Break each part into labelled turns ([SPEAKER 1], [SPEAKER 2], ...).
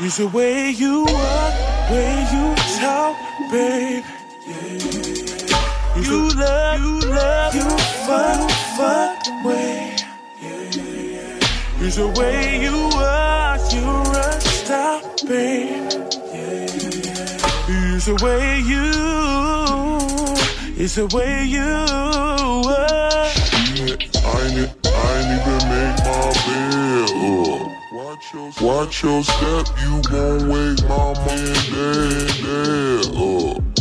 [SPEAKER 1] Is the way you walk, way you talk, babe. Is you the, love, you love, you fuck, fuck way. Is the way you walk, you run, stop, babe. Is the way you, is the way you walk.
[SPEAKER 2] I need, I need to make my bed up. Watch your, watch your step, you gon' wake my man dead, dead up.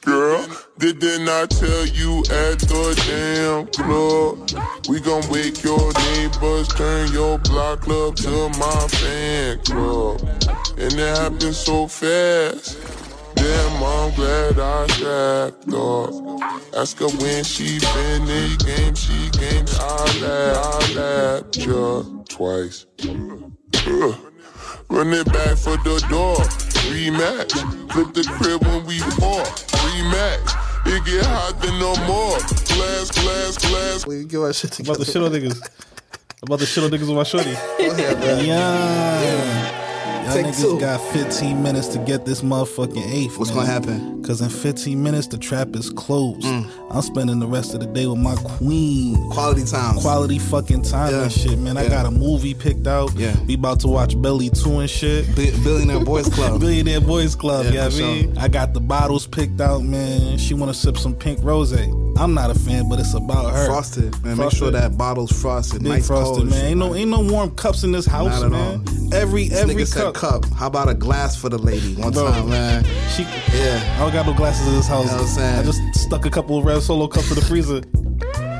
[SPEAKER 2] Girl, didn't I tell you at the damn club? We gon' wake your neighbors, turn your block club to my fan club. And it happened so fast. Damn, I'm glad I strapped up. Ask her when she been in game, she game. I laugh, I laughed you twice. Ugh. Run it back for the door, rematch. Flip the crib when we fall, rematch. It get hot then no more. Glass, glass, glass.
[SPEAKER 3] We get our shit
[SPEAKER 4] I'm about
[SPEAKER 3] together.
[SPEAKER 4] to shit on niggas. I'm about to shit on niggas with my shorty.
[SPEAKER 3] Go ahead, man.
[SPEAKER 5] Yeah. Y'all
[SPEAKER 3] Take
[SPEAKER 5] niggas
[SPEAKER 3] two.
[SPEAKER 5] got 15 minutes to get this motherfucking eighth.
[SPEAKER 3] What's
[SPEAKER 5] man.
[SPEAKER 3] gonna happen?
[SPEAKER 5] Cause in 15 minutes the trap is closed. I'm spending the rest of the day with my queen.
[SPEAKER 3] Quality times.
[SPEAKER 5] Quality fucking time
[SPEAKER 3] Yeah.
[SPEAKER 5] and shit, man. I
[SPEAKER 3] Yeah.
[SPEAKER 5] got a movie picked out.
[SPEAKER 3] Yeah.
[SPEAKER 5] We about to watch Belly 2 and shit.
[SPEAKER 3] B- Billionaire Boys Club.
[SPEAKER 5] Billionaire Boys Club, yeah,
[SPEAKER 3] Yeah, for
[SPEAKER 5] I mean? I got the bottles picked out, man. She wanna sip some pink rose. I'm not a fan, but it's about her.
[SPEAKER 3] Frosted, man. Make
[SPEAKER 5] Frosted.
[SPEAKER 3] sure that bottle's frosted.
[SPEAKER 5] Big
[SPEAKER 3] nice
[SPEAKER 5] frosted,
[SPEAKER 3] cold.
[SPEAKER 5] man. Ain't no ain't no warm cups in this house,
[SPEAKER 3] Not at
[SPEAKER 5] man. Every
[SPEAKER 3] This
[SPEAKER 5] every
[SPEAKER 3] nigga
[SPEAKER 5] cup.
[SPEAKER 3] said cup. How about a glass for the lady one
[SPEAKER 5] Bro.
[SPEAKER 3] time, man?
[SPEAKER 5] She
[SPEAKER 3] Yeah.
[SPEAKER 5] I don't got no glasses in this house.
[SPEAKER 3] You know what I'm saying?
[SPEAKER 5] I just stuck a couple of red solo cups in the freezer.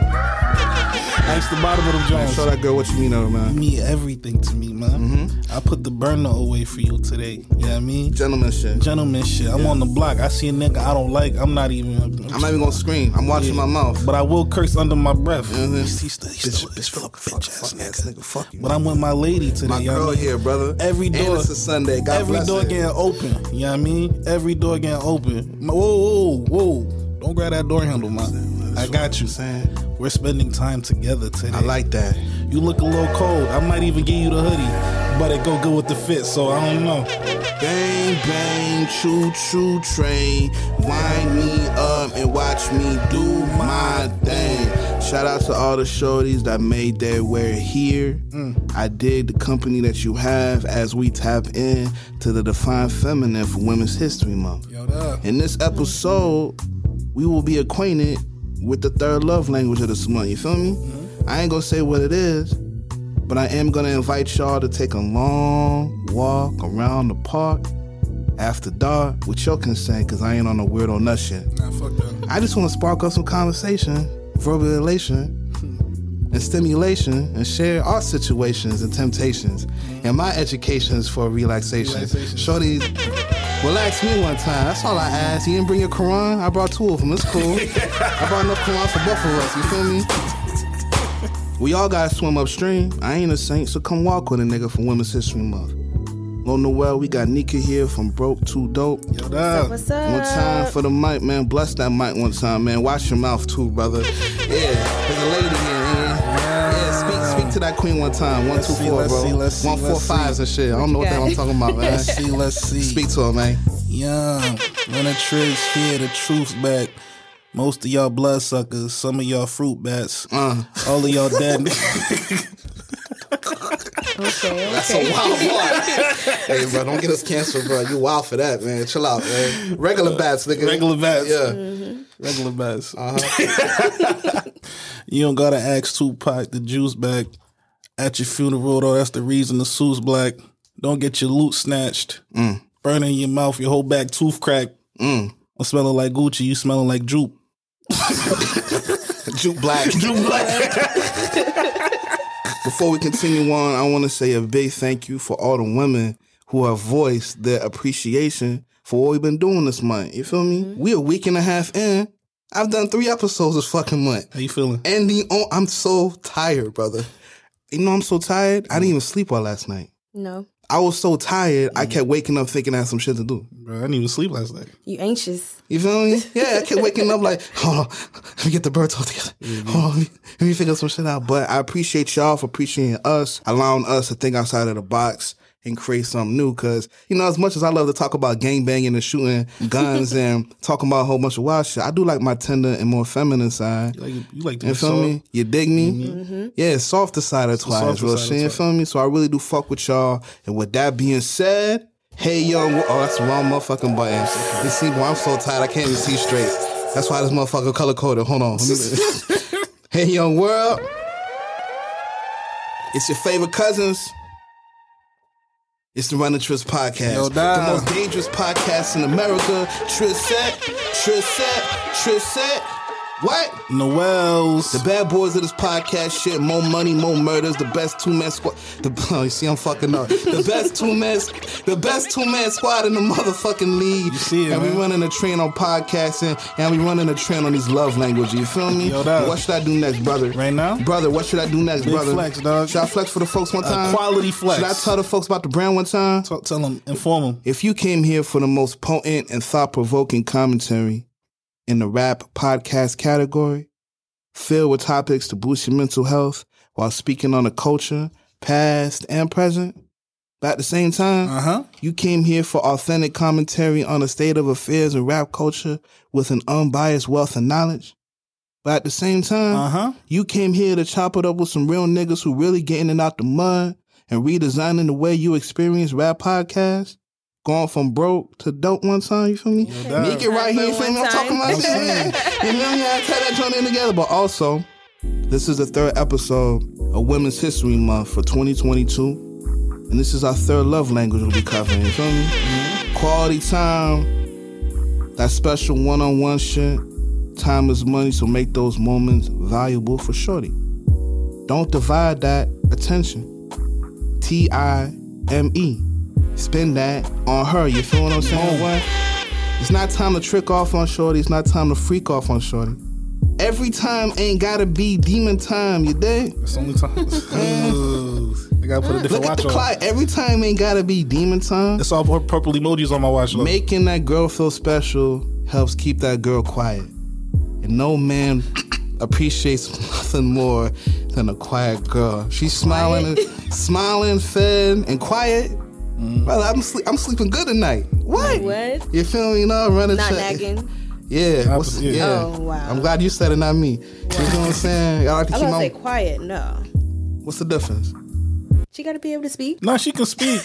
[SPEAKER 5] That's the bottom of them joints.
[SPEAKER 3] Show that girl what you mean, though, man.
[SPEAKER 5] me everything to me, man.
[SPEAKER 3] Mm-hmm.
[SPEAKER 5] I put the burner away for you today. You know what I mean?
[SPEAKER 3] Gentleman shit.
[SPEAKER 5] Gentleman shit. I'm on the block. I see a nigga I don't like. I'm not even.
[SPEAKER 3] I'm not even gonna scream. I'm watching my mouth.
[SPEAKER 5] But I will curse under my breath.
[SPEAKER 3] Mhm.
[SPEAKER 5] He's, he's still, he's still, he's still a bitch ass
[SPEAKER 3] fuck
[SPEAKER 5] nigga.
[SPEAKER 3] nigga. Fuck you.
[SPEAKER 5] But I'm with my lady today.
[SPEAKER 3] my
[SPEAKER 5] you know what I
[SPEAKER 3] girl
[SPEAKER 5] mean?
[SPEAKER 3] here, brother.
[SPEAKER 5] Every door.
[SPEAKER 3] And it's a Sunday. God
[SPEAKER 5] Every
[SPEAKER 3] bless
[SPEAKER 5] door
[SPEAKER 3] it.
[SPEAKER 5] getting open. You know what I mean? Every door getting open. My- Whoa, whoa, whoa. Don't grab that door handle, man. I got you.
[SPEAKER 3] saying.
[SPEAKER 5] We're spending time together today.
[SPEAKER 3] I like that.
[SPEAKER 5] You look a little cold. I might even give you the hoodie, but it go good with the fit, so I don't know.
[SPEAKER 3] Bang bang, choo choo train. Wind me up and watch me do my thing. Shout out to all the shorties that made their wear here. I dig the company that you have as we tap in to the Define Feminine for Women's History Month. In this episode, we will be acquainted with the third love language of this month. You feel me? I ain't gonna say what it is, but I am gonna invite y'all to take a long walk around the park after dark with your consent, cause I ain't on no weirdo nut shit.
[SPEAKER 5] Nah, fuck that.
[SPEAKER 3] I just wanna spark up some conversation, verbal elation, and stimulation, and share our situations and temptations, and my educations for relaxation.
[SPEAKER 5] Relaxation.
[SPEAKER 3] Shorty, relax me one time. That's all I asked. You didn't bring your Quran? I brought two of them. It's cool. I brought enough Quran for both of us. You feel me? We all gotta swim upstream. I ain't a saint, so come walk with a nigga for Women's History Month. Lil Noel, we got Nika here from Broke to Dope.
[SPEAKER 5] Yo, dawg.
[SPEAKER 6] What's up?
[SPEAKER 3] One time for the mic, man. Bless that mic one time, man. Watch your mouth too, brother. Yeah, there's a lady here. Yeah, yeah. Speak, speak to that queen one time. One,
[SPEAKER 5] Let's
[SPEAKER 3] two,
[SPEAKER 5] see,
[SPEAKER 3] four,
[SPEAKER 5] let's
[SPEAKER 3] bro.
[SPEAKER 5] see, let's see,
[SPEAKER 3] One, four,
[SPEAKER 5] let's see.
[SPEAKER 3] fives and shit. I don't know what the hell I'm talking about, man.
[SPEAKER 5] Let's see, let's see.
[SPEAKER 3] Speak to her, man.
[SPEAKER 5] Young, when the tricks fear the truth back. Most of y'all bloodsuckers, some of y'all fruit bats,
[SPEAKER 3] Uh,
[SPEAKER 5] all of y'all dead.
[SPEAKER 6] Okay,
[SPEAKER 3] that's
[SPEAKER 6] okay.
[SPEAKER 3] a wild one. hey, bro, don't get us canceled, bro. You wild for that, man. Chill out, man. Regular bats, nigga.
[SPEAKER 5] Regular bats. Mm-hmm.
[SPEAKER 3] Yeah. Uh-huh.
[SPEAKER 5] Regular bass. you don't gotta ask Tupac the juice back at your funeral though. That's the reason the suit's black. Don't get your loot snatched.
[SPEAKER 3] Mm.
[SPEAKER 5] Burning your mouth, your whole back tooth crack. I'm smelling like Gucci. You smelling like Droop.
[SPEAKER 3] Juke Black. Before we continue on, I want to say a big thank you for all the women who have voiced their appreciation for what we've been doing this month. You feel me? We a week and a half in. I've done three episodes this fucking month.
[SPEAKER 5] How you feeling?
[SPEAKER 3] And the on- I'm so tired, brother. You know I'm so tired. I didn't even sleep well last night.
[SPEAKER 6] No,
[SPEAKER 3] I was so tired. I kept waking up thinking I had some shit to do.
[SPEAKER 5] Bro, I didn't even sleep last night.
[SPEAKER 6] you anxious.
[SPEAKER 3] You feel me? Yeah, I kept waking up like, hold on, let me get the birds all together. Hold on, let me, let me figure some shit out. But I appreciate y'all for appreciating us, allowing us to think outside of the box and create something new. Cause you know, as much as I love to talk about gang banging and shooting guns and talking about a whole bunch of wild shit, I do like my tender and more feminine side.
[SPEAKER 4] Like, you like
[SPEAKER 3] You
[SPEAKER 4] to
[SPEAKER 3] feel me? You dig me? Yeah, it's softer side of twice,
[SPEAKER 4] mm-hmm. softer
[SPEAKER 3] real
[SPEAKER 4] side of
[SPEAKER 3] shit. You
[SPEAKER 4] Twice.
[SPEAKER 3] feel me? So I really do fuck with y'all. And with that being said, hey young, oh that's the wrong motherfucking button. You see, boy, I'm so tired I can't even see straight. That's why this motherfucker color coded. Hold on. Let me- hey young world, it's your favorite cousins. It's the Run the Tris podcast,
[SPEAKER 4] No doubt.
[SPEAKER 3] the most dangerous podcast in America. Trisette, Trisette, Trisette. What?
[SPEAKER 4] Noel's.
[SPEAKER 3] The bad boys of this podcast shit, more money, more murders, the best two man squad. The oh, you see, I'm fucking up. The best two man, the best two man squad in the motherfucking league. You
[SPEAKER 4] see it,
[SPEAKER 3] and we
[SPEAKER 4] man.
[SPEAKER 3] running a train on podcasting, and we running a train on these love languages. You feel me?
[SPEAKER 4] Yo, dawg.
[SPEAKER 3] what should I do next, brother?
[SPEAKER 4] Right now?
[SPEAKER 3] brother. What should I do next,
[SPEAKER 4] Big
[SPEAKER 3] brother?
[SPEAKER 4] flex, dawg.
[SPEAKER 3] Should I flex for the folks one
[SPEAKER 4] A
[SPEAKER 3] time?
[SPEAKER 4] quality flex.
[SPEAKER 3] Uh, Should I tell the folks about the brand one time?
[SPEAKER 4] Tell, tell him, inform him.
[SPEAKER 3] If you came here for the most potent and thought provoking commentary in the rap podcast category, filled with topics to boost your mental health while speaking on the culture, past and present, but at the same time,
[SPEAKER 4] Uh huh.
[SPEAKER 3] you came here for authentic commentary on the state of affairs in rap culture with an unbiased wealth of knowledge. But at the same time,
[SPEAKER 4] Uh huh.
[SPEAKER 3] you came here to chop it up with some real niggas who really getting it out the mud and redesigning the way you experience rap podcasts. Going from broke to dope one time, you feel me?
[SPEAKER 4] doubt.
[SPEAKER 3] Make it right here, you feel me? I'm
[SPEAKER 6] One
[SPEAKER 3] talking about
[SPEAKER 6] time.
[SPEAKER 3] shit. man. You know, yeah, I tie that joint in together. But also, this is the third episode of Women's History Month for 2022. And this is our third love language we'll be covering, you feel me? Quality time, that special one on one shit. Time is money, so make those moments valuable for Shorty. Don't divide that attention. T I M E. Spend that on her. You feel what I'm saying? What? It's not time to trick off on Shorty. It's not time to freak off on Shorty. Every time ain't gotta be demon time, you dig?
[SPEAKER 4] It's only time. Ooh. I gotta put a
[SPEAKER 3] Look
[SPEAKER 4] different
[SPEAKER 3] at
[SPEAKER 4] watch
[SPEAKER 3] the
[SPEAKER 4] on.
[SPEAKER 3] clock. Every time ain't gotta be demon time.
[SPEAKER 4] It's all pur- purple emojis on my watch. Look.
[SPEAKER 3] Making that girl feel special helps keep that girl quiet. And no man appreciates nothing more than a quiet girl. She's smiling, and, smiling, fed, and quiet.
[SPEAKER 4] Mm-hmm.
[SPEAKER 3] Brother, I'm sleep, I'm sleeping good tonight. What?
[SPEAKER 6] What?
[SPEAKER 3] You feel me? You know, I'm running.
[SPEAKER 6] Not
[SPEAKER 3] check.
[SPEAKER 6] nagging.
[SPEAKER 3] Yeah. What's,
[SPEAKER 4] Opposite.
[SPEAKER 3] yeah.
[SPEAKER 6] Oh, wow.
[SPEAKER 3] I'm glad you said it, not me. You know what I'm saying? I like to
[SPEAKER 6] I'm
[SPEAKER 3] keep
[SPEAKER 6] about
[SPEAKER 3] my.
[SPEAKER 6] to say quiet. No,
[SPEAKER 3] What's the difference?
[SPEAKER 6] she got to be able to speak.
[SPEAKER 4] No, she can speak.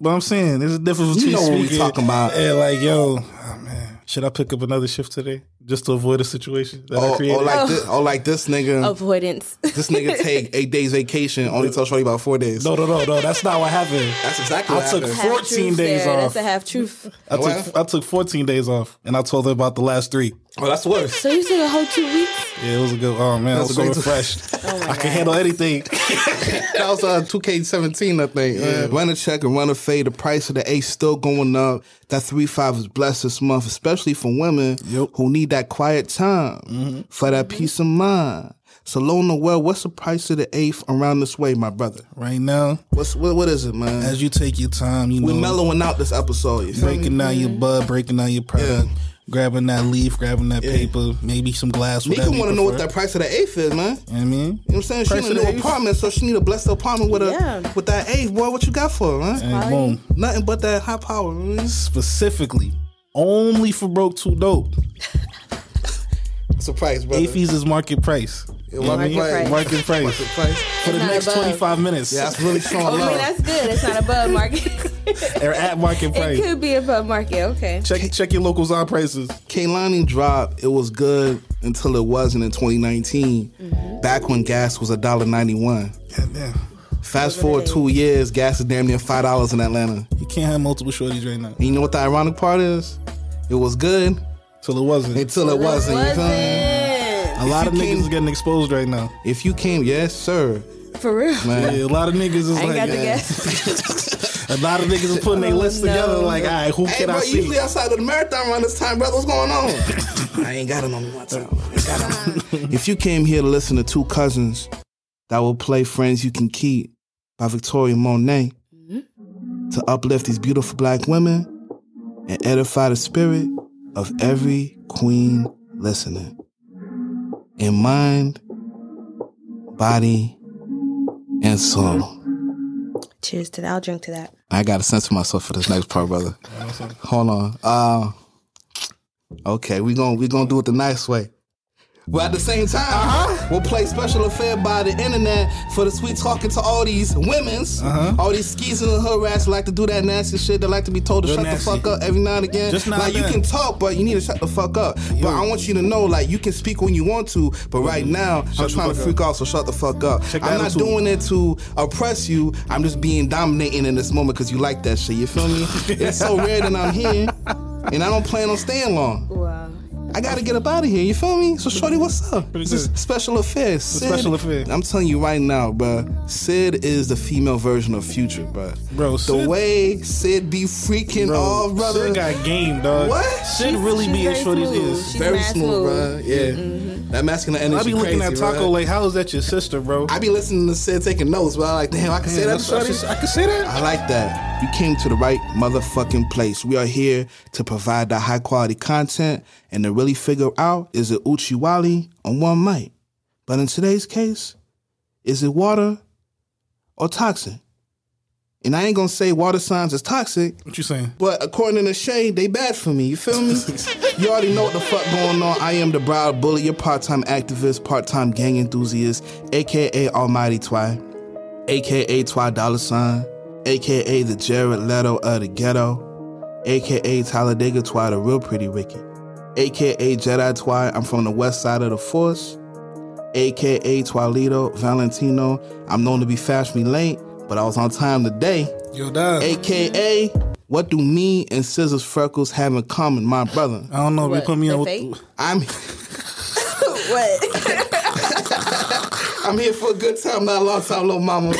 [SPEAKER 4] But I'm saying there's a difference
[SPEAKER 3] You
[SPEAKER 4] between
[SPEAKER 3] know what we
[SPEAKER 4] speaking
[SPEAKER 3] talking about.
[SPEAKER 4] and like, yo, oh, man, should I pick up another shift today just to avoid a situation that I
[SPEAKER 3] Or,
[SPEAKER 4] created?
[SPEAKER 3] or Oh,
[SPEAKER 6] Oh.
[SPEAKER 3] like this, or like this nigga.
[SPEAKER 6] Avoidance.
[SPEAKER 3] This nigga take eight days vacation. Only tell Shorty about four days.
[SPEAKER 4] no, no, no, no. That's not what happened.
[SPEAKER 3] that's exactly what
[SPEAKER 4] I took
[SPEAKER 3] happened.
[SPEAKER 6] Half
[SPEAKER 4] 14
[SPEAKER 6] truth
[SPEAKER 4] days
[SPEAKER 6] there.
[SPEAKER 4] off.
[SPEAKER 6] That's a half truth.
[SPEAKER 4] I
[SPEAKER 3] What?
[SPEAKER 4] took I took 14 days off, and I told her about the last three.
[SPEAKER 3] Oh, that's worse.
[SPEAKER 6] So you took a whole two weeks.
[SPEAKER 4] Yeah, it was a good. Oh man, I
[SPEAKER 3] was
[SPEAKER 4] was so
[SPEAKER 3] great.
[SPEAKER 4] refreshed.
[SPEAKER 6] Oh my
[SPEAKER 4] I
[SPEAKER 6] God.
[SPEAKER 4] can handle anything.
[SPEAKER 3] that was uh, 2K17, I think. Uh, run a check and run a fade. The price of the ace still going up. That three five is blessed this month, especially for women
[SPEAKER 4] Yep. Mm-hmm.
[SPEAKER 3] who need that quiet time for that peace of mind. So, Lona, well, what's the price of the eighth around this way, my brother?
[SPEAKER 4] right now,
[SPEAKER 3] What's what? What is it, man?
[SPEAKER 4] as you take your time, you
[SPEAKER 3] We're
[SPEAKER 4] know,
[SPEAKER 3] mellowing out this episode. You feel me?
[SPEAKER 4] breaking down your
[SPEAKER 6] Mm-hmm.
[SPEAKER 4] bud, breaking down your product, grabbing that leaf, grabbing that paper, maybe some glass.
[SPEAKER 3] Nika
[SPEAKER 4] whatever you
[SPEAKER 3] want to know what
[SPEAKER 4] prefer.
[SPEAKER 3] that price of the eighth is, man.
[SPEAKER 4] You know what I mean,
[SPEAKER 3] You know what I'm saying? She
[SPEAKER 4] Price
[SPEAKER 3] in a
[SPEAKER 4] of the
[SPEAKER 3] new
[SPEAKER 4] eighth.
[SPEAKER 3] apartment, so she need a blessed apartment with a
[SPEAKER 6] Yeah.
[SPEAKER 3] with that eighth. Boy, what you got for, her, man?
[SPEAKER 4] and boom.
[SPEAKER 3] Nothing but that high power. Man.
[SPEAKER 4] specifically only for broke too dope.
[SPEAKER 3] Surprise, brother.
[SPEAKER 4] AFE's is market price. You know what I mean?
[SPEAKER 3] Market
[SPEAKER 6] price.
[SPEAKER 4] Market price.
[SPEAKER 3] Market price.
[SPEAKER 4] For the
[SPEAKER 6] Not
[SPEAKER 4] next
[SPEAKER 6] above.
[SPEAKER 4] 25 minutes,
[SPEAKER 3] Yeah, that's really strong
[SPEAKER 6] Okay,
[SPEAKER 3] love.
[SPEAKER 6] that's good. It's not above market.
[SPEAKER 4] they're at market
[SPEAKER 6] it
[SPEAKER 4] price.
[SPEAKER 6] could be above market. Okay.
[SPEAKER 4] Check check your local on prices.
[SPEAKER 3] Kaylani dropped. It was good until it wasn't in 2019. Back when gas was $1.91.
[SPEAKER 4] Goddamn.
[SPEAKER 3] Fast forward two years, gas is damn near five dollars in Atlanta.
[SPEAKER 4] You can't have multiple shorties right now.
[SPEAKER 3] And you know what the ironic part is? It was good
[SPEAKER 4] Till it wasn't.
[SPEAKER 3] until it wasn't. you feel me?
[SPEAKER 4] A lot
[SPEAKER 3] you
[SPEAKER 4] of niggas
[SPEAKER 3] came-
[SPEAKER 4] is getting exposed right now.
[SPEAKER 3] If you came, yes, sir.
[SPEAKER 6] For real.
[SPEAKER 4] Yeah, a lot of niggas is
[SPEAKER 6] I ain't
[SPEAKER 4] like,
[SPEAKER 6] got the gas.
[SPEAKER 4] a lot of niggas is putting their list
[SPEAKER 6] no.
[SPEAKER 4] together. Like, all right, who
[SPEAKER 3] Hey,
[SPEAKER 4] can
[SPEAKER 3] bro,
[SPEAKER 4] I see?
[SPEAKER 3] usually outside of the marathon run this time, brother. What's going on? I ain't got it no more time. I ain't got it. if you came here to listen to two cousins that will play Friends You Can Keep by Victoria Monet to uplift these beautiful black women and edify the spirit of every queen listening in mind, body, and soul.
[SPEAKER 6] Cheers to that. I'll drink to that.
[SPEAKER 3] I gotta censor myself for this next part, brother. Hold on. Uh, okay, we gonna we gonna do it the nice way. But at the same time,
[SPEAKER 4] Uh-huh.
[SPEAKER 3] we'll play special affair by the internet for the sweet talking to all these women's,
[SPEAKER 4] Uh-huh.
[SPEAKER 3] all these skis in the hood rats like to do that nasty shit. They like to be told to
[SPEAKER 4] Real
[SPEAKER 3] shut the
[SPEAKER 4] nasty.
[SPEAKER 3] fuck up every now and again.
[SPEAKER 4] Just now
[SPEAKER 3] like
[SPEAKER 4] and
[SPEAKER 3] you
[SPEAKER 4] then.
[SPEAKER 3] can talk, but you need to shut the fuck up. But I want you to know, like you can speak when you want to, but
[SPEAKER 4] Mm-hmm.
[SPEAKER 3] right now I'm trying to freak out, so shut the fuck up.
[SPEAKER 4] Check the
[SPEAKER 3] I'm not
[SPEAKER 4] attitude.
[SPEAKER 3] doing it to oppress you. I'm just being dominating in this moment because you like that shit. You feel me? it's so rare that I'm here, and I don't plan on staying long.
[SPEAKER 6] Wow.
[SPEAKER 3] I gotta get up out of here. You feel me? So, Shorty, what's up?
[SPEAKER 4] Pretty
[SPEAKER 3] This is
[SPEAKER 4] good.
[SPEAKER 3] special affair. Sid,
[SPEAKER 4] special affair.
[SPEAKER 3] I'm telling you right now, bruh. Sid is the female version of Future, bruh.
[SPEAKER 4] Bro,
[SPEAKER 3] the
[SPEAKER 4] Sid-
[SPEAKER 3] way Sid be freaking
[SPEAKER 4] Bro,
[SPEAKER 3] off, brother.
[SPEAKER 4] Sid got game, dog.
[SPEAKER 3] What?
[SPEAKER 4] Sid really
[SPEAKER 6] she's
[SPEAKER 4] be in
[SPEAKER 6] very
[SPEAKER 4] shorty's
[SPEAKER 6] smooth.
[SPEAKER 4] ears.
[SPEAKER 6] She's
[SPEAKER 3] Very
[SPEAKER 6] mad
[SPEAKER 3] smooth,
[SPEAKER 6] smooth.
[SPEAKER 3] bruh. Yeah, that masculine energy.
[SPEAKER 4] I be looking
[SPEAKER 3] crazy,
[SPEAKER 4] at Taco
[SPEAKER 3] bruh.
[SPEAKER 4] like, how is that your sister, bro?
[SPEAKER 3] I be listening to Sid taking notes, but I like, damn, I can say that, to Ah.
[SPEAKER 4] That's- I
[SPEAKER 3] Shorty.
[SPEAKER 4] just- I can say that.
[SPEAKER 3] I like that. You came to the right motherfucking place. We are here to provide the high quality content and to really figure out is it Uchiwali on one mic? But in today's case, is it water or toxin? And I ain't gonna say water signs is toxic,
[SPEAKER 4] What you saying?
[SPEAKER 3] but according to Shade, they bad for me. You feel me? you already know what the fuck going on. I am the broad bullet, your part-time activist, part-time gang enthusiast, aka Almighty Twy, aka Twy Dollar Sign, aka the Jared Leto of the ghetto, aka Talladega Twy, the real pretty wicked, aka Jedi Twy. I'm from the west side of the force aka Twilito Valentino. I'm known to be fast me late, but I was on time today.
[SPEAKER 4] Yo, dog. I
[SPEAKER 3] AKA, what do me and Scissors Freckles have in common, my brother?
[SPEAKER 4] don't know. They
[SPEAKER 6] What,
[SPEAKER 4] put me
[SPEAKER 6] the
[SPEAKER 4] on
[SPEAKER 6] fake?
[SPEAKER 4] with.
[SPEAKER 3] I'm
[SPEAKER 6] What?
[SPEAKER 3] I'm here for a good time, not a long time, little mama.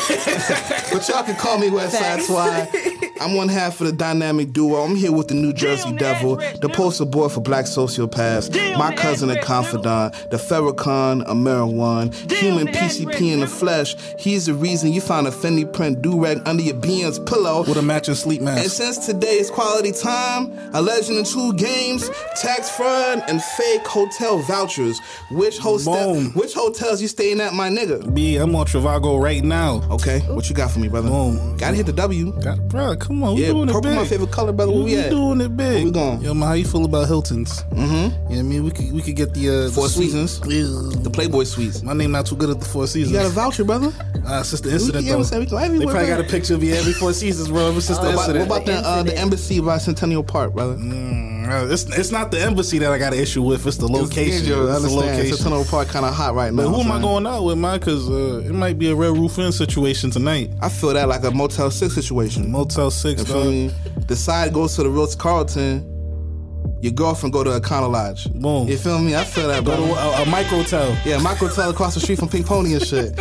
[SPEAKER 3] but y'all can call me Westside
[SPEAKER 6] Thanks.
[SPEAKER 3] Swag. I'm one half of the dynamic duo. I'm here with the New Jersey Devil, the poster boy for black sociopaths, my cousin and confidant, the Farrakhan, a marijuana, human PCP in the flesh. He's the reason you found a Fendi print do-rag under your bean's pillow.
[SPEAKER 4] With a matching sleep
[SPEAKER 3] And
[SPEAKER 4] mask.
[SPEAKER 3] since today is quality time, a legend in two games, tax fraud, and fake hotel vouchers. Which hotel?
[SPEAKER 4] Boom.
[SPEAKER 3] Which hotels you staying at, my nigga?
[SPEAKER 4] B, I'm on Travago right now.
[SPEAKER 3] Okay, what you got for me, brother?
[SPEAKER 4] Boom.
[SPEAKER 3] Gotta hit the W.
[SPEAKER 4] God, bro, come on. We
[SPEAKER 3] Yeah,
[SPEAKER 4] doing it
[SPEAKER 3] purple
[SPEAKER 4] big.
[SPEAKER 3] my favorite color, brother.
[SPEAKER 4] We,
[SPEAKER 3] Where we
[SPEAKER 4] we
[SPEAKER 3] at?
[SPEAKER 4] doing it big.
[SPEAKER 3] we going?
[SPEAKER 4] Yo, man, how you feel about Hilton's? Mm-hmm. You know what I mean? We could, we could get the... Uh, the
[SPEAKER 3] Four
[SPEAKER 4] suite.
[SPEAKER 3] Seasons.
[SPEAKER 4] Yeah.
[SPEAKER 3] The Playboy Suites.
[SPEAKER 4] My name not too good at the Four Seasons.
[SPEAKER 3] You got a voucher, brother?
[SPEAKER 4] uh, since the
[SPEAKER 3] We,
[SPEAKER 4] incident,
[SPEAKER 3] yeah,
[SPEAKER 4] though.
[SPEAKER 3] we said we go
[SPEAKER 4] They
[SPEAKER 3] everywhere.
[SPEAKER 4] probably got
[SPEAKER 3] brother.
[SPEAKER 4] a picture of you every Four Seasons, bro, ever since the
[SPEAKER 3] What about, what
[SPEAKER 4] incident.
[SPEAKER 3] about the, uh, the
[SPEAKER 6] Incident.
[SPEAKER 3] embassy by Centennial Park, brother?
[SPEAKER 4] Uh, It's, it's not the embassy that I got an issue with. It's the location.
[SPEAKER 3] It's, yo,
[SPEAKER 4] It's the
[SPEAKER 3] understand.
[SPEAKER 4] location.
[SPEAKER 3] Centennial Park kind of hot right now.
[SPEAKER 4] But who am I
[SPEAKER 3] son.
[SPEAKER 4] going out with, man? Because uh, it might be a Red Roof Inn situation tonight.
[SPEAKER 3] I feel that like a Motel Six situation.
[SPEAKER 4] Motel 6,
[SPEAKER 3] You feel
[SPEAKER 4] dog.
[SPEAKER 3] me? The side goes to the Ritz Carlton. Your girlfriend go to a Econo Lodge.
[SPEAKER 4] Boom.
[SPEAKER 3] You feel me? I feel that,
[SPEAKER 4] Go to
[SPEAKER 3] bro.
[SPEAKER 4] a, a microtel.
[SPEAKER 3] Yeah, Michael Tell across the street from Pink Pony and shit.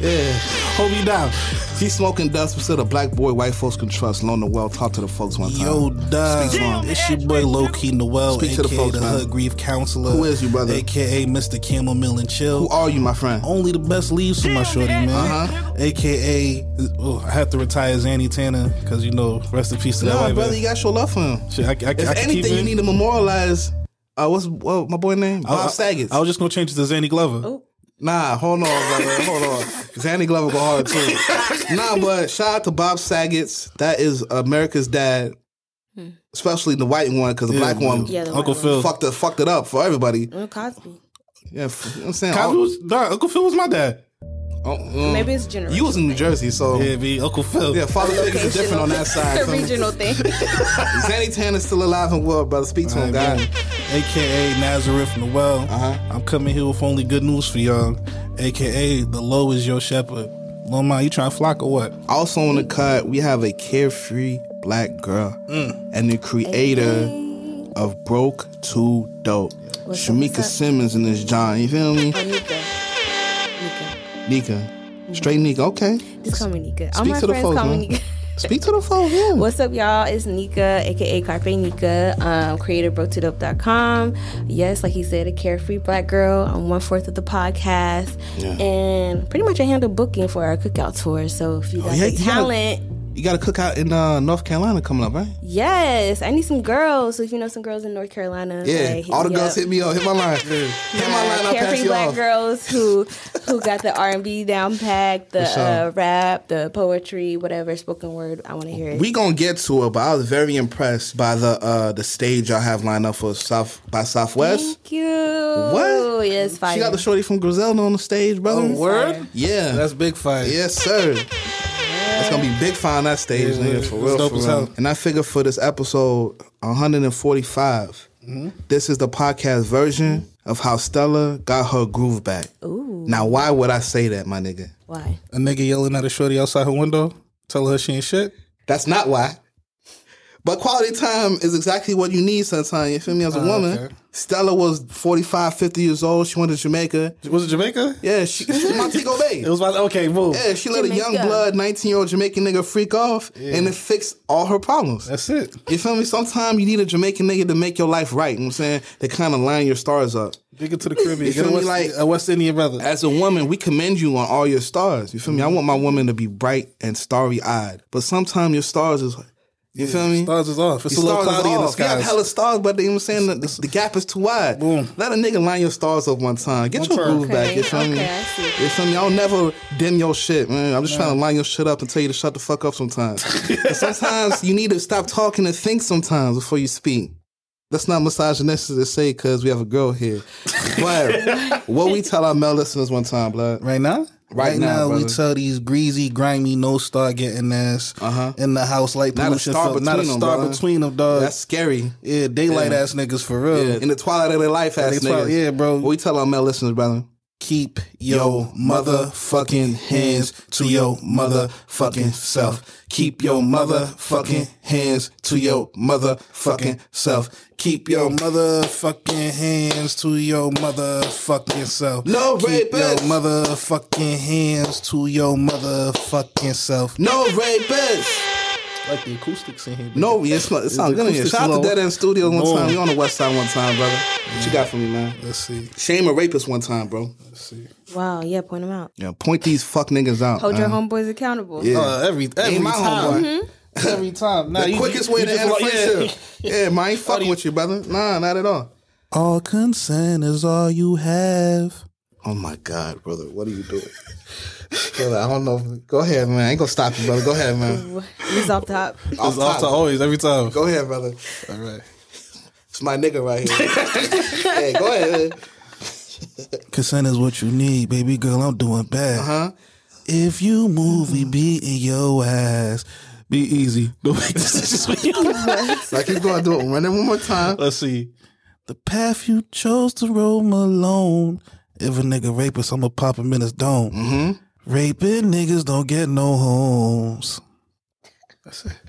[SPEAKER 3] Yeah.
[SPEAKER 4] Hold me down.
[SPEAKER 3] He smoking dust, but still a black boy white folks can trust. Loan the well, talk to the folks one time.
[SPEAKER 4] Yo, dog.
[SPEAKER 3] Speak to 'em.
[SPEAKER 4] It's your boy Low Key Noel,
[SPEAKER 3] Speak
[SPEAKER 4] aka
[SPEAKER 3] to the
[SPEAKER 4] the,
[SPEAKER 3] folks, man.
[SPEAKER 4] Hood Grief Counselor.
[SPEAKER 3] Who is you, brother?
[SPEAKER 4] AKA Mr. Camel Mill and Chill.
[SPEAKER 3] Who are you, my friend?
[SPEAKER 4] Only the best leaves for my shorty, man.
[SPEAKER 3] Uh-huh.
[SPEAKER 4] AKA, oh, I have to retire Zanny Tanner because, you know, rest in peace to that
[SPEAKER 3] Nah,
[SPEAKER 4] white
[SPEAKER 3] brother,
[SPEAKER 4] man.
[SPEAKER 3] you gotta show love for him.
[SPEAKER 4] Shit, I, I,
[SPEAKER 3] If
[SPEAKER 4] I can keep
[SPEAKER 3] anything,
[SPEAKER 4] it.
[SPEAKER 3] you need to memorialize. Uh, what's what, my boy name?
[SPEAKER 4] I-
[SPEAKER 3] Bob Saget.
[SPEAKER 4] I, I was just gonna change it to Zanny Glover.
[SPEAKER 3] Nah, hold on, brother. hold on. Zanny Glover go hard too. nah, but shout out to Bob Saget's. That is America's dad, especially the white one, because the black one
[SPEAKER 6] Hmm. Yeah, the white
[SPEAKER 4] Uncle
[SPEAKER 6] one.
[SPEAKER 4] Phil.
[SPEAKER 3] fucked, it, fucked it up for everybody.
[SPEAKER 6] Bill Cosby.
[SPEAKER 3] Yeah, f- you know what I'm saying?
[SPEAKER 4] Cosby
[SPEAKER 3] All-
[SPEAKER 4] was, dog, Uncle Phil was my dad.
[SPEAKER 3] oh, mm.
[SPEAKER 6] Maybe it's general.
[SPEAKER 3] you was in New Jersey, so
[SPEAKER 4] Yeah,
[SPEAKER 3] yeah,
[SPEAKER 4] be Uncle Phil.
[SPEAKER 3] father figures are different on that side.
[SPEAKER 6] the regional thing.
[SPEAKER 3] Zanny Tan is still alive and well, brother. Speak to him,
[SPEAKER 4] Alright,
[SPEAKER 3] God.
[SPEAKER 4] man. AKA Nazareth Noel.
[SPEAKER 3] Uh-huh.
[SPEAKER 4] I'm coming here with only good news for y'all. AKA the low is your shepherd. Lil Ma, you trying to flock or what?
[SPEAKER 3] Also on the cut, we have a carefree black girl
[SPEAKER 6] Mm.
[SPEAKER 3] and the creator of Broke to Dope.
[SPEAKER 6] What's up,
[SPEAKER 3] Shamika
[SPEAKER 6] what's up?
[SPEAKER 3] Simmons and this John, you feel me?
[SPEAKER 6] Nika. Nika.
[SPEAKER 3] Nika. Straight Nika, okay.
[SPEAKER 6] Just call me Nika. All
[SPEAKER 3] Speak
[SPEAKER 6] my
[SPEAKER 3] to the
[SPEAKER 6] friends
[SPEAKER 3] folks,
[SPEAKER 6] call me
[SPEAKER 3] man.
[SPEAKER 6] Nika.
[SPEAKER 3] Speak to the phone, yeah.
[SPEAKER 6] What's up, y'all? It's Nika, aka Carpe Nika, um, creator of BrokeToDope.com. Yes, like he said, a carefree black girl. I'm one fourth of the podcast,
[SPEAKER 3] Yeah.
[SPEAKER 6] and pretty much I handle booking for our cookout tour. So if you got
[SPEAKER 3] Oh, yeah,
[SPEAKER 6] the
[SPEAKER 3] you gotta-
[SPEAKER 6] talent,
[SPEAKER 3] You got a cookout in uh, North Carolina coming up, right?
[SPEAKER 6] Yes, I need some girls. So if you know some girls in North Carolina,
[SPEAKER 3] Yeah.
[SPEAKER 6] like,
[SPEAKER 3] All the
[SPEAKER 6] me
[SPEAKER 3] girls
[SPEAKER 6] up.
[SPEAKER 3] hit me up. Hit my line. Hit my line.
[SPEAKER 6] Uh,
[SPEAKER 3] I'll pass
[SPEAKER 6] carefree
[SPEAKER 3] you
[SPEAKER 6] black
[SPEAKER 3] off.
[SPEAKER 6] girls who who got the R and B down packed, the
[SPEAKER 3] sure.
[SPEAKER 6] uh, rap, the poetry, whatever spoken word. I want to hear it.
[SPEAKER 3] We gonna get to it, but I was very impressed by the uh, the stage y'all have lined up for South by Southwest.
[SPEAKER 6] Thank you.
[SPEAKER 3] What?
[SPEAKER 6] Yes, fire.
[SPEAKER 3] She got the shorty from Griselda on the stage, brother.
[SPEAKER 4] Oh, word?
[SPEAKER 6] Fire.
[SPEAKER 3] Yeah.
[SPEAKER 4] That's big fire.
[SPEAKER 3] Yes, sir. That's gonna be big fine that stage,
[SPEAKER 4] Yeah,
[SPEAKER 3] nigga, for
[SPEAKER 4] it's
[SPEAKER 3] real,
[SPEAKER 4] dope
[SPEAKER 3] for
[SPEAKER 4] as
[SPEAKER 3] real.
[SPEAKER 4] hell.
[SPEAKER 3] And I figure for this episode 145,
[SPEAKER 4] Mm-hmm.
[SPEAKER 3] this is the podcast version of how Stella got her groove back.
[SPEAKER 6] Ooh.
[SPEAKER 3] Now, why would I say that, my nigga?
[SPEAKER 6] Why?
[SPEAKER 4] A nigga yelling at a shorty outside her window, telling her she ain't shit.
[SPEAKER 3] That's not why. But quality time is exactly what you need sometimes. You feel me? As a woman,
[SPEAKER 4] Ah, okay.
[SPEAKER 3] Stella was 45, 50 years old. She went to Jamaica.
[SPEAKER 4] Was it Jamaica?
[SPEAKER 3] Yeah, she, she's Montego Bay.
[SPEAKER 4] It was about okay, move.
[SPEAKER 3] Yeah, she let a young
[SPEAKER 6] Jamaica.
[SPEAKER 3] blood 19 year old Jamaican nigga freak off and it fixed all her problems.
[SPEAKER 4] That's it.
[SPEAKER 3] You feel me? Sometimes you need a Jamaican nigga to make your life right. You know what I'm saying? To kind of line your stars up.
[SPEAKER 4] Dig it to the Caribbean.
[SPEAKER 3] feel
[SPEAKER 4] Get a
[SPEAKER 3] me?
[SPEAKER 4] West,
[SPEAKER 3] Like-
[SPEAKER 4] a West Indian brother.
[SPEAKER 3] As a woman, we commend you on all your stars. You feel me? I want my woman to be bright and starry eyed. But sometimes your stars is, you feel me?
[SPEAKER 4] Stars is off. It's
[SPEAKER 3] Your
[SPEAKER 4] a little
[SPEAKER 3] stars is
[SPEAKER 4] cloudy in the
[SPEAKER 3] off. You have
[SPEAKER 4] skies.
[SPEAKER 3] hella stars, but you know what I'm saying? The, the gap is too wide.
[SPEAKER 4] Boom.
[SPEAKER 3] Let a nigga line your stars up one time. Get your
[SPEAKER 4] turn.
[SPEAKER 3] groove back. You feel
[SPEAKER 6] okay,
[SPEAKER 3] me?
[SPEAKER 6] I see.
[SPEAKER 3] You feel me? I'll never dim your shit, man. I'm just trying to line your shit up and tell you to shut the fuck up sometimes. And sometimes you need to stop talking and think sometimes before you speak. That's not misogynistic to say because we have a girl here. But what we tell our male listeners one time, blood.
[SPEAKER 4] Right now?
[SPEAKER 3] Right now,
[SPEAKER 4] we
[SPEAKER 3] brother.
[SPEAKER 4] tell these greasy, grimy, no star getting ass in the house like
[SPEAKER 3] Uh-huh. Not a
[SPEAKER 4] pollution.
[SPEAKER 3] star
[SPEAKER 4] fil- not a
[SPEAKER 3] between 'em,
[SPEAKER 4] star
[SPEAKER 3] brother.
[SPEAKER 4] between them, dog.
[SPEAKER 3] That's scary.
[SPEAKER 4] yeah, daylight ass niggas for real.
[SPEAKER 3] In the twilight of their life, ass
[SPEAKER 4] they twi-
[SPEAKER 3] niggas.
[SPEAKER 4] yeah, bro.
[SPEAKER 3] What we tell our male listeners, brother.
[SPEAKER 4] Keep your motherfucking hands to your motherfucking self. Keep your motherfucking hands to your motherfucking self. Keep your motherfucking hands to your motherfucking self.
[SPEAKER 3] No
[SPEAKER 4] Keep your
[SPEAKER 3] rapists.
[SPEAKER 4] motherfucking hands to your motherfucking self.
[SPEAKER 3] No rapists.
[SPEAKER 4] Like the acoustics in here.
[SPEAKER 3] No, it's not, it sounds good in here.
[SPEAKER 4] acoustics
[SPEAKER 3] Shout out
[SPEAKER 4] low.
[SPEAKER 3] to Dead End Studio one
[SPEAKER 4] Boom.
[SPEAKER 3] time. We on the West Side one time, brother. What you got for me, man?
[SPEAKER 4] Let's see.
[SPEAKER 3] Shame a rapist one time, bro.
[SPEAKER 4] Let's see.
[SPEAKER 6] Wow. Yeah, point them out.
[SPEAKER 3] Yeah, point these fuck niggas out.
[SPEAKER 6] Hold your
[SPEAKER 3] man.
[SPEAKER 6] homeboys accountable.
[SPEAKER 3] Uh, Yeah.
[SPEAKER 4] Uh, every every
[SPEAKER 3] Ain't my
[SPEAKER 4] time.
[SPEAKER 3] homeboy.
[SPEAKER 4] Every time. Nah,
[SPEAKER 3] Mm-hmm. The
[SPEAKER 4] you-
[SPEAKER 3] quickest
[SPEAKER 4] you
[SPEAKER 3] way to
[SPEAKER 4] just
[SPEAKER 3] end a
[SPEAKER 4] like- yeah.
[SPEAKER 3] friendship. Yeah, man, I ain't fucking with you, brother. Nah, not at all.
[SPEAKER 4] All consent is all you have.
[SPEAKER 3] Oh my God, brother, what are you doing? brother, I don't know. Go ahead, man. I ain't gonna stop you, brother. Go ahead, man.
[SPEAKER 6] He's off top.
[SPEAKER 4] It's off to
[SPEAKER 3] top.
[SPEAKER 4] always every time.
[SPEAKER 3] Go ahead, brother.
[SPEAKER 4] All right.
[SPEAKER 3] It's my nigga right here. hey, go ahead.
[SPEAKER 4] Consent is what you need, baby girl. I'm doing bad.
[SPEAKER 3] Huh?
[SPEAKER 4] If you move, we be in your ass. Be easy. Don't make decisions for you.
[SPEAKER 3] Like he's gonna do it. Run it one more time.
[SPEAKER 4] Let's see. The path you chose to roam alone. If a nigga rapist, I'ma pop him in his dome. Mm-hmm. Raping niggas don't get no homes.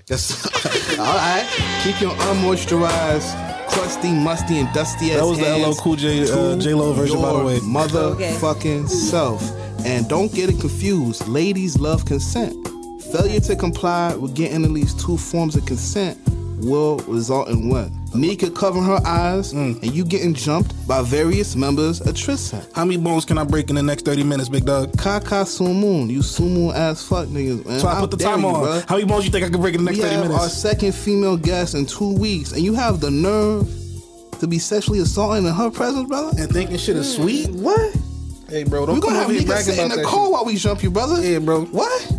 [SPEAKER 3] Yes. All right. Keep your unmoisturized, crusty, musty, and dusty ass
[SPEAKER 4] That was the LL
[SPEAKER 3] hands
[SPEAKER 4] Cool J, uh,
[SPEAKER 3] to
[SPEAKER 4] J-Lo version, by the
[SPEAKER 3] your
[SPEAKER 4] way.
[SPEAKER 3] Motherfucking self. And don't get it confused. Ladies love consent. Failure to comply with getting at least two forms of consent will result in what? Nika covering her eyes
[SPEAKER 4] Mm.
[SPEAKER 3] and you getting jumped by various members of Tristan.
[SPEAKER 4] How many bones can I break in the next 30 minutes, big dog?
[SPEAKER 3] Kaka Sumun, you Sumun ass fuck niggas, man.
[SPEAKER 4] So I
[SPEAKER 3] How
[SPEAKER 4] put the
[SPEAKER 3] dare
[SPEAKER 4] time
[SPEAKER 3] you,
[SPEAKER 4] on.
[SPEAKER 3] bruh.
[SPEAKER 4] How many bones you think I can break in the next
[SPEAKER 3] we
[SPEAKER 4] 30
[SPEAKER 3] have
[SPEAKER 4] minutes?
[SPEAKER 3] our second female guest in two weeks, and you have the nerve to be sexually assaulting in her presence, brother?
[SPEAKER 4] and thinking shit is sweet.
[SPEAKER 3] What?
[SPEAKER 4] Hey, bro, don't
[SPEAKER 3] We're gonna have
[SPEAKER 4] over here
[SPEAKER 3] niggas
[SPEAKER 4] bragging
[SPEAKER 3] sit in
[SPEAKER 4] about
[SPEAKER 3] the
[SPEAKER 4] that
[SPEAKER 3] car
[SPEAKER 4] shit.
[SPEAKER 3] while we jump you, brother.
[SPEAKER 4] Yeah, bro.
[SPEAKER 3] What?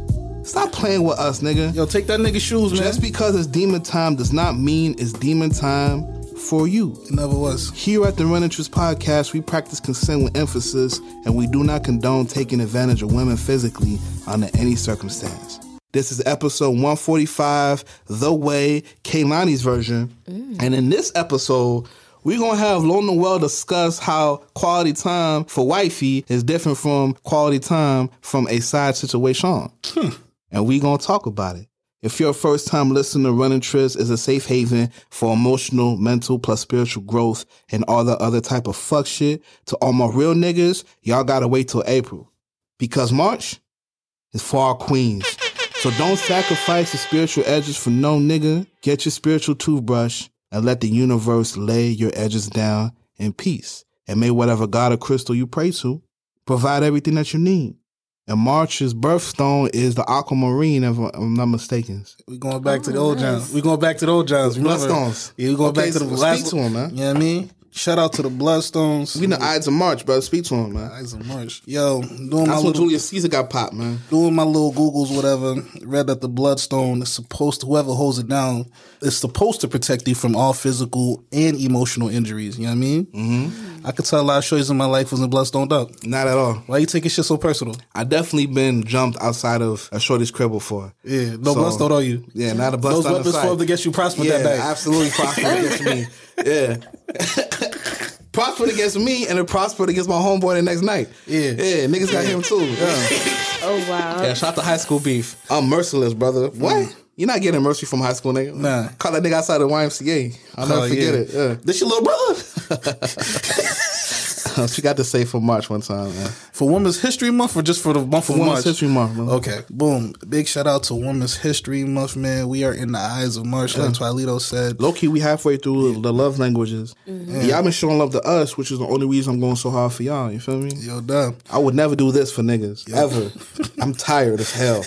[SPEAKER 3] Stop playing with us, nigga.
[SPEAKER 4] Yo, take that nigga's shoes, man.
[SPEAKER 3] Just because it's demon time does not mean it's demon time for you.
[SPEAKER 4] it never was.
[SPEAKER 3] Here at the Run and Truth podcast, we practice consent with emphasis, and we do not condone taking advantage of women physically under any circumstance. This is episode 145, The Way, Kaylani's version. And in this episode, we're going to have Lona Well discuss how quality time for wifey is different from quality time from a side situation and we going to talk about it. If you're a first time listener, Running Trips is a safe haven for emotional, mental, plus spiritual growth and all the other type of fuck shit. To all my real niggas, y'all gotta wait till April because March is for our queens. So don't sacrifice your spiritual edges for no nigga. Get your spiritual toothbrush and let the universe lay your edges down in peace. And may whatever God or crystal you pray to provide everything that you need. And March's birthstone is the aquamarine, if I'm- I'm not mistaken.
[SPEAKER 4] We going back to the old Johns. We going back to the old Johns. Remember?
[SPEAKER 3] Bloodstones.
[SPEAKER 4] Yeah, we going
[SPEAKER 3] Okay,
[SPEAKER 4] back to the
[SPEAKER 3] so
[SPEAKER 4] last.
[SPEAKER 3] speak to 'em, man.
[SPEAKER 4] You know what I mean? Shout out to the Bloodstones.
[SPEAKER 3] We in the Ides of March, bro. Speak to him, man.
[SPEAKER 4] Eyes of March. Yo, doing my
[SPEAKER 3] That's when
[SPEAKER 4] little,
[SPEAKER 3] Julius Caesar got popped, man.
[SPEAKER 4] doing my little Googles, whatever. Read that the Bloodstone is supposed to whoever holds it down is supposed to protect you from all physical and emotional injuries. You know what I mean? Mm-hmm. I could tell a lot of shorties in my life wasn't Bloodstoned up.
[SPEAKER 3] Not at all.
[SPEAKER 4] Why you taking shit so personal?
[SPEAKER 3] I definitely been jumped outside of a shorty's crib before.
[SPEAKER 4] Yeah, no
[SPEAKER 3] So-
[SPEAKER 4] Bloodstone on you.
[SPEAKER 3] Yeah, not a bust
[SPEAKER 4] Those
[SPEAKER 3] on the
[SPEAKER 4] weapons
[SPEAKER 3] side.
[SPEAKER 4] formed against you prosper
[SPEAKER 3] yeah,
[SPEAKER 4] that day.
[SPEAKER 3] absolutely prospered against me. Yeah. prospered against me and it prospered against my homeboy the next night.
[SPEAKER 4] Yeah.
[SPEAKER 3] Yeah, niggas got him too. Yeah.
[SPEAKER 6] Oh wow.
[SPEAKER 3] Yeah, shout out to high school beef. Mm. I'm merciless, brother. What? You're not getting mercy from high school, nigga.
[SPEAKER 4] Nah.
[SPEAKER 3] Call that nigga outside the YMCA. I'll never
[SPEAKER 4] Oh,
[SPEAKER 3] forget
[SPEAKER 4] yeah.
[SPEAKER 3] it. Yeah.
[SPEAKER 4] This your little brother.
[SPEAKER 3] she got to say for March one time, man.
[SPEAKER 4] For Women's History Month or just for the month of
[SPEAKER 3] Women's
[SPEAKER 4] March?
[SPEAKER 3] History Month, man.
[SPEAKER 4] Okay, boom. Big shout out to Women's History Month, man. We are in the eyes of March, like Twilito said.
[SPEAKER 3] Low key, we halfway through the love languages. Y'all been showing love to us, which is the only reason I'm going so hard for y'all. You feel me?
[SPEAKER 4] Yo, dumb.
[SPEAKER 3] I would never do this for niggas ever. I'm tired as hell.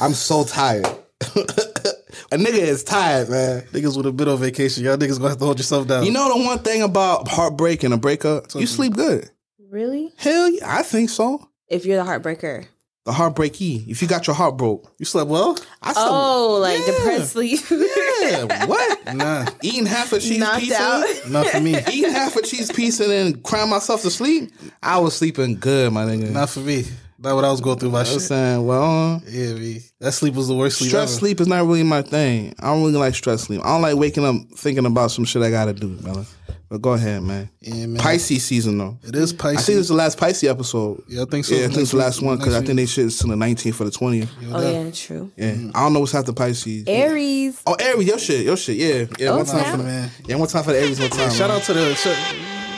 [SPEAKER 3] I'm so tired. a nigga is tired, man.
[SPEAKER 4] Niggas with a bit on vacation. Y'all niggas gonna have to hold yourself down.
[SPEAKER 3] You know the one thing about heartbreak and a breakup? You sleep good.
[SPEAKER 6] Really?
[SPEAKER 3] Hell yeah, I think so.
[SPEAKER 6] If you're the heartbreaker.
[SPEAKER 3] The heartbreaky. If you got your heart broke,
[SPEAKER 4] you slept well?
[SPEAKER 3] I slept.
[SPEAKER 6] Oh, like depressed sleep.
[SPEAKER 3] Yeah, what?
[SPEAKER 4] Nah,
[SPEAKER 3] Eating half a cheese
[SPEAKER 6] Knocked
[SPEAKER 3] pizza.
[SPEAKER 6] out.
[SPEAKER 4] not for me.
[SPEAKER 3] Eating half a cheese pizza and then crying myself to sleep. I was sleeping good, my nigga.
[SPEAKER 4] not for me. Not what I was going through my
[SPEAKER 3] I was
[SPEAKER 4] shit.
[SPEAKER 3] saying, well,
[SPEAKER 4] Yeah, me. That sleep was the worst sleep
[SPEAKER 3] stress
[SPEAKER 4] ever.
[SPEAKER 3] sleep is not really my thing. I don't really like stress sleep. I don't like waking up thinking about some shit I gotta do, brother. But go ahead, man.
[SPEAKER 4] Yeah, man.
[SPEAKER 3] Pisces season though.
[SPEAKER 4] It is
[SPEAKER 3] I think
[SPEAKER 4] Pisces.
[SPEAKER 3] it's the last Pisces episode.
[SPEAKER 4] Yeah, I think so.
[SPEAKER 3] Yeah, I think it's the
[SPEAKER 4] Next
[SPEAKER 3] last
[SPEAKER 4] week-
[SPEAKER 3] one because I
[SPEAKER 4] next
[SPEAKER 3] think they shit is to the 19th or the 20th.
[SPEAKER 6] oh yeah, true.
[SPEAKER 3] Yeah, I don't know what's after Pisces.
[SPEAKER 6] Aries.
[SPEAKER 3] Oh, Aries, your shit, your shit. Yeah, yeah.
[SPEAKER 6] Oh,
[SPEAKER 3] one time
[SPEAKER 6] snap.
[SPEAKER 3] for the
[SPEAKER 4] Man.
[SPEAKER 3] yeah, one time for the Aries, one time.
[SPEAKER 4] Shout
[SPEAKER 3] man.
[SPEAKER 4] out to the. Shout,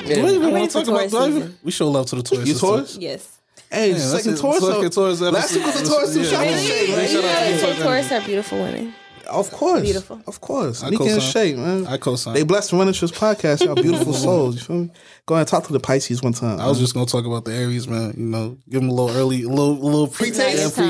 [SPEAKER 4] Do we
[SPEAKER 6] I'm
[SPEAKER 4] even
[SPEAKER 6] ready
[SPEAKER 4] want
[SPEAKER 6] for
[SPEAKER 4] to talk about
[SPEAKER 6] Taurus
[SPEAKER 4] do I even-
[SPEAKER 6] season.
[SPEAKER 4] We show love to the Taurus.
[SPEAKER 3] You
[SPEAKER 4] sister.
[SPEAKER 3] Taurus?
[SPEAKER 6] Yes.
[SPEAKER 3] Hey,
[SPEAKER 4] Yeah, that's
[SPEAKER 3] second
[SPEAKER 4] it.
[SPEAKER 3] Taurus.
[SPEAKER 4] Second Taurus episode.
[SPEAKER 3] Last week was a Taurus. too.
[SPEAKER 4] Yeah.
[SPEAKER 3] Shout out to
[SPEAKER 4] Really?
[SPEAKER 3] Shay,
[SPEAKER 4] Really?
[SPEAKER 3] man.
[SPEAKER 6] You
[SPEAKER 4] shout out
[SPEAKER 6] know,
[SPEAKER 4] to
[SPEAKER 6] they say
[SPEAKER 4] Taurus.
[SPEAKER 6] Taurus are beautiful women.
[SPEAKER 3] Of course.
[SPEAKER 6] Beautiful.
[SPEAKER 3] Of course.
[SPEAKER 4] I
[SPEAKER 3] Nika and
[SPEAKER 4] co-sign.
[SPEAKER 3] Shay, man.
[SPEAKER 4] I co-sign.
[SPEAKER 3] They blessed the Run Interest podcast. Y'all beautiful souls. You feel me? Go ahead and talk to the Pisces one time.
[SPEAKER 4] I was just gonna talk about the Aries, man. You know, give them a little early, a little, little pre-taste.
[SPEAKER 6] Nice
[SPEAKER 4] Yeah,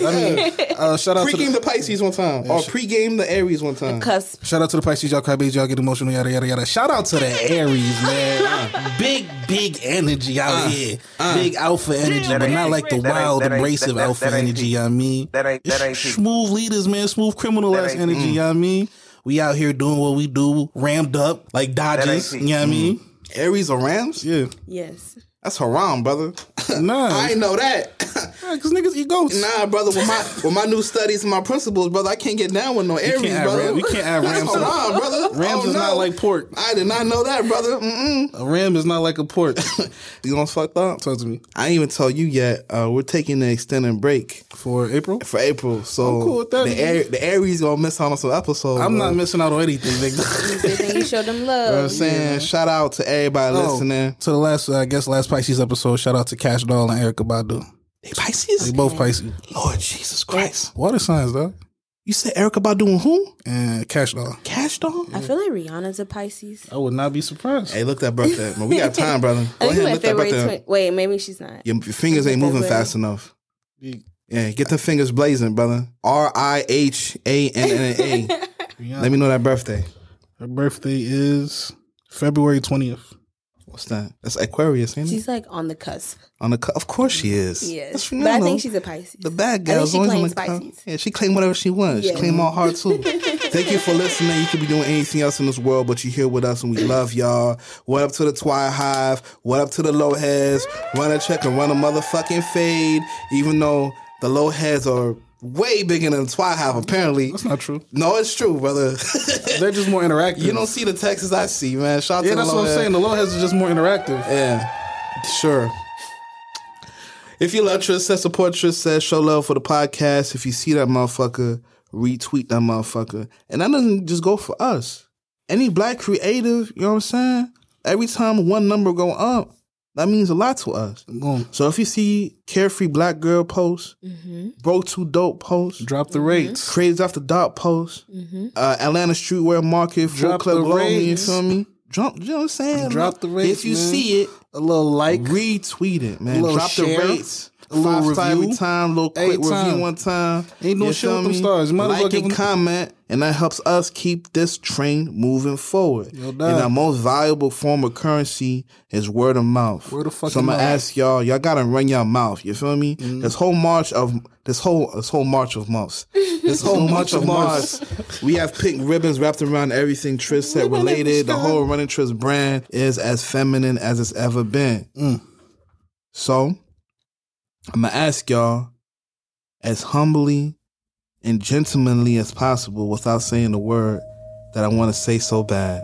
[SPEAKER 6] timing.
[SPEAKER 4] pre-taste. I mean, uh, shout out to
[SPEAKER 3] pregame the
[SPEAKER 4] the,
[SPEAKER 3] Pisces one time. Or pregame the Aries one time.
[SPEAKER 6] Cusp.
[SPEAKER 4] shout out to the Pisces, y'all crybabies, y'all get emotional, yada yada yada. Shout out to the Aries, man. big, big energy out here. big alpha energy, but not like the
[SPEAKER 7] Uh, that ain't-
[SPEAKER 4] wild,
[SPEAKER 7] that ain't-
[SPEAKER 4] abrasive
[SPEAKER 7] that- that-
[SPEAKER 4] alpha
[SPEAKER 7] that ain't
[SPEAKER 4] energy.
[SPEAKER 7] it.
[SPEAKER 4] you know what I mean,
[SPEAKER 7] That ain't- that
[SPEAKER 4] It's
[SPEAKER 7] ain't it.
[SPEAKER 4] smooth leaders, man. Smooth criminal ass
[SPEAKER 7] ain't it.
[SPEAKER 4] energy. You know what I mean. We out here doing what we do, rammed up like Dodgers.
[SPEAKER 7] it. Mm.
[SPEAKER 4] You know what I mean?
[SPEAKER 3] Aries or Rams?
[SPEAKER 4] Yeah.
[SPEAKER 6] Yes.
[SPEAKER 3] That's haram, brother.
[SPEAKER 4] Nah.
[SPEAKER 3] I ain't know that.
[SPEAKER 4] Because niggas eat goats.
[SPEAKER 3] nah, brother. With my with my new studies and my principles, brother, I can't get down with no Aries,
[SPEAKER 4] can't add
[SPEAKER 3] brother.
[SPEAKER 4] Ram- you can't add
[SPEAKER 3] That's
[SPEAKER 4] Rams.
[SPEAKER 3] haram, brother.
[SPEAKER 4] Rams
[SPEAKER 3] Oh,
[SPEAKER 4] is not
[SPEAKER 3] no.
[SPEAKER 4] like pork.
[SPEAKER 3] I did not know that, brother. Mm-mm.
[SPEAKER 4] A ram is not like a pork.
[SPEAKER 3] You know what's fucked up?
[SPEAKER 4] Talk to me.
[SPEAKER 3] I didn't even tell you yet. Uh, we're taking an extended break.
[SPEAKER 4] For April?
[SPEAKER 3] for April. So
[SPEAKER 4] I'm cool with that.
[SPEAKER 3] the, Air, the Aries gonna miss out on some episodes.
[SPEAKER 4] I'm
[SPEAKER 3] bro.
[SPEAKER 4] not
[SPEAKER 3] You know
[SPEAKER 4] missing out on anything, nigga.
[SPEAKER 6] Good thing you showed them
[SPEAKER 3] what I'm
[SPEAKER 6] love.
[SPEAKER 3] saying? Shout out to everybody listening.
[SPEAKER 4] Oh, To the last, I guess, last Pisces episode, shout out to Cash Doll and Erica Badu.
[SPEAKER 3] Hey, Pisces,
[SPEAKER 4] They both Pisces.
[SPEAKER 3] Lord Jesus Christ!
[SPEAKER 4] Water signs, though.
[SPEAKER 3] You said Erica about doing who?
[SPEAKER 4] And Cash Doll.
[SPEAKER 3] Cash Doll?
[SPEAKER 6] I feel like Rihanna's a Pisces.
[SPEAKER 4] I would not be surprised.
[SPEAKER 3] Hey, look that birthday, man. We got time, brother.
[SPEAKER 6] I
[SPEAKER 3] Go
[SPEAKER 6] think
[SPEAKER 3] ahead, and
[SPEAKER 6] we went
[SPEAKER 3] look that
[SPEAKER 6] February
[SPEAKER 3] birthday. up.
[SPEAKER 6] 20. Wait, maybe she's not.
[SPEAKER 3] Your, your fingers ain't moving
[SPEAKER 6] February.
[SPEAKER 3] fast enough. Yeah, get the fingers blazing, brother. R I H A N N A. Let me know that birthday.
[SPEAKER 4] Her birthday is February 20th.
[SPEAKER 3] What's that? That's Aquarius, ain't it?
[SPEAKER 6] She's like on the cusp.
[SPEAKER 3] On the cu- of course she is.
[SPEAKER 6] Yes.
[SPEAKER 3] That's-
[SPEAKER 6] But
[SPEAKER 3] no,
[SPEAKER 6] I
[SPEAKER 3] no.
[SPEAKER 6] think she's a Pisces.
[SPEAKER 3] The bad
[SPEAKER 6] I
[SPEAKER 3] guy
[SPEAKER 6] think
[SPEAKER 3] is
[SPEAKER 6] she
[SPEAKER 3] always on
[SPEAKER 6] claims
[SPEAKER 3] the clown.
[SPEAKER 6] Pisces.
[SPEAKER 3] Yeah, she claimed whatever she wants. She
[SPEAKER 6] Yeah.
[SPEAKER 3] claimed my heart too. Thank you for listening. You could be doing anything else in this world, but you're here with us and we love y'all. What up to the Twilight Hive? What up to the low heads? Run a check and run a motherfucking fade. Even though the low heads are way bigger than the Twilight Hive, apparently.
[SPEAKER 4] That's not true.
[SPEAKER 3] No, it's true, brother.
[SPEAKER 4] They're just more interactive.
[SPEAKER 3] you don't see the texts I see, man. Shout out
[SPEAKER 4] yeah,
[SPEAKER 3] to the
[SPEAKER 4] that's
[SPEAKER 3] low
[SPEAKER 4] what I'm
[SPEAKER 3] heads.
[SPEAKER 4] saying. The low heads are just more interactive.
[SPEAKER 3] Yeah, sure. If you love Trish, says support Trish, says show love for the podcast. If you see that motherfucker, retweet that motherfucker. And that doesn't just go for us. Any black creative, you know what I'm saying? Every time one number go up, that means a lot to us.
[SPEAKER 4] Boom.
[SPEAKER 3] So if you see carefree black girl posts,
[SPEAKER 4] Mm-hmm.
[SPEAKER 3] bro too dope posts,
[SPEAKER 4] Drop the rates.
[SPEAKER 3] Crazy After Dark post, uh, Atlanta Streetwear Market, Full
[SPEAKER 4] Mm-hmm. Drop
[SPEAKER 3] Club
[SPEAKER 4] the
[SPEAKER 3] Glow, you
[SPEAKER 4] rates.
[SPEAKER 3] feel me? Drop, you know what I'm saying?
[SPEAKER 4] Drop the rates,
[SPEAKER 3] If you
[SPEAKER 4] man.
[SPEAKER 3] see it,
[SPEAKER 4] A little like.
[SPEAKER 3] retweet it, man.
[SPEAKER 4] Little
[SPEAKER 3] Drop
[SPEAKER 4] share.
[SPEAKER 3] the rates.
[SPEAKER 4] a little
[SPEAKER 3] five star every
[SPEAKER 4] review.
[SPEAKER 3] time, little quick
[SPEAKER 4] Every time.
[SPEAKER 3] review one time.
[SPEAKER 4] Ain't no
[SPEAKER 3] You
[SPEAKER 4] shit
[SPEAKER 3] feel
[SPEAKER 4] with them
[SPEAKER 3] me?
[SPEAKER 4] stars. You might as well
[SPEAKER 3] like
[SPEAKER 4] give
[SPEAKER 3] and
[SPEAKER 4] them-
[SPEAKER 3] comment, and that helps us keep this train moving forward. and
[SPEAKER 4] doubt.
[SPEAKER 3] our most valuable form of currency is word of mouth.
[SPEAKER 4] Word of
[SPEAKER 3] so
[SPEAKER 4] fucking
[SPEAKER 3] I'm gonna
[SPEAKER 4] mouth.
[SPEAKER 3] ask y'all, y'all gotta run your mouth. You feel me? This whole march of this whole this whole march of months. This whole march of months. We have pink ribbons wrapped around everything Tris said related. The whole running Tris brand is as feminine as it's ever been. So I'm gonna ask y'all as humbly and gentlemanly as possible without saying the word that I want to say so bad.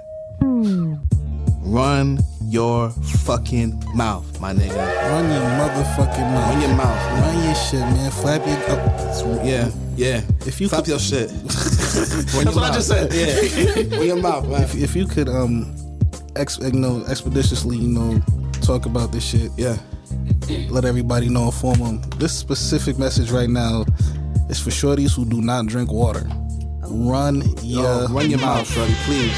[SPEAKER 3] Run your fucking mouth, my nigga.
[SPEAKER 4] Run your motherfucking
[SPEAKER 3] Run
[SPEAKER 4] mouth.
[SPEAKER 3] your mouth.
[SPEAKER 4] Run your shit, man. Flap your up.
[SPEAKER 3] Yeah, yeah.
[SPEAKER 4] If you
[SPEAKER 3] Stop
[SPEAKER 4] could-
[SPEAKER 3] your shit. That's what I just said. Yeah. Run your mouth, man.
[SPEAKER 4] If, if you could, um, ex, you know, expeditiously, you know, talk about this shit.
[SPEAKER 3] Yeah.
[SPEAKER 4] Let everybody know. Inform them. This specific message right now is for shorties who do not drink water. Run your
[SPEAKER 3] Yo, Oh, run your mouth, shorty, please.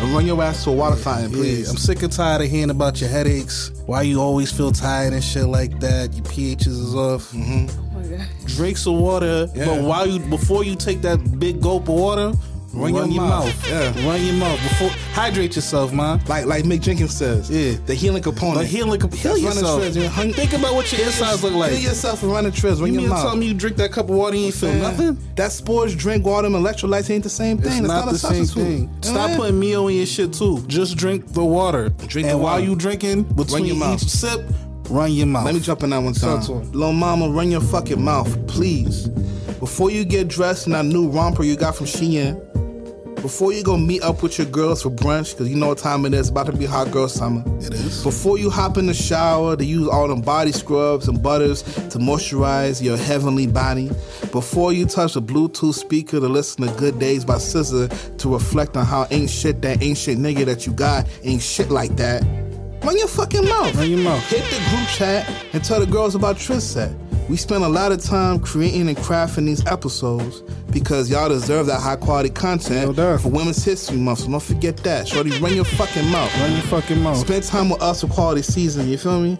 [SPEAKER 3] And run your ass to a water fountain,
[SPEAKER 4] Yeah,
[SPEAKER 3] please.
[SPEAKER 4] I'm sick and tired of hearing about your headaches. Why you always feel tired and shit like that? Your pHs is off.
[SPEAKER 3] Mm-hmm.
[SPEAKER 6] Oh,
[SPEAKER 4] Drink some water, but while you before you take that big gulp of water, run, your, mouth.
[SPEAKER 3] Yeah.
[SPEAKER 4] Run your mouth before hydrate yourself, man.
[SPEAKER 3] Like like Mick Jenkins says.
[SPEAKER 4] Yeah.
[SPEAKER 3] The healing component.
[SPEAKER 4] Like heal, like, heal
[SPEAKER 3] That's running
[SPEAKER 4] yourself.
[SPEAKER 3] trips, man. Hun-
[SPEAKER 4] Think about what your insides look like.
[SPEAKER 3] Kill yourself and run the trips. Run
[SPEAKER 4] You mean
[SPEAKER 3] your
[SPEAKER 4] to
[SPEAKER 3] mouth.
[SPEAKER 4] tell me you drink that cup of water and you ain't feel
[SPEAKER 3] Man,
[SPEAKER 4] nothing?
[SPEAKER 3] That sports drink, water, and electrolytes ain't the same thing. It's, not, a substitute.
[SPEAKER 4] Stop
[SPEAKER 3] Man.
[SPEAKER 4] putting Mio in your shit too. Just drink the water.
[SPEAKER 3] Drink
[SPEAKER 4] and
[SPEAKER 3] the
[SPEAKER 4] while
[SPEAKER 3] water.
[SPEAKER 4] you drinking, between
[SPEAKER 3] your mouth.
[SPEAKER 4] each sip, run your mouth.
[SPEAKER 3] Let me jump in that one
[SPEAKER 4] Talk
[SPEAKER 3] time.
[SPEAKER 4] to him.
[SPEAKER 3] Lil mama, run your fucking mouth, please. Before you get dressed in that new romper you got from Shein, before you go meet up with your girls for brunch, because you know what time it is, about to be hot girl summer. It is. Before you hop in the shower to use all them body scrubs and butters to moisturize your heavenly body. Before you touch the Bluetooth speaker to listen to Good Days by SZA to reflect on how ain't shit that ain't shit nigga that you got ain't shit like that. Run your fucking mouth.
[SPEAKER 4] Run your mouth.
[SPEAKER 3] Hit the group chat and tell the girls about Trisset. We spent a lot of time creating and crafting these episodes because y'all deserve that high quality content
[SPEAKER 4] No doubt.
[SPEAKER 3] for Women's History Month. So don't forget that. Shorty, run your fucking mouth.
[SPEAKER 4] Run your fucking mouth.
[SPEAKER 3] Spend time with us for quality season. You feel me?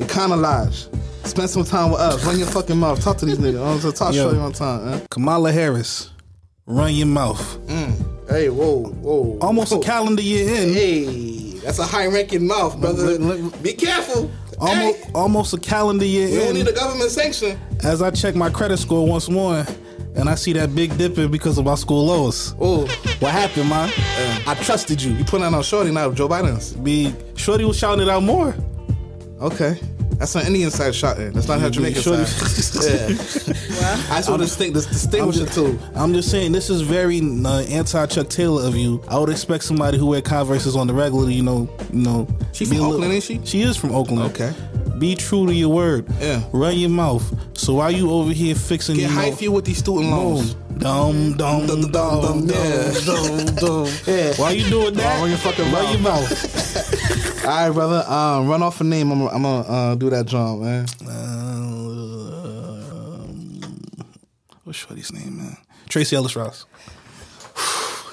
[SPEAKER 3] Economize. Spend some time with us. Run your fucking mouth. Talk to these niggas. I'm gonna talk
[SPEAKER 4] Yo.
[SPEAKER 3] shorty on time. Man.
[SPEAKER 4] Kamala Harris, run your mouth.
[SPEAKER 3] Hey, whoa, whoa.
[SPEAKER 4] Almost a calendar year in.
[SPEAKER 3] Hey, that's a high ranking mouth, brother.
[SPEAKER 4] Look, look, look.
[SPEAKER 3] Be careful.
[SPEAKER 4] Almost, almost a calendar year
[SPEAKER 3] We don't
[SPEAKER 4] in.
[SPEAKER 3] need a government sanction.
[SPEAKER 4] As I check my credit score once more, and I see that big dipping because of my school lowest.
[SPEAKER 3] Oh,
[SPEAKER 4] What happened, man?
[SPEAKER 3] I trusted you. You put that on shorty now, Joe Biden's.
[SPEAKER 4] Be Shorty was shouting it out more.
[SPEAKER 3] Okay. That's an Indian side shot. eh? That's not how Jamaican
[SPEAKER 4] shorty-
[SPEAKER 3] side. yeah. I just want to distinct, dis- distinguish the two.
[SPEAKER 4] I'm just saying this is very uh, anti Chuck Taylor of you. I would expect somebody who wear Converse's on the regular, you know, you know.
[SPEAKER 3] She
[SPEAKER 4] be
[SPEAKER 3] from
[SPEAKER 4] a little-
[SPEAKER 3] Oakland, ain't she?
[SPEAKER 4] She is from Oakland.
[SPEAKER 3] Okay.
[SPEAKER 4] Be true to your word.
[SPEAKER 3] Yeah.
[SPEAKER 4] Run your mouth. So why you over here fixing
[SPEAKER 3] Get
[SPEAKER 4] you know,
[SPEAKER 3] hyphy with these student loans.
[SPEAKER 4] Dum
[SPEAKER 3] Dum,
[SPEAKER 4] dum dum
[SPEAKER 3] dum, dum,
[SPEAKER 4] dum
[SPEAKER 3] yeah.
[SPEAKER 4] dum dum.
[SPEAKER 3] Yeah.
[SPEAKER 4] Why you doing that?
[SPEAKER 3] Run your fucking mouth.
[SPEAKER 4] Run your mouth.
[SPEAKER 3] All right, brother. Um, run off a name. I'm gonna I'm gonna, uh, do that drum, man.
[SPEAKER 4] Um, what's Shorty's name, man? Tracy Ellis Ross.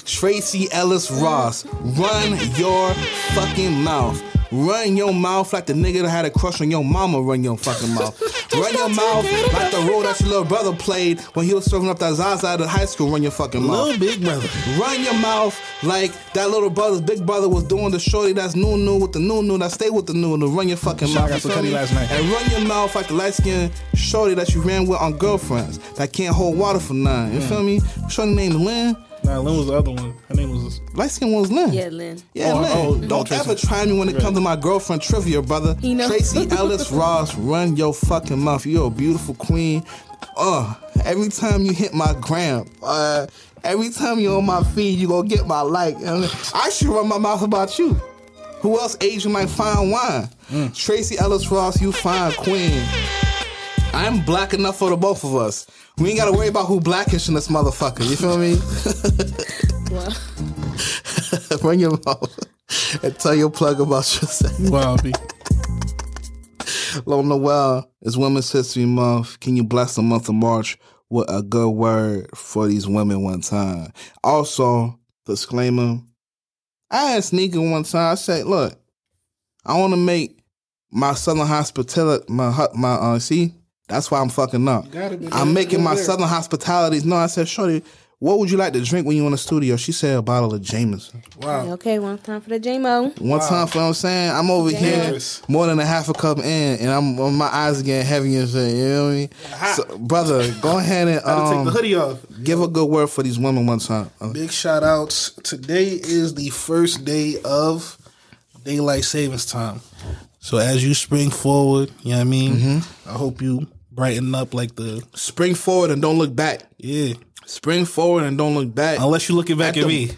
[SPEAKER 3] Tracy Ellis Ross, run your fucking mouth. Run your mouth like the nigga that had a crush on your mama. Run your fucking mouth. run your mouth like the role that your little brother played when he was serving up that Zaza at high school. Run your fucking mouth.
[SPEAKER 4] Little Big Brother.
[SPEAKER 3] Run your mouth like that little brother's big brother was doing the shorty that's new new with the new new that stay with the new new. Run your fucking
[SPEAKER 4] Shout
[SPEAKER 3] mouth.
[SPEAKER 4] out
[SPEAKER 3] you
[SPEAKER 4] to
[SPEAKER 3] feel
[SPEAKER 4] Cuddy
[SPEAKER 3] me?
[SPEAKER 4] last night.
[SPEAKER 3] And run your mouth like the light skinned shorty that you ran with on girlfriends that can't hold water for nine. You feel me? Shorty named Lynn.
[SPEAKER 4] Nah, Lynn was the other one. Her name was.
[SPEAKER 3] Light skinned one's Lynn.
[SPEAKER 6] Yeah, Lynn.
[SPEAKER 3] Yeah,
[SPEAKER 4] Oh,
[SPEAKER 3] man.
[SPEAKER 4] oh, no,
[SPEAKER 3] don't
[SPEAKER 4] Tracy.
[SPEAKER 3] ever try me when it comes to my girlfriend trivia, brother.
[SPEAKER 6] He knows.
[SPEAKER 3] Tracy Ellis Ross, run your fucking mouth. You're a beautiful queen. Uh, every time you hit my gram, uh, every time you're on my feed, you gonna get my like. Uh, I should run my mouth about you. Who else Asian might find wine? Tracy Ellis Ross, you fine queen. I'm black enough for the both of us. We ain't gotta worry about who blackish in this motherfucker. You feel me?
[SPEAKER 6] Well,
[SPEAKER 3] run your mouth and tell your plug about yourself.
[SPEAKER 4] Wow, B.
[SPEAKER 3] Lil Noel, it's Women's History Month. Can you bless the month of March with a good word for these women one time? Also, disclaimer, I asked Nika one time, I said, look, I want to make my Southern hospitality, my, hu- my uh, see, That's why I'm fucking up. I'm making my southern hospitalities. No, I said, Shorty, what would you like to drink when you in the studio? She said a bottle of Jameson.
[SPEAKER 6] Okay, one time for the JMO.
[SPEAKER 3] One time, for what I'm saying, I'm over here
[SPEAKER 4] Dangerous.
[SPEAKER 3] more than a half a cup in, and I'm on my eyes getting heavy and shit. You know what I mean? So, brother, go ahead and
[SPEAKER 4] Gotta take
[SPEAKER 3] um,
[SPEAKER 4] the hoodie off.
[SPEAKER 3] give a good word for these women one time. Uh,
[SPEAKER 4] Big shout outs. Today is the first day of daylight savings time. So as you spring forward, you know what I mean?
[SPEAKER 3] Mm-hmm.
[SPEAKER 4] I hope you brighten up like the
[SPEAKER 3] Spring forward and don't look back.
[SPEAKER 4] Yeah.
[SPEAKER 3] Spring forward and don't look back.
[SPEAKER 4] Unless you looking back
[SPEAKER 3] At
[SPEAKER 4] at,
[SPEAKER 3] the-
[SPEAKER 4] me.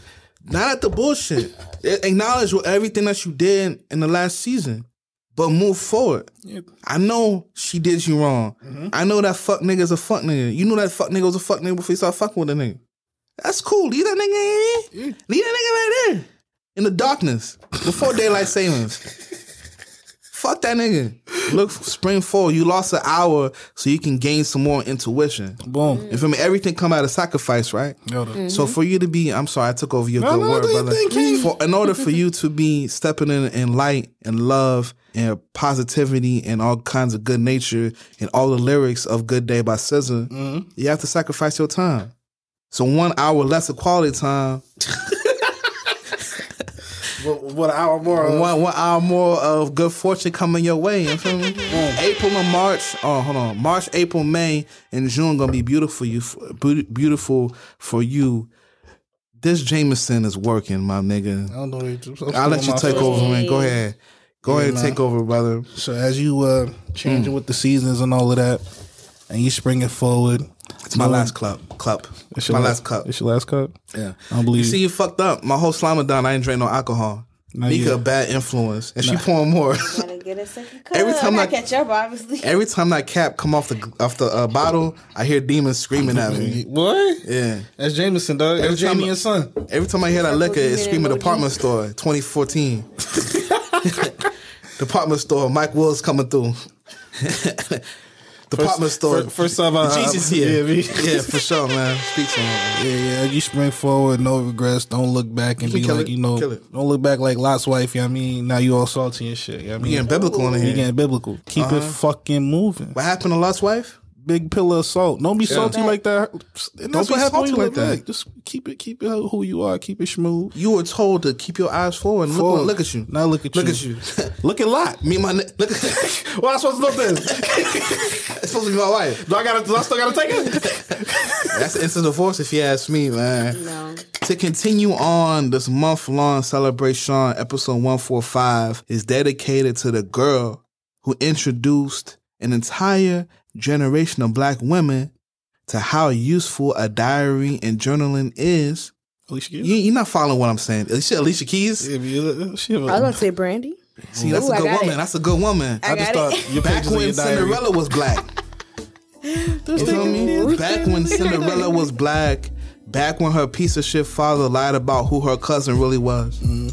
[SPEAKER 3] Not at the bullshit. A- Acknowledge what everything that you did in the last season, but move forward. I know she did you wrong.
[SPEAKER 4] Mm-hmm.
[SPEAKER 3] I know that fuck nigga's a fuck nigga. You knew that fuck nigga was a fuck nigga before you started fucking with a nigga. That's cool. Leave that nigga in here. Leave that nigga right there in the darkness before daylight savings. Fuck that nigga. Look, spring forward. You lost an hour, so you can gain some more intuition.
[SPEAKER 4] Boom.
[SPEAKER 3] You feel me? Everything come out of sacrifice, right? So for you to be, I'm sorry, I took over your good
[SPEAKER 4] no,
[SPEAKER 3] word,
[SPEAKER 4] do your
[SPEAKER 3] brother.
[SPEAKER 4] thing, King.
[SPEAKER 3] For, in order for you to be stepping in in light and love and positivity and all kinds of good nature and all the lyrics of "Good Day" by SZA,
[SPEAKER 4] Mm-hmm.
[SPEAKER 3] you have to sacrifice your time. So one hour less of quality time,
[SPEAKER 4] What, what an hour more. of-
[SPEAKER 3] one one hour more of good fortune coming your way. You feel me?
[SPEAKER 4] Mm.
[SPEAKER 3] April and March. Oh, hold on. March, April, May, and June gonna be beautiful. You beau- beautiful for you. This Jameson is working, my nigga.
[SPEAKER 4] I don't know. what to do. I'm
[SPEAKER 3] I'll let
[SPEAKER 4] feeling
[SPEAKER 3] you
[SPEAKER 4] my
[SPEAKER 3] take
[SPEAKER 4] first-
[SPEAKER 3] over, man. Go ahead. Go ahead and take over, brother.
[SPEAKER 4] So as you uh
[SPEAKER 3] Mm.
[SPEAKER 4] changing with the seasons and all of that, and you springing forward.
[SPEAKER 3] It's my last cup. Cup. It's my last cup.
[SPEAKER 4] It's your last cup.
[SPEAKER 3] Yeah.
[SPEAKER 4] I don't believe
[SPEAKER 3] You see, you fucked up. My whole slime down. I ain't drink no alcohol.
[SPEAKER 4] Not
[SPEAKER 3] Nika, a
[SPEAKER 4] yet.
[SPEAKER 3] bad influence, and she pouring more.
[SPEAKER 6] Gotta get a second cup.
[SPEAKER 3] Every time
[SPEAKER 6] I
[SPEAKER 3] I-
[SPEAKER 6] gotta catch up, obviously.
[SPEAKER 3] Every time that cap come off the off the uh, bottle, I hear demons screaming at me.
[SPEAKER 4] What?
[SPEAKER 3] Yeah.
[SPEAKER 4] That's Jameson, dog. That's
[SPEAKER 3] time-
[SPEAKER 4] Jamie and son.
[SPEAKER 3] Every time I hear that liquor,
[SPEAKER 6] Demon
[SPEAKER 3] it's screaming
[SPEAKER 6] emoji.
[SPEAKER 3] department store 2014. department store, Mike Wills coming through. department store.
[SPEAKER 4] First, first time I
[SPEAKER 3] Jesus
[SPEAKER 4] I,
[SPEAKER 3] here.
[SPEAKER 4] me.
[SPEAKER 3] Yeah, for sure, man. Speak to him.
[SPEAKER 4] Yeah, yeah. You spring forward, no regrets. Don't look back and
[SPEAKER 3] You
[SPEAKER 4] be
[SPEAKER 3] can kill
[SPEAKER 4] like,
[SPEAKER 3] it.
[SPEAKER 4] you know,
[SPEAKER 3] Kill it.
[SPEAKER 4] don't look back like Lot's wife. You know what I mean? Now you all salty and shit. You know what I
[SPEAKER 3] We
[SPEAKER 4] mean?
[SPEAKER 3] getting biblical in
[SPEAKER 4] You
[SPEAKER 3] here. Uh-huh.
[SPEAKER 4] getting biblical. Keep it fucking moving.
[SPEAKER 3] what happened to Lot's wife?
[SPEAKER 4] Big pillar of salt. Don't be salty
[SPEAKER 6] Back.
[SPEAKER 4] like that. And that's
[SPEAKER 3] be
[SPEAKER 4] what happened when
[SPEAKER 3] salty
[SPEAKER 4] you
[SPEAKER 3] like
[SPEAKER 4] look
[SPEAKER 3] that.
[SPEAKER 4] back. Just keep it, keep it who you are. Keep it smooth.
[SPEAKER 3] You were told to keep your eyes forward. and Look,
[SPEAKER 4] Forward.
[SPEAKER 3] look at you.
[SPEAKER 4] Now look at
[SPEAKER 3] Look
[SPEAKER 4] you.
[SPEAKER 3] at you.
[SPEAKER 4] Look at Lot.
[SPEAKER 3] Me and my ni- look. At, well, I'm supposed to look this. it's supposed to be my wife.
[SPEAKER 4] Do I gotta? Do I still gotta take it?
[SPEAKER 3] That's an instant divorce, if you ask me, man.
[SPEAKER 6] No.
[SPEAKER 3] To continue on this month long celebration, episode 145 is dedicated to the girl who introduced an entire generation of black women to how useful a diary and journaling is.
[SPEAKER 4] Alicia Keys.
[SPEAKER 3] You, you're not following what I'm saying. Alicia, Alicia Keys?
[SPEAKER 4] Yeah, but you- she have a-
[SPEAKER 6] I was gonna say Brandy.
[SPEAKER 3] See, that's a
[SPEAKER 6] Ooh, I
[SPEAKER 3] good
[SPEAKER 6] got
[SPEAKER 3] woman.
[SPEAKER 6] it.
[SPEAKER 3] That's a good woman.
[SPEAKER 6] I
[SPEAKER 4] just
[SPEAKER 6] got it.
[SPEAKER 4] thought your
[SPEAKER 3] Back
[SPEAKER 4] pages in
[SPEAKER 3] when
[SPEAKER 4] your diary.
[SPEAKER 3] Cinderella was black. You feel me? Back when Cinderella was black, back when her piece of shit father lied about who her cousin really was. Mm.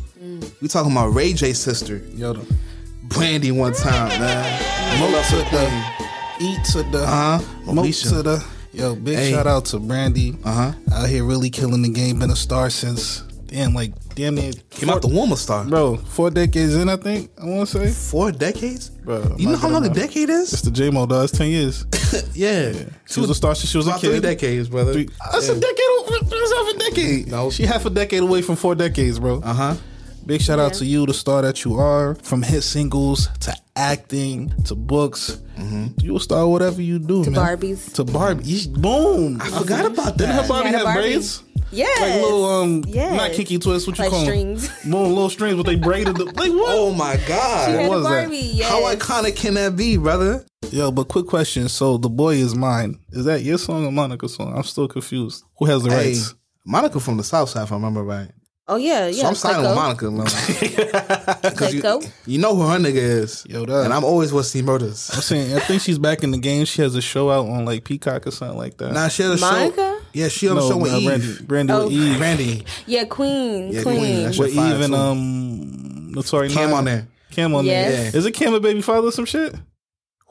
[SPEAKER 3] We talking about Ray J's sister,
[SPEAKER 4] Yo, the
[SPEAKER 3] Brandy, one time, man.
[SPEAKER 4] Mo to
[SPEAKER 3] Motherfucker.
[SPEAKER 4] the E to the
[SPEAKER 3] Uh-huh.
[SPEAKER 4] Mo
[SPEAKER 3] Moesha.
[SPEAKER 4] to the Yo, big
[SPEAKER 3] Hey.
[SPEAKER 4] shout out to Brandy.
[SPEAKER 3] Uh-huh.
[SPEAKER 4] Out here really killing the game. Been a star since damn like damn near
[SPEAKER 3] Came out the womb of star.
[SPEAKER 4] bro four decades in. I think I want to say
[SPEAKER 3] Four decades?
[SPEAKER 4] Bro,
[SPEAKER 3] you know
[SPEAKER 4] not
[SPEAKER 3] how
[SPEAKER 4] good
[SPEAKER 3] long a
[SPEAKER 4] enough.
[SPEAKER 3] decade is?
[SPEAKER 4] it's the J Mo does ten years.
[SPEAKER 3] Yeah.
[SPEAKER 4] She was a star. She, she was a
[SPEAKER 3] About three
[SPEAKER 4] kid.
[SPEAKER 3] decades, brother.
[SPEAKER 4] Three- That's a decade. o- That's half a decade.
[SPEAKER 3] No.
[SPEAKER 4] she half a decade away from four decades, bro.
[SPEAKER 3] Uh huh.
[SPEAKER 4] Big shout out to you, the star that you are. From hit singles to acting to books,
[SPEAKER 3] Mm-hmm.
[SPEAKER 4] you a star whatever you do. To man.
[SPEAKER 6] Barbies.
[SPEAKER 4] To Barbie. You- Boom.
[SPEAKER 3] I forgot about that.
[SPEAKER 4] Didn't her Barbie
[SPEAKER 6] Yeah, the
[SPEAKER 4] have
[SPEAKER 6] Barbie.
[SPEAKER 4] braids?
[SPEAKER 6] Yes.
[SPEAKER 4] Like little um,
[SPEAKER 6] Yes.
[SPEAKER 4] not kinky twist. What you
[SPEAKER 6] Like
[SPEAKER 4] call 'em?
[SPEAKER 6] strings.
[SPEAKER 4] Boom, little strings, but they braided the. Like what?
[SPEAKER 3] Oh my
[SPEAKER 6] She
[SPEAKER 3] God.
[SPEAKER 6] had
[SPEAKER 4] was
[SPEAKER 6] a
[SPEAKER 4] that?
[SPEAKER 6] Barbie. Yes.
[SPEAKER 3] How iconic can that be, brother?
[SPEAKER 4] Yo, but quick question. So the boy is mine. Is that your song or Monica's song? I'm still confused. Who has the
[SPEAKER 3] Hey,
[SPEAKER 4] rights?
[SPEAKER 3] Monica from the South Side, if I remember right.
[SPEAKER 6] Oh yeah, yeah.
[SPEAKER 3] So I'm signing with
[SPEAKER 6] Psycho.
[SPEAKER 3] Monica. man. 'Cause you-
[SPEAKER 6] Psycho.
[SPEAKER 3] You know who her nigga is.
[SPEAKER 4] Yo, that-
[SPEAKER 3] And I'm always with C Murders.
[SPEAKER 4] I'm saying I think she's back in the game. She has a show out on like Peacock or something like that.
[SPEAKER 3] Now she had a
[SPEAKER 6] Monica?
[SPEAKER 3] show. Yeah, she on the show with
[SPEAKER 4] not
[SPEAKER 3] Eve.
[SPEAKER 4] Brandy. Brandy
[SPEAKER 6] Oh.
[SPEAKER 4] with Eve.
[SPEAKER 3] Brandy.
[SPEAKER 6] Yeah, Queen.
[SPEAKER 3] Yeah,
[SPEAKER 6] Queen.
[SPEAKER 3] Queen. That's your
[SPEAKER 4] With
[SPEAKER 3] fire,
[SPEAKER 4] Eve and
[SPEAKER 3] too.
[SPEAKER 4] um Notori
[SPEAKER 3] Cam
[SPEAKER 4] Nine.
[SPEAKER 3] on there.
[SPEAKER 4] Cam on
[SPEAKER 6] Yes.
[SPEAKER 4] there. Is it Cam a baby father or some shit?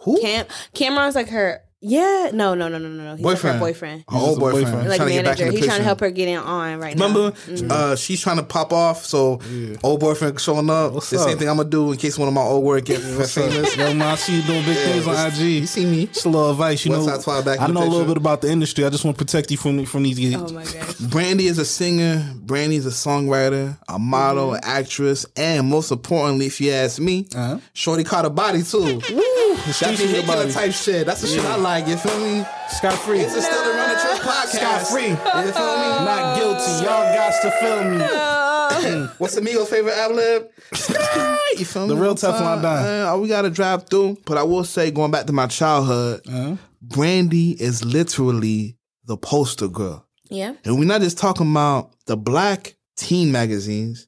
[SPEAKER 3] Who?
[SPEAKER 6] Cam- Cameron's like her Yeah, no, no, no, no, no, no. He's like her
[SPEAKER 3] Boyfriend.
[SPEAKER 6] boyfriend.
[SPEAKER 3] Her old boyfriend,
[SPEAKER 4] boyfriend.
[SPEAKER 6] Like
[SPEAKER 3] trying to get back
[SPEAKER 6] manager.
[SPEAKER 3] in the
[SPEAKER 6] He's
[SPEAKER 3] picture.
[SPEAKER 6] trying to help her get in on right
[SPEAKER 3] Remember,
[SPEAKER 6] now.
[SPEAKER 3] uh, she's trying to pop off, so old boyfriend showing up.
[SPEAKER 4] What's
[SPEAKER 3] the same
[SPEAKER 4] up?
[SPEAKER 3] thing I'm gonna do in case one of my old work gets seen this.
[SPEAKER 4] Yo, man, I see you doing big things on
[SPEAKER 3] just-
[SPEAKER 4] IG.
[SPEAKER 3] you see me.
[SPEAKER 4] Just a little advice. You
[SPEAKER 3] West
[SPEAKER 4] know,
[SPEAKER 3] Side Twilight back in
[SPEAKER 4] I
[SPEAKER 3] the
[SPEAKER 4] know a little
[SPEAKER 3] picture.
[SPEAKER 4] bit about the industry. I just want to protect you from from these.
[SPEAKER 6] Oh my gosh.
[SPEAKER 3] Brandy is a singer. Brandy is a songwriter, a model, an actress, and most importantly, if you ask me,
[SPEAKER 4] Uh-huh.
[SPEAKER 3] Shorty caught a body too. Woo! That's
[SPEAKER 4] streets
[SPEAKER 3] the
[SPEAKER 4] need a
[SPEAKER 3] hit killer
[SPEAKER 4] body.
[SPEAKER 3] type shit. That's the shit I like. You feel me?
[SPEAKER 4] Scott free.
[SPEAKER 3] It's a still the Run the Trip podcast.
[SPEAKER 4] Scott free.
[SPEAKER 3] You feel me?
[SPEAKER 4] Not guilty. Y'all got to film me.
[SPEAKER 3] What's Amigo's favorite ad lib? you feel me?
[SPEAKER 4] The real
[SPEAKER 3] What's up?
[SPEAKER 4] Teflon Don.
[SPEAKER 3] Uh, all we got to drive through. But I will say, going back to my childhood,
[SPEAKER 4] Uh-huh.
[SPEAKER 3] Brandy is literally the poster girl.
[SPEAKER 6] yeah.
[SPEAKER 3] And we're not just talking about the black teen magazines,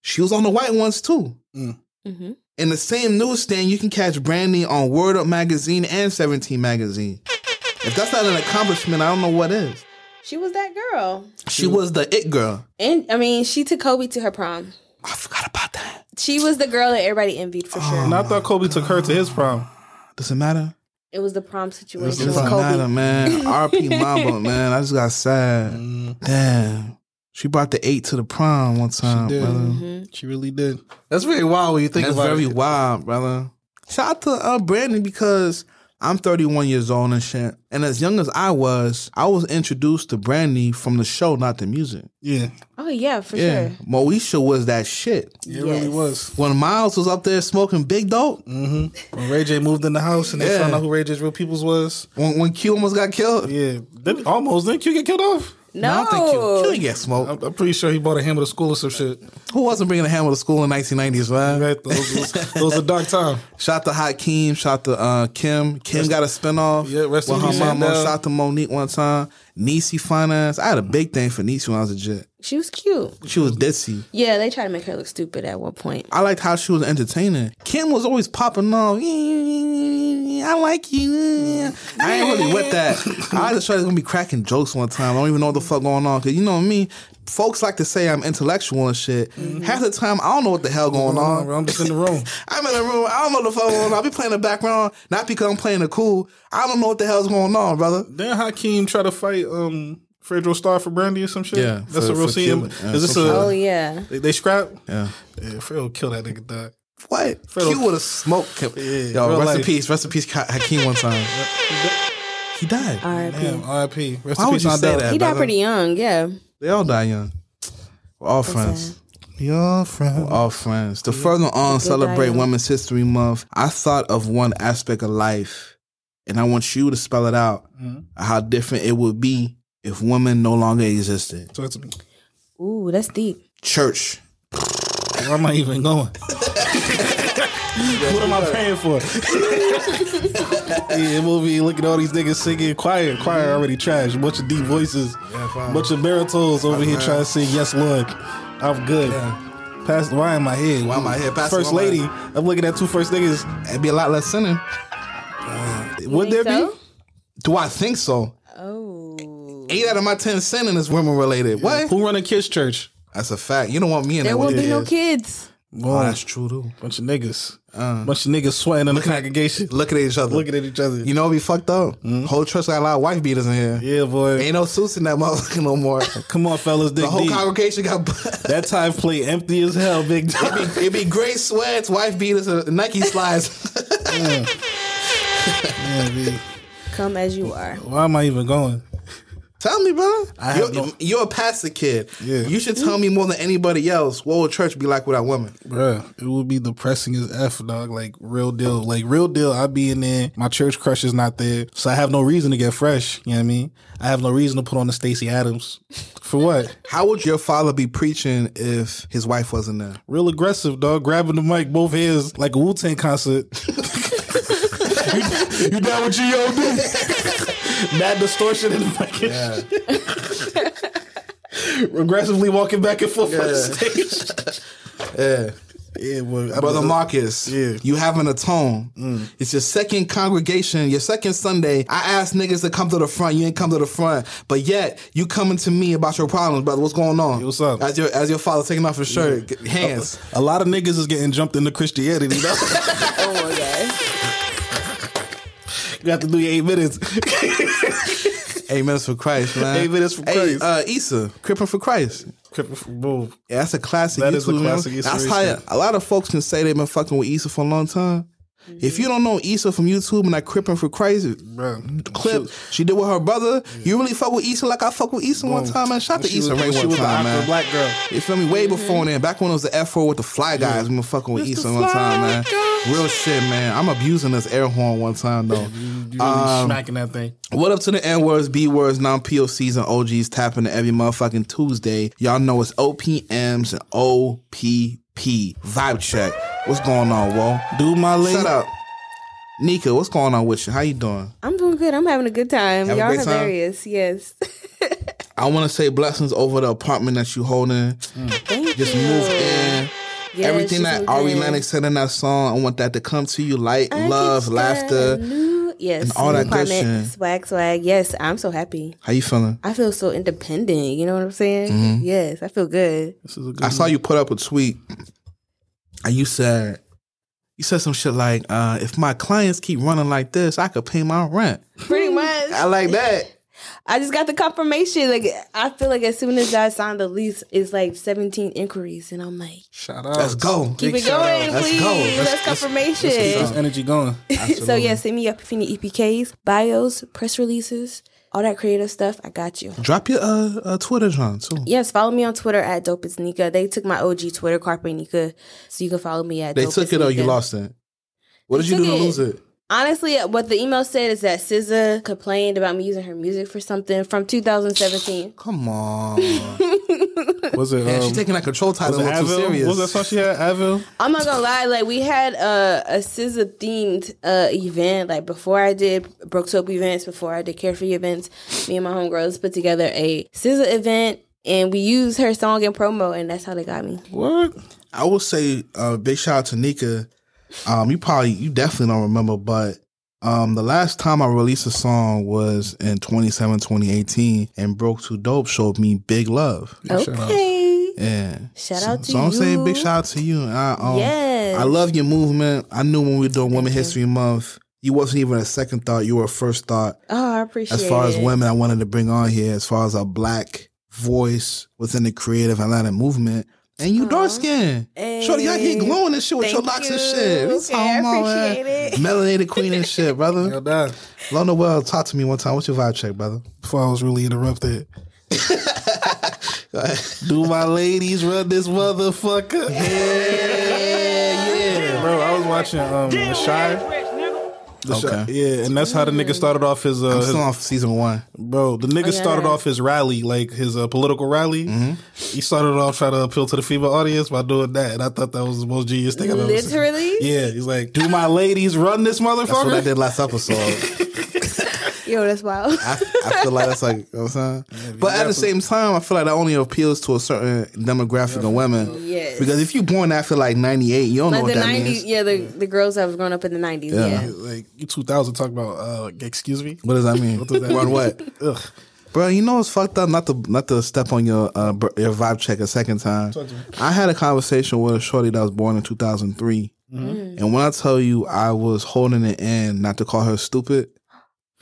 [SPEAKER 3] she was on the white ones too.
[SPEAKER 4] Mm.
[SPEAKER 6] Mm-hmm.
[SPEAKER 3] In the same newsstand, you can catch Brandy on Word Up Magazine and 17 Magazine. If that's not an accomplishment, I don't know what is.
[SPEAKER 6] She was that girl.
[SPEAKER 3] She was the it girl.
[SPEAKER 6] And I mean, she took Kobe to her prom.
[SPEAKER 3] I forgot about that. Oh,
[SPEAKER 6] She was the girl that everybody envied for sure.
[SPEAKER 4] And I thought Kobe took her to his prom.
[SPEAKER 3] Does it matter?
[SPEAKER 6] It was the prom
[SPEAKER 3] It
[SPEAKER 6] situation with
[SPEAKER 3] doesn't matter,
[SPEAKER 6] Kobe.
[SPEAKER 3] man. RP Mamba, man. I just got sad.
[SPEAKER 4] Mm.
[SPEAKER 3] Damn. She brought the eight to the prom one time,
[SPEAKER 4] did.
[SPEAKER 3] brother.
[SPEAKER 6] Mm-hmm.
[SPEAKER 4] She really did. That's very wild when you think
[SPEAKER 3] That's
[SPEAKER 4] about
[SPEAKER 3] very
[SPEAKER 4] it.
[SPEAKER 3] wild, brother. Shout out to uh, Brandon because I'm 31 years old and shit. And as young as I was, I was introduced to Brandy from the show, not the music.
[SPEAKER 4] Yeah,
[SPEAKER 6] Oh yeah, for
[SPEAKER 3] Yeah.
[SPEAKER 6] sure.
[SPEAKER 3] Moesha was that shit.
[SPEAKER 4] it really
[SPEAKER 6] Yes.
[SPEAKER 4] was.
[SPEAKER 3] When Miles was up there smoking big dope,
[SPEAKER 4] Mm. When Ray J moved in the house and they
[SPEAKER 3] Yeah.
[SPEAKER 4] found out who Ray J's real peoples was.
[SPEAKER 3] when, when Q almost got killed,
[SPEAKER 4] Yeah, did, almost. Didn't Q get killed off?
[SPEAKER 6] No,
[SPEAKER 3] I don't think Q, Q didn't get smoked.
[SPEAKER 4] I'm, I'm pretty sure he bought a hammer to school or some shit.
[SPEAKER 3] Who wasn't bringing a hammer to school in 1990s, man?
[SPEAKER 4] Right? Those was, it was a dark time.
[SPEAKER 3] Shout to Hakeem. Shout to uh, Kim. Kim got a spinoff.
[SPEAKER 4] Yeah, rest in
[SPEAKER 3] with her
[SPEAKER 4] peace,
[SPEAKER 3] mama.
[SPEAKER 4] Chantel.
[SPEAKER 3] Shout to Monique one time. Niecy Finance. I had a big thing for Niecy when I was a jet.
[SPEAKER 6] she was cute.
[SPEAKER 3] She was ditzy.
[SPEAKER 6] Yeah, they tried to make her look stupid at one point.
[SPEAKER 3] I liked how she was entertaining. Kim was always popping off. I like you. I ain't really with that. I just tried to be cracking jokes one time. I don't even know what the fuck going on. Cause you know me, folks like to say I'm intellectual and shit.
[SPEAKER 4] Mm-hmm.
[SPEAKER 3] Half the time I don't know what the hell going on.
[SPEAKER 4] I'm just in the room.
[SPEAKER 3] I'm in the room. I don't know the fuck going on. I'll be playing the background, not because I'm playing the cool. I don't know what the hell's going on, brother.
[SPEAKER 4] Then Hakeem tried to fight um Fredro Star for Brandy or some shit.
[SPEAKER 3] Yeah,
[SPEAKER 4] that's
[SPEAKER 3] for-
[SPEAKER 4] a real
[SPEAKER 3] for
[SPEAKER 4] scene.
[SPEAKER 3] Cuban. Yeah,
[SPEAKER 4] Is this
[SPEAKER 3] some shit.
[SPEAKER 6] Oh
[SPEAKER 4] a
[SPEAKER 6] yeah.
[SPEAKER 4] they, they scrap?
[SPEAKER 3] Yeah.
[SPEAKER 4] Yeah, Fredo kill that nigga dog.
[SPEAKER 3] What?
[SPEAKER 4] Fredo-
[SPEAKER 3] Q would have smoked him. Yo,
[SPEAKER 4] real
[SPEAKER 3] rest in
[SPEAKER 4] life.
[SPEAKER 3] peace. Rest in peace, Ka- Hakeem one time. He died.
[SPEAKER 6] R.I.P.
[SPEAKER 4] Damn, R.I.P. Rest
[SPEAKER 3] Why
[SPEAKER 4] in
[SPEAKER 3] would
[SPEAKER 4] peace,
[SPEAKER 3] you say
[SPEAKER 4] Nadal.
[SPEAKER 3] that?
[SPEAKER 6] He died
[SPEAKER 3] brother?
[SPEAKER 6] pretty young. Yeah.
[SPEAKER 3] They all die young. We're all friends.
[SPEAKER 6] sad.
[SPEAKER 4] Your friend.
[SPEAKER 3] All friends. To further on uh, celebrate
[SPEAKER 6] Diana.
[SPEAKER 3] Women's History Month, I thought of one aspect of life, and I want you to spell it out
[SPEAKER 4] Mm-hmm.
[SPEAKER 3] how different it would be if women no longer existed.
[SPEAKER 4] Talk to me.
[SPEAKER 6] Ooh, that's deep.
[SPEAKER 3] Church.
[SPEAKER 4] Where am I even going? what am I paying for? yeah, movie looking at all these niggas singing choir. Choir already trash. Bunch of deep voices. bunch of baritones over here trying to sing Yes Lord. I'm good. Pass why am I here?
[SPEAKER 3] Why am I here? Pastor,
[SPEAKER 4] first
[SPEAKER 3] why am I
[SPEAKER 4] lady.
[SPEAKER 3] here?
[SPEAKER 4] I'm looking at two first niggas.
[SPEAKER 3] It'd be a lot less sinning.
[SPEAKER 4] Would there
[SPEAKER 6] Think so?
[SPEAKER 4] be?
[SPEAKER 3] Do I think so?
[SPEAKER 6] Oh.
[SPEAKER 3] Eight out of my ten sinning is women related. What?
[SPEAKER 4] Who run a kids church?
[SPEAKER 3] That's a fact. You don't want me in
[SPEAKER 6] There
[SPEAKER 3] there.
[SPEAKER 6] won't
[SPEAKER 3] with
[SPEAKER 6] be
[SPEAKER 3] you.
[SPEAKER 6] no kids.
[SPEAKER 3] Oh, that's true too. Uh.
[SPEAKER 4] Bunch of niggas. bunch of niggas sweating in the congregation.
[SPEAKER 3] Looking at each other.
[SPEAKER 4] Looking at each other. Mm-hmm.
[SPEAKER 3] You know what be fucked up? Whole church got a lot of wife beaters in here.
[SPEAKER 4] yeah, boy.
[SPEAKER 3] Ain't no suits in that motherfucker no more.
[SPEAKER 4] Come on, fellas. Dig
[SPEAKER 3] The whole
[SPEAKER 4] deep.
[SPEAKER 3] congregation got.
[SPEAKER 4] that time plate empty as hell, big dog.
[SPEAKER 3] It'd be, it'd be gray sweats, wife beaters, and Nike slides.
[SPEAKER 4] Yeah, B.
[SPEAKER 6] Come as you are.
[SPEAKER 4] Why am I even going?
[SPEAKER 3] tell me, brother.
[SPEAKER 4] I
[SPEAKER 3] You're,
[SPEAKER 4] have no-
[SPEAKER 3] you're a pastor kid.
[SPEAKER 4] Yeah.
[SPEAKER 3] You should tell me more than anybody else what would church be like without women.
[SPEAKER 4] Bruh, it would be depressing as F, dog. Like, real deal. Like, real deal. I be in there. My church crush is not there. So I have no reason to get fresh. You know what I mean? I have no reason to put on the Stacey Adams. For what?
[SPEAKER 3] How would your father be preaching if his wife wasn't there?
[SPEAKER 4] Real aggressive, dog. Grabbing the mic, both hands, like a Wu Tang concert. you, you down with G.O.D.? Mad distortion in the mic. Aggressively walking back and forth on the stage.
[SPEAKER 3] Yeah.
[SPEAKER 4] Yeah, boy. I-
[SPEAKER 3] Brother Marcus,
[SPEAKER 4] Yeah. Mm.
[SPEAKER 3] you having a tone. It's your second congregation, your second Sunday. I asked niggas to come to the front. You ain't come to the front, but yet you coming to me about your problems, brother. What's going on?
[SPEAKER 4] what's up?
[SPEAKER 3] As your as your father taking off his shirt, g- hands.
[SPEAKER 4] A lot of niggas is getting jumped into Christianity. though.
[SPEAKER 6] Oh my god.
[SPEAKER 4] You have to do your eight minutes.
[SPEAKER 3] Eight minutes for Christ, man.
[SPEAKER 4] Eight minutes for
[SPEAKER 3] Hey,
[SPEAKER 4] Christ.
[SPEAKER 3] uh, Issa, Cripple for Christ.
[SPEAKER 4] Boom.
[SPEAKER 3] Yeah, that's a classic.
[SPEAKER 4] That
[SPEAKER 3] YouTube,
[SPEAKER 4] is a classic
[SPEAKER 3] man.
[SPEAKER 4] Issa
[SPEAKER 3] That's
[SPEAKER 4] Rae
[SPEAKER 3] how
[SPEAKER 4] shit.
[SPEAKER 3] a lot of folks can say they've been fucking with Issa for a long time. If you don't know Issa from YouTube and that Crippin' for Crazy clip she did with her brother, you really fuck with Issa like I fuck with Issa one time, man. Shout out to
[SPEAKER 4] She was,
[SPEAKER 3] Issa Rae
[SPEAKER 4] she
[SPEAKER 3] one
[SPEAKER 4] was the
[SPEAKER 3] time,
[SPEAKER 4] awkward
[SPEAKER 3] man.
[SPEAKER 4] black Mm-hmm. girl.
[SPEAKER 3] You feel me? Way before then, back when it was the F4 with the Fly Guys, we been fucking with Issa one time, man. Real shit, man. I'm abusing this air horn one time though.
[SPEAKER 4] You really smacking that thing.
[SPEAKER 3] What up to the N words, B words, non POCs, and OGs tapping every motherfucking Tuesday. Y'all know it's OPMs and OPP. Vibe check. What's going on, Wo?
[SPEAKER 4] Do my lady.
[SPEAKER 3] Shut up. Nika, what's going on with you? How you doing?
[SPEAKER 6] I'm doing good. I'm having a good time.
[SPEAKER 3] Have a
[SPEAKER 6] Y'all
[SPEAKER 3] great time?
[SPEAKER 6] hilarious. Yes.
[SPEAKER 3] I want to say blessings over the apartment that you holding.
[SPEAKER 6] Thank
[SPEAKER 3] Just
[SPEAKER 6] you.
[SPEAKER 3] moved in.
[SPEAKER 6] Yes,
[SPEAKER 3] Everything
[SPEAKER 6] just
[SPEAKER 3] that
[SPEAKER 6] moved
[SPEAKER 3] Ari
[SPEAKER 6] in.
[SPEAKER 3] Lennox said in that song, I want that to come to you. Light,
[SPEAKER 6] I
[SPEAKER 3] love,
[SPEAKER 6] just got
[SPEAKER 3] laughter.
[SPEAKER 6] a new, yes,
[SPEAKER 3] and all
[SPEAKER 6] new
[SPEAKER 3] that good
[SPEAKER 6] apartment,
[SPEAKER 3] shit.
[SPEAKER 6] Swag, swag. Yes, I'm so happy.
[SPEAKER 3] How you feeling?
[SPEAKER 6] I feel so independent. You know what I'm saying?
[SPEAKER 3] Mm-hmm.
[SPEAKER 6] Yes, I feel good.
[SPEAKER 4] This is a good
[SPEAKER 3] I saw you put up a tweet and you said you said some shit like, uh, if my clients keep running like this, I could pay my rent.
[SPEAKER 6] Pretty much.
[SPEAKER 3] I like that.
[SPEAKER 6] I just got the confirmation. Like I feel like as soon as I signed the lease, it's like 17 inquiries, and I'm like,
[SPEAKER 4] Shout out.
[SPEAKER 3] Let's go.
[SPEAKER 6] keep
[SPEAKER 4] Big
[SPEAKER 6] it going,
[SPEAKER 3] shout out. Let's
[SPEAKER 6] please.
[SPEAKER 3] go.
[SPEAKER 6] That's,
[SPEAKER 3] Let's-
[SPEAKER 6] confirmation.
[SPEAKER 4] Keep this energy going.
[SPEAKER 6] so yeah, send me up if you need EPKs, E bios, press releases, all that creative stuff. I got you.
[SPEAKER 3] Drop your uh, uh Twitter John too.
[SPEAKER 6] Yes, follow me on Twitter at Dope is Nika. They took my OG Twitter, Carpe Nika, so you can follow me at.
[SPEAKER 3] They
[SPEAKER 6] Dope
[SPEAKER 3] took
[SPEAKER 6] is
[SPEAKER 3] it or you
[SPEAKER 6] Nika.
[SPEAKER 3] lost it. What did
[SPEAKER 6] They
[SPEAKER 3] you do
[SPEAKER 6] took
[SPEAKER 3] to
[SPEAKER 6] it.
[SPEAKER 3] lose it?
[SPEAKER 6] Honestly, what the email said is that SZA complained about me using her music for something from 2017.
[SPEAKER 3] Come on.
[SPEAKER 4] Was it?
[SPEAKER 3] Man,
[SPEAKER 4] um,
[SPEAKER 3] she's taking that control title
[SPEAKER 4] was
[SPEAKER 3] a
[SPEAKER 4] it
[SPEAKER 3] little too serious.
[SPEAKER 4] Advil? Was that song she had? Advil.
[SPEAKER 6] I'm not gonna lie, like we had a, a SZA themed uh, event. Like before I did Brookshope events, before I did Carefree events, me and my homegirls put together a SZA event and we used her song in promo, and that's how they got me.
[SPEAKER 4] What?
[SPEAKER 3] I will say uh, big shout out to Nika. Um, you probably you definitely don't remember, but um, the last time I released a song was in 27, 2018, and Broke Too Dope showed me Big Love.
[SPEAKER 6] Okay.
[SPEAKER 3] Yeah.
[SPEAKER 6] Shout
[SPEAKER 3] so,
[SPEAKER 6] out to
[SPEAKER 3] so I'm saying big
[SPEAKER 6] you.
[SPEAKER 3] shout out to you. And I, um,
[SPEAKER 6] Yes.
[SPEAKER 3] I love your movement. I knew when we were doing Women History Month, you wasn't even a second thought. You were a first thought
[SPEAKER 6] Oh, I appreciate
[SPEAKER 3] as far as
[SPEAKER 6] it.
[SPEAKER 3] women I wanted to bring on here, as far as a black voice within the creative Atlanta movement. And you dark skin. Shorty, y'all
[SPEAKER 6] Hey.
[SPEAKER 3] here glowing and shit with your
[SPEAKER 6] Uh-huh. Eh,
[SPEAKER 3] locks
[SPEAKER 6] Thank you.
[SPEAKER 3] and shit. We
[SPEAKER 6] Okay,
[SPEAKER 3] talking
[SPEAKER 6] I
[SPEAKER 3] about, man.
[SPEAKER 6] appreciate it.
[SPEAKER 3] Melanated queen and shit, brother.
[SPEAKER 4] Well done.
[SPEAKER 3] Lona Well, talk to me one time. What's your vibe check, brother?
[SPEAKER 4] Before I was really interrupted. Do my ladies run this motherfucker? Bro, I was watching um, The Shire. The Shire.
[SPEAKER 3] Okay.
[SPEAKER 4] Yeah, and that's how the nigga started off his, uh,
[SPEAKER 3] I'm
[SPEAKER 4] his
[SPEAKER 3] still on season one.
[SPEAKER 4] Bro, the nigga
[SPEAKER 6] Oh, yeah.
[SPEAKER 4] started off his rally, like his uh, political rally. He started off trying to appeal to the female audience by doing that, and I thought that was the most genius thing I've ever seen.
[SPEAKER 6] Literally?
[SPEAKER 4] Yeah, he's like, "Do my ladies run this motherfucker?"
[SPEAKER 3] That's what I did last episode.
[SPEAKER 6] Yo, that's wild.
[SPEAKER 3] I, I feel like that's like, you know what I'm saying? but at the same time, I feel like that only appeals to a certain demographic of women.
[SPEAKER 6] Yes.
[SPEAKER 3] Because if you born after like 98, you don't know
[SPEAKER 6] Like
[SPEAKER 3] what
[SPEAKER 6] the
[SPEAKER 3] that
[SPEAKER 6] 90s,
[SPEAKER 3] means.
[SPEAKER 6] yeah, the, the girls that was growing up in the 90s,
[SPEAKER 3] Yeah.
[SPEAKER 6] yeah.
[SPEAKER 4] Like you two thousand talk about. Uh, like, excuse me.
[SPEAKER 3] What does that mean? what
[SPEAKER 4] does that mean?
[SPEAKER 3] what?
[SPEAKER 4] Ugh.
[SPEAKER 3] Bro, you know it's fucked up not to not to step on your uh, br- your vibe check a second time. I had a conversation with a shorty that was born in 2003. And when I tell you I was holding it in not to call her stupid,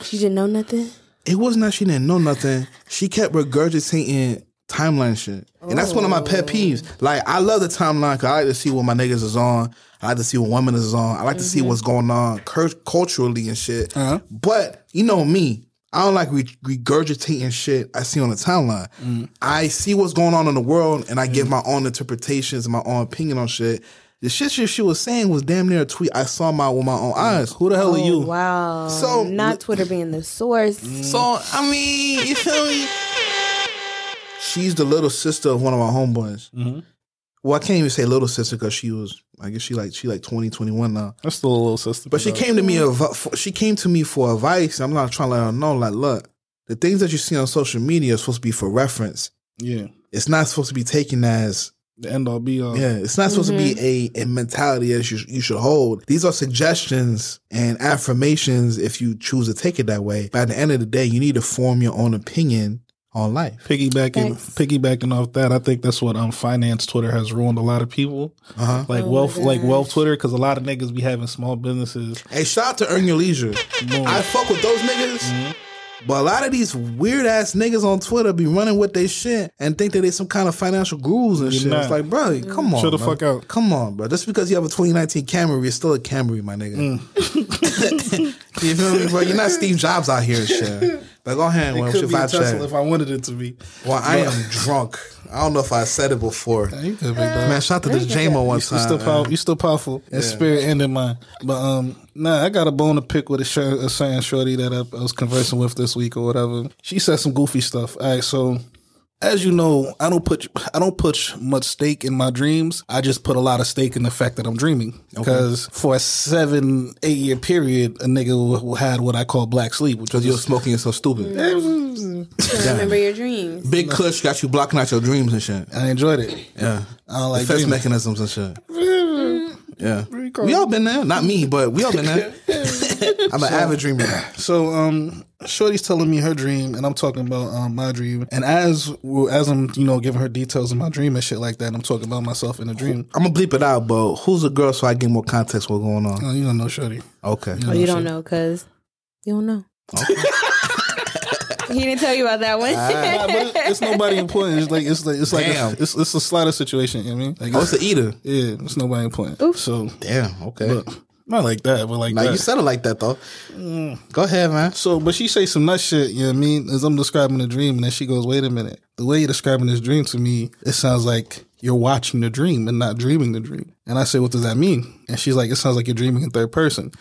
[SPEAKER 6] She didn't know nothing?
[SPEAKER 3] it wasn't that she didn't know nothing. She kept regurgitating timeline shit. And that's one of my pet peeves. Like, I love the timeline because I like to see what my niggas is on. I like to see what women is on. I like to see what's going on cur- culturally and shit. But, you know me, I don't like re- regurgitating shit I see on the timeline. I see what's going on in the world and I give my own interpretations and my own opinion on shit. The shit she, she was saying was damn near a tweet I saw my with my own eyes. Mm. Who the
[SPEAKER 6] Oh,
[SPEAKER 3] hell are you?
[SPEAKER 6] Wow.
[SPEAKER 3] So-
[SPEAKER 6] not Twitter being the source.
[SPEAKER 3] So I mean, you feel me? She's the little sister of one of my homeboys. Well, I can't even say little sister because she was, I guess she like she like 20, 21 now.
[SPEAKER 4] That's still a little sister.
[SPEAKER 3] But she came to me, av- for- she came to me for advice. I'm not trying to let her know, like, look, the things that you see on social media are supposed to be for reference.
[SPEAKER 4] Yeah,
[SPEAKER 3] It's not supposed to be taken as
[SPEAKER 4] the end all be all.
[SPEAKER 3] yeah, it's not supposed to be a, a mentality that you, you should hold. These are suggestions and affirmations if you choose to take it that way. But at the end of the day, you need to form your own opinion on life.
[SPEAKER 4] Piggybacking,
[SPEAKER 6] Thanks.
[SPEAKER 4] piggybacking off that, I think that's what um finance Twitter has ruined a lot of people.
[SPEAKER 6] Oh
[SPEAKER 4] Uh-huh. Like wealth, like wealth Twitter, because a lot of niggas be having small businesses.
[SPEAKER 3] Hey, shout out to Earn Your Leisure. I fuck with those niggas.
[SPEAKER 4] Mm-hmm.
[SPEAKER 3] But a lot of these weird ass niggas on Twitter be running with their shit and think that they some kind of financial gurus and shit.
[SPEAKER 4] not.
[SPEAKER 3] It's like, bro, come on.
[SPEAKER 4] Chill the
[SPEAKER 3] bro.
[SPEAKER 4] fuck out.
[SPEAKER 3] Come on, bro. Just because you have a 2019 Camry, it's still a Camry, my nigga.
[SPEAKER 4] Mm.
[SPEAKER 3] you feel me, bro? You're not Steve Jobs out here and shit. But go ahead,
[SPEAKER 4] It
[SPEAKER 3] Wayne, what's
[SPEAKER 4] could
[SPEAKER 3] your
[SPEAKER 4] be a
[SPEAKER 3] vibe
[SPEAKER 4] Tesla
[SPEAKER 3] check?
[SPEAKER 4] if I wanted it to be.
[SPEAKER 3] Well, I am drunk. I don't know if I said it before.
[SPEAKER 4] You could be
[SPEAKER 6] Uh,
[SPEAKER 4] dog.
[SPEAKER 3] Man, shout out to this J-Mo one
[SPEAKER 4] You
[SPEAKER 3] time.
[SPEAKER 4] still powerful. You still powerful in spirit and in mind. But um, nah, I got a bone to pick with a, sh- a certain shorty that I, I was conversing with this week or whatever. She said some goofy stuff. All right, so as you know, I don't put I don't put much stake in my dreams. I just put a lot of stake in the fact that I'm dreaming. Because for a seven eight year period, a nigga w- w- had what I call black sleep, which was
[SPEAKER 3] You're smoking yourself stupid.
[SPEAKER 6] So remember your dreams.
[SPEAKER 3] Big Kush got you blocking out your dreams and shit.
[SPEAKER 4] I enjoyed it.
[SPEAKER 3] Yeah.
[SPEAKER 4] I don't like
[SPEAKER 3] Defense
[SPEAKER 4] dreaming.
[SPEAKER 3] mechanisms and shit. Yeah. We all been there. Not me, but we all been there. I'm an avid dreamer.
[SPEAKER 4] So, um, Shorty's telling me her dream, and I'm talking about um, my dream. And as well, as I'm, you know, giving her details of my dream and shit like that, I'm talking about myself in a dream.
[SPEAKER 3] I'm gonna bleep it out, but who's the girl so I get more context what's going on?
[SPEAKER 4] Oh, you don't know Shorty.
[SPEAKER 3] Okay.
[SPEAKER 6] Oh, you don't know because you don't know. he didn't tell you about that one.
[SPEAKER 4] Nah, but it's nobody important. It's like it's like it's like a,
[SPEAKER 3] Damn.
[SPEAKER 4] it's, it's a slider situation. You know what I mean, like
[SPEAKER 3] Oh,
[SPEAKER 4] it's,
[SPEAKER 3] it's the eater.
[SPEAKER 4] yeah, it's nobody important. So
[SPEAKER 3] Damn, okay.
[SPEAKER 4] not like that, but like
[SPEAKER 3] now
[SPEAKER 4] that.
[SPEAKER 3] you said it like that though. Go ahead, man.
[SPEAKER 4] So, but she say some nut shit, you know what I mean? As I'm describing the dream, and then she goes, wait a minute. The way you're describing this dream to me, it sounds like you're watching the dream and not dreaming the dream. And I say, what does that mean? And she's like, it sounds like you're dreaming in third person.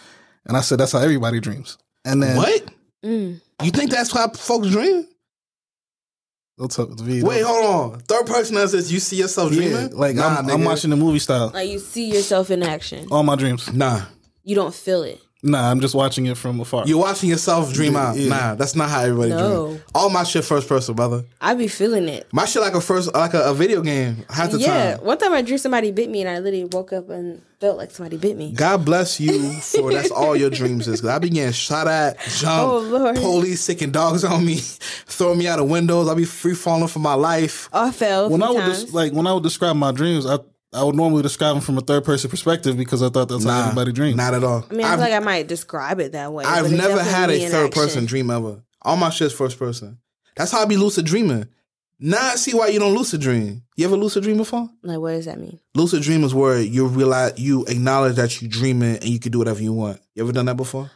[SPEAKER 4] And I said, that's how everybody dreams. And then,
[SPEAKER 3] What? You think that's how folks dream?
[SPEAKER 4] What's up with the video?
[SPEAKER 3] Wait, oh, hold on. Third person that says you see yourself
[SPEAKER 4] Yeah,
[SPEAKER 3] dreaming?
[SPEAKER 4] like,
[SPEAKER 3] nah,
[SPEAKER 4] I'm, I'm
[SPEAKER 3] nigga.
[SPEAKER 4] watching the movie style.
[SPEAKER 6] like you see yourself in action.
[SPEAKER 4] All my dreams.
[SPEAKER 3] Nah.
[SPEAKER 6] You don't feel it.
[SPEAKER 4] Nah, I'm just watching it from afar.
[SPEAKER 3] You're watching yourself dream out.
[SPEAKER 4] yeah.
[SPEAKER 3] Nah, that's not how everybody
[SPEAKER 6] No.
[SPEAKER 3] dream. All my shit first person, brother.
[SPEAKER 6] I be feeling it.
[SPEAKER 3] My shit like a first like a, a video game half the
[SPEAKER 6] yeah.
[SPEAKER 3] time.
[SPEAKER 6] One time I drew somebody bit me and I literally woke up and felt like somebody bit me.
[SPEAKER 3] God bless you for that's all your dreams is. 'Cause I be getting shot at, jump,
[SPEAKER 6] Oh, Lord.
[SPEAKER 3] police sicking dogs on me, throwing me out of windows. I be free falling for my life.
[SPEAKER 6] Oh, I fell.
[SPEAKER 4] when I would
[SPEAKER 6] sometimes.
[SPEAKER 4] des- like when I would describe my dreams, I I would normally describe them from a third person perspective because I thought that's how everybody dreams.
[SPEAKER 3] Not at all.
[SPEAKER 6] I mean, I
[SPEAKER 3] have
[SPEAKER 6] feel like I might describe it that way. but
[SPEAKER 3] I've
[SPEAKER 6] it
[SPEAKER 3] never
[SPEAKER 6] definitely
[SPEAKER 3] had
[SPEAKER 6] be
[SPEAKER 3] a
[SPEAKER 6] in
[SPEAKER 3] third
[SPEAKER 6] action.
[SPEAKER 3] person dream ever. All my shit's first person. That's how I be lucid dreaming. Now I see why you don't lucid dream. You ever lucid dream before?
[SPEAKER 6] Like, what does that mean?
[SPEAKER 3] Lucid dream is where you realize you acknowledge that you dreaming and you can do whatever you want. You ever done that before?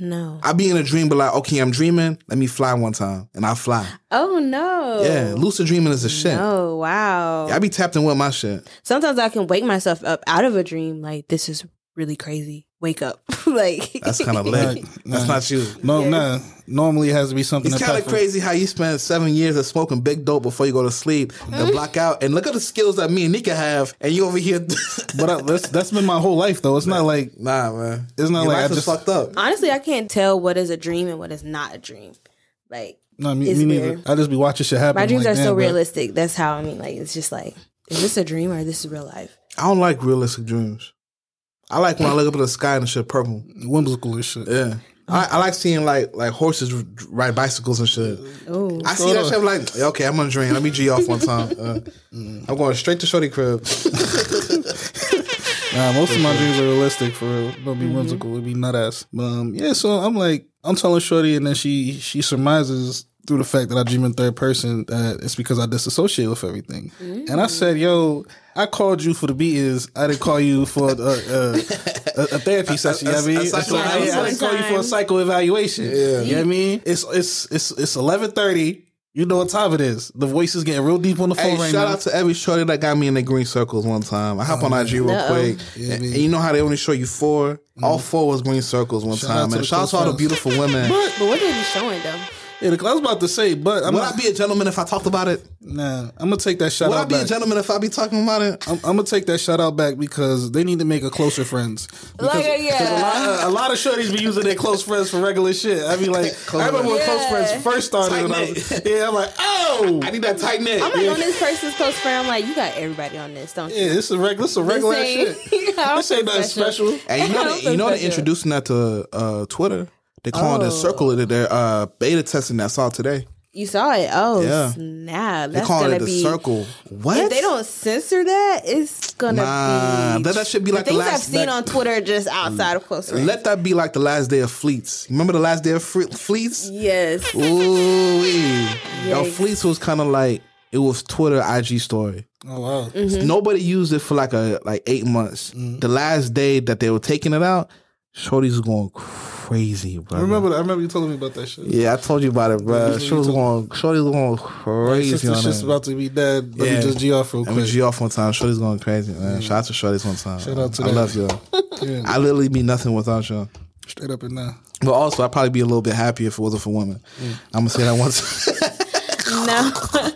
[SPEAKER 6] No.
[SPEAKER 3] I be in a dream, but like, okay, I'm dreaming. Let me fly one time, and I fly.
[SPEAKER 6] Oh no.
[SPEAKER 3] Yeah, lucid dreaming is a shit.
[SPEAKER 6] Oh wow.
[SPEAKER 3] I be tapped in with my shit.
[SPEAKER 6] Sometimes I can wake myself up out of a dream. Like this is really crazy. Wake up. like
[SPEAKER 3] That's kind of lit. That's not you.
[SPEAKER 4] no, nah. Normally it has to be something.
[SPEAKER 3] It's kind of
[SPEAKER 4] impactful.
[SPEAKER 3] crazy how you spend seven years of smoking big dope before you go to sleep and block out. And look at the skills that me and Nika have, and you over here.
[SPEAKER 4] But I, that's that's been my whole life though. It's not like
[SPEAKER 3] nah, man,
[SPEAKER 4] It's not
[SPEAKER 3] Your
[SPEAKER 4] like
[SPEAKER 3] life
[SPEAKER 4] I
[SPEAKER 3] is
[SPEAKER 4] just-
[SPEAKER 3] fucked up.
[SPEAKER 6] Honestly, I can't tell what is a dream and what is not a dream. Like
[SPEAKER 4] no, me,
[SPEAKER 6] It's
[SPEAKER 4] me neither.
[SPEAKER 6] weird.
[SPEAKER 4] I just be watching shit happen.
[SPEAKER 6] my
[SPEAKER 4] I'm
[SPEAKER 6] dreams
[SPEAKER 4] like,
[SPEAKER 6] are so
[SPEAKER 4] "Damn, bro."
[SPEAKER 6] realistic. That's how I mean. Like it's just like is this a dream or this is real life?
[SPEAKER 3] I don't like realistic dreams. I like when I look up at the sky and the shit purple.
[SPEAKER 4] Whimsical and shit.
[SPEAKER 3] Yeah. I, I like seeing like like horses r- ride bicycles and shit.
[SPEAKER 6] Oh,
[SPEAKER 3] I see that shit. I'm like, okay, I'm gonna dream. Let me g off one time. Uh, I'm going straight to Shorty crib.
[SPEAKER 4] Nah, most of my dreams are realistic for real. Don't
[SPEAKER 3] Mm-hmm.
[SPEAKER 4] be whimsical. It'd be nut ass. But um, yeah, so I'm like, I'm telling Shorty, and then she she surmises through the fact that I dream in third person that it's because I disassociate with everything. And
[SPEAKER 3] Mm.
[SPEAKER 4] I said, yo, I called you for the beat is I didn't call you for a, a, a, a therapy session. you know what I mean?
[SPEAKER 3] a
[SPEAKER 4] It's
[SPEAKER 3] psycho-
[SPEAKER 4] like, hey, I didn't call you for a psycho evaluation. Yeah. You know what I mean? It's it's it's it's eleven thirty. You know what time it is. The voice is getting real deep on the phone
[SPEAKER 3] Hey,
[SPEAKER 4] right
[SPEAKER 3] shout
[SPEAKER 4] now.
[SPEAKER 3] out to every shorty that got me in the green circles one time. I hop on IG real
[SPEAKER 6] Uh-oh.
[SPEAKER 3] quick. and, and you know how they only show you 4
[SPEAKER 6] Mm-hmm.
[SPEAKER 3] All four was green circles one
[SPEAKER 4] out
[SPEAKER 3] time.
[SPEAKER 4] to
[SPEAKER 3] And
[SPEAKER 4] the
[SPEAKER 3] shout out to all the
[SPEAKER 4] close
[SPEAKER 3] beautiful women.
[SPEAKER 6] but what did you showing though?
[SPEAKER 4] yeah, I was about to say, but I'm
[SPEAKER 3] Would
[SPEAKER 4] not,
[SPEAKER 3] I be a gentleman if I talked about it?
[SPEAKER 4] nah, I'm gonna take that shout
[SPEAKER 3] Would I
[SPEAKER 4] out
[SPEAKER 3] be a
[SPEAKER 4] back.
[SPEAKER 3] gentleman if I be talking about it?
[SPEAKER 4] I'm, I'm gonna take that shout out back because they need to make a closer friends. Because,
[SPEAKER 6] Like, yeah.
[SPEAKER 4] because a lot, a lot of shorties be using their close friends for regular shit. I mean, like I remember when close
[SPEAKER 6] Yeah.
[SPEAKER 4] friends first started. When I was, yeah, I'm like, oh,
[SPEAKER 3] I need that tight neck.
[SPEAKER 6] I'm like on this person's close friend. I'm like you got everybody on this, don't you?
[SPEAKER 4] yeah, this is regular, this is regular ass
[SPEAKER 6] ain't-
[SPEAKER 4] shit.
[SPEAKER 6] I don't
[SPEAKER 4] This ain't
[SPEAKER 6] feel
[SPEAKER 4] nothing
[SPEAKER 6] special.
[SPEAKER 4] special.
[SPEAKER 3] And you know,
[SPEAKER 6] I'm
[SPEAKER 3] they,
[SPEAKER 6] so
[SPEAKER 3] you know they're
[SPEAKER 6] special.
[SPEAKER 3] introducing that to uh, Twitter. They calling it a
[SPEAKER 6] Oh.
[SPEAKER 3] circle. They're uh, beta testing that I saw today.
[SPEAKER 6] You saw it. Oh
[SPEAKER 3] Yeah.
[SPEAKER 6] snap!
[SPEAKER 3] They
[SPEAKER 6] That's
[SPEAKER 3] call
[SPEAKER 6] gonna
[SPEAKER 3] it the
[SPEAKER 6] be.
[SPEAKER 3] circle. What?
[SPEAKER 6] If they don't censor that, it's gonna
[SPEAKER 3] Nah,
[SPEAKER 6] be.
[SPEAKER 3] that- that should be like the
[SPEAKER 6] things
[SPEAKER 3] last-
[SPEAKER 6] I've seen
[SPEAKER 3] that- Mm.
[SPEAKER 6] on Twitter just outside of close range.
[SPEAKER 3] Let that be like the last day of fleets. Remember the last day of fre- fleets?
[SPEAKER 6] yes.
[SPEAKER 3] Ooh, yo,
[SPEAKER 6] Yikes.
[SPEAKER 3] fleets was kind of like it was Twitter IG story.
[SPEAKER 4] Oh wow.
[SPEAKER 3] Nobody used it for like a like eight months.
[SPEAKER 4] Mm-hmm.
[SPEAKER 3] The last day that they were taking it out, Shorty's was going crazy, bro.
[SPEAKER 4] I remember that. I remember you telling me about that shit.
[SPEAKER 3] Yeah, I told you about it, bro. She was going, Shorty was going crazy
[SPEAKER 4] Since this
[SPEAKER 3] on
[SPEAKER 4] shit's
[SPEAKER 3] it.
[SPEAKER 4] about to be dead, let
[SPEAKER 3] Yeah.
[SPEAKER 4] me just G off real
[SPEAKER 3] I'm gonna
[SPEAKER 4] quick.
[SPEAKER 3] G off one time. Shorty's going crazy, man. Shout out to Shorty's one time.
[SPEAKER 4] Mm-hmm. Shout out to
[SPEAKER 3] I
[SPEAKER 4] that.
[SPEAKER 3] love y'all.
[SPEAKER 4] Yeah,
[SPEAKER 3] I literally be nothing without y'all.
[SPEAKER 4] straight up and down.
[SPEAKER 3] But also, I'd probably be a little bit happier if it wasn't for women. I'm gonna say that once.
[SPEAKER 6] No.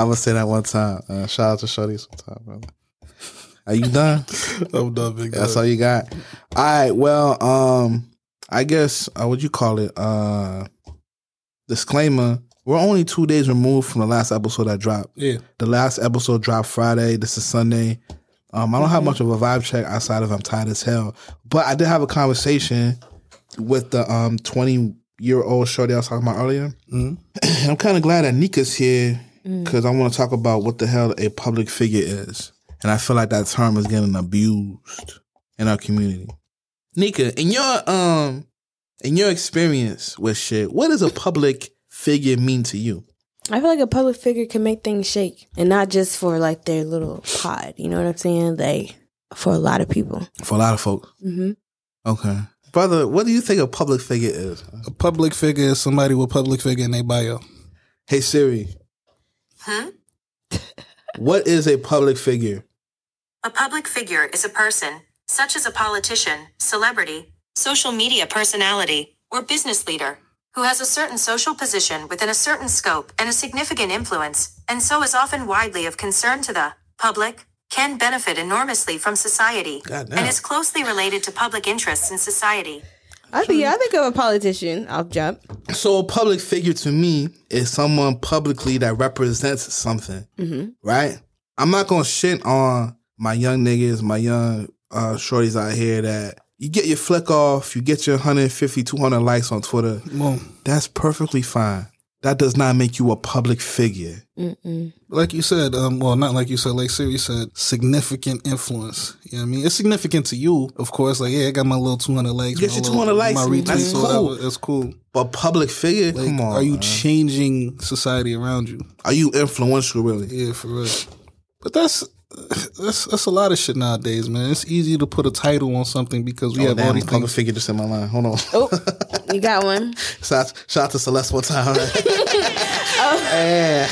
[SPEAKER 3] I'm gonna say that one time. Uh, shout out to Shorty sometime, brother. Are you done?
[SPEAKER 4] I'm done, big.
[SPEAKER 3] That's all you got. All right. Well, um, I guess uh, what you call it? Uh, disclaimer: We're only two days removed from the last episode that dropped.
[SPEAKER 4] Yeah.
[SPEAKER 3] The last episode dropped Friday. This is Sunday. Um, I don't have much of a vibe check outside of I'm tired as hell. But I did have a conversation with the um 20 year old shorty I was talking about earlier. And I'm kind of glad that Nika's here because I want to talk about what the hell a public figure is. And I feel like that term is getting abused in our community. Nika, in your um in your experience with shit, what does a public figure mean to you?
[SPEAKER 6] I feel like a public figure can make things shake, and not just for like their little pod. You know what I'm saying? Like for a lot of people.
[SPEAKER 3] For a lot of folks.
[SPEAKER 6] hmm
[SPEAKER 3] Okay. Brother, what do you think a public figure is?
[SPEAKER 4] A public figure is somebody with public figure in their bio.
[SPEAKER 3] Hey Siri,
[SPEAKER 7] Hmm?
[SPEAKER 3] what is a public figure?
[SPEAKER 7] A public figure is a person, such as a politician, celebrity, social media personality, or business leader, who has a certain social position within a certain scope and a significant influence, and so is often widely of concern to the public, can benefit enormously from society, and is closely related to public interests in society.
[SPEAKER 6] I think yeah, I think of a politician. I'll jump.
[SPEAKER 3] So a public figure to me is someone publicly that represents something, right? I'm not gonna shit on my young niggas, my young uh, shorties out here that you get your flick off, you get your 150, 200 likes on Twitter.
[SPEAKER 4] Boom.
[SPEAKER 3] That's perfectly fine. That does not make you a public figure.
[SPEAKER 4] Like you said, um, well, not like you said, like Siri said, significant influence. You know what I mean? It's significant to you, of course. Like, yeah, I got my little 200 likes.
[SPEAKER 3] Get
[SPEAKER 4] my
[SPEAKER 3] your
[SPEAKER 4] little-
[SPEAKER 3] 200 likes,
[SPEAKER 4] My
[SPEAKER 3] man.
[SPEAKER 4] retweets,
[SPEAKER 3] That's
[SPEAKER 4] or
[SPEAKER 3] cool.
[SPEAKER 4] whatever. That's cool.
[SPEAKER 3] But public figure,
[SPEAKER 4] Like,
[SPEAKER 3] come on.
[SPEAKER 4] are you
[SPEAKER 3] man.
[SPEAKER 4] changing society around you?
[SPEAKER 3] are you influential really?
[SPEAKER 4] Yeah, for real. But that's that's that's a lot of shit nowadays, man. It's easy to put a title on something because we
[SPEAKER 3] Yeah,
[SPEAKER 4] have all
[SPEAKER 3] Oh, damn,
[SPEAKER 4] these
[SPEAKER 3] public
[SPEAKER 4] things.
[SPEAKER 3] figure just in my line. Hold on.
[SPEAKER 6] Oh, you got one.
[SPEAKER 3] Shout, shout out to Celeste one time. Yeah.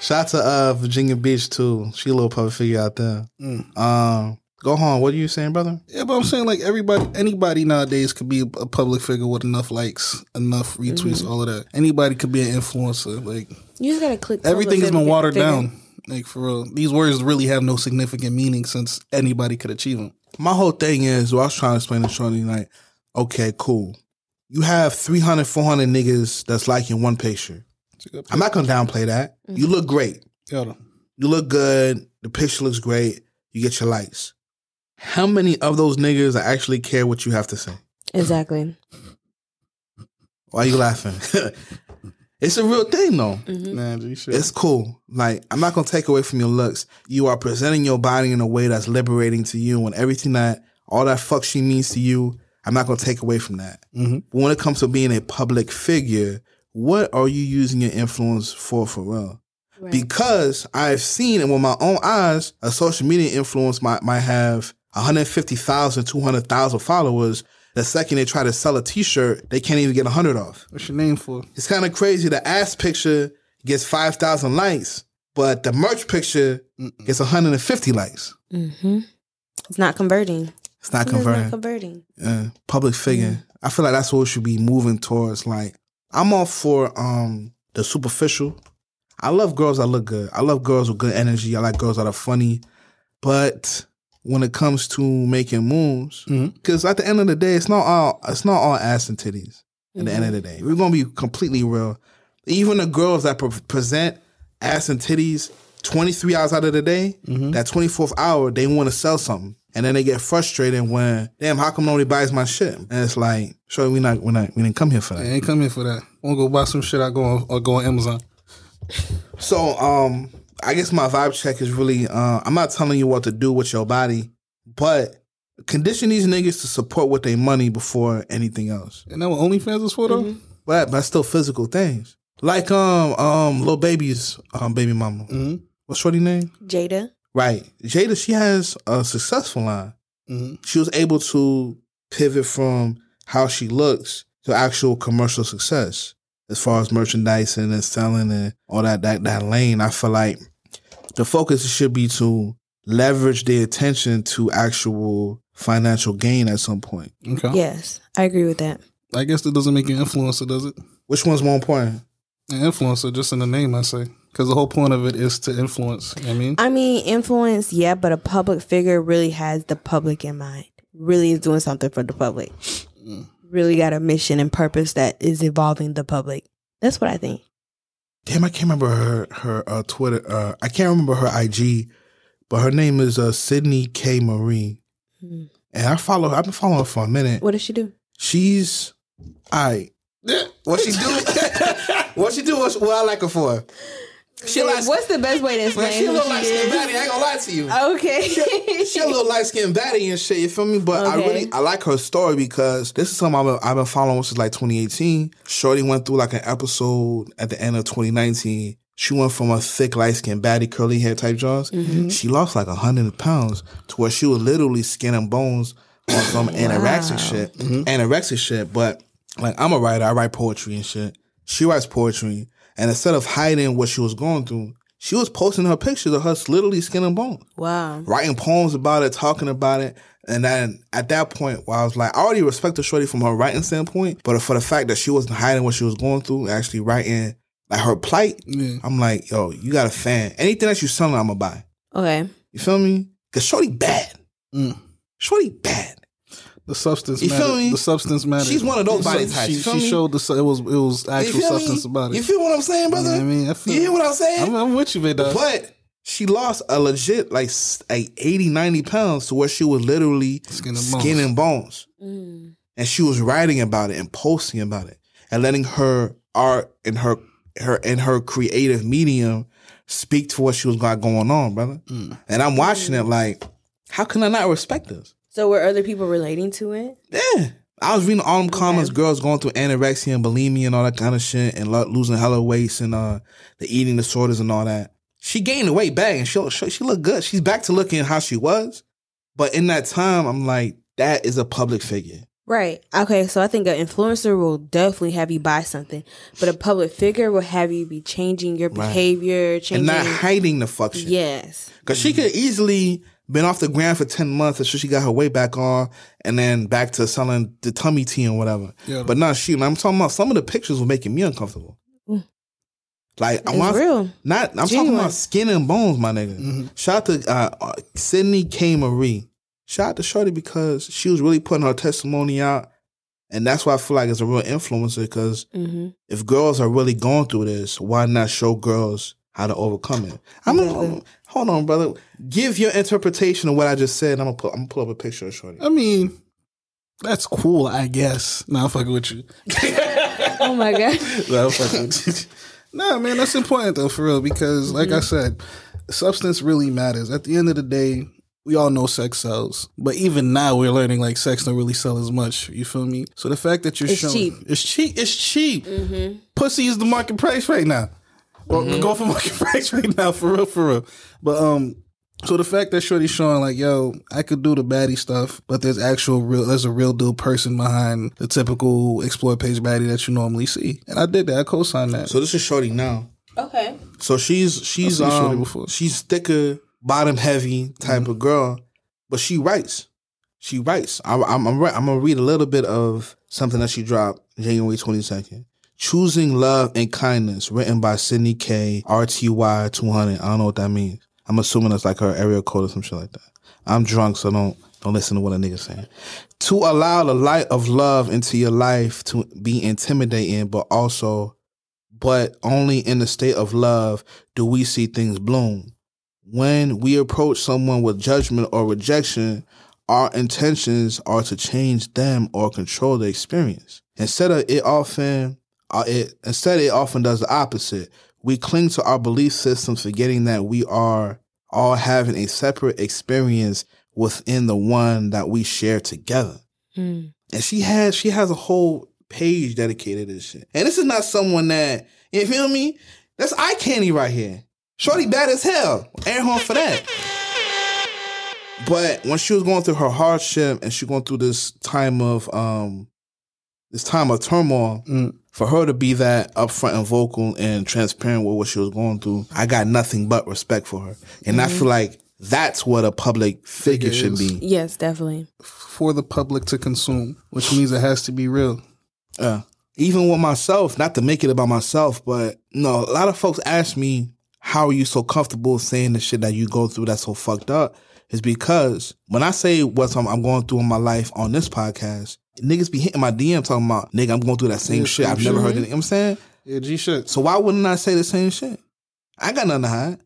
[SPEAKER 3] Shout out to uh, Virginia Beach too. She a little public figure out there. Um, go home. What are you saying, brother?
[SPEAKER 4] Mm. Yeah, but I'm saying like everybody, anybody nowadays could be a public figure with enough likes, enough retweets,
[SPEAKER 3] Mm.
[SPEAKER 4] all of that. Anybody could be an influencer. Like
[SPEAKER 6] You just gotta click.
[SPEAKER 4] everything has
[SPEAKER 6] public
[SPEAKER 4] been watered
[SPEAKER 6] figure.
[SPEAKER 4] down. Like for real, these words really have no significant meaning since anybody could achieve them.
[SPEAKER 3] My whole thing is, well, I was trying to explain to Shorty, like, okay, cool. You have 300, 400 niggas that's liking one picture. I'm not going to downplay that. You look great. You look good. The picture looks great. You get your likes. How many of those niggas actually care what you have to say?
[SPEAKER 6] Exactly.
[SPEAKER 3] Why are you laughing? it's a real thing though.
[SPEAKER 4] Nah, G, shit.
[SPEAKER 3] It's cool. Like I'm not gonna take away from your looks. You are presenting your body in a way that's liberating to you, and everything that all that fuck she means to you, I'm not gonna take away from that. But when it comes to being a public figure, what are you using your influence for for real? Because I've seen and with my own eyes, a social media influence might might have 150,000, 200,000 followers. The second they try to sell a T-shirt, they can't even get 100 off
[SPEAKER 4] What's your name for?
[SPEAKER 3] it's kind of crazy. The ass picture gets 5,000 likes, but the merch picture gets 150 likes.
[SPEAKER 6] It's not converting.
[SPEAKER 3] It's not
[SPEAKER 6] It's
[SPEAKER 3] converting.
[SPEAKER 6] not converting.
[SPEAKER 3] Yeah, public figure.
[SPEAKER 4] Mm-hmm.
[SPEAKER 3] I feel like that's what we should be moving towards. Like, I'm all for um the superficial. I love girls that look good. I love girls with good energy. I like girls that are funny. But when it comes to making moves, because at the end of the day, it's not all it's not all ass and titties. At the end of the day, we're gonna be completely real. Even the girls that pre- present ass and titties 23 hours out of the day, that 24th hour, they want to sell something. And then they get frustrated when, damn, how come nobody buys my shit? And it's like, sure, we not, we not, we didn't come here for that.
[SPEAKER 4] I ain't come here for that. I want to go buy some shit. I go on, or go on Amazon.
[SPEAKER 3] So, um, I guess my vibe check is really, uh, I'm not telling you what to do with your body, but condition these niggas to support with their money before anything else.
[SPEAKER 4] And that what OnlyFans is for though.
[SPEAKER 3] But but still physical things. Like um um little baby's um baby mama.
[SPEAKER 4] Mhm.
[SPEAKER 3] What's shorty name?
[SPEAKER 6] Jada.
[SPEAKER 3] Right, Jada. She has a successful line. She was able to pivot from how she looks to actual commercial success as far as merchandising and selling and all that that that lane. I feel like the focus should be to leverage their attention to actual financial gain at some point.
[SPEAKER 4] Okay.
[SPEAKER 6] Yes, I agree with that.
[SPEAKER 4] I guess that doesn't make you an influencer, does it?
[SPEAKER 3] Which one's more important?
[SPEAKER 4] An influencer, just in the name, I say, because the whole point of it is to influence. you know what I mean,
[SPEAKER 6] I mean, influence, yeah, but a public figure really has the public in mind. Really is doing something for the public.
[SPEAKER 3] Mm.
[SPEAKER 6] Really got a mission and purpose that is involving the public. That's what I think.
[SPEAKER 3] Damn, I can't remember her her uh, Twitter. Uh, I can't remember her IG, but her name is uh, Sydney K Marie,
[SPEAKER 6] Mhm.
[SPEAKER 3] and I follow. I've been following her for a minute.
[SPEAKER 6] What does she do?
[SPEAKER 3] She's all right. What she do? what she do? What, what I like her for? She likes.
[SPEAKER 6] What's the best way to
[SPEAKER 3] Man,
[SPEAKER 6] explain
[SPEAKER 3] she a
[SPEAKER 6] who
[SPEAKER 3] little light
[SPEAKER 6] she
[SPEAKER 3] skinned
[SPEAKER 6] is?
[SPEAKER 3] baddie. I ain't gonna lie to you.
[SPEAKER 6] Okay.
[SPEAKER 3] She a little light skinned baddie and shit. You feel me? But I
[SPEAKER 6] Okay.
[SPEAKER 3] really I like her story because this is something I've been, I've been following since like 2018. Shorty went through like an episode at the end of 2019. She went from a thick light skinned baddie curly hair type Jones.
[SPEAKER 6] Mm-hmm.
[SPEAKER 3] She lost like hundred pounds to where she was literally skin and bones on some anorexic shit. Anorexic shit. But like I'm a writer. I write poetry and shit. She writes poetry, and instead of hiding what she was going through. She was posting her pictures of her literally skin and bones
[SPEAKER 6] wow.
[SPEAKER 3] writing poems about it, talking about it. And then at that point, where I was like, I already respect the shorty from her writing standpoint, but for the fact that she wasn't hiding what she was going through, actually writing like her plight,
[SPEAKER 4] Yeah.
[SPEAKER 3] I'm like, yo, you got a fan. Anything that you selling, I'ma buy.
[SPEAKER 6] Okay.
[SPEAKER 3] You feel me? Cause shorty bad.
[SPEAKER 4] Mm.
[SPEAKER 3] Shorty bad.
[SPEAKER 4] the substance.
[SPEAKER 3] You feel
[SPEAKER 4] matter.
[SPEAKER 3] me?
[SPEAKER 4] The substance matters.
[SPEAKER 3] She's one of those body
[SPEAKER 4] She-
[SPEAKER 3] types, you
[SPEAKER 4] She,
[SPEAKER 3] feel me?
[SPEAKER 4] showed the su- it was it was
[SPEAKER 3] you
[SPEAKER 4] actual
[SPEAKER 3] feel me?
[SPEAKER 4] substance about it.
[SPEAKER 3] You feel what I'm saying,
[SPEAKER 4] You know
[SPEAKER 3] brother?
[SPEAKER 4] what I mean, I
[SPEAKER 3] You
[SPEAKER 4] feel-
[SPEAKER 3] hear what I'm saying?
[SPEAKER 4] I'm, I'm with you, man. dog.
[SPEAKER 3] But she lost a legit like s- like 80, 90 pounds to where she was literally
[SPEAKER 4] Skin and bones.
[SPEAKER 3] skin and bones. and she was writing about it and posting about it and letting her art and her her and her creative medium speak to what she was got going on, brother.
[SPEAKER 4] Mm.
[SPEAKER 3] And I'm watching it like, how can I not respect this?
[SPEAKER 6] So were other people relating to it?
[SPEAKER 3] Yeah. I was reading all them comments, girls going through anorexia and bulimia and all that kind of shit, and lo- losing hella weights and uh, the eating disorders and all that. She gained the weight back, and she she, she looked good. She's back to looking how she was, but in that time, I'm like, that is a public figure.
[SPEAKER 6] Right. Okay. So I think an influencer will definitely have you buy something, but a public figure will have you be changing your
[SPEAKER 3] Right.
[SPEAKER 6] behavior, changing.
[SPEAKER 3] and not hiding the fuck shit.
[SPEAKER 6] yes.
[SPEAKER 3] Cause she could easily been off the ground for ten months until she got her way back on, and then back to selling the tummy tea and whatever.
[SPEAKER 4] Yeah.
[SPEAKER 3] But not she. And I'm talking about some of the pictures were making me uncomfortable. Like I
[SPEAKER 6] Mm. It's
[SPEAKER 3] want
[SPEAKER 6] real.
[SPEAKER 3] not. I'm talking
[SPEAKER 6] Genuine.
[SPEAKER 3] about skin and bones, my nigga. Shout out to uh, uh, Sydney K Marie. Shout out to Shorty because she was really putting her testimony out, and that's why I feel like it's a real influencer. Because
[SPEAKER 6] hmm
[SPEAKER 3] if girls are really going through this, why not show girls how to overcome it? I'm gonna,
[SPEAKER 6] Exactly.
[SPEAKER 3] hold on, brother. Give your interpretation of what I just said. And I'm gonna put, I'm gonna pull up a picture of Shorty.
[SPEAKER 4] I mean, that's cool, I guess. Nah, I'm fucking with you.
[SPEAKER 6] Oh my god.
[SPEAKER 4] nah, I'm fucking with you. Nah, man, that's important though, for real, because like I
[SPEAKER 6] Mm-hmm.
[SPEAKER 4] said, substance really matters. At the end of the day, we all know sex sells, but even now we're learning like sex don't really sell as much. You feel me? So the fact that you're
[SPEAKER 6] It's
[SPEAKER 4] showing
[SPEAKER 6] cheap. Mm-hmm.
[SPEAKER 4] it's cheap, it's cheap. Pussy is the market price right now. Well, go for market price right now, for real, for real. But um, so the fact that Shorty's showing like, yo, I could do the baddie stuff, but there's actual real, there's a real deal person behind the typical explore page baddie that you normally see, and I did that. I co-signed that.
[SPEAKER 3] So this is Shorty now.
[SPEAKER 6] Okay.
[SPEAKER 3] So she's she's
[SPEAKER 4] I've seen Shorty
[SPEAKER 3] um,
[SPEAKER 4] before.
[SPEAKER 3] she's thicker, bottom heavy type of girl, but she writes. She writes. I, I'm I'm, re- I'm gonna read a little bit of something that she dropped January 22nd. Choosing Love and Kindness, written by Sydney K. RTY 200. I don't know what that means. I'm assuming that's like her area code or some shit like that. I'm drunk, so don't don't listen to what a nigga saying. To allow the light of love into your life to be intimidating, but also but only in the state of love do we see things bloom. When we approach someone with judgment or rejection,
[SPEAKER 4] our intentions are to change them or control the experience. Instead of it often, uh, it instead it often does the opposite. We cling to our belief systems, forgetting that we are all having a separate experience within the one that we share together.
[SPEAKER 6] Mm.
[SPEAKER 4] And she has she has a whole page dedicated to this shit. And this is not someone that you feel me. That's eye candy right here. Shorty bad as hell. Air horn for that. But when she was going through her hardship and she going through this time of um this time of turmoil, for her to be that upfront and vocal and transparent with what she was going through, I got nothing but respect for her. And I feel like that's what a public figure should be.
[SPEAKER 6] Yes, definitely.
[SPEAKER 3] for the public to consume, which means it has to be real.
[SPEAKER 4] Yeah. Even with myself, not to make it about myself, but no, a lot of folks ask me, how are you so comfortable saying the shit that you go through that's so fucked up? Is because when I say what I'm, I'm going through in my life on this podcast, niggas be hitting my DM talking about, nigga, I'm going through that same
[SPEAKER 3] Yeah,
[SPEAKER 4] shit.
[SPEAKER 3] same
[SPEAKER 4] I've never
[SPEAKER 3] shit.
[SPEAKER 4] heard it. You know what I'm saying?
[SPEAKER 3] Yeah, G shit.
[SPEAKER 4] So why wouldn't I say the same shit? I got nothing to hide.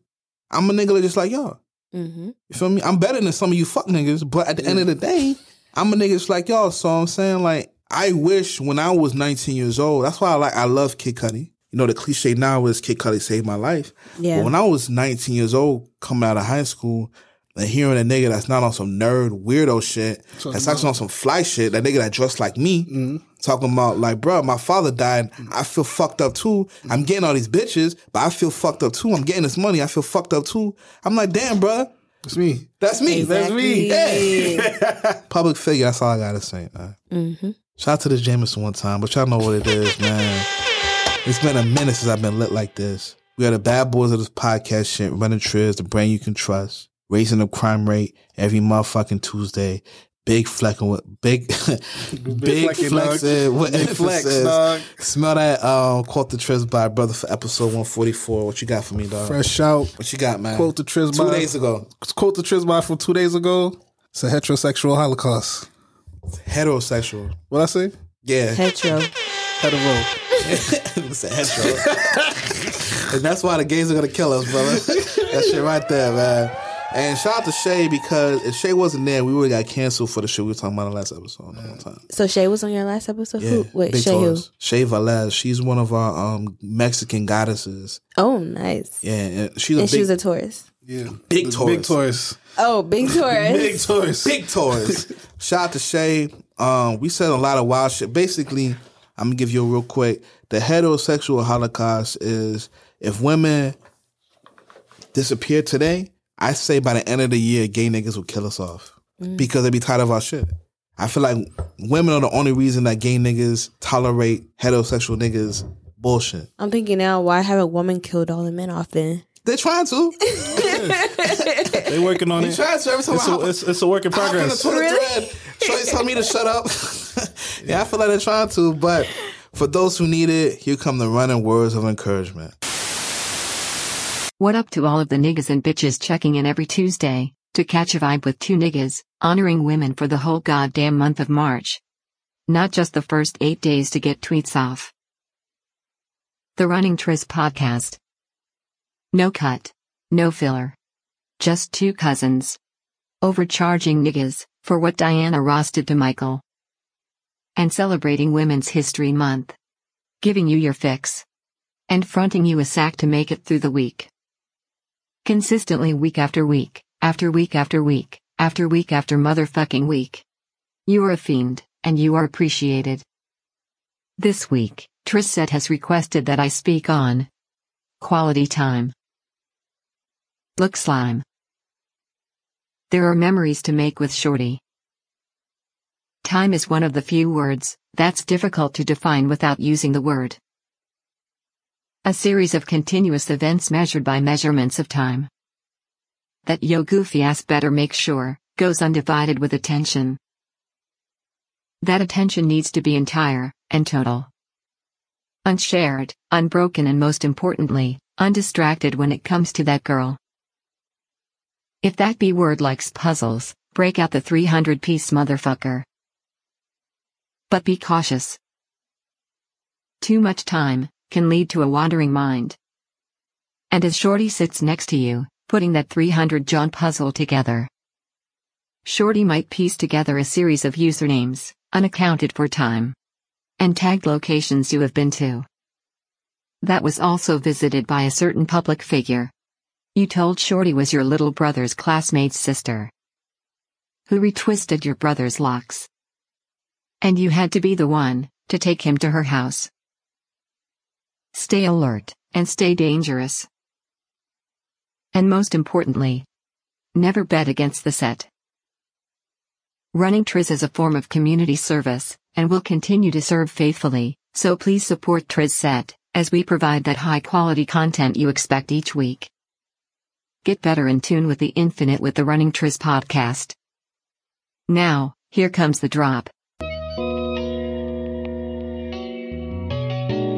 [SPEAKER 4] I'm a nigga just like y'all.
[SPEAKER 6] Mm-hmm.
[SPEAKER 4] You feel me? I'm better than some of you fuck niggas, but at the end of the day, I'm a nigga just like y'all. So I'm saying like I wish when I was 19 years old, that's why I like I love Kid Cudi. You know the cliche now is Kid Cudi saved my life.
[SPEAKER 6] Yeah.
[SPEAKER 4] But when I was 19 years old, coming out of high school, and hearing a nigga that's not on some nerd weirdo shit, that's actually on some fly shit, that nigga that dressed like me, talking about like, bro, my father died. I feel fucked up too. I'm getting all these bitches, but I feel fucked up too. I'm getting this money. I feel fucked up too. I'm like, damn, bro.
[SPEAKER 3] It's me.
[SPEAKER 4] That's me.
[SPEAKER 6] Exactly.
[SPEAKER 4] Yeah. Public figure. That's all I gotta say. Man.
[SPEAKER 6] Mm-hmm.
[SPEAKER 4] Shout out to this Jameson one time, but y'all know what it is, man. It's been a minute since I've been lit like this. We are the bad boys of this podcast shit, running trips, the brand you can trust, raising the crime rate every motherfucking Tuesday. Big flecking with big, big
[SPEAKER 3] flecking,
[SPEAKER 4] flexing with
[SPEAKER 3] Big flex,
[SPEAKER 4] emphasis.
[SPEAKER 3] dog.
[SPEAKER 4] Smell that um, quote the trips by brother for episode one forty four. What you got for me, dog?
[SPEAKER 3] Fresh out.
[SPEAKER 4] What you got, man?
[SPEAKER 3] Quote the Triz
[SPEAKER 4] two
[SPEAKER 3] by
[SPEAKER 4] days ago.
[SPEAKER 3] Quote the Triz by from two days ago. It's a heterosexual holocaust.
[SPEAKER 4] Heterosexual.
[SPEAKER 3] What I say?
[SPEAKER 4] Yeah.
[SPEAKER 6] Petro.
[SPEAKER 3] Hetero.
[SPEAKER 4] it's a headshot. and that's why the gays are gonna kill us, brother. that shit right there, man. And shout out to Shay because if Shay wasn't there, we would have got canceled for the shit we were talking about in the last episode. the whole time.
[SPEAKER 6] So Shay was on your last episode.
[SPEAKER 4] Yeah,
[SPEAKER 6] Who? Wait,
[SPEAKER 4] Big
[SPEAKER 6] Shay who?
[SPEAKER 4] Taurus. Shay Velez. She's one of our um, Mexican goddesses.
[SPEAKER 6] Oh, nice.
[SPEAKER 4] Yeah, and she's a
[SPEAKER 6] and
[SPEAKER 4] big,
[SPEAKER 6] she was a Taurus.
[SPEAKER 3] Yeah.
[SPEAKER 4] big
[SPEAKER 3] It's
[SPEAKER 4] Taurus.
[SPEAKER 3] Big Taurus.
[SPEAKER 6] Oh, big Taurus.
[SPEAKER 3] Big Taurus.
[SPEAKER 4] Big Taurus. Shout out to Shay. Um, we said a lot of wild shit. Basically, I'm gonna give you a real quick. The heterosexual holocaust is if women disappear today, I say by the end of the year, gay niggas will kill us off because they be tired of our shit. I feel like women are the only reason that gay niggas tolerate heterosexual niggas bullshit.
[SPEAKER 6] I'm thinking now, why haven't women killed all the men off then?
[SPEAKER 4] They're trying to.
[SPEAKER 8] They working on
[SPEAKER 4] They
[SPEAKER 8] it.
[SPEAKER 4] trying to every time I
[SPEAKER 8] It's a,
[SPEAKER 4] hop-
[SPEAKER 8] it's, it's a work in
[SPEAKER 4] Hop in the
[SPEAKER 8] progress.
[SPEAKER 4] Twitter thread. Shorty tell me to shut up. yeah, I feel like they're trying to, but for those who need it, here come the running words of encouragement.
[SPEAKER 9] What up to all of the niggas and bitches checking in every Tuesday to catch a vibe with two niggas, honoring women for the whole goddamn month of March. Not just the first eight days to get tweets off. The Running Triz podcast. No cut. No filler. Just two cousins. Overcharging niggas for what Diana Ross did to Michael. And celebrating Women's History Month. Giving you your fix. And fronting you a sack to make it through the week consistently week after week, after week after week, after week after motherfucking week. You are a fiend, and you are appreciated. This week, Trisette has requested that I speak on quality time. Look slime. There are memories to make with Shorty. Time is one of the few words that's difficult to define without using the word. A series of continuous events measured by measurements of time. That yo goofy ass better make sure goes undivided with attention. That attention needs to be entire and total. Unshared, unbroken, and most importantly, undistracted when it comes to that girl. If that B word likes puzzles, break out the 300 piece motherfucker. But be cautious. Too much time can lead to a wandering mind. And as Shorty sits next to you, putting that 300 John puzzle together, Shorty might piece together a series of usernames, unaccounted for time, and tagged locations you have been to. That was also visited by a certain public figure. You told Shorty was your little brother's classmate's sister, who retwisted your brother's locks. And you had to be the one to take him to her house. Stay alert and stay dangerous. And most importantly, never bet against the set. Running Triz is a form of community service and will continue to serve faithfully, so please support Triz Set as we provide that high quality content you expect each week. Get better in tune with the infinite with the Running Triz podcast. Now, here comes the drop.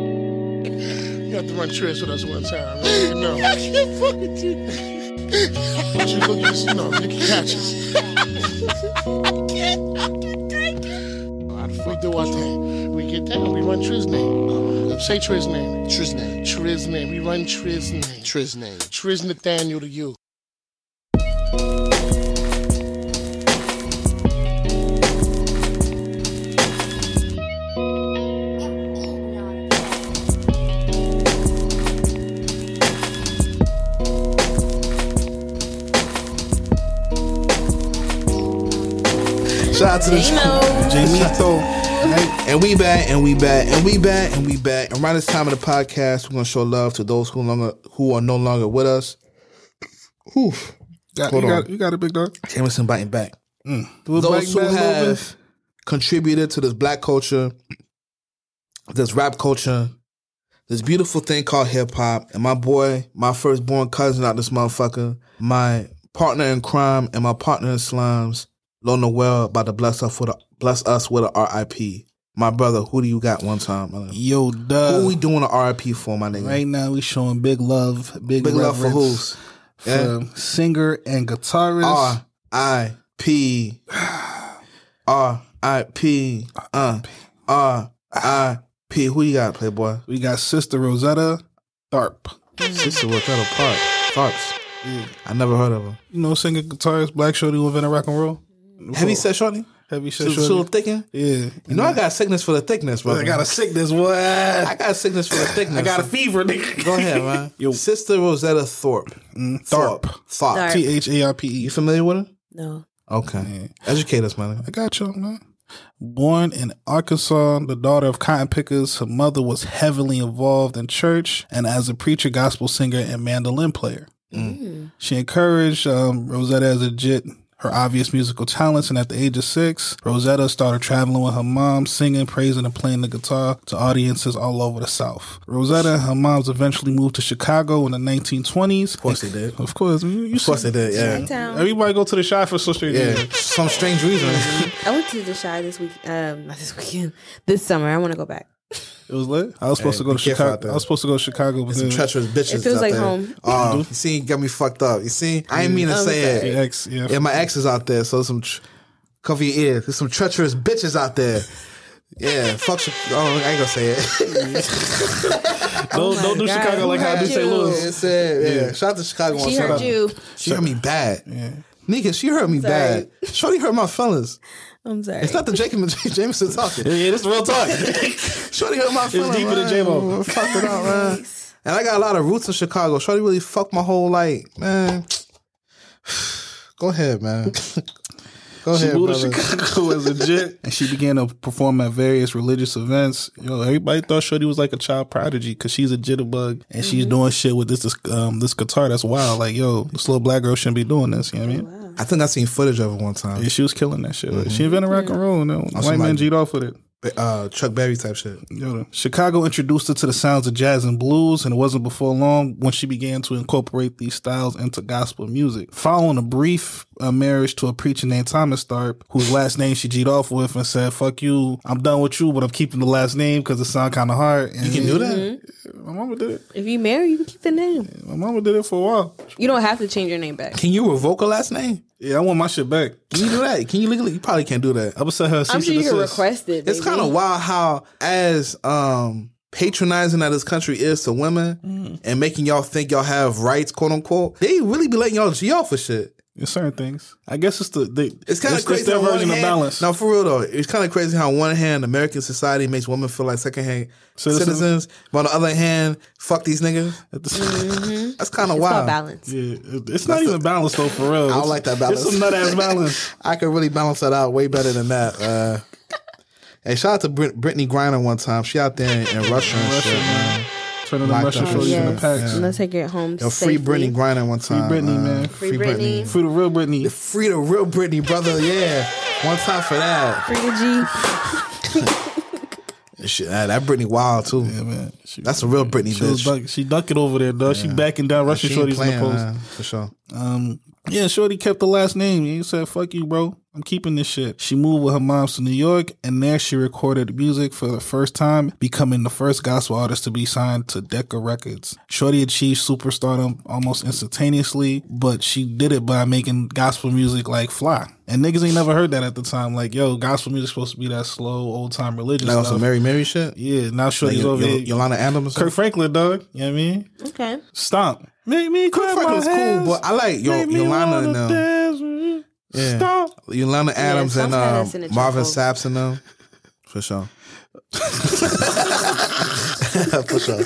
[SPEAKER 10] You have to run tricks with us one time. man. You know. I can't fuck with you. But you look, you know, you can catch us. I can't. I can take it. We do our thing. We get down. We run Triz name. Uh, Say Triz name. Triz name. Triz name. We run Triz name. Triz name. Triz Nathaniel to you.
[SPEAKER 3] Shout out to this
[SPEAKER 6] J-Mo.
[SPEAKER 3] Jamito. And we back, and we back, and we back, and we back. And around this time of the podcast, we're gonna show love to those who longer who are no longer with us. Oof. Hold
[SPEAKER 4] you,
[SPEAKER 3] on.
[SPEAKER 4] Got, you got a big dog.
[SPEAKER 3] Jameson biting back.
[SPEAKER 4] Do a
[SPEAKER 3] Those
[SPEAKER 4] bite
[SPEAKER 3] who
[SPEAKER 4] back, little bit.
[SPEAKER 3] have contributed to this black culture, this rap culture, this beautiful thing called hip hop, and my boy, my firstborn cousin out this motherfucker, my partner in crime and my partner in slums, Lil Noel, about to bless us with a bless us with a RIP. My brother, who do you got one time? my nigga?
[SPEAKER 4] Yo, duh.
[SPEAKER 3] who we doing a RIP for, my nigga?
[SPEAKER 4] Right now, we showing big love, big,
[SPEAKER 3] Big love for
[SPEAKER 4] reverence
[SPEAKER 3] who's?
[SPEAKER 4] for
[SPEAKER 3] Yeah. Ah.
[SPEAKER 4] singer and guitarist.
[SPEAKER 3] R I P R I P uh R I P. Who you got, Playboy?
[SPEAKER 4] we got Sister Rosetta Tharp.
[SPEAKER 3] Sister was at a park. Tharps. I never heard of her.
[SPEAKER 4] You know, singer, guitarist, black shorty who invented rock and roll.
[SPEAKER 3] Heavy set shorty?
[SPEAKER 4] Heavy set
[SPEAKER 3] She was
[SPEAKER 4] shorty.
[SPEAKER 3] thinking.
[SPEAKER 4] Yeah.
[SPEAKER 3] You know I got sickness for the thickness, bro.
[SPEAKER 4] I got a sickness. What?
[SPEAKER 3] I got sickness for the thickness.
[SPEAKER 4] I got a fever, nigga.
[SPEAKER 3] Go ahead, man. Sister Rosetta Thorpe. Thorpe. Thorpe.
[SPEAKER 6] Tharp.
[SPEAKER 4] Mm, T H A R P E.
[SPEAKER 3] You familiar with her?
[SPEAKER 6] No.
[SPEAKER 3] Okay. Educate us, man.
[SPEAKER 4] I got you, man. Born in Arkansas, the daughter of cotton pickers, her mother was heavily involved in church and as a preacher, gospel singer, and mandolin player.
[SPEAKER 3] Mm.
[SPEAKER 6] Mm.
[SPEAKER 4] She encouraged um, Rosetta as a jit her obvious musical talents, and at the age of six, Rosetta started traveling with her mom, singing, praising, and playing the guitar to audiences all over the South. Rosetta and her mom's eventually moved to Chicago in the 1920s. Of course
[SPEAKER 3] they did.
[SPEAKER 4] Of course. You, you
[SPEAKER 3] Of course
[SPEAKER 4] see-
[SPEAKER 3] they did, yeah.
[SPEAKER 6] Town.
[SPEAKER 4] Everybody go to the shop for social media.
[SPEAKER 3] Yeah. Some strange reason.
[SPEAKER 6] I went to the shy this week. Um, not this weekend. This summer. I want to go back.
[SPEAKER 4] It was lit. I was
[SPEAKER 3] Hey,
[SPEAKER 4] supposed to go
[SPEAKER 3] be
[SPEAKER 4] to
[SPEAKER 3] careful out
[SPEAKER 4] Chicago.
[SPEAKER 3] there.
[SPEAKER 4] I was supposed to go to Chicago, but
[SPEAKER 3] Some
[SPEAKER 4] then
[SPEAKER 3] treacherous bitches.
[SPEAKER 6] feels
[SPEAKER 3] out
[SPEAKER 6] like
[SPEAKER 3] there.
[SPEAKER 6] home.
[SPEAKER 3] Oh, you see, you got me fucked up. You see, I didn't mean to say
[SPEAKER 4] the
[SPEAKER 3] it.
[SPEAKER 4] Mm-hmm. ex, yeah,
[SPEAKER 3] Yeah, my ex is out there, so some tr- cover your ears. There's some treacherous bitches out there. Yeah, fuck. Chi- Oh, I ain't gonna say it.
[SPEAKER 4] don't, don't do
[SPEAKER 6] God.
[SPEAKER 4] Chicago like how I do
[SPEAKER 6] Who
[SPEAKER 4] St.
[SPEAKER 6] hurt
[SPEAKER 4] Louis.
[SPEAKER 6] you?
[SPEAKER 3] It's, uh, yeah. Shout out to Chicago.
[SPEAKER 6] She
[SPEAKER 3] once in a
[SPEAKER 6] heard
[SPEAKER 3] while.
[SPEAKER 6] you.
[SPEAKER 3] She hurt me bad. Nigga, she hurt me
[SPEAKER 6] Sorry.
[SPEAKER 3] bad. Shorty hurt my fellas.
[SPEAKER 6] I'm sorry.
[SPEAKER 3] It's not the Jacob Jameson talking.
[SPEAKER 4] Yeah, this is real talk.
[SPEAKER 3] Shorty hurt my feelings.
[SPEAKER 4] deeper than
[SPEAKER 3] man.
[SPEAKER 4] J-Mo.
[SPEAKER 3] Fuck it up, man. And I got a lot of roots in Chicago. Shorty really fucked my whole like, man. Go ahead, man. Go
[SPEAKER 4] She
[SPEAKER 3] ahead,
[SPEAKER 4] moved
[SPEAKER 3] brother.
[SPEAKER 4] to Chicago as a jit, and she began to perform at various religious events. Yo, everybody thought Shorty was like a child prodigy because she's a jitterbug and she's doing shit with this this, um, this guitar that's wild. Like, yo, this little black girl shouldn't be doing this. You know what I mean?
[SPEAKER 3] I think I seen footage of it one time.
[SPEAKER 4] Yeah, she was killing that shit. She invented rock and roll, and then white
[SPEAKER 3] somebody-
[SPEAKER 4] man G'd off with it.
[SPEAKER 3] Uh, Chuck Berry type shit.
[SPEAKER 4] Yoda. Chicago introduced her to the sounds of jazz and blues, and it wasn't before long when she began to incorporate these styles into gospel music. Following a brief uh, marriage to a preacher named Thomas Tharp, whose last name she G'd off with and said, Fuck you, I'm done with you, but I'm keeping the last name because it sound kind of hard. And you
[SPEAKER 3] can do that?
[SPEAKER 4] My mama did it.
[SPEAKER 6] if you marry, you can keep the name.
[SPEAKER 4] My mama did it for a while.
[SPEAKER 6] You don't have to change your name back.
[SPEAKER 3] Can you revoke a last name?
[SPEAKER 4] Yeah, I want my shit back.
[SPEAKER 3] Can you do that? Can you legally? You probably can't do that.
[SPEAKER 4] I would send her a cease
[SPEAKER 6] I'm sure
[SPEAKER 4] and
[SPEAKER 6] you can
[SPEAKER 4] desist.
[SPEAKER 6] request it.
[SPEAKER 3] It's kind of wild how as um patronizing that this country is to
[SPEAKER 6] Mm.
[SPEAKER 3] women and making y'all think y'all have rights, quote unquote. They really be letting y'all g off for shit.
[SPEAKER 4] There's certain things. I guess it's the they,
[SPEAKER 3] It's kind of
[SPEAKER 4] it's-
[SPEAKER 3] crazy.
[SPEAKER 4] It's their
[SPEAKER 3] how one
[SPEAKER 4] version of
[SPEAKER 3] hand-
[SPEAKER 4] balance.
[SPEAKER 3] Now, for real though, it's kind of crazy how on one hand American society makes women feel like secondhand
[SPEAKER 4] Citizens.
[SPEAKER 3] citizens, but on the other hand, fuck these niggas.
[SPEAKER 4] At the-
[SPEAKER 3] That's kind of
[SPEAKER 6] It's called
[SPEAKER 3] wild.
[SPEAKER 6] balance.
[SPEAKER 4] yeah, it- it's not even balanced though, for real.
[SPEAKER 3] I don't like that balance.
[SPEAKER 4] It's some nut ass balance.
[SPEAKER 3] I could really balance that out way better than that. Uh, hey, shout out to Brit- Brittany Griner one time. She out there in, in Russia and shit, man.
[SPEAKER 4] Turning the
[SPEAKER 3] Locked
[SPEAKER 4] Russian
[SPEAKER 3] up.
[SPEAKER 4] shorties in the
[SPEAKER 6] Oh, Yes.
[SPEAKER 4] packs.
[SPEAKER 6] Let's take it home.
[SPEAKER 3] Yo, free
[SPEAKER 6] safely.
[SPEAKER 3] Brittany Griner one time.
[SPEAKER 4] Britney,
[SPEAKER 3] uh,
[SPEAKER 4] man.
[SPEAKER 6] Free Britney.
[SPEAKER 4] Free the real Britney.
[SPEAKER 3] Free the real Britney, brother. Yeah, one time for that.
[SPEAKER 6] Free the G.
[SPEAKER 3] Shit, that, that Britney wild too.
[SPEAKER 4] Yeah, man. She,
[SPEAKER 3] That's a real Britney
[SPEAKER 4] she, was
[SPEAKER 3] bitch.
[SPEAKER 4] duck, she duck it over there, dog. She backing down Russian
[SPEAKER 3] She ain't
[SPEAKER 4] shorties in
[SPEAKER 3] playing,
[SPEAKER 4] the post.
[SPEAKER 3] man, for sure.
[SPEAKER 4] Um, yeah, Shorty kept the last name. He said, "Fuck you, bro. I'm keeping this shit." She moved with her moms to New York, and there she recorded music for the first time, becoming the first gospel artist to be signed to Decca Records. Shorty achieved superstardom almost instantaneously, but she did it by making gospel music like fly. And niggas ain't never heard that at the time. Like, yo, gospel music supposed to be that slow, old time religious
[SPEAKER 3] That was
[SPEAKER 4] stuff.
[SPEAKER 3] some Mary Mary shit.
[SPEAKER 4] yeah, now
[SPEAKER 3] Like
[SPEAKER 4] Shorty's
[SPEAKER 3] Yo-
[SPEAKER 4] over
[SPEAKER 3] Yo-
[SPEAKER 4] here.
[SPEAKER 3] Yolanda Adams. or something?
[SPEAKER 4] Kirk Franklin, dog. You know what I mean?
[SPEAKER 6] Okay.
[SPEAKER 4] Stomp. Make me
[SPEAKER 3] Kirk
[SPEAKER 4] clap my
[SPEAKER 3] Franklin's cool,
[SPEAKER 4] hands.
[SPEAKER 3] but I like Yo-
[SPEAKER 4] Make me
[SPEAKER 3] Yolanda
[SPEAKER 4] wanna
[SPEAKER 3] and them.
[SPEAKER 4] dance.
[SPEAKER 3] Yeah.
[SPEAKER 4] Stomp.
[SPEAKER 3] Yolanda Adams and
[SPEAKER 6] sometime
[SPEAKER 3] um,
[SPEAKER 6] that's in a
[SPEAKER 3] Marvin
[SPEAKER 6] chokehold.
[SPEAKER 3] Saps and them. For sure. For sure.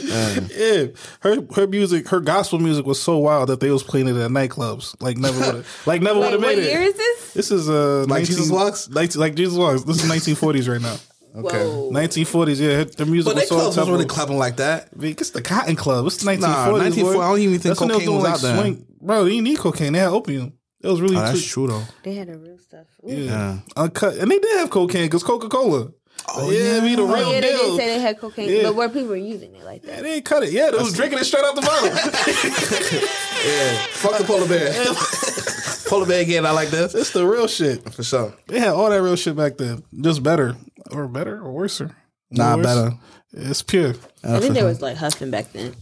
[SPEAKER 4] Yeah, her her music, her gospel music was so wild that they was playing it at nightclubs. Like never would, like never would
[SPEAKER 6] Wait,
[SPEAKER 4] have
[SPEAKER 6] what
[SPEAKER 4] made
[SPEAKER 6] year
[SPEAKER 4] it.
[SPEAKER 6] is this?
[SPEAKER 4] This is uh
[SPEAKER 3] Like Jesus Walks?
[SPEAKER 4] 19 like Jesus walks. This is 1940s right now.
[SPEAKER 3] Okay.
[SPEAKER 6] Whoa.
[SPEAKER 4] 1940s, yeah. her- The music
[SPEAKER 3] But they
[SPEAKER 4] was so
[SPEAKER 3] clubs was really
[SPEAKER 4] really
[SPEAKER 3] clapping like that.
[SPEAKER 4] It's the Cotton Club. It's the 1940s.
[SPEAKER 3] Nah,
[SPEAKER 4] boy.
[SPEAKER 3] 1940 I don't even think
[SPEAKER 4] That's when they
[SPEAKER 3] cocaine
[SPEAKER 4] doing,
[SPEAKER 3] was out then.
[SPEAKER 4] Bro, they didn't need cocaine. They had opium. It was really
[SPEAKER 3] Oh, that's true
[SPEAKER 4] clean.
[SPEAKER 3] though.
[SPEAKER 6] They had the real stuff. Ooh.
[SPEAKER 4] Yeah. uncut, and they did have cocaine because Coca Cola. Oh yeah, I mean the real
[SPEAKER 6] Oh, yeah, they
[SPEAKER 4] deal.
[SPEAKER 6] did say they had cocaine,
[SPEAKER 4] Yeah.
[SPEAKER 6] but where people were using it like
[SPEAKER 4] Yeah,
[SPEAKER 6] that.
[SPEAKER 4] they didn't cut it. Yeah, they was drinking it straight out the bottle.
[SPEAKER 3] Yeah. Fuck the polar bear. polar bear again, I like this.
[SPEAKER 4] it's the real shit.
[SPEAKER 3] For sure.
[SPEAKER 4] They had all that real shit back then. Just better. Or better or worse.
[SPEAKER 3] Nah, better.
[SPEAKER 4] It's pure.
[SPEAKER 6] I think there was like huffing back then.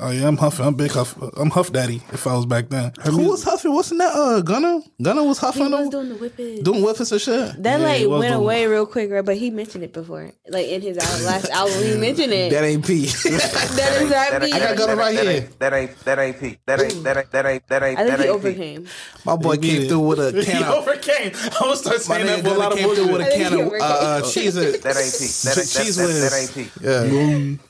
[SPEAKER 4] Oh yeah, I'm huffing. I'm big huff. I'm huff daddy. If I was back then, Her
[SPEAKER 3] Who
[SPEAKER 4] music-
[SPEAKER 3] was huffing? Wasn't that uh Gunner? Gunner was
[SPEAKER 6] He
[SPEAKER 3] huffing though?
[SPEAKER 6] was doing the whipping.
[SPEAKER 3] Doing whiffs and shit.
[SPEAKER 6] That
[SPEAKER 4] Yeah, he
[SPEAKER 6] like
[SPEAKER 4] was
[SPEAKER 6] went
[SPEAKER 4] doing-
[SPEAKER 6] away real quick, right? But he mentioned it before, like in his al- last album, he mentioned it.
[SPEAKER 3] That ain't P.
[SPEAKER 6] that is that beat.
[SPEAKER 3] I got Gunner right here.
[SPEAKER 5] That ain't that ain't P. That ain't that ain't that ain't that ain't
[SPEAKER 6] I think
[SPEAKER 5] that
[SPEAKER 6] he
[SPEAKER 5] ain't P.
[SPEAKER 6] overcame.
[SPEAKER 3] My boy came through with a
[SPEAKER 4] he
[SPEAKER 3] can of
[SPEAKER 4] overcame. I'm gonna start
[SPEAKER 3] My
[SPEAKER 4] saying that
[SPEAKER 3] nigga
[SPEAKER 4] for a lot
[SPEAKER 3] Gunna
[SPEAKER 4] of
[SPEAKER 3] came through
[SPEAKER 4] bullshit.
[SPEAKER 3] with a
[SPEAKER 6] I think
[SPEAKER 3] can of
[SPEAKER 6] you're
[SPEAKER 3] uh,
[SPEAKER 6] right.
[SPEAKER 3] uh, cheese.
[SPEAKER 5] That ain't P. That ain't
[SPEAKER 3] Cheese
[SPEAKER 5] that,
[SPEAKER 3] whiz.
[SPEAKER 5] that, that ain't P.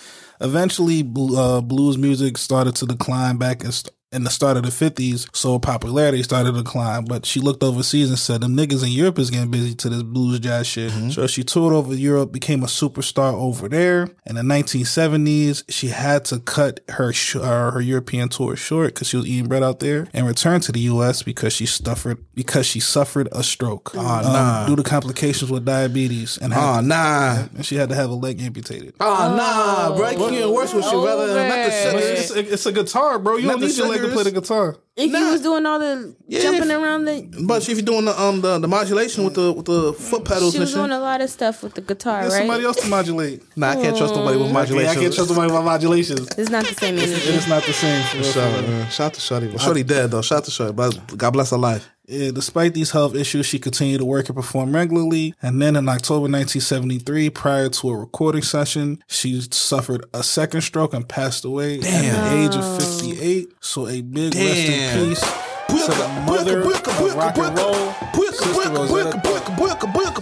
[SPEAKER 4] Eventually, bl- uh, blues music started to decline back in, st- in the start of the 50s, so popularity started to decline. But she looked overseas and said, Them niggas in Europe is getting busy to this blues jazz shit. So she toured over Europe, became a superstar over there. In the 1970s, she had to cut her sh- uh, her European tour short because she was eating bread out there and returned to the US because she suffered because she suffered a stroke um, due to complications with diabetes and, had
[SPEAKER 3] Oh
[SPEAKER 4] to-
[SPEAKER 3] nah.
[SPEAKER 4] and she had to have a leg amputated.
[SPEAKER 3] Oh nah, bro. I can't even worse with you, brother. Not the
[SPEAKER 6] Over.
[SPEAKER 4] But
[SPEAKER 3] sugar.
[SPEAKER 4] it's, a, it's a guitar, bro. You
[SPEAKER 3] Not
[SPEAKER 4] don't
[SPEAKER 3] the
[SPEAKER 4] need your leg to
[SPEAKER 3] sugars.
[SPEAKER 4] play the guitar.
[SPEAKER 6] If he was doing all the
[SPEAKER 3] Yeah,
[SPEAKER 6] jumping
[SPEAKER 3] if-
[SPEAKER 6] around, the
[SPEAKER 3] But if you're doing the um the, the modulation with the with the foot pedals
[SPEAKER 6] she
[SPEAKER 3] and
[SPEAKER 6] was
[SPEAKER 3] shit,
[SPEAKER 6] doing a lot of stuff with the guitar,
[SPEAKER 4] Get
[SPEAKER 6] right?
[SPEAKER 4] somebody else to modulate.
[SPEAKER 3] nah, I can't trust nobody with modulation.
[SPEAKER 4] Yeah, I can't trust somebody with modulations.
[SPEAKER 6] It's not the same energy.
[SPEAKER 4] It's not the same. For real, for
[SPEAKER 3] Shout,
[SPEAKER 4] real.
[SPEAKER 3] uh, shout out to Shorty. Well, Shorty dead though. Shout out to Shorty. But God bless her life.
[SPEAKER 4] Yeah, despite these health issues, she continued to work and perform regularly. And then in October 1973, prior to a recording session, she suffered a second stroke and passed away at the age of 58. So a big rest in
[SPEAKER 3] Damn.
[SPEAKER 4] peace to the mother of rock and roll. Sister Rosetta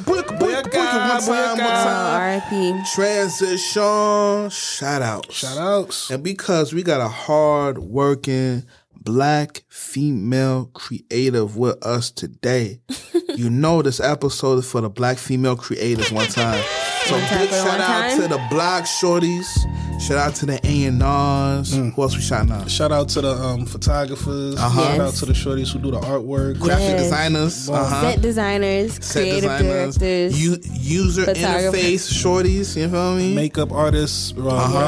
[SPEAKER 6] Uh, R.I.P.
[SPEAKER 3] Uh-huh. Transition shout out.
[SPEAKER 4] Shout outs.
[SPEAKER 3] And because we got a hard working black female creative with us today, you know this episode is for the black female creatives one time. So
[SPEAKER 6] One time
[SPEAKER 3] big
[SPEAKER 6] for one
[SPEAKER 3] shout out
[SPEAKER 6] time.
[SPEAKER 3] to the black shorties. Shout out to the A and R's. Who else we shouting out?
[SPEAKER 4] Shout out to the um, photographers. Shout out
[SPEAKER 6] Yes.
[SPEAKER 4] to the shorties who do the artwork.
[SPEAKER 3] Graphic
[SPEAKER 6] Yes.
[SPEAKER 3] designers. Uh-huh.
[SPEAKER 6] Set designers,
[SPEAKER 3] Set
[SPEAKER 6] creative directors.
[SPEAKER 3] u- user
[SPEAKER 6] photographers.
[SPEAKER 3] interface shorties, you feel me?
[SPEAKER 4] Makeup artists, uh,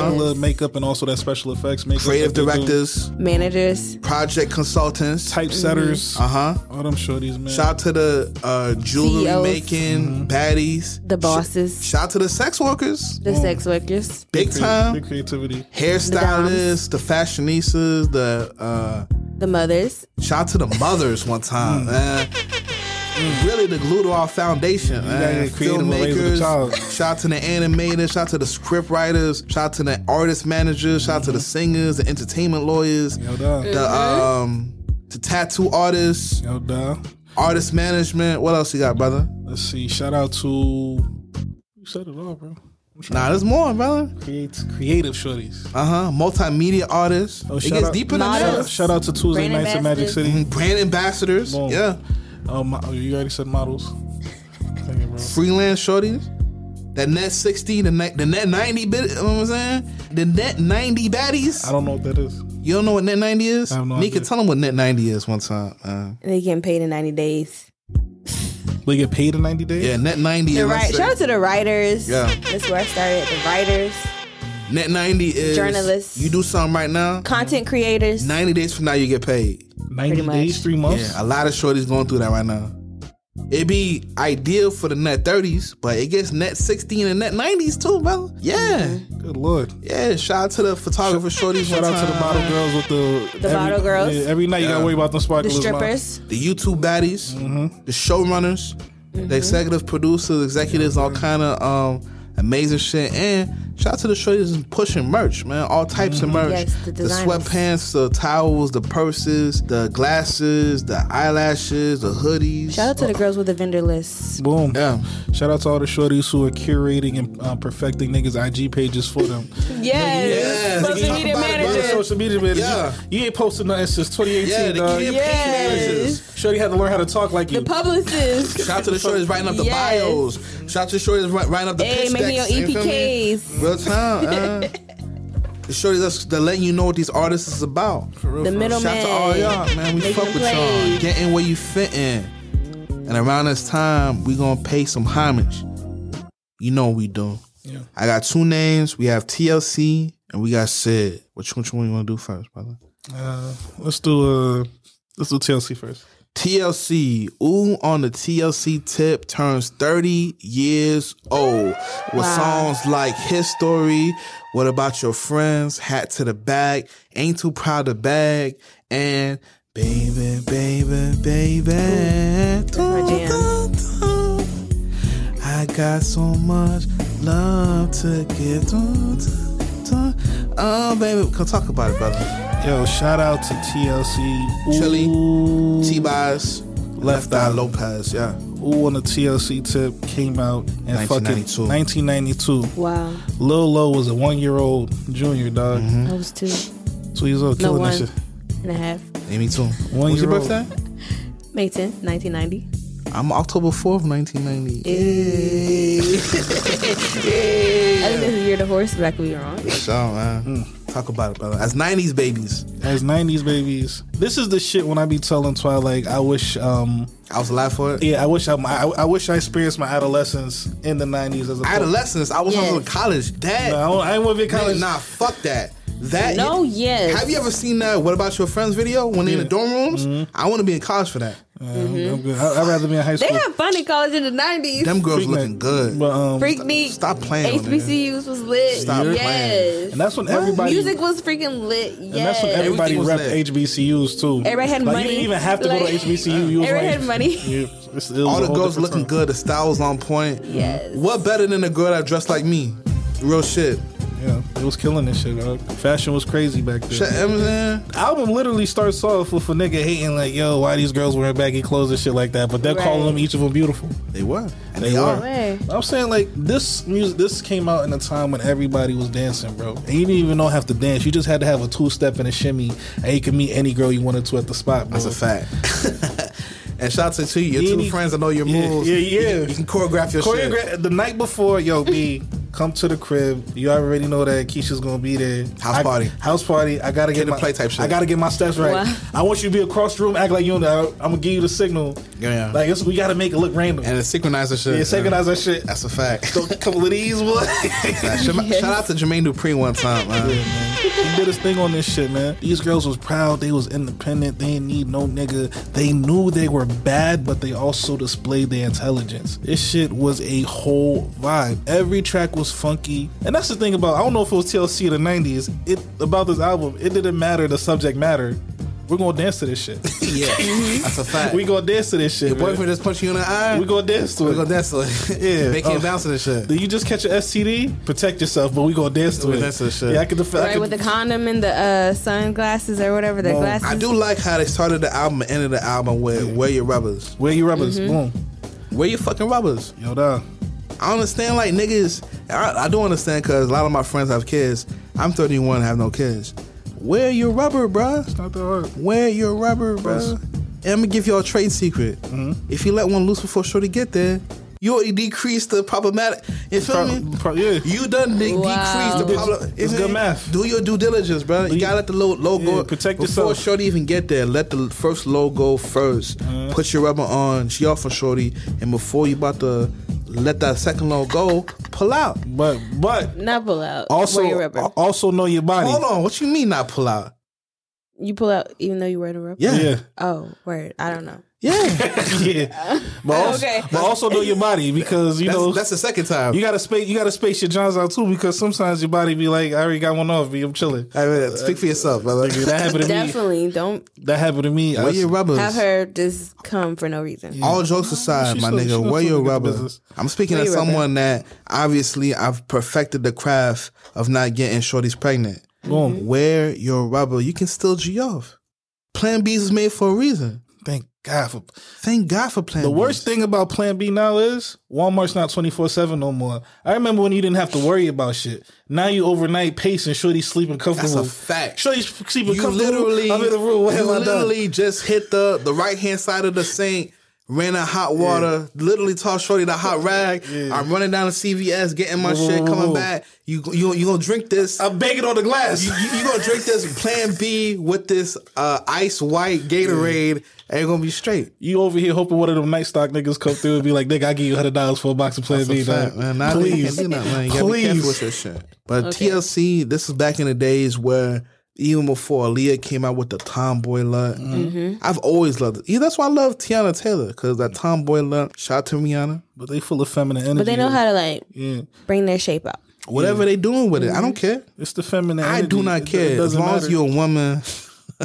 [SPEAKER 4] regular makeup, and also that special effects makeup.
[SPEAKER 3] Creative
[SPEAKER 4] that they do.
[SPEAKER 3] directors,
[SPEAKER 6] managers.
[SPEAKER 3] project consultants.
[SPEAKER 4] typesetters.
[SPEAKER 3] Uh huh.
[SPEAKER 4] All them shorties, man.
[SPEAKER 3] Shout out to the uh, jewelry
[SPEAKER 6] CEOs.
[SPEAKER 3] making
[SPEAKER 4] Mm-hmm.
[SPEAKER 3] baddies.
[SPEAKER 6] The bosses,
[SPEAKER 3] Shout out to the sex workers,
[SPEAKER 6] the sex workers,
[SPEAKER 3] big time.
[SPEAKER 4] Big creativity.
[SPEAKER 3] Hairstylists, the fashionistas, the uh,
[SPEAKER 6] the mothers.
[SPEAKER 3] shout out to the mothers one time.
[SPEAKER 4] Mm.
[SPEAKER 3] man. Really, the glue to our foundation. man.
[SPEAKER 4] get creative with raising a child.
[SPEAKER 3] Filmmakers. Shout out to the animators. Shout out to the script writers. Shout
[SPEAKER 4] Mm-hmm.
[SPEAKER 3] out to the artist managers. Shout out to the singers, the entertainment lawyers,
[SPEAKER 4] Hold on.
[SPEAKER 3] the um, to tattoo artists,
[SPEAKER 4] Yo, duh.
[SPEAKER 3] artist management. What else you got, brother?
[SPEAKER 4] Let's see. Shout out to you said it all, bro.
[SPEAKER 3] Nah, there's more, brother.
[SPEAKER 4] Creates creative shorties.
[SPEAKER 3] Uh huh. Multimedia artists.
[SPEAKER 4] Oh,
[SPEAKER 3] it
[SPEAKER 4] shout
[SPEAKER 3] gets
[SPEAKER 4] out-
[SPEAKER 3] deeper than
[SPEAKER 4] Shout,
[SPEAKER 3] that.
[SPEAKER 6] Models.
[SPEAKER 4] shout out to Tuesday
[SPEAKER 6] Brand
[SPEAKER 4] nights at Magic
[SPEAKER 6] ambassadors.
[SPEAKER 4] City.
[SPEAKER 3] Mm, Brand ambassadors.
[SPEAKER 4] Boom.
[SPEAKER 3] Yeah.
[SPEAKER 4] Um, you already said models. Thank you, bro.
[SPEAKER 3] Freelance shorties. That net 60, the net, the net 90 bit, you know what I'm saying? The net 90 baddies.
[SPEAKER 4] I don't know what that is.
[SPEAKER 3] you don't know what net 90 is?
[SPEAKER 4] I have no
[SPEAKER 3] Nika,
[SPEAKER 4] idea.
[SPEAKER 3] tell them what net 90 is one time. man.
[SPEAKER 6] They getting paid in 90 days.
[SPEAKER 4] They get paid in ninety days.
[SPEAKER 3] yeah, net 90
[SPEAKER 6] The
[SPEAKER 3] is.
[SPEAKER 6] right. Shout out to the writers.
[SPEAKER 3] Yeah.
[SPEAKER 6] That's where I started. The writers,
[SPEAKER 3] Net 90 is.
[SPEAKER 6] Journalists.
[SPEAKER 3] You do something right now,
[SPEAKER 6] content creators.
[SPEAKER 3] 90 days from now, you get paid.
[SPEAKER 4] ninety
[SPEAKER 6] pretty
[SPEAKER 4] days,
[SPEAKER 6] much.
[SPEAKER 4] three months.
[SPEAKER 3] Yeah, a lot of shorties going through that right now. It'd be ideal for the net 30s, but it gets net 16 and net 90s too, brother. Yeah.
[SPEAKER 6] Mm-hmm.
[SPEAKER 4] Good lord.
[SPEAKER 3] Yeah, shout out to the photographer shorties.
[SPEAKER 4] Shout out to the bottle girls with the
[SPEAKER 6] The bottle girls.
[SPEAKER 4] yeah, every night you gotta worry about them
[SPEAKER 6] the Mm-hmm.
[SPEAKER 4] sparklers. man.
[SPEAKER 6] strippers.
[SPEAKER 3] the YouTube baddies, the showrunners, the executive producers, executives, all
[SPEAKER 6] Mm-hmm.
[SPEAKER 3] kind of um amazing shit. And shout out to the shorties who's pushing merch, man. All types of merch.
[SPEAKER 6] Mm-hmm. Yes, the
[SPEAKER 3] the
[SPEAKER 6] designers.
[SPEAKER 3] sweatpants, the towels, the purses, the glasses, the eyelashes, the hoodies.
[SPEAKER 6] Shout out to the girls with the vendor lists.
[SPEAKER 4] Boom.
[SPEAKER 3] Yeah.
[SPEAKER 4] Shout out to all the shorties who are curating and uh, perfecting niggas' IG pages for them.
[SPEAKER 6] Yes.
[SPEAKER 3] Yes.
[SPEAKER 6] Social
[SPEAKER 3] Talk
[SPEAKER 6] media
[SPEAKER 3] about it, brother.
[SPEAKER 6] managers.
[SPEAKER 4] social media manager.
[SPEAKER 3] Yeah.
[SPEAKER 4] You, you ain't posted nothing since 2018,
[SPEAKER 3] Yeah, the
[SPEAKER 4] dog.
[SPEAKER 3] campaign
[SPEAKER 6] Yes.
[SPEAKER 3] managers.
[SPEAKER 4] Shorty had to learn how to talk like
[SPEAKER 6] The
[SPEAKER 4] you.
[SPEAKER 6] publicists.
[SPEAKER 3] Shout out to the shorties writing up the
[SPEAKER 6] Yes.
[SPEAKER 3] bios. Shout out to the shorties wri- writing up the
[SPEAKER 6] Hey,
[SPEAKER 3] pitch
[SPEAKER 6] making your E
[SPEAKER 3] decks, you feel me?
[SPEAKER 6] EPKs.
[SPEAKER 3] Real time, uh. The shorties that's, that letting you know what these artists is about.
[SPEAKER 6] The middleman.
[SPEAKER 3] Shout out to all y'all, man. We
[SPEAKER 6] Making
[SPEAKER 3] fuck with
[SPEAKER 6] plays.
[SPEAKER 3] y'all. Get in where you fit in. And around this time, we gonna pay some homage. You know what we do.
[SPEAKER 4] Yeah.
[SPEAKER 3] I got two names. We have TLC and we got Sid. Which which one you wanna do first, brother?
[SPEAKER 4] Uh, let's do uh, let's do TLC first.
[SPEAKER 3] TLC, Ooh on the TLC tip turns 30 years old with songs like His Story, What About Your Friends, Hat to the Back, Ain't Too Proud to Bag, and Baby, Baby, Baby.
[SPEAKER 6] my jam.
[SPEAKER 3] Dun, dun, dun. I got so much love to give. Dun, dun, dun. Oh, baby, come talk about it, brother.
[SPEAKER 4] Yo, shout out to TLC. Ooh,
[SPEAKER 3] Chili, T-Bias,
[SPEAKER 4] left
[SPEAKER 3] Di
[SPEAKER 4] eye low.
[SPEAKER 3] Lopez, yeah.
[SPEAKER 4] Ooh on the TLC tip came out in fucking
[SPEAKER 3] 1992.
[SPEAKER 4] 1992.
[SPEAKER 6] Wow.
[SPEAKER 4] Lil Lo was a one year old junior dog.
[SPEAKER 3] Mm-hmm.
[SPEAKER 6] I was two
[SPEAKER 4] Two years old,
[SPEAKER 6] No,
[SPEAKER 4] killing that
[SPEAKER 6] one.
[SPEAKER 4] shit.
[SPEAKER 6] and a half.
[SPEAKER 3] Amy too.
[SPEAKER 4] One
[SPEAKER 3] When's your
[SPEAKER 4] year old.
[SPEAKER 3] birthday?
[SPEAKER 6] May 10th, 1990.
[SPEAKER 3] I'm October 4th, 1990.
[SPEAKER 6] I think this is the year the horse, but I could be wrong.
[SPEAKER 3] So,
[SPEAKER 4] Oh,
[SPEAKER 3] man. Talk about it, brother. As 90s babies,
[SPEAKER 4] As 90s babies, this is the shit when I be telling Twilight, I wish um,
[SPEAKER 3] I was alive for it.
[SPEAKER 4] Yeah, I wish I, I, I wish I experienced my adolescence in the nineties as a
[SPEAKER 3] Adolescence, I was
[SPEAKER 6] Yes.
[SPEAKER 3] yes. in college. That,
[SPEAKER 4] No, I, don't- I ain't want to be in college.
[SPEAKER 3] nah, fuck that. That,
[SPEAKER 6] No, yes.
[SPEAKER 3] Have you ever seen that What About Your Friends video when they in the
[SPEAKER 4] Yeah. Mm-hmm.
[SPEAKER 3] dorm rooms? I want to be in college for that.
[SPEAKER 4] Yeah, I'm- I'm good. I, would rather be in high
[SPEAKER 6] Mm-hmm. They
[SPEAKER 4] school.
[SPEAKER 6] had fun in college in the 90s.
[SPEAKER 3] Them girls
[SPEAKER 4] Freak
[SPEAKER 3] looking
[SPEAKER 4] night.
[SPEAKER 3] good.
[SPEAKER 4] but um,
[SPEAKER 6] Freak Neat.
[SPEAKER 3] Stop playing. with me.
[SPEAKER 6] HBCUs was lit.
[SPEAKER 3] Stop playing.
[SPEAKER 6] yes.
[SPEAKER 4] and that's when everybody.
[SPEAKER 6] Music was freaking lit. Yes.
[SPEAKER 4] and that's when everybody
[SPEAKER 3] Everything was
[SPEAKER 4] repped
[SPEAKER 3] lit.
[SPEAKER 4] HBCUs too.
[SPEAKER 6] Everybody had
[SPEAKER 4] like,
[SPEAKER 6] money.
[SPEAKER 4] You didn't even have to go
[SPEAKER 6] Like,
[SPEAKER 4] to HBCU. You was
[SPEAKER 6] everybody
[SPEAKER 4] like,
[SPEAKER 6] had money.
[SPEAKER 4] Yeah, it's- it was
[SPEAKER 3] All
[SPEAKER 4] a
[SPEAKER 3] the
[SPEAKER 4] whole
[SPEAKER 3] girls
[SPEAKER 4] different
[SPEAKER 3] looking
[SPEAKER 4] time.
[SPEAKER 3] good. The style was on point.
[SPEAKER 6] Yes.
[SPEAKER 3] What better than a girl that dressed like me? Real shit.
[SPEAKER 4] Yeah, it was killing this shit. Dog. Fashion was crazy back then.
[SPEAKER 3] Shut up, man.
[SPEAKER 4] album literally starts off with a nigga hating like, "Yo, why these girls wearing baggy clothes and shit like that?" But they're
[SPEAKER 6] Right.
[SPEAKER 4] calling them each of them beautiful.
[SPEAKER 3] They were. And
[SPEAKER 4] They
[SPEAKER 3] they are.
[SPEAKER 4] were.
[SPEAKER 6] Way.
[SPEAKER 4] I'm saying like this music. This came out in a time when everybody was dancing, bro. And you didn't even know have to dance. You just had to have a two step and a shimmy, and you could meet any girl you wanted to at the spot. Bro.
[SPEAKER 3] That's a fact. and shout out to you, your two
[SPEAKER 4] Any-
[SPEAKER 3] friends that know your
[SPEAKER 4] Yeah,
[SPEAKER 3] moves.
[SPEAKER 4] yeah, yeah.
[SPEAKER 3] You can, you can choreograph your shit.
[SPEAKER 4] Choreograph the night before, yo, B, come to the crib. You already know that Keisha's gonna be there.
[SPEAKER 3] House
[SPEAKER 4] I-
[SPEAKER 3] party.
[SPEAKER 4] house party. I gotta get
[SPEAKER 3] Kid to
[SPEAKER 4] my
[SPEAKER 3] play type shit.
[SPEAKER 4] I gotta get my steps right.
[SPEAKER 6] Wow.
[SPEAKER 4] I want you to be across the room, act like you in there. I'm gonna give you the signal.
[SPEAKER 3] Yeah, yeah.
[SPEAKER 4] Like it's, we gotta make it look random.
[SPEAKER 3] And
[SPEAKER 4] And
[SPEAKER 3] it synchronizes shit.
[SPEAKER 4] yeah, synchronize that shit.
[SPEAKER 3] That's a fact.
[SPEAKER 4] So a couple of these, boy.
[SPEAKER 3] Shout- Shout out to Jermaine Dupri one time, man.
[SPEAKER 4] He did his thing on this shit, man. These girls was proud. They was independent. They didn't need no nigga. They knew they were bad, but they also displayed their intelligence. This shit was a whole vibe. Every track was funky, and that's the thing about I don't know if it was TLC in the '90s. It about this album, it didn't matter the subject matter. We're gonna dance to this shit.
[SPEAKER 3] yeah, that's a fact.
[SPEAKER 4] we gonna dance to this shit. man.
[SPEAKER 3] boyfriend just punching you in the eye.
[SPEAKER 4] We gonna dance to
[SPEAKER 3] we
[SPEAKER 4] it.
[SPEAKER 3] gonna dance to it.
[SPEAKER 4] Yeah.
[SPEAKER 3] they can't
[SPEAKER 4] Oh.
[SPEAKER 3] bounce to this shit.
[SPEAKER 4] Did you just catch an STD? Protect yourself, but we gonna dance to
[SPEAKER 3] We
[SPEAKER 4] it.
[SPEAKER 3] dance to this shit.
[SPEAKER 4] Yeah, I could def- I
[SPEAKER 6] Right
[SPEAKER 4] could-
[SPEAKER 6] with the condom and the uh, sunglasses or whatever the glasses.
[SPEAKER 3] I do like how they started the album and ended the album with "Where Your Rubbers."
[SPEAKER 4] where you rubbers?
[SPEAKER 6] Mm-hmm.
[SPEAKER 4] Boom.
[SPEAKER 3] Where your fucking rubbers?
[SPEAKER 4] Yo, da.
[SPEAKER 3] I understand, like niggas. I, I do understand because a lot of my friends have kids. I'm 31, and have no kids. Where your rubber, bruh?
[SPEAKER 4] Not that hard.
[SPEAKER 3] Wear your rubber, bruh. And I'm gonna give y'all a trade secret.
[SPEAKER 4] Mm-hmm.
[SPEAKER 3] If you let one loose before Shorty get there, you already decreased the problematic. You feel
[SPEAKER 4] Pro-
[SPEAKER 3] me?
[SPEAKER 4] pro- yeah.
[SPEAKER 3] You done de-
[SPEAKER 6] Wow.
[SPEAKER 3] decreased the
[SPEAKER 4] It's-
[SPEAKER 3] problem.
[SPEAKER 4] it's
[SPEAKER 3] You
[SPEAKER 4] good
[SPEAKER 3] feel me?
[SPEAKER 4] math.
[SPEAKER 3] Do your due diligence, bruh. You
[SPEAKER 4] you-
[SPEAKER 3] gotta let the low, low
[SPEAKER 4] Yeah,
[SPEAKER 3] go.
[SPEAKER 4] protect
[SPEAKER 3] before
[SPEAKER 4] yourself.
[SPEAKER 3] Shorty even get there. Let the first low go 1st
[SPEAKER 4] Uh-huh.
[SPEAKER 3] Put your rubber on. She off for Shorty, and before you about to let that second low go, pull out.
[SPEAKER 4] But but
[SPEAKER 6] Not pull out.
[SPEAKER 4] also uh,
[SPEAKER 6] wear your rubber.
[SPEAKER 4] al- also know your body.
[SPEAKER 3] Hold on. What you mean not pull out?
[SPEAKER 6] you pull out even though you wear the rubber.
[SPEAKER 3] Yeah.
[SPEAKER 4] Yeah.
[SPEAKER 6] Oh, word. I don't know. Oh,
[SPEAKER 3] Yeah.
[SPEAKER 4] yeah. But also,
[SPEAKER 6] Okay.
[SPEAKER 4] but also know your body because you know
[SPEAKER 3] that's, that's the second time.
[SPEAKER 4] you gotta space you gotta space your johns out too because sometimes your body be like I already got one off, be I'm chilling.
[SPEAKER 3] I mean, speak for yourself, brother.
[SPEAKER 4] Nigga, that happened to me.
[SPEAKER 6] Definitely don't
[SPEAKER 4] That happened to me. I
[SPEAKER 3] Wear your
[SPEAKER 4] s-
[SPEAKER 3] rubbers.
[SPEAKER 6] have her just come for no reason.
[SPEAKER 3] All jokes aside,
[SPEAKER 4] She's
[SPEAKER 3] my
[SPEAKER 4] still- she's
[SPEAKER 3] nigga,
[SPEAKER 4] still
[SPEAKER 3] wear your
[SPEAKER 4] looking at the
[SPEAKER 3] rubber.
[SPEAKER 4] business.
[SPEAKER 3] I'm speaking
[SPEAKER 6] Wear
[SPEAKER 3] as
[SPEAKER 6] your rubber.
[SPEAKER 3] someone that obviously I've perfected the craft of not getting shorties pregnant.
[SPEAKER 4] Boom.
[SPEAKER 3] Wear your rubber. You can still G off. Plan B is made for a reason.
[SPEAKER 4] Thank God for
[SPEAKER 3] Thank God for Plan
[SPEAKER 4] the
[SPEAKER 3] B.
[SPEAKER 4] worst thing about Plan B now is Walmart's not twenty four seven no more. I remember when you didn't have to worry about shit. Now you overnight pacing, shorty sleeping
[SPEAKER 3] That's
[SPEAKER 4] comfortable.
[SPEAKER 3] a fact.
[SPEAKER 4] Shorty sleeping
[SPEAKER 3] You
[SPEAKER 4] comfortable.
[SPEAKER 3] literally,
[SPEAKER 4] I'm in the room. What
[SPEAKER 3] you
[SPEAKER 4] have I done?
[SPEAKER 3] literally just hit the the right hand side of the sink, ran in hot water, literally tossed Shorty the hot rag. I'm running down to CVS, getting my
[SPEAKER 4] Whoa,
[SPEAKER 3] shit,
[SPEAKER 4] whoa,
[SPEAKER 3] coming
[SPEAKER 4] whoa.
[SPEAKER 3] back. You you you gonna drink this?
[SPEAKER 4] I'm banging on the glass.
[SPEAKER 3] you, you, you gonna drink this Plan B with this uh, ice white Gatorade, and you're gonna be straight.
[SPEAKER 4] You over here hoping one of them night stock niggas come through and be like, nigga, I give you hundred dollars for a box of Plan B, dog.
[SPEAKER 3] Nah, they can't
[SPEAKER 4] Please,
[SPEAKER 3] do that, man. You gotta be careful with
[SPEAKER 4] please.
[SPEAKER 3] this shit. But
[SPEAKER 6] Okay.
[SPEAKER 3] TLC, this is back in the days where even before Aaliyah came out with the tomboy look,
[SPEAKER 4] Mm-hmm.
[SPEAKER 3] I've always loved it. Yeah, that's why I love Tiana Taylor because that
[SPEAKER 4] Mm.
[SPEAKER 3] tomboy look. Shout out to Rihanna.
[SPEAKER 4] But they full of feminine energy.
[SPEAKER 6] But they know how to like
[SPEAKER 4] Yeah,
[SPEAKER 6] bring their shape out.
[SPEAKER 3] Whatever they doing with it, I don't care.
[SPEAKER 4] it's the feminine.
[SPEAKER 3] I
[SPEAKER 4] energy.
[SPEAKER 3] do
[SPEAKER 4] It-
[SPEAKER 3] not
[SPEAKER 4] it
[SPEAKER 3] care as
[SPEAKER 4] doesn't
[SPEAKER 3] long as
[SPEAKER 4] matter.
[SPEAKER 3] you're a woman.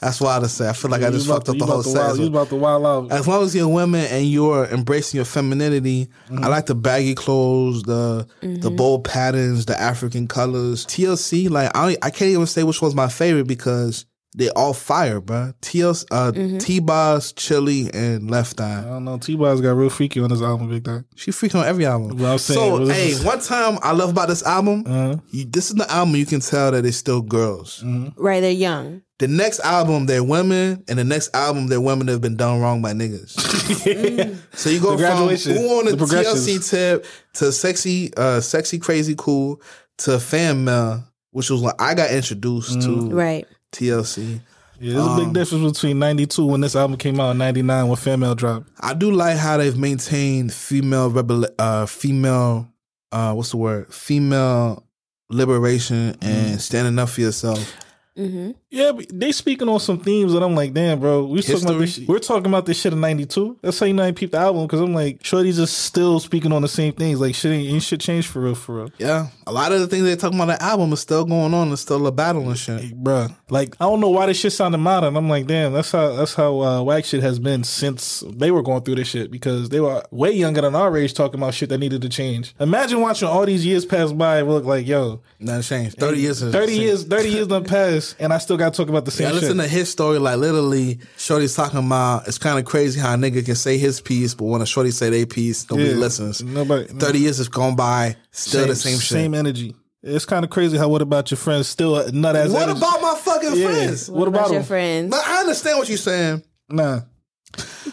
[SPEAKER 3] that's why I just say I feel like I
[SPEAKER 4] You
[SPEAKER 3] just fucked
[SPEAKER 4] about to-
[SPEAKER 3] up
[SPEAKER 4] you
[SPEAKER 3] the
[SPEAKER 4] about
[SPEAKER 3] whole
[SPEAKER 4] to wild-
[SPEAKER 3] sentence.
[SPEAKER 4] You about to wild out.
[SPEAKER 3] as long as you're women and you're embracing your femininity,
[SPEAKER 4] Mm-hmm.
[SPEAKER 3] I like the baggy clothes, the the bold patterns, the African colors. TLC, like I I can't even say which one's my favorite because they all fire, bruh. TLC, uh,
[SPEAKER 4] Mm-hmm.
[SPEAKER 3] T Boss, Chili, and Left Eye.
[SPEAKER 4] I don't know. T Bob's got real freaky on his album, Big Dog.
[SPEAKER 3] She freaking on every album.
[SPEAKER 4] Well, I'm saying,
[SPEAKER 3] so,
[SPEAKER 4] well,
[SPEAKER 3] hey,
[SPEAKER 4] this is-
[SPEAKER 3] one time I love about this album.
[SPEAKER 4] Uh,
[SPEAKER 3] You, this is the album you can tell that it's still girls.
[SPEAKER 6] Right, they're young.
[SPEAKER 3] The next album they're women, and the next album they're women that have been done wrong by niggas. So you go
[SPEAKER 4] The
[SPEAKER 3] from
[SPEAKER 4] graduation,
[SPEAKER 3] who on a
[SPEAKER 4] the progressions.
[SPEAKER 3] TLC tip to sexy, uh, sexy, crazy, cool to fan mail, which was when I got
[SPEAKER 4] Mm.
[SPEAKER 3] introduced to
[SPEAKER 6] Right.
[SPEAKER 3] TLC.
[SPEAKER 4] Yeah, there's
[SPEAKER 3] Um,
[SPEAKER 4] a big difference between '92 when this album came out and '99 when Female dropped.
[SPEAKER 3] I do like how they've maintained female rebel, uh, female, uh, what's the word? Female liberation
[SPEAKER 4] Mm.
[SPEAKER 3] and standing up for yourself.
[SPEAKER 6] Mm-hmm.
[SPEAKER 4] Yeah, but they speaking on some themes that I'm like, damn, bro. We was talking about this,
[SPEAKER 3] History.
[SPEAKER 4] we're talking about this shit in '92. That's how you know I peeped the album because I'm like, Shorty's just still speaking on the same things. Like shit ain't, ain't shit changed for real, for real.
[SPEAKER 3] Yeah, a lot of the things they're talking about in the album is still going on. It's still a battle and shit.
[SPEAKER 4] Bruh, like I don't know why this shit sounded modern. I'm like, damn, that's how that's how uh, whack shit has been since they were going through this shit because they were way younger than our age talking about shit that needed to change. Imagine watching all these years pass by and look like, yo,
[SPEAKER 3] Nothing changed. Thirty years. is-
[SPEAKER 4] thirty years, thirty years done passed, and I still got to talk about the
[SPEAKER 3] I
[SPEAKER 4] same shit.
[SPEAKER 3] listen to his story, like literally, Shorty's talking about it's kind of crazy how a nigga can say his piece, but when a Shorty say they piece, nobody
[SPEAKER 4] Yeah.
[SPEAKER 3] listens.
[SPEAKER 4] Nobody-
[SPEAKER 3] 30 years has gone by, still the same,
[SPEAKER 4] same
[SPEAKER 3] shit.
[SPEAKER 4] energy. It's kind of crazy how what about your friends still a nut as
[SPEAKER 3] What
[SPEAKER 4] energy.
[SPEAKER 3] about my fucking
[SPEAKER 4] Yeah.
[SPEAKER 3] friends?
[SPEAKER 4] What about
[SPEAKER 6] your
[SPEAKER 4] them?
[SPEAKER 6] friends?
[SPEAKER 3] But I understand what you're saying.
[SPEAKER 4] nah?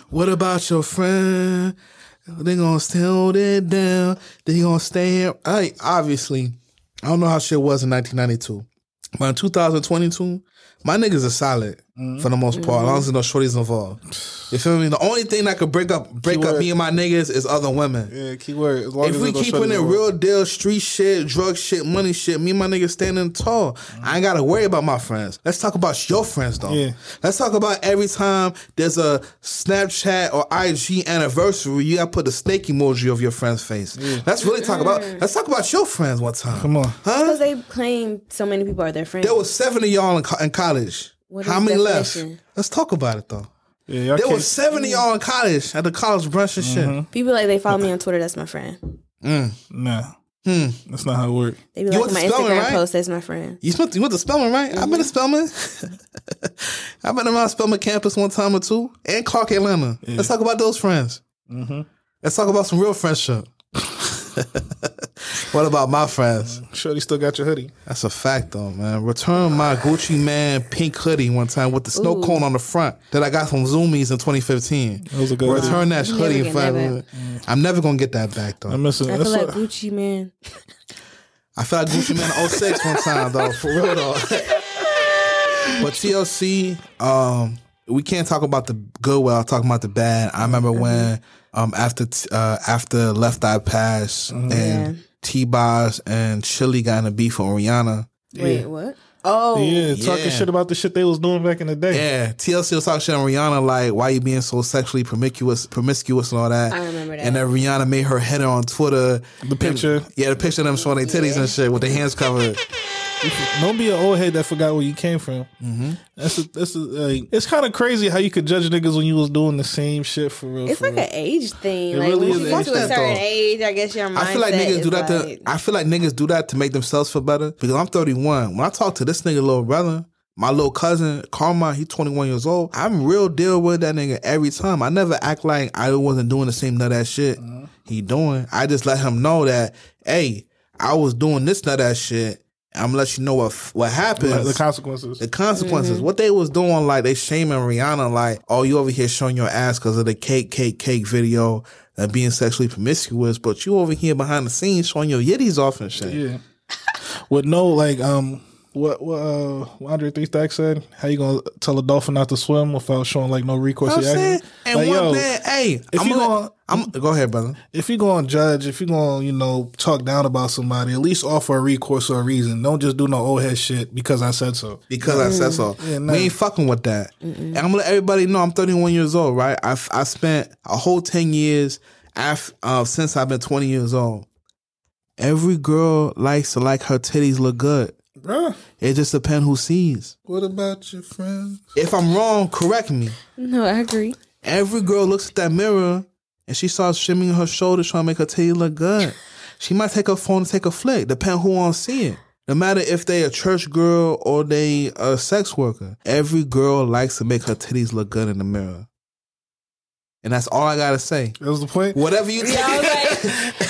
[SPEAKER 3] What about your friend? They gonna hold it down. They gonna stand. I obviously, I don't know how shit was in 1992, but in 2022, my niggas are solid for the most part. As long as there's no shorties involved, you feel me? The only thing that could break up break up
[SPEAKER 4] Keyword.
[SPEAKER 3] me and my niggas is other women.
[SPEAKER 4] Yeah, keyword. As long
[SPEAKER 3] If we keeping it real deal, street shit, drug shit, money shit, me and my niggas standing tall. I ain't gotta worry about my friends. Let's talk about your friends though.
[SPEAKER 4] Yeah.
[SPEAKER 3] Let's talk about every time there's a Snapchat or IG anniversary, you gotta put the snake emoji of your friend's face. Let's really talk about let's talk about your friends one time.
[SPEAKER 4] Come on.
[SPEAKER 3] Huh?
[SPEAKER 6] Because they claim so many people are their friends.
[SPEAKER 3] There was seven of y'all in, co- in college.
[SPEAKER 6] What
[SPEAKER 3] How
[SPEAKER 6] is
[SPEAKER 3] many left?
[SPEAKER 6] definition?
[SPEAKER 3] Let's talk about it though.
[SPEAKER 4] Yeah,
[SPEAKER 3] There
[SPEAKER 4] y'all can't- Mm-hmm.
[SPEAKER 3] was seven of y'all in college at the college brunch and shit.
[SPEAKER 6] People like they follow me on Twitter. That's my friend.
[SPEAKER 4] Nah. That's not how it works.
[SPEAKER 6] They be
[SPEAKER 3] Mm. Hmm. You
[SPEAKER 6] like
[SPEAKER 3] want
[SPEAKER 6] my
[SPEAKER 3] the spelling,
[SPEAKER 6] Instagram
[SPEAKER 3] right?
[SPEAKER 6] post. That's my friend.
[SPEAKER 3] You spent you went to Spelman, right? I've been to
[SPEAKER 6] Mm-hmm.
[SPEAKER 3] Spelman. I've been around Spelman campus one time or two, and Clark Atlanta. Let's talk about those friends.
[SPEAKER 6] Mm-hmm.
[SPEAKER 3] Let's talk about some real friendship. what about my friends?
[SPEAKER 4] Shorty still got your hoodie.
[SPEAKER 3] That's a fact, though, man. Return my Gucci man pink hoodie one time with the snow
[SPEAKER 6] Ooh.
[SPEAKER 3] cone on the front that I got from Zoomies in
[SPEAKER 4] That
[SPEAKER 3] 2015.
[SPEAKER 4] was a good hoodie.
[SPEAKER 3] Return that
[SPEAKER 6] Oh, Never
[SPEAKER 3] hoodie.
[SPEAKER 6] get
[SPEAKER 3] if I-
[SPEAKER 6] that
[SPEAKER 3] I'm never gonna get that back though.
[SPEAKER 4] I miss it.
[SPEAKER 6] I feel
[SPEAKER 4] That's
[SPEAKER 6] like
[SPEAKER 4] what-
[SPEAKER 6] Gucci man.
[SPEAKER 3] I feel like Gucci Man 06 one time though, for real though. but TLC, um, we can't talk about the good without talking about the bad. I remember
[SPEAKER 6] Mm-hmm.
[SPEAKER 3] when um after t- uh after Left Eye Pass and
[SPEAKER 6] Mm-hmm. Yeah.
[SPEAKER 3] T Boz and Chili got in a beef on Rihanna.
[SPEAKER 6] Wait, what? Oh,
[SPEAKER 4] yeah, talking
[SPEAKER 3] Yeah.
[SPEAKER 4] shit about the shit they was doing back in the day.
[SPEAKER 3] Yeah, TLC was talking shit on Rihanna, like why you being so sexually promiscuous, promiscuous and all that.
[SPEAKER 6] I remember that.
[SPEAKER 3] And then Rihanna made her header on Twitter.
[SPEAKER 4] The picture.
[SPEAKER 3] yeah, the picture of them showing their titties and shit with their hands covered.
[SPEAKER 4] Don't be an old head that forgot where you came from. That's a, that's a, like, it's kind of crazy how you could judge niggas when you was doing the same shit for real.
[SPEAKER 6] it's
[SPEAKER 4] for
[SPEAKER 6] like
[SPEAKER 4] real.
[SPEAKER 6] an age thing.
[SPEAKER 4] It
[SPEAKER 6] like
[SPEAKER 4] really is
[SPEAKER 6] when you
[SPEAKER 4] an
[SPEAKER 6] get
[SPEAKER 4] age
[SPEAKER 6] to a
[SPEAKER 4] thing,
[SPEAKER 6] certain
[SPEAKER 3] though.
[SPEAKER 6] age, I guess your mindset
[SPEAKER 3] I feel like niggas
[SPEAKER 6] is
[SPEAKER 3] do that
[SPEAKER 6] like,
[SPEAKER 3] to I feel like niggas do that to make themselves feel better. Because I'm 31. When I talk to this nigga little brother, my little cousin Carmine, he's 21 years old. I'm real deal with that nigga every time. I never act like I wasn't doing the same nut that shit
[SPEAKER 4] Uh-huh.
[SPEAKER 3] he doing. I just let him know that, hey, I was doing this nut that shit. I'm gonna let you know what what happens
[SPEAKER 4] Like, the consequences.
[SPEAKER 3] the consequences.
[SPEAKER 4] Mm-hmm.
[SPEAKER 3] What they was doing, like they shaming Rihanna, like, oh, you over here showing your ass because of the cake, cake, cake video and being sexually promiscuous, but you over here behind the scenes showing your yitties off and shit.
[SPEAKER 4] yeah. With no like um what what uh what Andre Three Stack said, how you gonna tell a dolphin not to swim without showing like no recourse
[SPEAKER 3] You know what I'm saying?
[SPEAKER 4] reaction?
[SPEAKER 3] And
[SPEAKER 4] Like,
[SPEAKER 3] one
[SPEAKER 4] yo,
[SPEAKER 3] man, hey,
[SPEAKER 4] if
[SPEAKER 3] I'm
[SPEAKER 4] you
[SPEAKER 3] gonna,
[SPEAKER 4] gonna-
[SPEAKER 3] I'm go ahead, brother.
[SPEAKER 4] if you're gonna judge, if you're gonna, you know, talk down about somebody, at least offer a recourse or a reason. Don't just do no old head shit because I said so.
[SPEAKER 3] because I said so.
[SPEAKER 4] nah.
[SPEAKER 3] We ain't fucking with that. And I'm gonna let everybody know I'm 31 years old, right? I I spent a whole 10 years af, uh, since I've been 20 years old. Every girl likes to like her titties look good.
[SPEAKER 4] Bruh.
[SPEAKER 3] It just depends who sees.
[SPEAKER 4] What about your friends?
[SPEAKER 3] If I'm wrong, correct me.
[SPEAKER 6] No, I agree.
[SPEAKER 3] Every girl looks at that mirror and she starts shimmying her shoulders trying to make her titty look good. She might take her phone and take a flick, depend who on seeing. No matter if they a church girl or they a sex worker, every girl likes to make her titties look good in the mirror. And that's all I gotta say.
[SPEAKER 4] That was the point.
[SPEAKER 3] Whatever you take,
[SPEAKER 6] I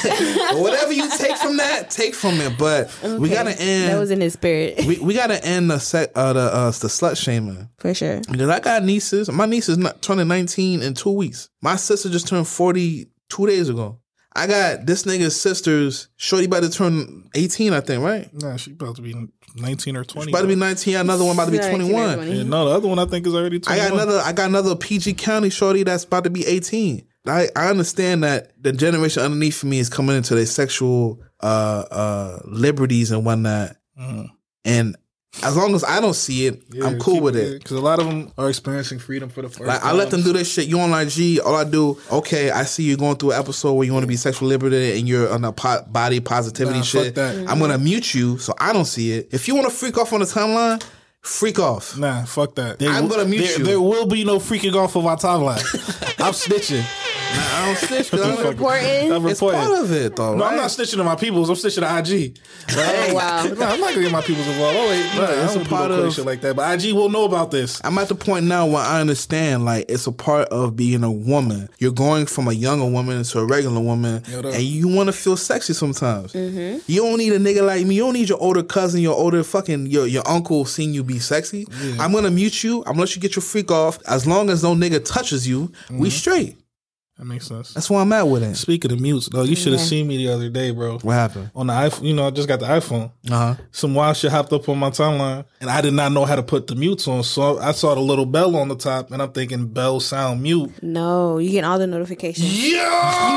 [SPEAKER 6] was like,
[SPEAKER 3] whatever you take from that, take from it. But we
[SPEAKER 6] okay,
[SPEAKER 3] gotta end.
[SPEAKER 6] That was in his spirit
[SPEAKER 3] we, we gotta end the se- uh, the uh, the slut shaming.
[SPEAKER 6] for sure.
[SPEAKER 3] Because I got nieces. My niece is not turning 19 in two weeks. My sister just turned 40 two days ago. I got this nigga's sister's shorty about to turn 18, I think, right?
[SPEAKER 4] Nah, she about to be nineteen or twenty.
[SPEAKER 3] About to be 19, another one about to be
[SPEAKER 6] Nineteen
[SPEAKER 3] 21.
[SPEAKER 6] or 20.
[SPEAKER 4] Yeah, no, the other one I think is already
[SPEAKER 3] I
[SPEAKER 4] 21.
[SPEAKER 3] got another I got another PG County shorty that's about to be 18. I, I understand that the generation underneath me is coming into their sexual uh uh liberties and whatnot. And as long as I don't see it, I'm cool with it.
[SPEAKER 4] Because a lot of them are experiencing freedom for the first
[SPEAKER 3] Like
[SPEAKER 4] time.
[SPEAKER 3] I let them do this shit. You on IG? All I do? Okay, I see you going through an episode where you want to be sexual liberated and you're on the po- body positivity
[SPEAKER 4] Nah, fuck
[SPEAKER 3] shit.
[SPEAKER 4] that.
[SPEAKER 3] I'm gonna mute you so I don't see it. If you want to freak off on the timeline, freak off.
[SPEAKER 4] Nah, fuck that.
[SPEAKER 3] I'm gonna mute
[SPEAKER 4] there,
[SPEAKER 3] you.
[SPEAKER 4] There will be no freaking off of our timeline. I'm snitching.
[SPEAKER 3] Nah, I don't snitch. 'cause I don't-
[SPEAKER 6] Important.
[SPEAKER 4] I'm
[SPEAKER 3] it's
[SPEAKER 4] reporting.
[SPEAKER 3] part of it though.
[SPEAKER 4] no,
[SPEAKER 3] right?
[SPEAKER 4] I'm not snitching to my peoples. I'm snitching to IG.
[SPEAKER 6] Oh, wow.
[SPEAKER 4] Nah, I'm not gonna get my peoples involved. Oh, wait,
[SPEAKER 3] it's
[SPEAKER 4] nah, I
[SPEAKER 3] a
[SPEAKER 4] don't do
[SPEAKER 3] part
[SPEAKER 4] no crazy
[SPEAKER 3] of-
[SPEAKER 4] shit like that. But IG will know about this.
[SPEAKER 3] I'm at the point now where I understand like it's a part of being a woman. You're going from a younger woman to a regular woman,
[SPEAKER 4] up.
[SPEAKER 3] and you want to feel sexy sometimes. You don't need a nigga like me. You don't need your older cousin, your older fucking your your uncle seeing you be sexy. I'm gonna mute you. I'm gonna let you get your freak off. As long as no nigga touches you, we straight.
[SPEAKER 4] That makes sense.
[SPEAKER 3] That's where I'm at with it.
[SPEAKER 4] Speaking of mutes, though, you should have seen me the other day, bro.
[SPEAKER 3] What happened?
[SPEAKER 4] On the iPhone, you know, I just got the iPhone.
[SPEAKER 3] Uh huh.
[SPEAKER 4] Some wild shit hopped up on my timeline, and I did not know how to put the mutes on. So I saw the little bell on the top, and I'm thinking bell sound mute.
[SPEAKER 6] No, you get all the notifications.
[SPEAKER 4] Yeah.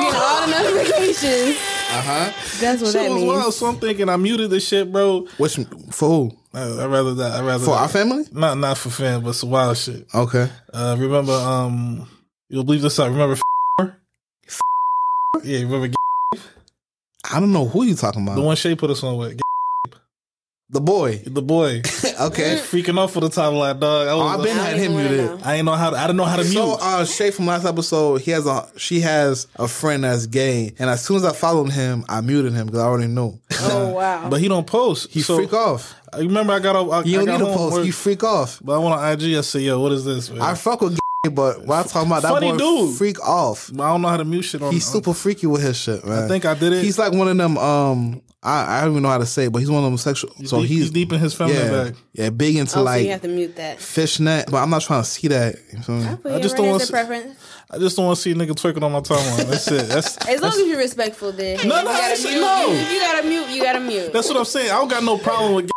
[SPEAKER 6] You get all the notifications.
[SPEAKER 3] Uh huh.
[SPEAKER 6] That's what
[SPEAKER 4] Shit
[SPEAKER 6] that
[SPEAKER 4] was
[SPEAKER 6] means.
[SPEAKER 4] wild. Uh-huh. So I'm thinking I muted this shit, bro.
[SPEAKER 3] Which for who?
[SPEAKER 4] I, I'd rather that. I'd rather
[SPEAKER 3] For
[SPEAKER 4] that.
[SPEAKER 3] our family?
[SPEAKER 4] Not not for fan, but some wild shit.
[SPEAKER 3] Okay.
[SPEAKER 4] Uh, remember, um, you'll believe this. I remember. yeah, remember
[SPEAKER 3] I don't know who you talking about.
[SPEAKER 4] the one Shay put us on with.
[SPEAKER 3] The boy.
[SPEAKER 4] The boy.
[SPEAKER 3] Okay.
[SPEAKER 4] Freaking off for the top line, dog. I
[SPEAKER 3] Oh,
[SPEAKER 4] was,
[SPEAKER 3] I've been
[SPEAKER 6] I
[SPEAKER 3] had
[SPEAKER 6] don't
[SPEAKER 3] him
[SPEAKER 6] even wanna
[SPEAKER 3] muted.
[SPEAKER 6] know.
[SPEAKER 4] I ain't know how to, I don't know how to
[SPEAKER 3] So
[SPEAKER 4] mute.
[SPEAKER 3] uh Shay from last episode, he has a she has a friend that's gay, and as soon as I followed him, I muted him because I already knew.
[SPEAKER 6] Oh wow.
[SPEAKER 4] But he don't post.
[SPEAKER 3] He
[SPEAKER 4] so,
[SPEAKER 3] freak off.
[SPEAKER 4] I remember I got off. I,
[SPEAKER 3] You
[SPEAKER 4] I
[SPEAKER 3] don't
[SPEAKER 4] got
[SPEAKER 3] need to
[SPEAKER 4] home
[SPEAKER 3] post.
[SPEAKER 4] work,
[SPEAKER 3] You freak off.
[SPEAKER 4] but I went on IG. I said, "Yo, what is this?" Man? I,
[SPEAKER 3] I fuck with gay, but when I talking about that
[SPEAKER 4] Funny
[SPEAKER 3] boy,
[SPEAKER 4] dude.
[SPEAKER 3] freak off.
[SPEAKER 4] don't know how to mute shit on.
[SPEAKER 3] He's
[SPEAKER 4] on-
[SPEAKER 3] super freaky with his shit, man.
[SPEAKER 4] I think I did it.
[SPEAKER 3] He's like one of them. Um, I, I don't even know how to say, it, but he's one of them sexual. so
[SPEAKER 4] deep-
[SPEAKER 3] he's,
[SPEAKER 4] he's deep in his feminine
[SPEAKER 3] yeah,
[SPEAKER 4] bag.
[SPEAKER 3] Yeah, big into
[SPEAKER 6] oh, so you
[SPEAKER 3] like
[SPEAKER 6] have to mute that.
[SPEAKER 3] fishnet, but I'm not trying to see that. You feel me?
[SPEAKER 6] I
[SPEAKER 4] just
[SPEAKER 6] just
[SPEAKER 4] don't
[SPEAKER 6] don't
[SPEAKER 4] wanna
[SPEAKER 6] want
[SPEAKER 4] see-
[SPEAKER 6] preference.
[SPEAKER 4] I just don't want to see a nigga twerking on my timeline. That's it. That's
[SPEAKER 6] As long as you're respectful, then.
[SPEAKER 4] No,
[SPEAKER 6] If
[SPEAKER 4] no,
[SPEAKER 6] you gotta
[SPEAKER 4] actually,
[SPEAKER 6] mute,
[SPEAKER 4] no.
[SPEAKER 6] If you gotta mute, you gotta mute.
[SPEAKER 4] that's what I'm saying. I don't got no problem with.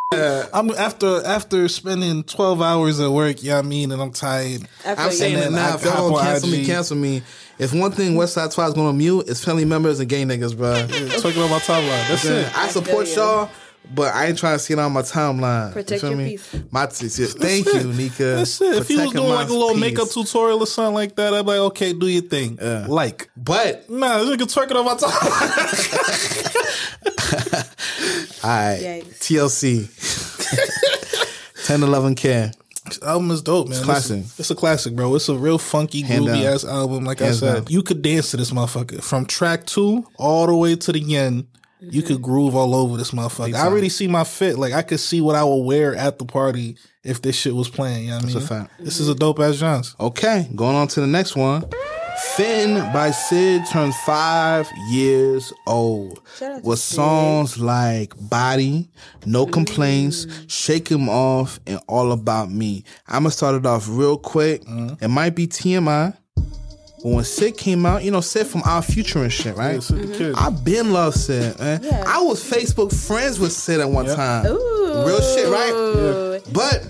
[SPEAKER 4] I'm after after spending 12 hours at work. Yeah, you know what I mean, and I'm tired.
[SPEAKER 6] I feel
[SPEAKER 3] I'm
[SPEAKER 6] you.
[SPEAKER 3] saying
[SPEAKER 4] And
[SPEAKER 3] that
[SPEAKER 4] then
[SPEAKER 3] now.
[SPEAKER 4] I
[SPEAKER 3] If y'all
[SPEAKER 4] hop
[SPEAKER 3] gonna
[SPEAKER 4] on
[SPEAKER 3] cancel me,
[SPEAKER 4] IG.
[SPEAKER 3] cancel me. If one thing Westside Twice gonna mute, it's family members and gay niggas, bro.
[SPEAKER 4] Twerking on my timeline. That's it.
[SPEAKER 3] I support
[SPEAKER 6] feel you.
[SPEAKER 3] y'all, but I ain't trying to see it on my timeline.
[SPEAKER 6] Protect
[SPEAKER 3] you feel
[SPEAKER 6] your
[SPEAKER 3] me?
[SPEAKER 6] peace.
[SPEAKER 3] My t- t- thank
[SPEAKER 4] That's
[SPEAKER 3] you,
[SPEAKER 4] it.
[SPEAKER 3] Nika.
[SPEAKER 4] That's it. If he was
[SPEAKER 3] Protecting
[SPEAKER 4] doing
[SPEAKER 3] my
[SPEAKER 4] like a little
[SPEAKER 3] peace.
[SPEAKER 4] makeup tutorial or something like that, I'd be like, okay, do your thing. Like,
[SPEAKER 3] but
[SPEAKER 4] nah, this nigga twerking on my timeline.
[SPEAKER 3] all right,
[SPEAKER 6] Yikes.
[SPEAKER 3] TLC, 10, 11 K.
[SPEAKER 4] album is dope, man. It's
[SPEAKER 3] classic.
[SPEAKER 4] It's, a classic, bro. It's a real funky,
[SPEAKER 3] Hand
[SPEAKER 4] groovy
[SPEAKER 3] down.
[SPEAKER 4] ass album. Like
[SPEAKER 3] Hands
[SPEAKER 4] I said,
[SPEAKER 3] down.
[SPEAKER 4] you could dance to this motherfucker from track two all the way to the end. You
[SPEAKER 3] Mm-hmm.
[SPEAKER 4] could groove all over this motherfucker. I already see my fit. Like I could see what I would wear at the party if this shit was playing. You know what I mean?
[SPEAKER 3] a fact.
[SPEAKER 4] This is a dope ass Johns.
[SPEAKER 3] Okay, going on to the next one. Finn by Sid turns five years old
[SPEAKER 6] Shout out to
[SPEAKER 3] with
[SPEAKER 6] Sid. Mm.
[SPEAKER 3] songs like Body, No Complaints, Shake Him Off, and All About Me. I'm gonna start it off real quick.
[SPEAKER 6] Mm.
[SPEAKER 3] It might be TMI, but when Sid came out, you know, Sid from Our Future and shit, right? I've been love Sid, man.
[SPEAKER 6] Yeah.
[SPEAKER 3] I was Facebook friends with Sid at one time.
[SPEAKER 6] Ooh.
[SPEAKER 3] Real shit, right? But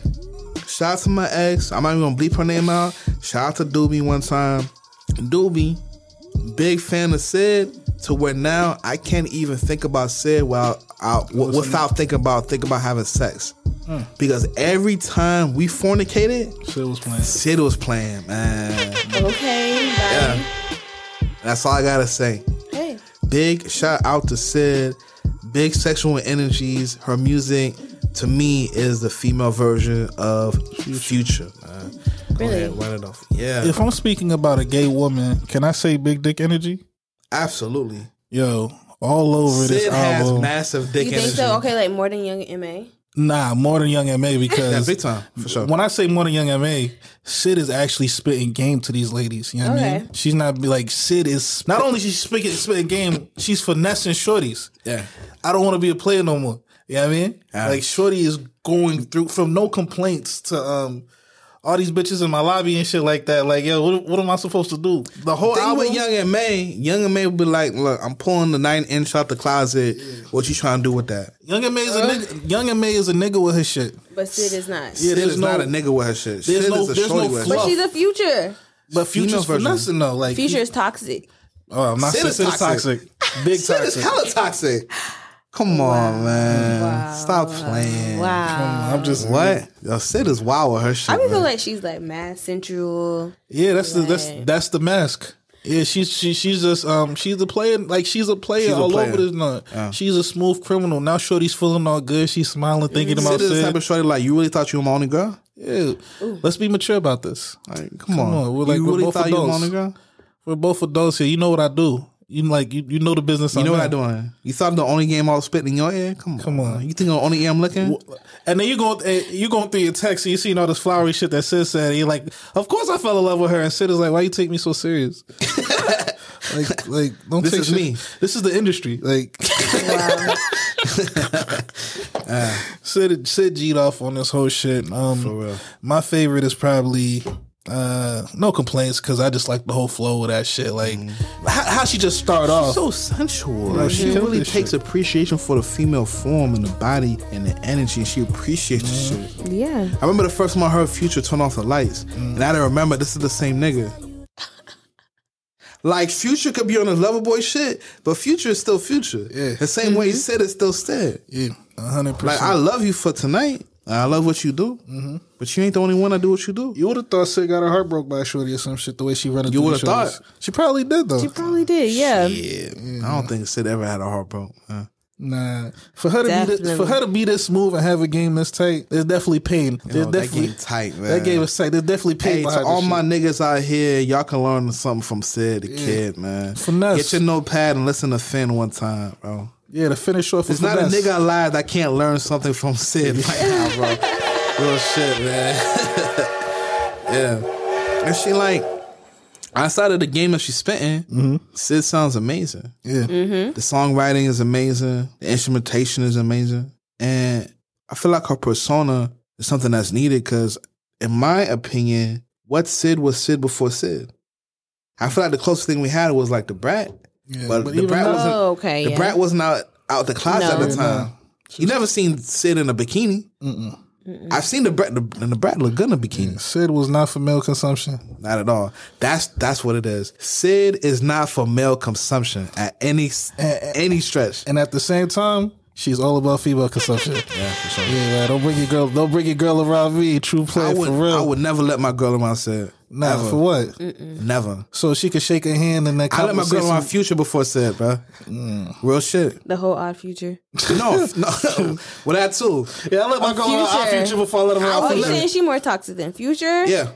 [SPEAKER 3] shout out to my ex. I'm not even gonna bleep her name out. Shout out to Doobie one time. Doobie, big fan of Sid. To where now I can't even think about Sid while I, w- without thinking about think about having sex. Because every time we fornicated,
[SPEAKER 4] Shit was playing.
[SPEAKER 3] Sid was playing, man.
[SPEAKER 6] Okay. Bye.
[SPEAKER 3] Yeah. That's all I gotta say.
[SPEAKER 6] Hey.
[SPEAKER 3] Big shout out to Sid. Big sexual energies. Her music, to me, is the female version of Future. man. Go
[SPEAKER 6] Really?
[SPEAKER 3] ahead, run it off. Yeah,
[SPEAKER 4] If I'm speaking about a gay woman, can I say big dick energy?
[SPEAKER 3] absolutely.
[SPEAKER 4] Yo, all over this
[SPEAKER 3] Sid has
[SPEAKER 4] album.
[SPEAKER 3] massive dick
[SPEAKER 6] You
[SPEAKER 3] energy.
[SPEAKER 6] think so? Okay, like more than Young Ma.
[SPEAKER 4] nah, more than Young and May
[SPEAKER 3] Yeah,
[SPEAKER 4] because
[SPEAKER 3] big time for sure.
[SPEAKER 4] When I say more than Young MA, Sid is actually spitting game to these ladies. You know what I
[SPEAKER 6] Okay.
[SPEAKER 4] mean? She's not be like Sid is not only she's speaking spitting game, she's finessing shorties.
[SPEAKER 3] yeah,
[SPEAKER 4] I don't want to be a player no more. You know what I mean? Like Shorty is going through from no complaints to um all these bitches in my lobby and shit like that. Like, yo, what, what am I supposed to do? The whole
[SPEAKER 3] thing
[SPEAKER 4] album.
[SPEAKER 3] with Young and May, Young and May would be like, "Look, I'm pulling the nine inch out the closet. What you trying to do with that?"
[SPEAKER 4] Young and May is a nigga. Young and May is a nigga with his shit.
[SPEAKER 6] But Sid is not.
[SPEAKER 4] Yeah,
[SPEAKER 3] Sid
[SPEAKER 4] there's
[SPEAKER 3] is not
[SPEAKER 4] no-
[SPEAKER 3] a nigga with her shit.
[SPEAKER 4] there's
[SPEAKER 3] Sid
[SPEAKER 4] no-
[SPEAKER 3] is a
[SPEAKER 4] there's no
[SPEAKER 3] shorty with her
[SPEAKER 4] fluff.
[SPEAKER 6] But
[SPEAKER 3] shit.
[SPEAKER 6] she's a future.
[SPEAKER 4] But
[SPEAKER 3] Female
[SPEAKER 4] Future's
[SPEAKER 3] version.
[SPEAKER 4] finessing though. Like,
[SPEAKER 6] Future is toxic.
[SPEAKER 4] oh, my
[SPEAKER 3] Sid
[SPEAKER 4] Sid
[SPEAKER 3] is
[SPEAKER 4] is toxic. Big
[SPEAKER 3] Sid is
[SPEAKER 4] toxic.
[SPEAKER 3] hella toxic. Come on, man. Stop playing.
[SPEAKER 6] Wow.
[SPEAKER 4] I'm just
[SPEAKER 3] What? Yo, Sid is wild with her
[SPEAKER 6] I
[SPEAKER 3] shit.
[SPEAKER 6] would feel
[SPEAKER 3] man.
[SPEAKER 6] like she's like mad sensual.
[SPEAKER 4] Yeah, that's the that's
[SPEAKER 6] Right.
[SPEAKER 4] that's the mask. Yeah, she's she, she's just um she's a player like she's a player
[SPEAKER 3] She's a
[SPEAKER 4] all
[SPEAKER 3] player.
[SPEAKER 4] over this nut. She's a smooth criminal. Now Shorty's feeling all good. She's smiling, thinking about
[SPEAKER 3] Mm. Sid is the
[SPEAKER 4] Sid.
[SPEAKER 3] type of shorty like you really thought you were my only girl.
[SPEAKER 4] yeah. Let's be mature about this.
[SPEAKER 3] Like, come,
[SPEAKER 4] Come
[SPEAKER 3] on.
[SPEAKER 4] on, we're like-
[SPEAKER 3] you
[SPEAKER 4] we're
[SPEAKER 3] really
[SPEAKER 4] both
[SPEAKER 3] thought you were my
[SPEAKER 4] adults.
[SPEAKER 3] only girl.
[SPEAKER 4] We're both adults here. You know what I do. You like you, you know the business.
[SPEAKER 3] You
[SPEAKER 4] I'm
[SPEAKER 3] know what I'm
[SPEAKER 4] in.
[SPEAKER 3] doing? You thought I'm the only game I was spitting in your ear? Come on,
[SPEAKER 4] Come on.
[SPEAKER 3] man. You think I'm the only ear I'm looking?
[SPEAKER 4] And then you going eh, you going through your text and you seeing all this flowery shit that Sid said. And you're like, of course I fell in love with her. And Sid is like, why you take me so serious? like like don't
[SPEAKER 3] This
[SPEAKER 4] take
[SPEAKER 3] is
[SPEAKER 4] shit-
[SPEAKER 3] me.
[SPEAKER 4] This is the industry. Like
[SPEAKER 6] Wow.
[SPEAKER 4] Sid Sid G'd off on this whole shit. Um, My favorite is probably uh, no complaints because I just like the whole flow of that shit. Like how, how she just start off.
[SPEAKER 3] Mm-hmm. so sensual.
[SPEAKER 4] Bro,
[SPEAKER 3] Like,
[SPEAKER 4] Oh. she
[SPEAKER 3] she
[SPEAKER 4] killed
[SPEAKER 3] really
[SPEAKER 4] this
[SPEAKER 3] takes appreciation for the female form and the body and the energy. She appreciates the
[SPEAKER 4] Mm-hmm.
[SPEAKER 3] shit.
[SPEAKER 6] yeah.
[SPEAKER 3] I remember the first time I heard Future turn off the lights,
[SPEAKER 4] Mm.
[SPEAKER 3] and I had to remember this is the same nigga. like Future could be on his level boy shit, but Future is still Future.
[SPEAKER 4] Yeah. Mm-hmm.
[SPEAKER 3] The same way he said it's still said.
[SPEAKER 4] yeah, hundred
[SPEAKER 3] Like
[SPEAKER 4] percent.
[SPEAKER 3] I love you for tonight. and I love what you do,
[SPEAKER 4] Mm-hmm.
[SPEAKER 3] but you ain't the only one that do what you do.
[SPEAKER 4] you would have thought Sid got her heart broke by Shorty or some shit the way she ran it.
[SPEAKER 3] You
[SPEAKER 4] through the
[SPEAKER 3] would've thought.
[SPEAKER 4] shorties. she probably did though.
[SPEAKER 6] She probably did. Yeah.
[SPEAKER 4] Mm-hmm.
[SPEAKER 3] Yeah, I don't think Sid ever had a heartbreak. huh?
[SPEAKER 4] Nah, for her to be this, for her to be this smooth and have a game this tight, there's definitely pain. There's
[SPEAKER 3] know, that
[SPEAKER 4] definitely
[SPEAKER 3] game tight, man.
[SPEAKER 4] That game is tight. There's definitely pain.
[SPEAKER 3] Hey, to
[SPEAKER 4] behind
[SPEAKER 3] all
[SPEAKER 4] this
[SPEAKER 3] my
[SPEAKER 4] shit.
[SPEAKER 3] niggas out here, y'all can learn something from Sid the Kid, man.
[SPEAKER 4] Finesse.
[SPEAKER 3] Get your notepad and listen to Finn one time, bro.
[SPEAKER 4] yeah, to finish off.
[SPEAKER 3] It's not a nigga alive that can't learn something from Sid right now, bro. Real shit, man. yeah. And she like, outside of the game that she's spitting, Sid sounds amazing.
[SPEAKER 4] Mm-hmm. Yeah,
[SPEAKER 6] Mm-hmm.
[SPEAKER 3] The songwriting is amazing. The instrumentation is amazing. And I feel like her persona is something that's needed because, in my opinion, what Sid was Sid before Sid. I feel like the closest thing we had was like the Brat. but,
[SPEAKER 4] but
[SPEAKER 3] the
[SPEAKER 4] even
[SPEAKER 3] Brat
[SPEAKER 4] that-
[SPEAKER 3] wasn't.
[SPEAKER 6] Oh, okay.
[SPEAKER 3] The
[SPEAKER 6] yeah.
[SPEAKER 3] Brat wasn't out, out the closet
[SPEAKER 6] No.
[SPEAKER 3] at the
[SPEAKER 6] Yeah,
[SPEAKER 3] time. You never seen Sid in a bikini. I've seen the Brat, the, and the Brat look good in a bikini.
[SPEAKER 4] Sid was not for male consumption.
[SPEAKER 3] Not at all. That's that's what it is. Sid is not for male consumption at any s-
[SPEAKER 4] Eh,
[SPEAKER 3] any stretch.
[SPEAKER 4] and at the same time, she's all about female consumption. yeah, for sure. Yeah, man, don't bring your girl, don't bring your girl around me. True
[SPEAKER 3] I
[SPEAKER 4] player
[SPEAKER 3] would,
[SPEAKER 4] for real.
[SPEAKER 3] I would never let my girl around Seb.
[SPEAKER 4] nah,
[SPEAKER 3] Never.
[SPEAKER 4] for what?
[SPEAKER 3] Never.
[SPEAKER 4] So she could shake her hand and that.
[SPEAKER 3] I let my girl around
[SPEAKER 4] conversation-
[SPEAKER 3] Future before Seb, bro.
[SPEAKER 4] Mm.
[SPEAKER 3] Real shit.
[SPEAKER 6] the whole odd future.
[SPEAKER 3] No, no. well, that too.
[SPEAKER 4] Yeah, I let my girl around our
[SPEAKER 6] Future.
[SPEAKER 4] future before I let her around.
[SPEAKER 6] Oh,
[SPEAKER 4] our
[SPEAKER 6] you
[SPEAKER 4] future.
[SPEAKER 6] saying she more toxic than future?
[SPEAKER 3] Yeah.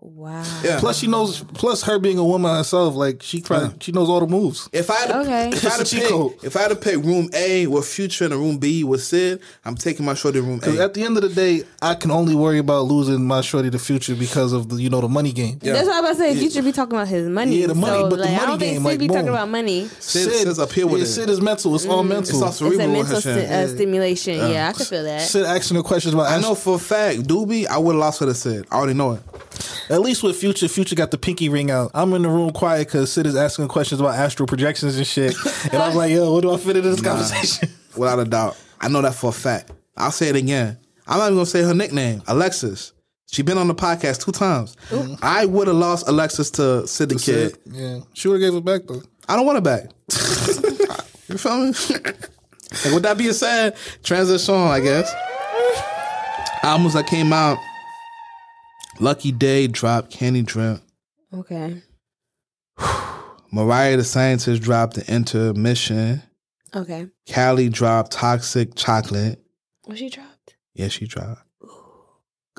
[SPEAKER 6] Wow.
[SPEAKER 3] Yeah.
[SPEAKER 4] Plus, she knows. Plus, her being a woman herself, like she probably, she knows all the moves.
[SPEAKER 3] If I had to,
[SPEAKER 6] Okay.
[SPEAKER 3] if I had
[SPEAKER 4] It's
[SPEAKER 3] to
[SPEAKER 4] a cheat
[SPEAKER 3] pick,
[SPEAKER 4] code.
[SPEAKER 3] if I had to pick room A with Future and a room B with Sid, I'm taking my shorty room
[SPEAKER 4] Because
[SPEAKER 3] A.
[SPEAKER 4] at the end of the day, I can only worry about losing my shorty the future because of the you know the money game.
[SPEAKER 6] That's what I was about to say. Future be talking about his money.
[SPEAKER 4] Yeah, the money,
[SPEAKER 6] So,
[SPEAKER 4] but the
[SPEAKER 6] like, I
[SPEAKER 4] money
[SPEAKER 6] don't think
[SPEAKER 4] game,
[SPEAKER 6] Sid
[SPEAKER 4] like,
[SPEAKER 6] be talking
[SPEAKER 4] boom.
[SPEAKER 6] about money.
[SPEAKER 3] Sid, Sid's up here with
[SPEAKER 4] yeah,
[SPEAKER 3] it. Mm.
[SPEAKER 4] Sid is mental. It's all mental.
[SPEAKER 3] it's all
[SPEAKER 6] It's a
[SPEAKER 3] cerebral. with her
[SPEAKER 6] mental
[SPEAKER 3] shit.
[SPEAKER 6] sti- uh, stimulation. Yeah, I could feel that.
[SPEAKER 4] Sid asking her questions about.
[SPEAKER 3] I know for a fact, Doobie, I would have lost what I said. I already know it.
[SPEAKER 4] At least with Future, Future got the pinky ring out. I'm in the room quiet because Sid is asking questions about astral projections and shit. and I'm like, yo, what do I fit into this conversation?
[SPEAKER 3] Without a doubt. I know that for a fact. I'll say it again. I'm not even gonna say her nickname, Alexis. She been on the podcast two times. I would have lost Alexis to Sid the Kid.
[SPEAKER 4] Yeah. She would have gave it back though.
[SPEAKER 3] I don't want it back. you feel me? and with that being said, transition, I guess. Albums that came out. Lucky Day dropped Candy Drip.
[SPEAKER 6] Okay.
[SPEAKER 3] Mariah the Scientist dropped the intermission.
[SPEAKER 6] Okay.
[SPEAKER 3] Callie dropped Toxic Chocolate.
[SPEAKER 6] Was she dropped?
[SPEAKER 3] Yeah, she dropped.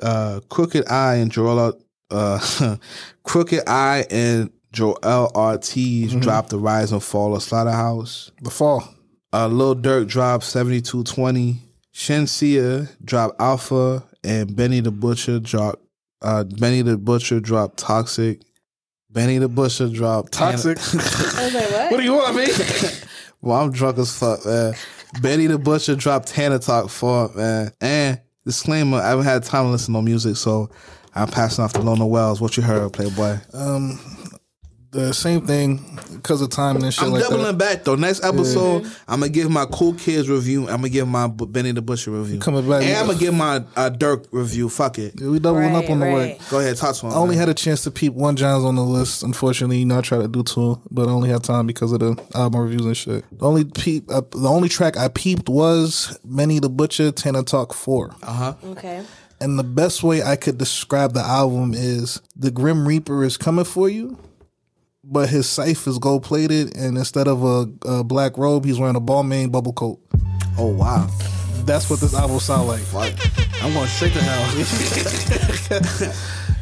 [SPEAKER 3] Uh, Crooked Eye and Joel, uh, Crooked Eye and Joel Ortiz dropped the Rise and Fall of Slaughterhouse.
[SPEAKER 4] Mm-hmm. The fall.
[SPEAKER 3] Uh, Lil Durk dropped seventy two twenty. Shensia dropped Alpha, and Benny the Butcher dropped. Uh, Benny the Butcher dropped Toxic. Benny the Butcher dropped
[SPEAKER 4] Toxic.
[SPEAKER 6] I was like, what?
[SPEAKER 4] what do you want, man?
[SPEAKER 3] Well, I'm drunk as fuck, man. Benny the Butcher dropped Tana Talk for man. And disclaimer, I haven't had time to listen to no music, so I'm passing off to Lona Wells. What you heard, Playboy?
[SPEAKER 4] the same thing because of timing and shit
[SPEAKER 3] I'm
[SPEAKER 4] like
[SPEAKER 3] doubling
[SPEAKER 4] that.
[SPEAKER 3] back though. Next episode, I'm gonna give my Cool Kids review. I'm gonna give my B- Benny the Butcher review.
[SPEAKER 4] Coming back.
[SPEAKER 3] and I'm gonna give my uh, Dirk review. Fuck it.
[SPEAKER 4] We doubling up
[SPEAKER 6] Right,
[SPEAKER 4] on the
[SPEAKER 6] right.
[SPEAKER 4] way.
[SPEAKER 3] Go ahead, talk to him.
[SPEAKER 4] I only had a chance to peep one John's on the list. Unfortunately, you know, I try to do two, but I only had time because of the album reviews and shit. The only peep, uh, the only track I peeped was Many the Butcher, Tana Talk 4.
[SPEAKER 3] Uh-huh.
[SPEAKER 6] Okay.
[SPEAKER 4] And the best way I could describe the album is the Grim Reaper is coming for you, but his scythe is gold plated, and instead of a, a black robe, he's wearing a Balmain bubble coat.
[SPEAKER 3] oh wow,
[SPEAKER 4] That's what this album sound like.
[SPEAKER 3] I'm going straight to hell.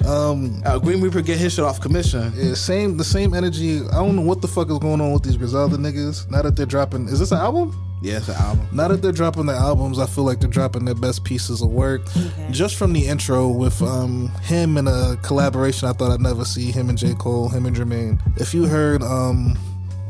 [SPEAKER 3] um, uh, Green Reaper get his shit off commission.
[SPEAKER 4] Yeah, same the same energy. I don't know what the fuck is going on with these Griselda niggas. Now that they're dropping, is this an album?
[SPEAKER 3] Yeah, it's an album.
[SPEAKER 4] Now that they're dropping their albums, I feel like they're dropping their best pieces of work. Just from the intro with um, him and a collaboration I thought I'd never see him and J. Cole, him and Jermaine. If you heard um,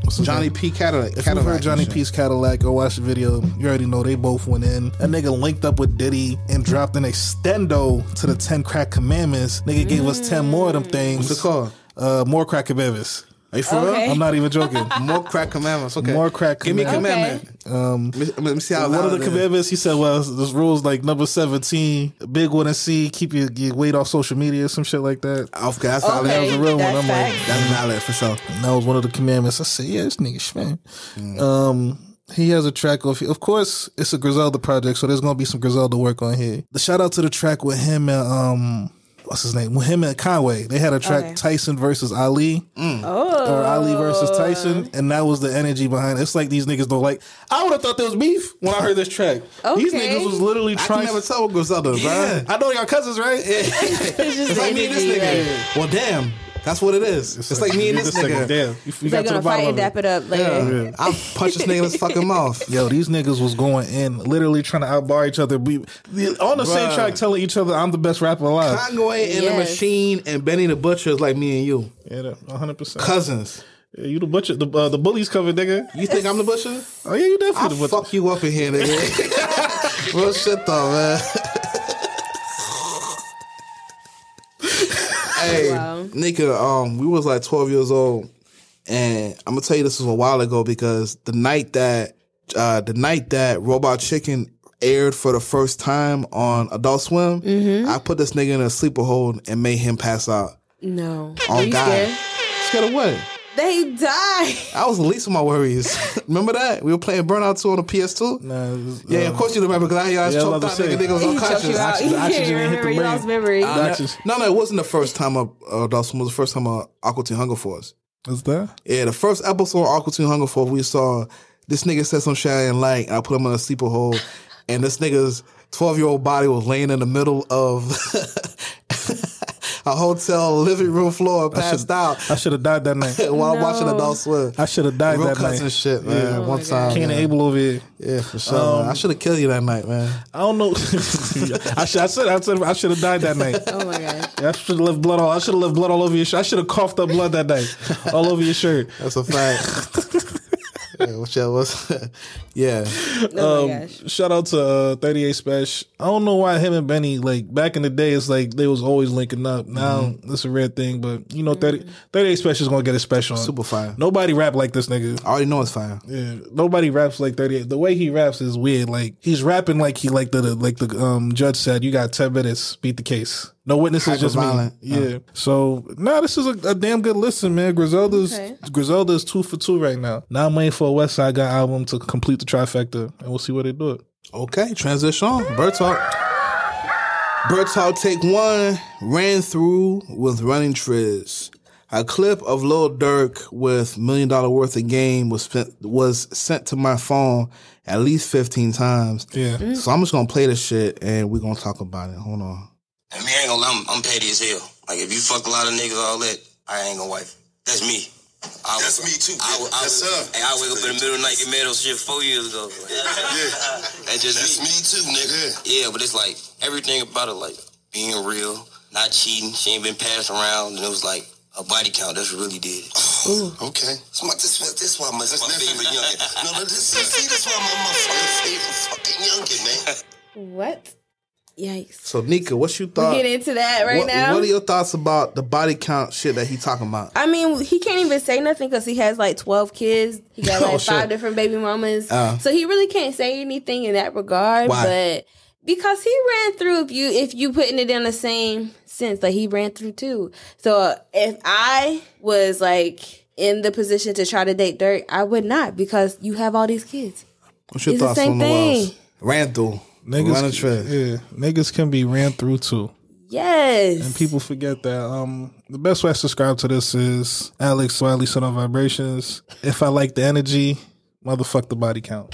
[SPEAKER 4] what's his
[SPEAKER 3] Johnny
[SPEAKER 4] name?
[SPEAKER 3] P. Cadillac.
[SPEAKER 4] If you heard Johnny
[SPEAKER 3] P.
[SPEAKER 4] P's Cadillac, go watch the video. You already know they both went in. That nigga linked up with Diddy and dropped an extendo to the 10 crack commandments. Nigga gave us 10 more of them things.
[SPEAKER 3] What's it called?
[SPEAKER 4] Uh, more crack commandments.
[SPEAKER 3] Are you for
[SPEAKER 6] Okay.
[SPEAKER 3] real?
[SPEAKER 4] I'm not even joking.
[SPEAKER 3] More crack commandments. Okay.
[SPEAKER 4] More crack
[SPEAKER 3] Give me a
[SPEAKER 6] commandments.
[SPEAKER 3] commandment. Um, let me see how
[SPEAKER 4] One of the
[SPEAKER 3] valid it is.
[SPEAKER 4] commandments, he said, well, this rules like number 17, big one and C, keep your, your weight off social media, some shit like that.
[SPEAKER 3] Okay, that's valid.
[SPEAKER 6] Okay,
[SPEAKER 3] That was a real
[SPEAKER 6] that's
[SPEAKER 3] one. I'm like,
[SPEAKER 6] facts.
[SPEAKER 3] that's valid for sure.
[SPEAKER 4] And that was one of the commandments. I said, yeah, this nigga Schman.
[SPEAKER 3] Mm.
[SPEAKER 4] Um, he has a track of, of course, it's a Griselda project, so there's gonna be some Griselda work on here. The shout out to the track with him and um, what's his name? Him and Conway. They had a track
[SPEAKER 6] Okay.
[SPEAKER 4] Tyson versus Ali
[SPEAKER 3] Mm.
[SPEAKER 6] Oh,
[SPEAKER 4] or Ali versus Tyson, and that was the energy behind it. It's like these niggas don't like. I would have thought there was beef when I heard this track. These
[SPEAKER 6] Oh, Okay.
[SPEAKER 4] niggas was literally
[SPEAKER 3] I can
[SPEAKER 4] trying.
[SPEAKER 3] never tell what goes out there,
[SPEAKER 4] Yeah.
[SPEAKER 3] bro.
[SPEAKER 4] I know y'all cousins, right?
[SPEAKER 6] it's just
[SPEAKER 3] It's like me and this
[SPEAKER 6] energy. Like,
[SPEAKER 3] nigga. Well, damn. That's what it is. It's, like me and this nigga.
[SPEAKER 4] Damn, you, you
[SPEAKER 6] they're
[SPEAKER 4] got to
[SPEAKER 6] gonna
[SPEAKER 4] the
[SPEAKER 6] fight
[SPEAKER 4] bottom
[SPEAKER 6] and
[SPEAKER 4] of it.
[SPEAKER 6] dap it up later.
[SPEAKER 3] Yeah. I'll punch this nigga in his fucking mouth.
[SPEAKER 4] Yo, these niggas was going in, literally trying to outbar each other. We, the- on the same
[SPEAKER 3] Bruh.
[SPEAKER 4] track, telling each other, "I'm the best rapper alive."
[SPEAKER 3] Conway and the
[SPEAKER 6] Yes.
[SPEAKER 3] Machine and Benny the Butcher is like me and you.
[SPEAKER 4] Yeah, that- 100%.
[SPEAKER 3] Cousins.
[SPEAKER 4] Yeah, you the butcher, the uh, the bullies covered, nigga.
[SPEAKER 3] You think I'm the butcher?
[SPEAKER 4] Oh yeah, you definitely
[SPEAKER 3] I'll
[SPEAKER 4] the butcher.
[SPEAKER 3] fuck you up in here, nigga. Real shit though, man. hey,
[SPEAKER 6] Wow.
[SPEAKER 3] nigga, um, we was like 12 years old, and I'm gonna tell you this was a while ago because the night that uh the night that Robot Chicken aired for the first time on Adult Swim, I put this nigga in a sleeper hold and made him pass out.
[SPEAKER 6] No,
[SPEAKER 3] Oh
[SPEAKER 6] are you
[SPEAKER 3] God.
[SPEAKER 6] scared?
[SPEAKER 3] Scared of what?
[SPEAKER 6] They die.
[SPEAKER 3] I was the least of my worries. Remember that? We were playing Burnout 2 on the PS2?
[SPEAKER 4] Nah, it was,
[SPEAKER 3] Yeah,
[SPEAKER 4] uh,
[SPEAKER 3] of course you remember because I hear I was
[SPEAKER 4] Yeah, I was
[SPEAKER 3] choked
[SPEAKER 4] about
[SPEAKER 3] out.
[SPEAKER 4] to
[SPEAKER 3] Nigga,
[SPEAKER 4] say.
[SPEAKER 3] nigga was
[SPEAKER 6] He choked
[SPEAKER 3] unconscious.
[SPEAKER 6] you out.
[SPEAKER 4] oxygen-
[SPEAKER 6] Yeah,
[SPEAKER 4] oxygen
[SPEAKER 6] you
[SPEAKER 4] hit the
[SPEAKER 6] remember you
[SPEAKER 4] brain.
[SPEAKER 6] lost memory.
[SPEAKER 4] the actions-
[SPEAKER 3] No, no, it wasn't the first time of uh, Dawson. It was the first time of Aqua Teen Hunger Force.
[SPEAKER 4] What's that?
[SPEAKER 3] Yeah, the first episode of Aqua Teen Hunger Force, we saw this nigga said some shit I didn't like, and I put him in a sleeper hole, and this nigga's 12 year old body was laying in the middle of a hotel living room floor, and passed out
[SPEAKER 4] I should have died that night.
[SPEAKER 3] while
[SPEAKER 6] No.
[SPEAKER 3] watching Adult Swim.
[SPEAKER 4] I should have died
[SPEAKER 3] Real
[SPEAKER 4] that
[SPEAKER 3] cousin
[SPEAKER 4] night.
[SPEAKER 3] shit, man.
[SPEAKER 4] Yeah.
[SPEAKER 3] One
[SPEAKER 4] Oh
[SPEAKER 6] my
[SPEAKER 3] time.
[SPEAKER 4] Cain and
[SPEAKER 3] man.
[SPEAKER 4] Abel over here.
[SPEAKER 3] Yeah, for sure.
[SPEAKER 4] Um,
[SPEAKER 3] man. I should have killed you that night, man.
[SPEAKER 4] I don't know. I should. I said. I said. I should have died that night.
[SPEAKER 6] Oh my gosh.
[SPEAKER 4] I should have left blood all. I should have left blood all over your shirt. I should have coughed up blood that night, all over your shirt.
[SPEAKER 3] That's a fact. yeah, which that was. yeah.
[SPEAKER 6] Oh
[SPEAKER 4] Um,
[SPEAKER 6] my gosh.
[SPEAKER 4] Shout out to uh, 38 Special. I don't know why him and Benny, like back in the day, it's like they was always linking up. Now
[SPEAKER 3] Mm-hmm.
[SPEAKER 4] it's a rare thing, but you know, 30, 38 Special is gonna get a special. on.
[SPEAKER 3] Super fire.
[SPEAKER 4] Nobody rap like this nigga.
[SPEAKER 3] I already know it's fire.
[SPEAKER 4] Yeah, nobody raps like 38. The way he raps is weird. Like he's rapping like he like the like the um judge said, you got 10 minutes, beat the case. No witnesses, just
[SPEAKER 3] Hyper-violent.
[SPEAKER 4] me. Yeah. So nah, this is a, a damn good listen, man. Griselda's
[SPEAKER 6] Okay.
[SPEAKER 4] Griselda's two for two right now. Now I'm waiting for a West Side Guy album to complete the trifecta, and we'll see where they do it.
[SPEAKER 3] Okay, transition on. Bird Talk. Bird Talk Take One ran through with Running Triz. A clip of Lil Durk with Million Dollar Worth of Game was spent, was sent to my phone at least 15 times.
[SPEAKER 4] Yeah.
[SPEAKER 3] So I'm just going to play this shit and we're going to talk about it. Hold on.
[SPEAKER 5] I mean, I ain't gonna lie, I'm, I'm petty as hell. Like, if you fuck a lot of niggas, all that, I ain't gonna wife. That's me. I
[SPEAKER 2] That's me too,
[SPEAKER 5] I,
[SPEAKER 2] bitch.
[SPEAKER 5] I, I,
[SPEAKER 2] Yes, sir.
[SPEAKER 5] Hey, I wake up in the middle of the night, get mad on shit four years ago. Like, That's just
[SPEAKER 2] That's me too, nigga.
[SPEAKER 5] Yeah, but it's like everything about it, like being real, not cheating. She ain't been passed around, and it was like a body count. That's what really did. it.
[SPEAKER 2] Oh, Okay.
[SPEAKER 5] That's my, this, this, this why my,
[SPEAKER 2] That's
[SPEAKER 5] my
[SPEAKER 2] nothing.
[SPEAKER 5] favorite youngin.
[SPEAKER 2] No, no, this is see, that's why my motherfucking favorite fucking youngin, man.
[SPEAKER 4] uh,
[SPEAKER 6] What? Yikes.
[SPEAKER 3] So, Nika, what's your
[SPEAKER 6] We
[SPEAKER 3] thought?
[SPEAKER 6] get into that right
[SPEAKER 3] what,
[SPEAKER 6] now.
[SPEAKER 3] what are your thoughts about the body count shit that he talking about?
[SPEAKER 6] I mean, he can't even say nothing because he has like 12 kids. He got like
[SPEAKER 3] Oh,
[SPEAKER 6] five
[SPEAKER 3] shit. Oh.
[SPEAKER 6] different baby mamas. so he really can't say anything in that regard.
[SPEAKER 3] Why?
[SPEAKER 6] But because he ran through, if you if you putting it in the same sense, like he ran through too. So if I was like in the position to try to date Dirk, I would not because you have all these kids.
[SPEAKER 3] What's your
[SPEAKER 6] It's the
[SPEAKER 3] thoughts
[SPEAKER 6] same
[SPEAKER 3] on the
[SPEAKER 6] thing.
[SPEAKER 3] Wells? Ran through. Running track.
[SPEAKER 4] yeah, niggas can be ran through too.
[SPEAKER 6] Yes.
[SPEAKER 4] And people forget that. Um, the best way I subscribe to this is Alex Wiley, Son of Vibrations. If I like the energy, motherfuck the body count.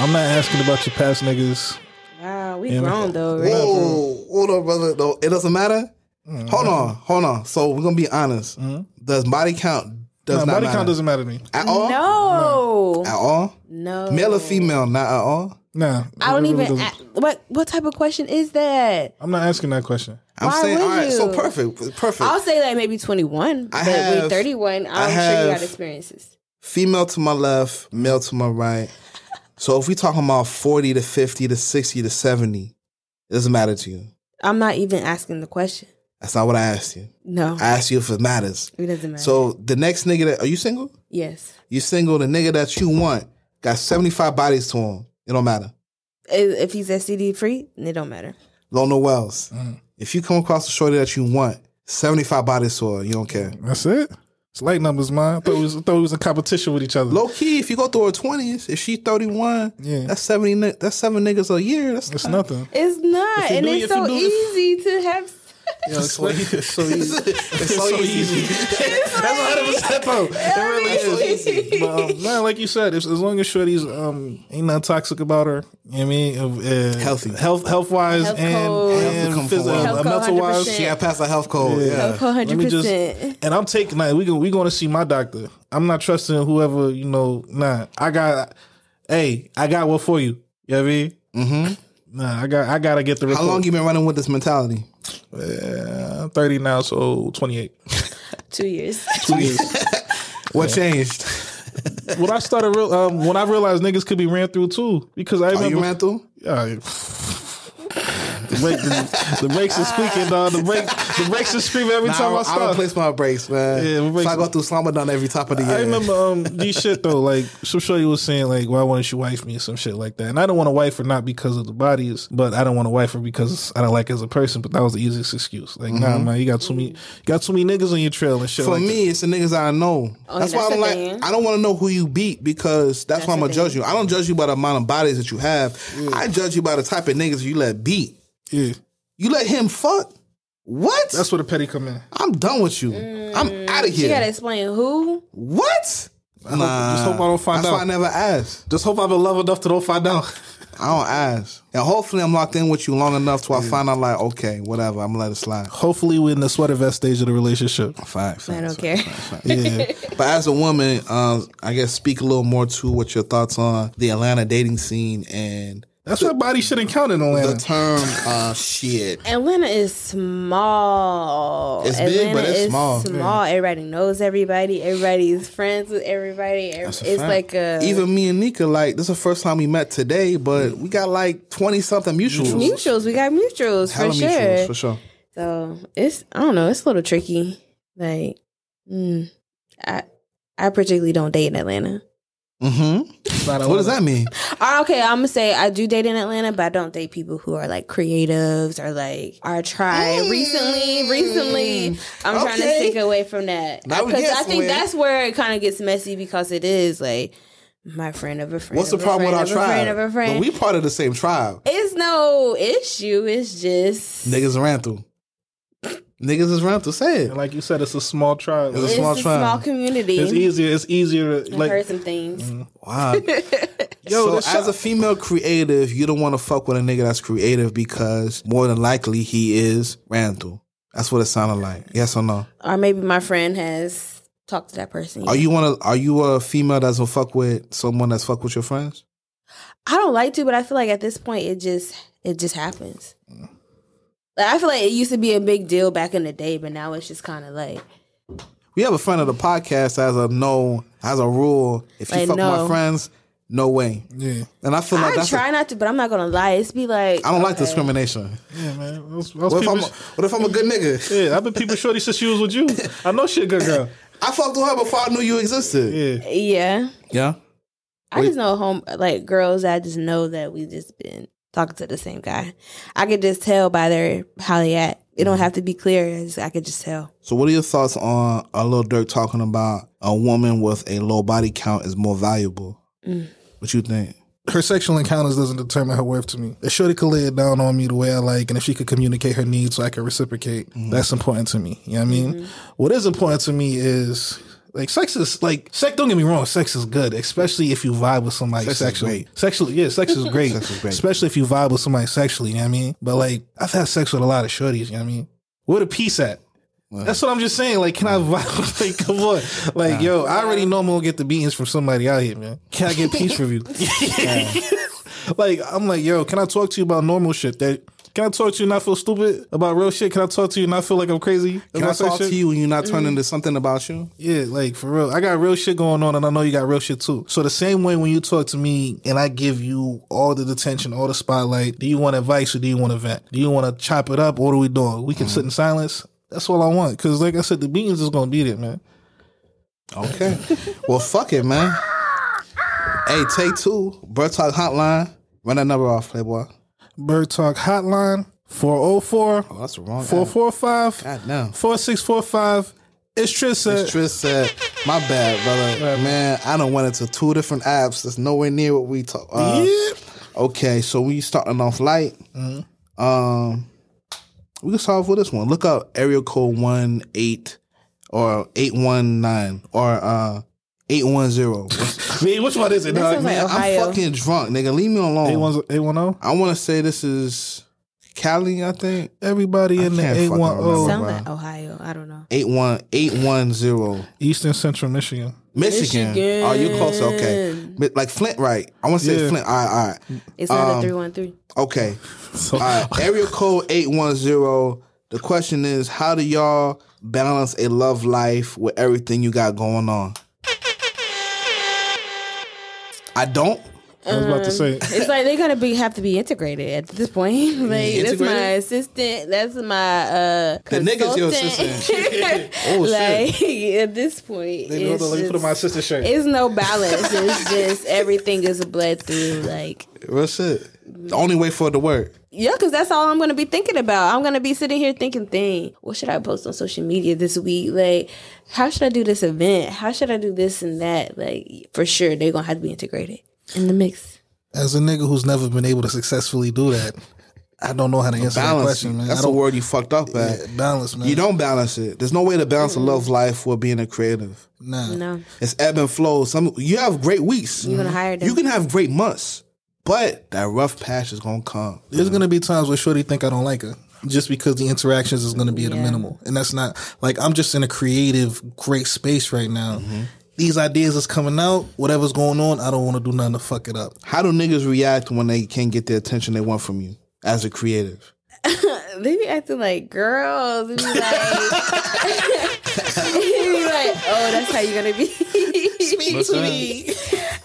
[SPEAKER 4] I'm not asking about your past niggas.
[SPEAKER 6] wow, we
[SPEAKER 4] Yeah.
[SPEAKER 6] grown though, right?
[SPEAKER 3] Whoa, hold on, brother. Mm-hmm. No, it doesn't matter. Hold on, hold on. So we're gonna be honest. Does body Mm-hmm. count does
[SPEAKER 4] Nah,
[SPEAKER 3] not
[SPEAKER 4] body
[SPEAKER 3] matter
[SPEAKER 4] count doesn't matter to me.
[SPEAKER 3] at all?
[SPEAKER 6] No.
[SPEAKER 3] At all?
[SPEAKER 6] No.
[SPEAKER 3] Male or female? Not at all.
[SPEAKER 4] Nah,
[SPEAKER 6] I don't
[SPEAKER 4] it really
[SPEAKER 6] even.
[SPEAKER 4] doesn't.
[SPEAKER 6] a- what what type of question is that?
[SPEAKER 4] I'm not asking that question.
[SPEAKER 3] I'm
[SPEAKER 6] Why
[SPEAKER 3] saying
[SPEAKER 6] would
[SPEAKER 3] all right. So
[SPEAKER 6] you?
[SPEAKER 3] perfect, perfect.
[SPEAKER 6] I'll say like maybe 21.
[SPEAKER 3] I
[SPEAKER 6] but
[SPEAKER 3] have-
[SPEAKER 6] with 31, I'm
[SPEAKER 3] I
[SPEAKER 6] sure you
[SPEAKER 3] have-
[SPEAKER 6] got experiences.
[SPEAKER 3] female to my left, male to my right. So if we talking about forty to fifty to sixty to seventy, it doesn't matter to you.
[SPEAKER 6] I'm not even asking the question.
[SPEAKER 3] That's not what I asked you.
[SPEAKER 6] No,
[SPEAKER 3] I asked you if it matters.
[SPEAKER 6] it doesn't matter.
[SPEAKER 3] So the next nigga that are you single?
[SPEAKER 6] yes,
[SPEAKER 3] You single, the nigga that you want got 75 bodies to him. It don't matter.
[SPEAKER 6] I- if he's STD free, it don't matter.
[SPEAKER 3] Lona Wells. If you come across a shorty that you want, 75 bodies to her, you don't care.
[SPEAKER 4] That's it. It's light numbers, man. I thought we was, I thought we was in competition with each other.
[SPEAKER 3] Low key, if you go through her 20s, if she 31,
[SPEAKER 4] Yeah.
[SPEAKER 3] that's 70 ni- that's seven niggas a year. That's
[SPEAKER 4] It's nothing.
[SPEAKER 6] It's not,
[SPEAKER 4] If you
[SPEAKER 6] and
[SPEAKER 4] do-
[SPEAKER 6] it's
[SPEAKER 4] if you
[SPEAKER 6] so
[SPEAKER 4] do-
[SPEAKER 6] easy to have.
[SPEAKER 10] Yo, it's like,
[SPEAKER 3] It's so easy. It's so easy. That's a hell of a step up. It really is.
[SPEAKER 4] But, um, nah, like you said, as, as long as Shreddy's um ain't not toxic about her, you know what I mean, Of, uh,
[SPEAKER 3] Healthy.
[SPEAKER 4] health, health wise,
[SPEAKER 6] Health code.
[SPEAKER 4] and,
[SPEAKER 3] Health code
[SPEAKER 4] and
[SPEAKER 3] come
[SPEAKER 4] physical,
[SPEAKER 3] forward.
[SPEAKER 6] Health code
[SPEAKER 4] mental wise,
[SPEAKER 6] 100%.
[SPEAKER 3] She got past the health code. Yeah.
[SPEAKER 4] Let
[SPEAKER 6] hundred
[SPEAKER 4] me just-
[SPEAKER 6] percent.
[SPEAKER 4] and I'm taking like we going we going to see my doctor. I'm not trusting whoever you know. Nah, I got. Hey, I got what for you. You know what I mean? Mm-hmm. Nah, I got I gotta get the
[SPEAKER 3] How
[SPEAKER 4] report.
[SPEAKER 3] long you been running with this mentality?
[SPEAKER 4] I'm 30 now, so 28.
[SPEAKER 6] Two years.
[SPEAKER 4] Two years.
[SPEAKER 3] What changed?
[SPEAKER 4] when I started real, um, when I realized niggas could be ran through too, because I
[SPEAKER 3] Are
[SPEAKER 4] remember
[SPEAKER 3] Oh, you ran through?
[SPEAKER 4] Yeah, yeah. the, brake, the, the brakes is squeaking, dog. The brake, the brakes is screaming every
[SPEAKER 3] Nah,
[SPEAKER 4] time I,
[SPEAKER 3] I, I
[SPEAKER 4] stop. I,
[SPEAKER 3] replace my brakes, man.
[SPEAKER 4] Yeah, my brakes-
[SPEAKER 3] so I go through Slumber every top of the year.
[SPEAKER 4] remember um these shit though. Like some show you was saying like, "Why wouldn't you wife me?" or some shit like that. And I don't want to wife her not because of the bodies, but I don't want to wife her because I don't like her as a person. But that was the easiest excuse. Like, nah, man, you got too many, you got too many niggas on your trail and shit.
[SPEAKER 3] Mm-hmm. For
[SPEAKER 4] like that.
[SPEAKER 3] me, it's the niggas I know.
[SPEAKER 6] Oh,
[SPEAKER 3] that's, why
[SPEAKER 6] that's
[SPEAKER 3] I'm
[SPEAKER 6] a
[SPEAKER 3] like,
[SPEAKER 6] thing.
[SPEAKER 3] I don't want to know who you beat because that's, why
[SPEAKER 6] That's
[SPEAKER 3] I'm
[SPEAKER 6] a
[SPEAKER 3] gonna judge
[SPEAKER 6] thing.
[SPEAKER 3] you. I don't judge you by the amount of bodies that you have. I judge you by the type of niggas you let beat.
[SPEAKER 4] yeah,
[SPEAKER 3] You let him fuck. What?
[SPEAKER 4] that's where the petty come in.
[SPEAKER 3] I'm done with you. I'm out of
[SPEAKER 6] You gotta
[SPEAKER 3] here.
[SPEAKER 6] explain who.
[SPEAKER 3] What? nah.
[SPEAKER 4] just hope I don't find
[SPEAKER 3] That's why
[SPEAKER 4] out.
[SPEAKER 3] I never ask.
[SPEAKER 4] Just hope I've been loved enough to don't find out.
[SPEAKER 3] I don't ask. And hopefully I'm locked in with you long enough till I find out like, okay, whatever, I'm gonna let it slide.
[SPEAKER 4] Hopefully, we're in the sweater vest stage of the relationship.
[SPEAKER 3] Fine. fine fine.
[SPEAKER 6] I don't care.
[SPEAKER 4] Yeah,
[SPEAKER 3] But as a woman, um, I guess speak a little more to what your thoughts on the Atlanta dating scene and
[SPEAKER 4] that's why body shouldn't count in Atlanta.
[SPEAKER 3] the term uh, shit.
[SPEAKER 6] Atlanta is small.
[SPEAKER 3] It's big,
[SPEAKER 6] Atlanta
[SPEAKER 3] but it's
[SPEAKER 6] is
[SPEAKER 3] small.
[SPEAKER 6] Everybody knows everybody. Everybody's friends with everybody. It's like a
[SPEAKER 3] Even me and Nika, like, this is the first time we met today, but we got like 20 something mutuals.
[SPEAKER 6] mutuals. We got mutuals
[SPEAKER 3] Hella
[SPEAKER 6] for sure.
[SPEAKER 3] mutuals, for sure.
[SPEAKER 6] So it's I don't know. It's a little tricky. Like, mm, I I particularly don't date in Atlanta.
[SPEAKER 3] Mm-hmm. What does that mean?
[SPEAKER 6] Uh, okay, I'm gonna say I do date in Atlanta, but I don't date people who are like creatives or like our tribe. Recently, recently, I'm trying to
[SPEAKER 3] Mm. Okay.
[SPEAKER 6] stick away from that
[SPEAKER 3] Now we
[SPEAKER 6] because
[SPEAKER 3] get
[SPEAKER 6] I think
[SPEAKER 3] somewhere.
[SPEAKER 6] that's where it kind of gets messy because it is like my friend of a friend.
[SPEAKER 3] What's the
[SPEAKER 6] of a
[SPEAKER 3] problem with our
[SPEAKER 6] friend of a
[SPEAKER 3] tribe?
[SPEAKER 6] friend of a
[SPEAKER 3] But
[SPEAKER 6] friend.
[SPEAKER 3] we part of the same tribe.
[SPEAKER 6] it's no issue. It's just
[SPEAKER 3] Niggas ran through. Niggas is ran through. Say it.
[SPEAKER 4] And like you said, it's a small tribe.
[SPEAKER 3] It's a
[SPEAKER 6] it's
[SPEAKER 3] small
[SPEAKER 6] a
[SPEAKER 3] tribe.
[SPEAKER 6] small community.
[SPEAKER 4] It's easier. It's easier. To,
[SPEAKER 6] I've heard
[SPEAKER 4] like
[SPEAKER 6] some things.
[SPEAKER 3] Mm-hmm. Wow. so as a female creative, you don't want to fuck with a nigga that's creative because more than likely he is Randall. That's what it sounded like. Yes or no?
[SPEAKER 6] or maybe my friend has talked to that person.
[SPEAKER 3] Are you wanna are you a female that's gonna fuck with someone that's fuck with your friends?
[SPEAKER 6] I don't like to, but I feel like at this point it just it just happens. Like I feel like it used to be a big deal back in the day, but now it's just kind of like
[SPEAKER 3] We have a friend of the podcast as a no as a rule. If you
[SPEAKER 6] Like,
[SPEAKER 3] fuck with my
[SPEAKER 6] no.
[SPEAKER 3] friends, no way.
[SPEAKER 4] yeah,
[SPEAKER 3] And I feel like
[SPEAKER 6] I
[SPEAKER 3] that's I
[SPEAKER 6] try not to, but I'm not gonna lie. It's be like
[SPEAKER 3] I don't like discrimination.
[SPEAKER 4] yeah, man. Those,
[SPEAKER 3] What
[SPEAKER 4] those
[SPEAKER 3] if
[SPEAKER 4] people,
[SPEAKER 3] I'm a, what if I'm a good nigga?
[SPEAKER 4] yeah, I've been people shorty since she was with you. I know she a good girl.
[SPEAKER 3] I fucked with her before I knew you existed.
[SPEAKER 4] Yeah,
[SPEAKER 6] yeah.
[SPEAKER 3] Yeah.
[SPEAKER 6] I just know home like girls. that I just know that we just been talking to the same guy. I could just tell by their how they act. It
[SPEAKER 3] Mm-hmm.
[SPEAKER 6] don't have to be clear. I, just, I could just tell.
[SPEAKER 3] So, what are your thoughts on a little Dirk talking about a woman with a low body count is more valuable? What you think?
[SPEAKER 4] her sexual encounters doesn't determine her worth to me. If shorty could lay it down on me the way I like, and if she could communicate her needs so I can reciprocate,
[SPEAKER 3] Mm-hmm.
[SPEAKER 4] that's important to me. You know what I mean? What is important to me is. Like sex is like sex. Don't get me wrong, sex is good, especially if you vibe with somebody
[SPEAKER 3] Sex is
[SPEAKER 4] sexually.
[SPEAKER 3] great.
[SPEAKER 4] Sexually, yeah, sex is great.
[SPEAKER 3] Sex is great.
[SPEAKER 4] Especially if you vibe with somebody sexually, you know what I mean? But like, I've had sex with a lot of shorties, you know what I mean? Where the peace at? That's what I'm just saying. Like, can I vibe? like, come on. Like, yo, I already know I'm gonna get the beatings from somebody out here, man. Can I get peace from you? like, I'm like, yo, can I talk to you about normal shit? That can I talk to you and not feel stupid about real shit? Can I talk to you and not feel like I'm crazy?
[SPEAKER 3] Can I
[SPEAKER 4] about that
[SPEAKER 3] talk
[SPEAKER 4] shit?
[SPEAKER 3] to you and you not turning into something about you?
[SPEAKER 4] Yeah, like for real. I got real shit going on, and I know you got real shit too. So the same way when you talk to me and I give you all the attention, all the spotlight, do you want advice or do you want to vent? Do you want to chop it up? What are we doing? We can sit in silence. That's all I want. Cause like I said, the beans is gonna beat it, man.
[SPEAKER 3] Okay. well, fuck it, man. Hey, take two. Bird Talk Hotline. Run that number off, Playboy.
[SPEAKER 4] Bird Talk Hotline 404
[SPEAKER 3] Oh, that's the wrong.
[SPEAKER 4] 445
[SPEAKER 3] God damn.
[SPEAKER 4] 4645. It's Trissa.
[SPEAKER 3] It's Trish said, "My bad, brother. Man, I don't went into two different apps. That's nowhere near what we talk. Uh,
[SPEAKER 4] Yep. Mm-hmm.
[SPEAKER 3] Okay, so we starting off light. Um, We can solve for this one. Look up area code one eight or eight one nine or uh eight one zero.
[SPEAKER 4] Man, which one is it?
[SPEAKER 6] This
[SPEAKER 4] dog?
[SPEAKER 6] sounds like
[SPEAKER 3] I'm
[SPEAKER 6] Ohio.
[SPEAKER 3] fucking drunk, nigga. Leave me alone.
[SPEAKER 4] Eight one eight one oh? zero.
[SPEAKER 3] I want to say this is Cali. I think
[SPEAKER 4] Everybody in
[SPEAKER 3] I
[SPEAKER 4] the
[SPEAKER 3] can't
[SPEAKER 4] eight
[SPEAKER 3] fucking
[SPEAKER 4] one oh,
[SPEAKER 3] remember.
[SPEAKER 4] zero
[SPEAKER 6] Sound like Ohio. I don't know.
[SPEAKER 3] eight one eight one zero.
[SPEAKER 4] Eastern Central Michigan.
[SPEAKER 3] Michigan.
[SPEAKER 6] Michigan.
[SPEAKER 3] Oh, you're close. Okay, Mi- like Flint, right? I want to say
[SPEAKER 4] Yeah.
[SPEAKER 3] Flint. All right, all right.
[SPEAKER 6] It's not
[SPEAKER 3] Um,
[SPEAKER 6] a three one three.
[SPEAKER 3] Okay,
[SPEAKER 4] So
[SPEAKER 3] all right. Area code eight one zero. The question is, how do y'all balance a love life with everything you got going on? I don't.
[SPEAKER 4] I was about to say.
[SPEAKER 6] It's like they're gonna be have to be integrated at this point. Like that's my
[SPEAKER 3] Integrated?
[SPEAKER 6] assistant. That's my uh.
[SPEAKER 3] The nigga's your
[SPEAKER 6] assistant.
[SPEAKER 3] Oh shit!
[SPEAKER 6] like at this point, it's, just-
[SPEAKER 4] sister shirt.
[SPEAKER 6] it's no balance. it's just everything is bled through. Like
[SPEAKER 3] Real shit. The only way for it to work.
[SPEAKER 6] Yeah, because that's all I'm going to be thinking about. I'm going to be sitting here thinking, thing, what should I post on social media this week? Like, how should I do this event? How should I do this and that? Like, for sure, they're going to have to be integrated in the mix.
[SPEAKER 4] As a nigga who's never been able to successfully do that, I don't know how to answer that
[SPEAKER 3] Balance.
[SPEAKER 4] question, man.
[SPEAKER 3] That's a
[SPEAKER 4] I don't
[SPEAKER 3] word you fucked up at.
[SPEAKER 4] yeah, balance, man.
[SPEAKER 3] You don't balance it. There's no way to balance a love life with being a creative.
[SPEAKER 4] nah.
[SPEAKER 6] No,
[SPEAKER 3] It's ebb and flow. Some you have great weeks.
[SPEAKER 6] you're going to hire them.
[SPEAKER 3] Mm-hmm. You can have great months, but that rough patch is gonna come.
[SPEAKER 4] There's gonna be times where Shorty think I don't like her just because the interactions is gonna be at a
[SPEAKER 6] Yeah.
[SPEAKER 4] minimal, and that's not like I'm just in a creative, great space right now.
[SPEAKER 3] Mm-hmm.
[SPEAKER 4] These ideas is coming out. Whatever's going on, I don't want to do nothing to fuck it up.
[SPEAKER 3] How do niggas react when they can't get the attention they want from you as a creative?
[SPEAKER 6] they be acting like girls. They be like, they be like oh, that's how you're going to be. Speak to me.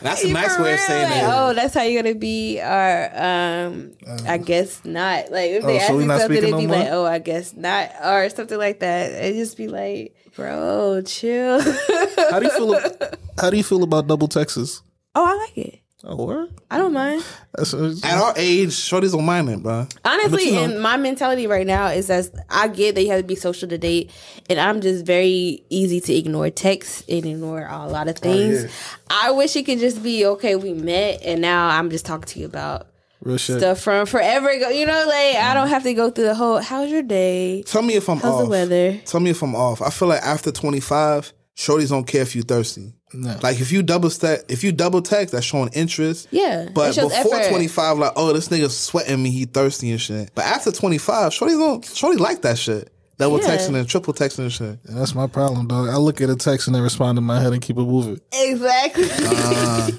[SPEAKER 3] That's
[SPEAKER 6] For real, like, Oh, that's how you're gonna be, or um, I guess not. Like if
[SPEAKER 4] oh,
[SPEAKER 6] they
[SPEAKER 4] so
[SPEAKER 6] ask
[SPEAKER 4] we
[SPEAKER 6] me
[SPEAKER 4] not
[SPEAKER 6] something,
[SPEAKER 4] speaking no
[SPEAKER 6] they'd be
[SPEAKER 4] more?
[SPEAKER 6] like, "Oh, I guess not," or something like that. It just be like, "Bro, chill."
[SPEAKER 4] How do you feel? ab- how do you feel about double Texas?
[SPEAKER 6] oh, I like it.
[SPEAKER 4] Oh, word?
[SPEAKER 6] I don't mind.
[SPEAKER 4] That's,
[SPEAKER 3] At our age, shorties don't mind it, bro.
[SPEAKER 6] Honestly,
[SPEAKER 4] you know-
[SPEAKER 6] and my mentality right now is that I get that you have to be social to date, and I'm just very easy to ignore texts and ignore a lot
[SPEAKER 4] Oh,
[SPEAKER 6] of things. I wish it could just be okay. We met, and now I'm just talking to you about
[SPEAKER 4] real shit. Mm-hmm.
[SPEAKER 6] stuff from forever ago. You know, like I don't have to go through the whole how's your day?
[SPEAKER 3] Tell me if I'm
[SPEAKER 6] How's
[SPEAKER 3] off.
[SPEAKER 6] the weather?
[SPEAKER 3] Tell me if I'm off. I feel like after 25, shorties don't care if you thirsty. Like if you double step, if you double text, that's showing interest.
[SPEAKER 6] Yeah.
[SPEAKER 3] But
[SPEAKER 6] it shows
[SPEAKER 3] before
[SPEAKER 6] effort.
[SPEAKER 3] 25, like, oh, this nigga's sweating me, he thirsty and shit. But after 25, shorties don't, shorty like that shit. Double
[SPEAKER 6] Yeah.
[SPEAKER 3] texting and triple texting and shit.
[SPEAKER 4] And that's my problem, dog. I look at a text and then respond in my head and keep it moving.
[SPEAKER 6] Exactly.
[SPEAKER 4] Uh-huh.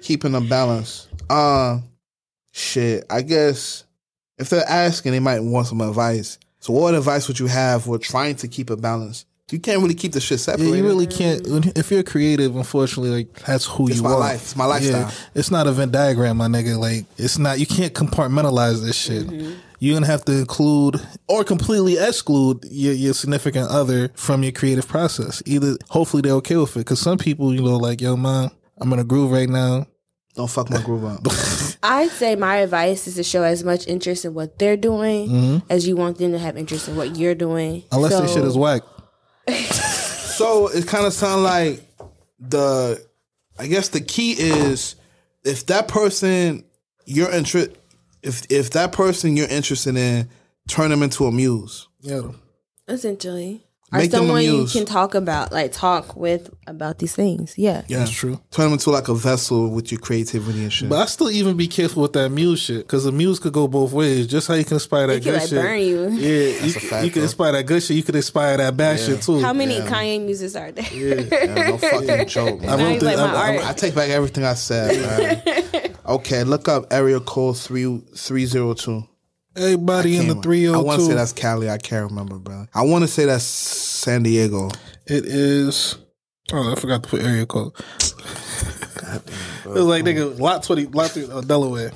[SPEAKER 3] keeping them balanced. Uh shit. I guess if they're asking, they might want some advice. So what advice would you have for trying to keep a balance? You can't really keep the shit
[SPEAKER 4] Yeah,
[SPEAKER 3] separated.
[SPEAKER 4] you really can't. when- If you're creative, unfortunately, like that's who
[SPEAKER 3] It's
[SPEAKER 4] you
[SPEAKER 3] my
[SPEAKER 4] are.
[SPEAKER 3] life. It's my lifestyle.
[SPEAKER 4] it's not a Venn diagram, my nigga. Like it's not. You can't compartmentalize this shit.
[SPEAKER 3] Mm-hmm.
[SPEAKER 4] You're gonna have to include or completely exclude your, your significant other from your creative process. Either hopefully they're okay with it, because some people, you know, like yo, man, I'm in a groove right now.
[SPEAKER 3] Don't fuck my groove up.
[SPEAKER 6] I'd say my advice is to show as much interest in what they're doing as you want them to have interest in what you're doing.
[SPEAKER 4] Mm-hmm. Unless
[SPEAKER 6] so,
[SPEAKER 4] this shit is whack.
[SPEAKER 3] so it kind of sounds like the I guess the key is if that person you're interested if if that person you're interested in, turn them into a muse.
[SPEAKER 4] Yeah.
[SPEAKER 6] essentially. Or
[SPEAKER 3] Make them
[SPEAKER 6] someone you
[SPEAKER 3] amused.
[SPEAKER 6] can talk about, like talk with about these things. Yeah.
[SPEAKER 4] That's true.
[SPEAKER 3] Turn them into like a vessel with your creativity and shit.
[SPEAKER 4] But I still even be careful with that muse shit because the muse could go both ways. Just how you can inspire that
[SPEAKER 6] It could,
[SPEAKER 4] good
[SPEAKER 6] like,
[SPEAKER 4] shit,
[SPEAKER 6] burn you.
[SPEAKER 4] Yeah, you,
[SPEAKER 3] a
[SPEAKER 4] c-
[SPEAKER 3] fact,
[SPEAKER 4] you
[SPEAKER 3] though.
[SPEAKER 4] can inspire that good shit. You could inspire that bad shit too.
[SPEAKER 6] How many Kanye musics are there?
[SPEAKER 3] Yeah, no fucking joke. man.
[SPEAKER 4] I wrote
[SPEAKER 6] you
[SPEAKER 4] this.
[SPEAKER 6] like my
[SPEAKER 4] I,
[SPEAKER 6] art.
[SPEAKER 4] I,
[SPEAKER 3] I take back everything I said. man. okay, look up area code three three zero two.
[SPEAKER 4] everybody in the three
[SPEAKER 3] I
[SPEAKER 4] hundred
[SPEAKER 3] want to
[SPEAKER 4] two.
[SPEAKER 3] say that's Cali. I can't remember, bro. I want to say that's San Diego.
[SPEAKER 4] It is. Oh, I forgot to put area code. it was like nigga lot twenty, lot three, uh, Delaware.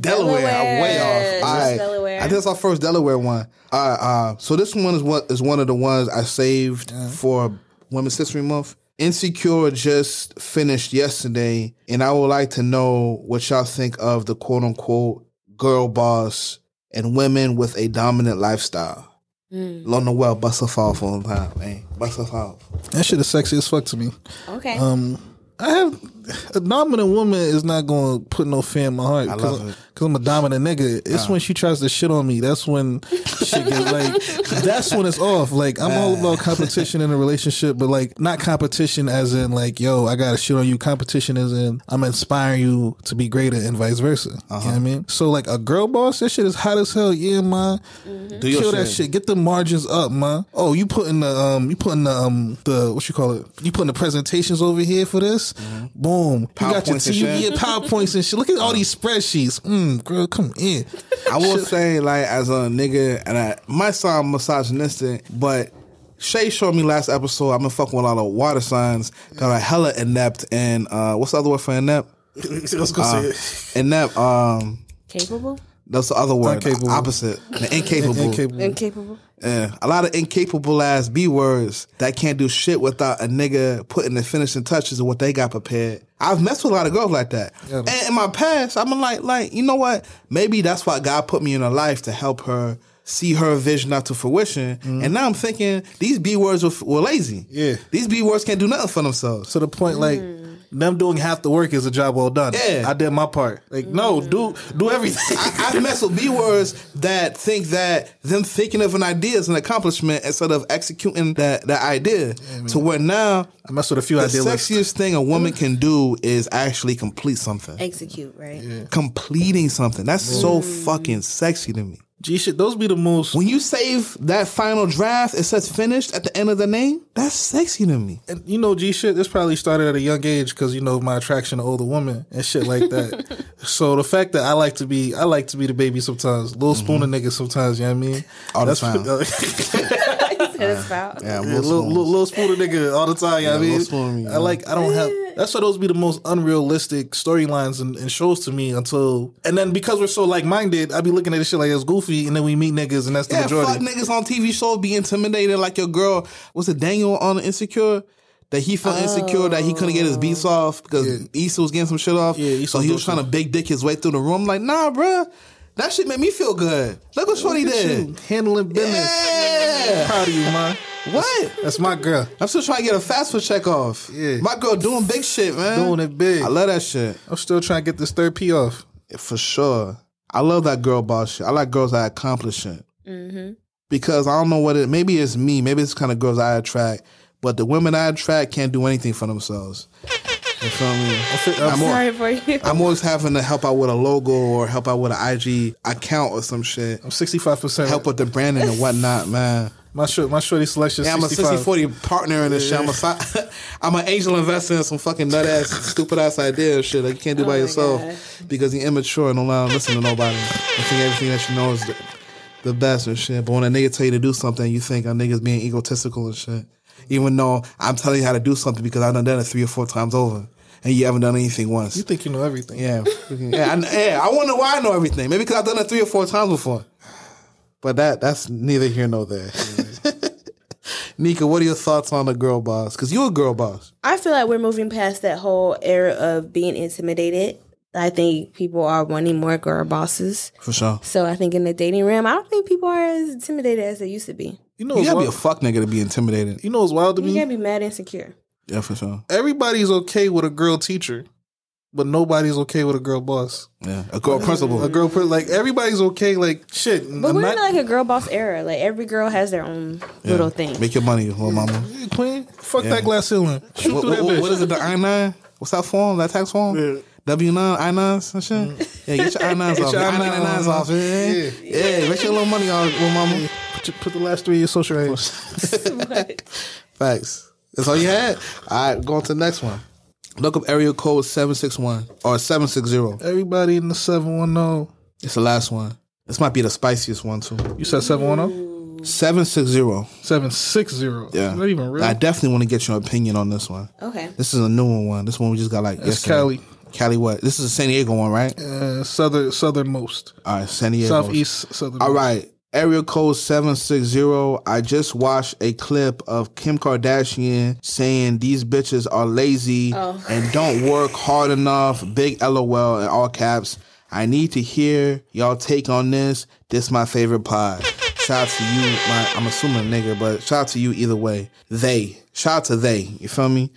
[SPEAKER 3] Delaware, I'm way
[SPEAKER 6] Delaware.
[SPEAKER 3] off. All right.
[SPEAKER 6] Delaware.
[SPEAKER 3] I think that's our first Delaware one. All right, uh, so this one is what is one of the ones I saved for Women's History Month. Insecure just finished yesterday, and I would like to know what y'all think of the quote unquote girl boss and women with a dominant lifestyle.
[SPEAKER 6] Hmm.
[SPEAKER 3] Lona well, bust us off
[SPEAKER 6] Hmm?
[SPEAKER 3] on time, man. Bust us off.
[SPEAKER 4] That shit is sexy as fuck to me.
[SPEAKER 6] Okay.
[SPEAKER 4] Um, I have a dominant woman is not going to put no fear in my heart.
[SPEAKER 3] I
[SPEAKER 4] cause,
[SPEAKER 3] love it.
[SPEAKER 4] Cause I'm a dominant nigga. It's when she tries to shit on me. That's when shit gets like. That's when it's off. Like I'm all about competition in a relationship, but like not competition as in like yo, I gotta shit on you. Competition as in I'm inspiring you to be greater and vice versa.
[SPEAKER 3] Uh-huh.
[SPEAKER 4] You know what I mean? So like a girl boss, that shit is hot as hell. Yeah, man.
[SPEAKER 3] Do your
[SPEAKER 4] Kill that
[SPEAKER 3] shit.
[SPEAKER 4] shit. Get the margins up, man. Oh, you putting the um, you putting the um, the what you call it? You putting the presentations over here for this? Boom. You got your
[SPEAKER 3] Mm-hmm. PowerPoints and
[SPEAKER 4] you
[SPEAKER 3] shit.
[SPEAKER 4] get powerpoints and shit. Look at all these spreadsheets. Mm, girl, come in.
[SPEAKER 3] I will say, like, as a nigga, and I might sound misogynistic, but Shay showed me last episode. I've been fucking with a lot of water signs that are hella inept and uh, what's the other word for inept? Uh,
[SPEAKER 4] Let's go see it.
[SPEAKER 3] Inept. Um,
[SPEAKER 6] Capable?
[SPEAKER 3] that's the other word.
[SPEAKER 4] Incapable.
[SPEAKER 3] Opposite. The incapable.
[SPEAKER 6] Incapable?
[SPEAKER 3] Yeah, a lot of incapable ass B words that can't do shit without a nigga putting the finishing touches of what they got prepared. I've messed with a lot of girls like that. And in my past, I'm like, like, you know what? Maybe that's why God put me in her life to help her see her vision out to fruition. And now I'm thinking these B words were, were lazy.
[SPEAKER 4] Mm-hmm. Yeah.
[SPEAKER 3] These B words can't do nothing for themselves.
[SPEAKER 4] To the point, like them doing half the work is a job well done.
[SPEAKER 3] Yeah.
[SPEAKER 4] I did my part. Like no, do do everything.
[SPEAKER 3] I, I've messed with B words that think that them thinking of an idea is an accomplishment instead of executing that, that idea to where now
[SPEAKER 4] I mess with a few
[SPEAKER 3] the
[SPEAKER 4] idealists.
[SPEAKER 3] sexiest thing a woman can do is actually complete something.
[SPEAKER 6] Execute, right?
[SPEAKER 3] Completing something. That's so fucking sexy to me.
[SPEAKER 4] G shit. Those be the most.
[SPEAKER 3] When you save that final draft, it says finished at the end of the name. That's sexy to me.
[SPEAKER 4] and you know, G shit, this probably started at a young age because you know my attraction to older women and shit like that. so the fact that I like to be, I like to be the baby sometimes, little spoon of niggas sometimes. You know what I mean?
[SPEAKER 3] Mm-hmm. All the
[SPEAKER 4] That's-
[SPEAKER 3] time.
[SPEAKER 6] That's foul.
[SPEAKER 3] Yeah,
[SPEAKER 4] Yeah, little, little, little spoon of nigga all the time. You know what
[SPEAKER 3] little
[SPEAKER 4] I mean,
[SPEAKER 3] spoon, yeah.
[SPEAKER 4] I like. I don't have. That's why those be the most unrealistic storylines and, and shows to me until. And then because we're so like minded, I be looking at this shit like it's goofy, and then we meet niggas, and that's the
[SPEAKER 3] Yeah,
[SPEAKER 4] majority.
[SPEAKER 3] fuck niggas on TV shows be intimidated like your girl. Was it Daniel on Insecure? That he felt insecure that he couldn't get his beats off because Issa was getting some shit off.
[SPEAKER 4] Oh. Yeah, Issa
[SPEAKER 3] so he
[SPEAKER 4] was
[SPEAKER 3] was
[SPEAKER 4] doing
[SPEAKER 3] trying to big dick his way through the room. Like, nah, bruh. That shit made me feel good. Look what Shorty
[SPEAKER 4] Look at
[SPEAKER 3] did.
[SPEAKER 4] you, handling business.
[SPEAKER 3] Yeah.
[SPEAKER 4] Proud of you, man.
[SPEAKER 3] What?
[SPEAKER 4] That's my girl.
[SPEAKER 3] I'm still trying to get a FAFSA check off.
[SPEAKER 4] Yeah.
[SPEAKER 3] My girl doing big shit, man.
[SPEAKER 4] Doing it big.
[SPEAKER 3] I love that shit.
[SPEAKER 4] I'm still trying to get this third P off.
[SPEAKER 3] For sure. I love that girl boss shit. I like girls that accomplish shit. Because I don't know what it maybe it's me, maybe it's the kind of girls I attract, but the women I attract can't do anything for themselves. You feel me? I'm, al-
[SPEAKER 6] Sorry for you.
[SPEAKER 3] I'm always having to help out with a logo or help out with an IG account or some shit.
[SPEAKER 4] I'm 65 percent.
[SPEAKER 3] Help with the branding and whatnot, man.
[SPEAKER 4] My short, my shorty selection.
[SPEAKER 3] Yeah, I'm a 60 40 partner in this shit. I'm, a, si- I'm an angel investor in some fucking nut ass, stupid ass idea and shit that you can't do by yourself because you're immature and don't allow to listen to nobody. You think everything that you know is the, the best and shit. But when a nigga tell you to do something, you think a nigga's being egotistical and shit. Even though I'm telling you how to do something because I've done done it three or four times over and you haven't done anything once.
[SPEAKER 4] You think you know everything?
[SPEAKER 3] Yeah, freaking- yeah, I, yeah. I wonder why I know everything. Maybe because I've done it three or four times before. But that that's neither here nor there. Nika, what are your thoughts on the girl boss? Because you're a girl boss.
[SPEAKER 6] I feel like we're moving past that whole era of being intimidated. I think people are wanting more girl bosses.
[SPEAKER 3] For sure.
[SPEAKER 6] So I think in the dating realm, I don't think people are as intimidated as they used to be.
[SPEAKER 4] You know,
[SPEAKER 3] You
[SPEAKER 4] it's
[SPEAKER 3] gotta be a
[SPEAKER 4] wild,
[SPEAKER 3] fuck nigga to be intimidated.
[SPEAKER 4] you know, it's wild to
[SPEAKER 6] You
[SPEAKER 4] me.
[SPEAKER 6] gotta be mad insecure.
[SPEAKER 3] Yeah, for sure.
[SPEAKER 4] Everybody's okay with a girl teacher, but nobody's okay with a girl boss.
[SPEAKER 3] Yeah. A girl principal.
[SPEAKER 4] A girl, put- like everybody's okay. Like shit.
[SPEAKER 6] But
[SPEAKER 4] I'm
[SPEAKER 6] we're
[SPEAKER 4] not-
[SPEAKER 6] in like a girl boss era. Like every girl has their own little thing.
[SPEAKER 3] Make your money, little mama.
[SPEAKER 4] Yeah, Queen, fuck that glass ceiling. Shoot
[SPEAKER 3] What,
[SPEAKER 4] through
[SPEAKER 3] what-
[SPEAKER 4] that
[SPEAKER 3] what-
[SPEAKER 4] bitch.
[SPEAKER 3] what is it, the I 9? What's that form? That tax form?
[SPEAKER 4] Yeah. Mm-hmm.
[SPEAKER 3] W 9, I 9s and shit? Yeah, get your I 9s off.
[SPEAKER 4] your
[SPEAKER 3] I
[SPEAKER 4] I-9s
[SPEAKER 3] 99s
[SPEAKER 4] off.
[SPEAKER 3] off. Yeah.
[SPEAKER 4] Yeah.
[SPEAKER 3] Yeah. make your little money off, little mama.
[SPEAKER 4] Put, your- put the last three of your social rates.
[SPEAKER 3] Facts. That's all you had. All right, go on to the next one. Look up area code seven six one or seven six zero.
[SPEAKER 4] Everybody in the seven one zero.
[SPEAKER 3] It's the last one. This might be the spiciest one too.
[SPEAKER 4] You said seven one zero.
[SPEAKER 3] Seven six zero.
[SPEAKER 4] Seven six zero.
[SPEAKER 3] Yeah,
[SPEAKER 4] Not even real.
[SPEAKER 3] I definitely want to get your opinion on this one.
[SPEAKER 6] Okay.
[SPEAKER 3] This is a newer one. This one we just got like
[SPEAKER 4] That's
[SPEAKER 3] yesterday.
[SPEAKER 4] Cali.
[SPEAKER 3] Cali, what? This is a San Diego one, right?
[SPEAKER 4] Uh, southern southernmost.
[SPEAKER 3] All right, San Diego.
[SPEAKER 4] Southeast southern.
[SPEAKER 3] All right. Area code 760. I just watched a clip of Kim Kardashian saying these bitches are lazy and don't work hard enough. Big LOL in all caps. I need to hear y'all take on this. This my favorite pod. Shout out to you. My, I'm assuming a nigga, but shout out to you either way. They. Shout out to they. You feel me?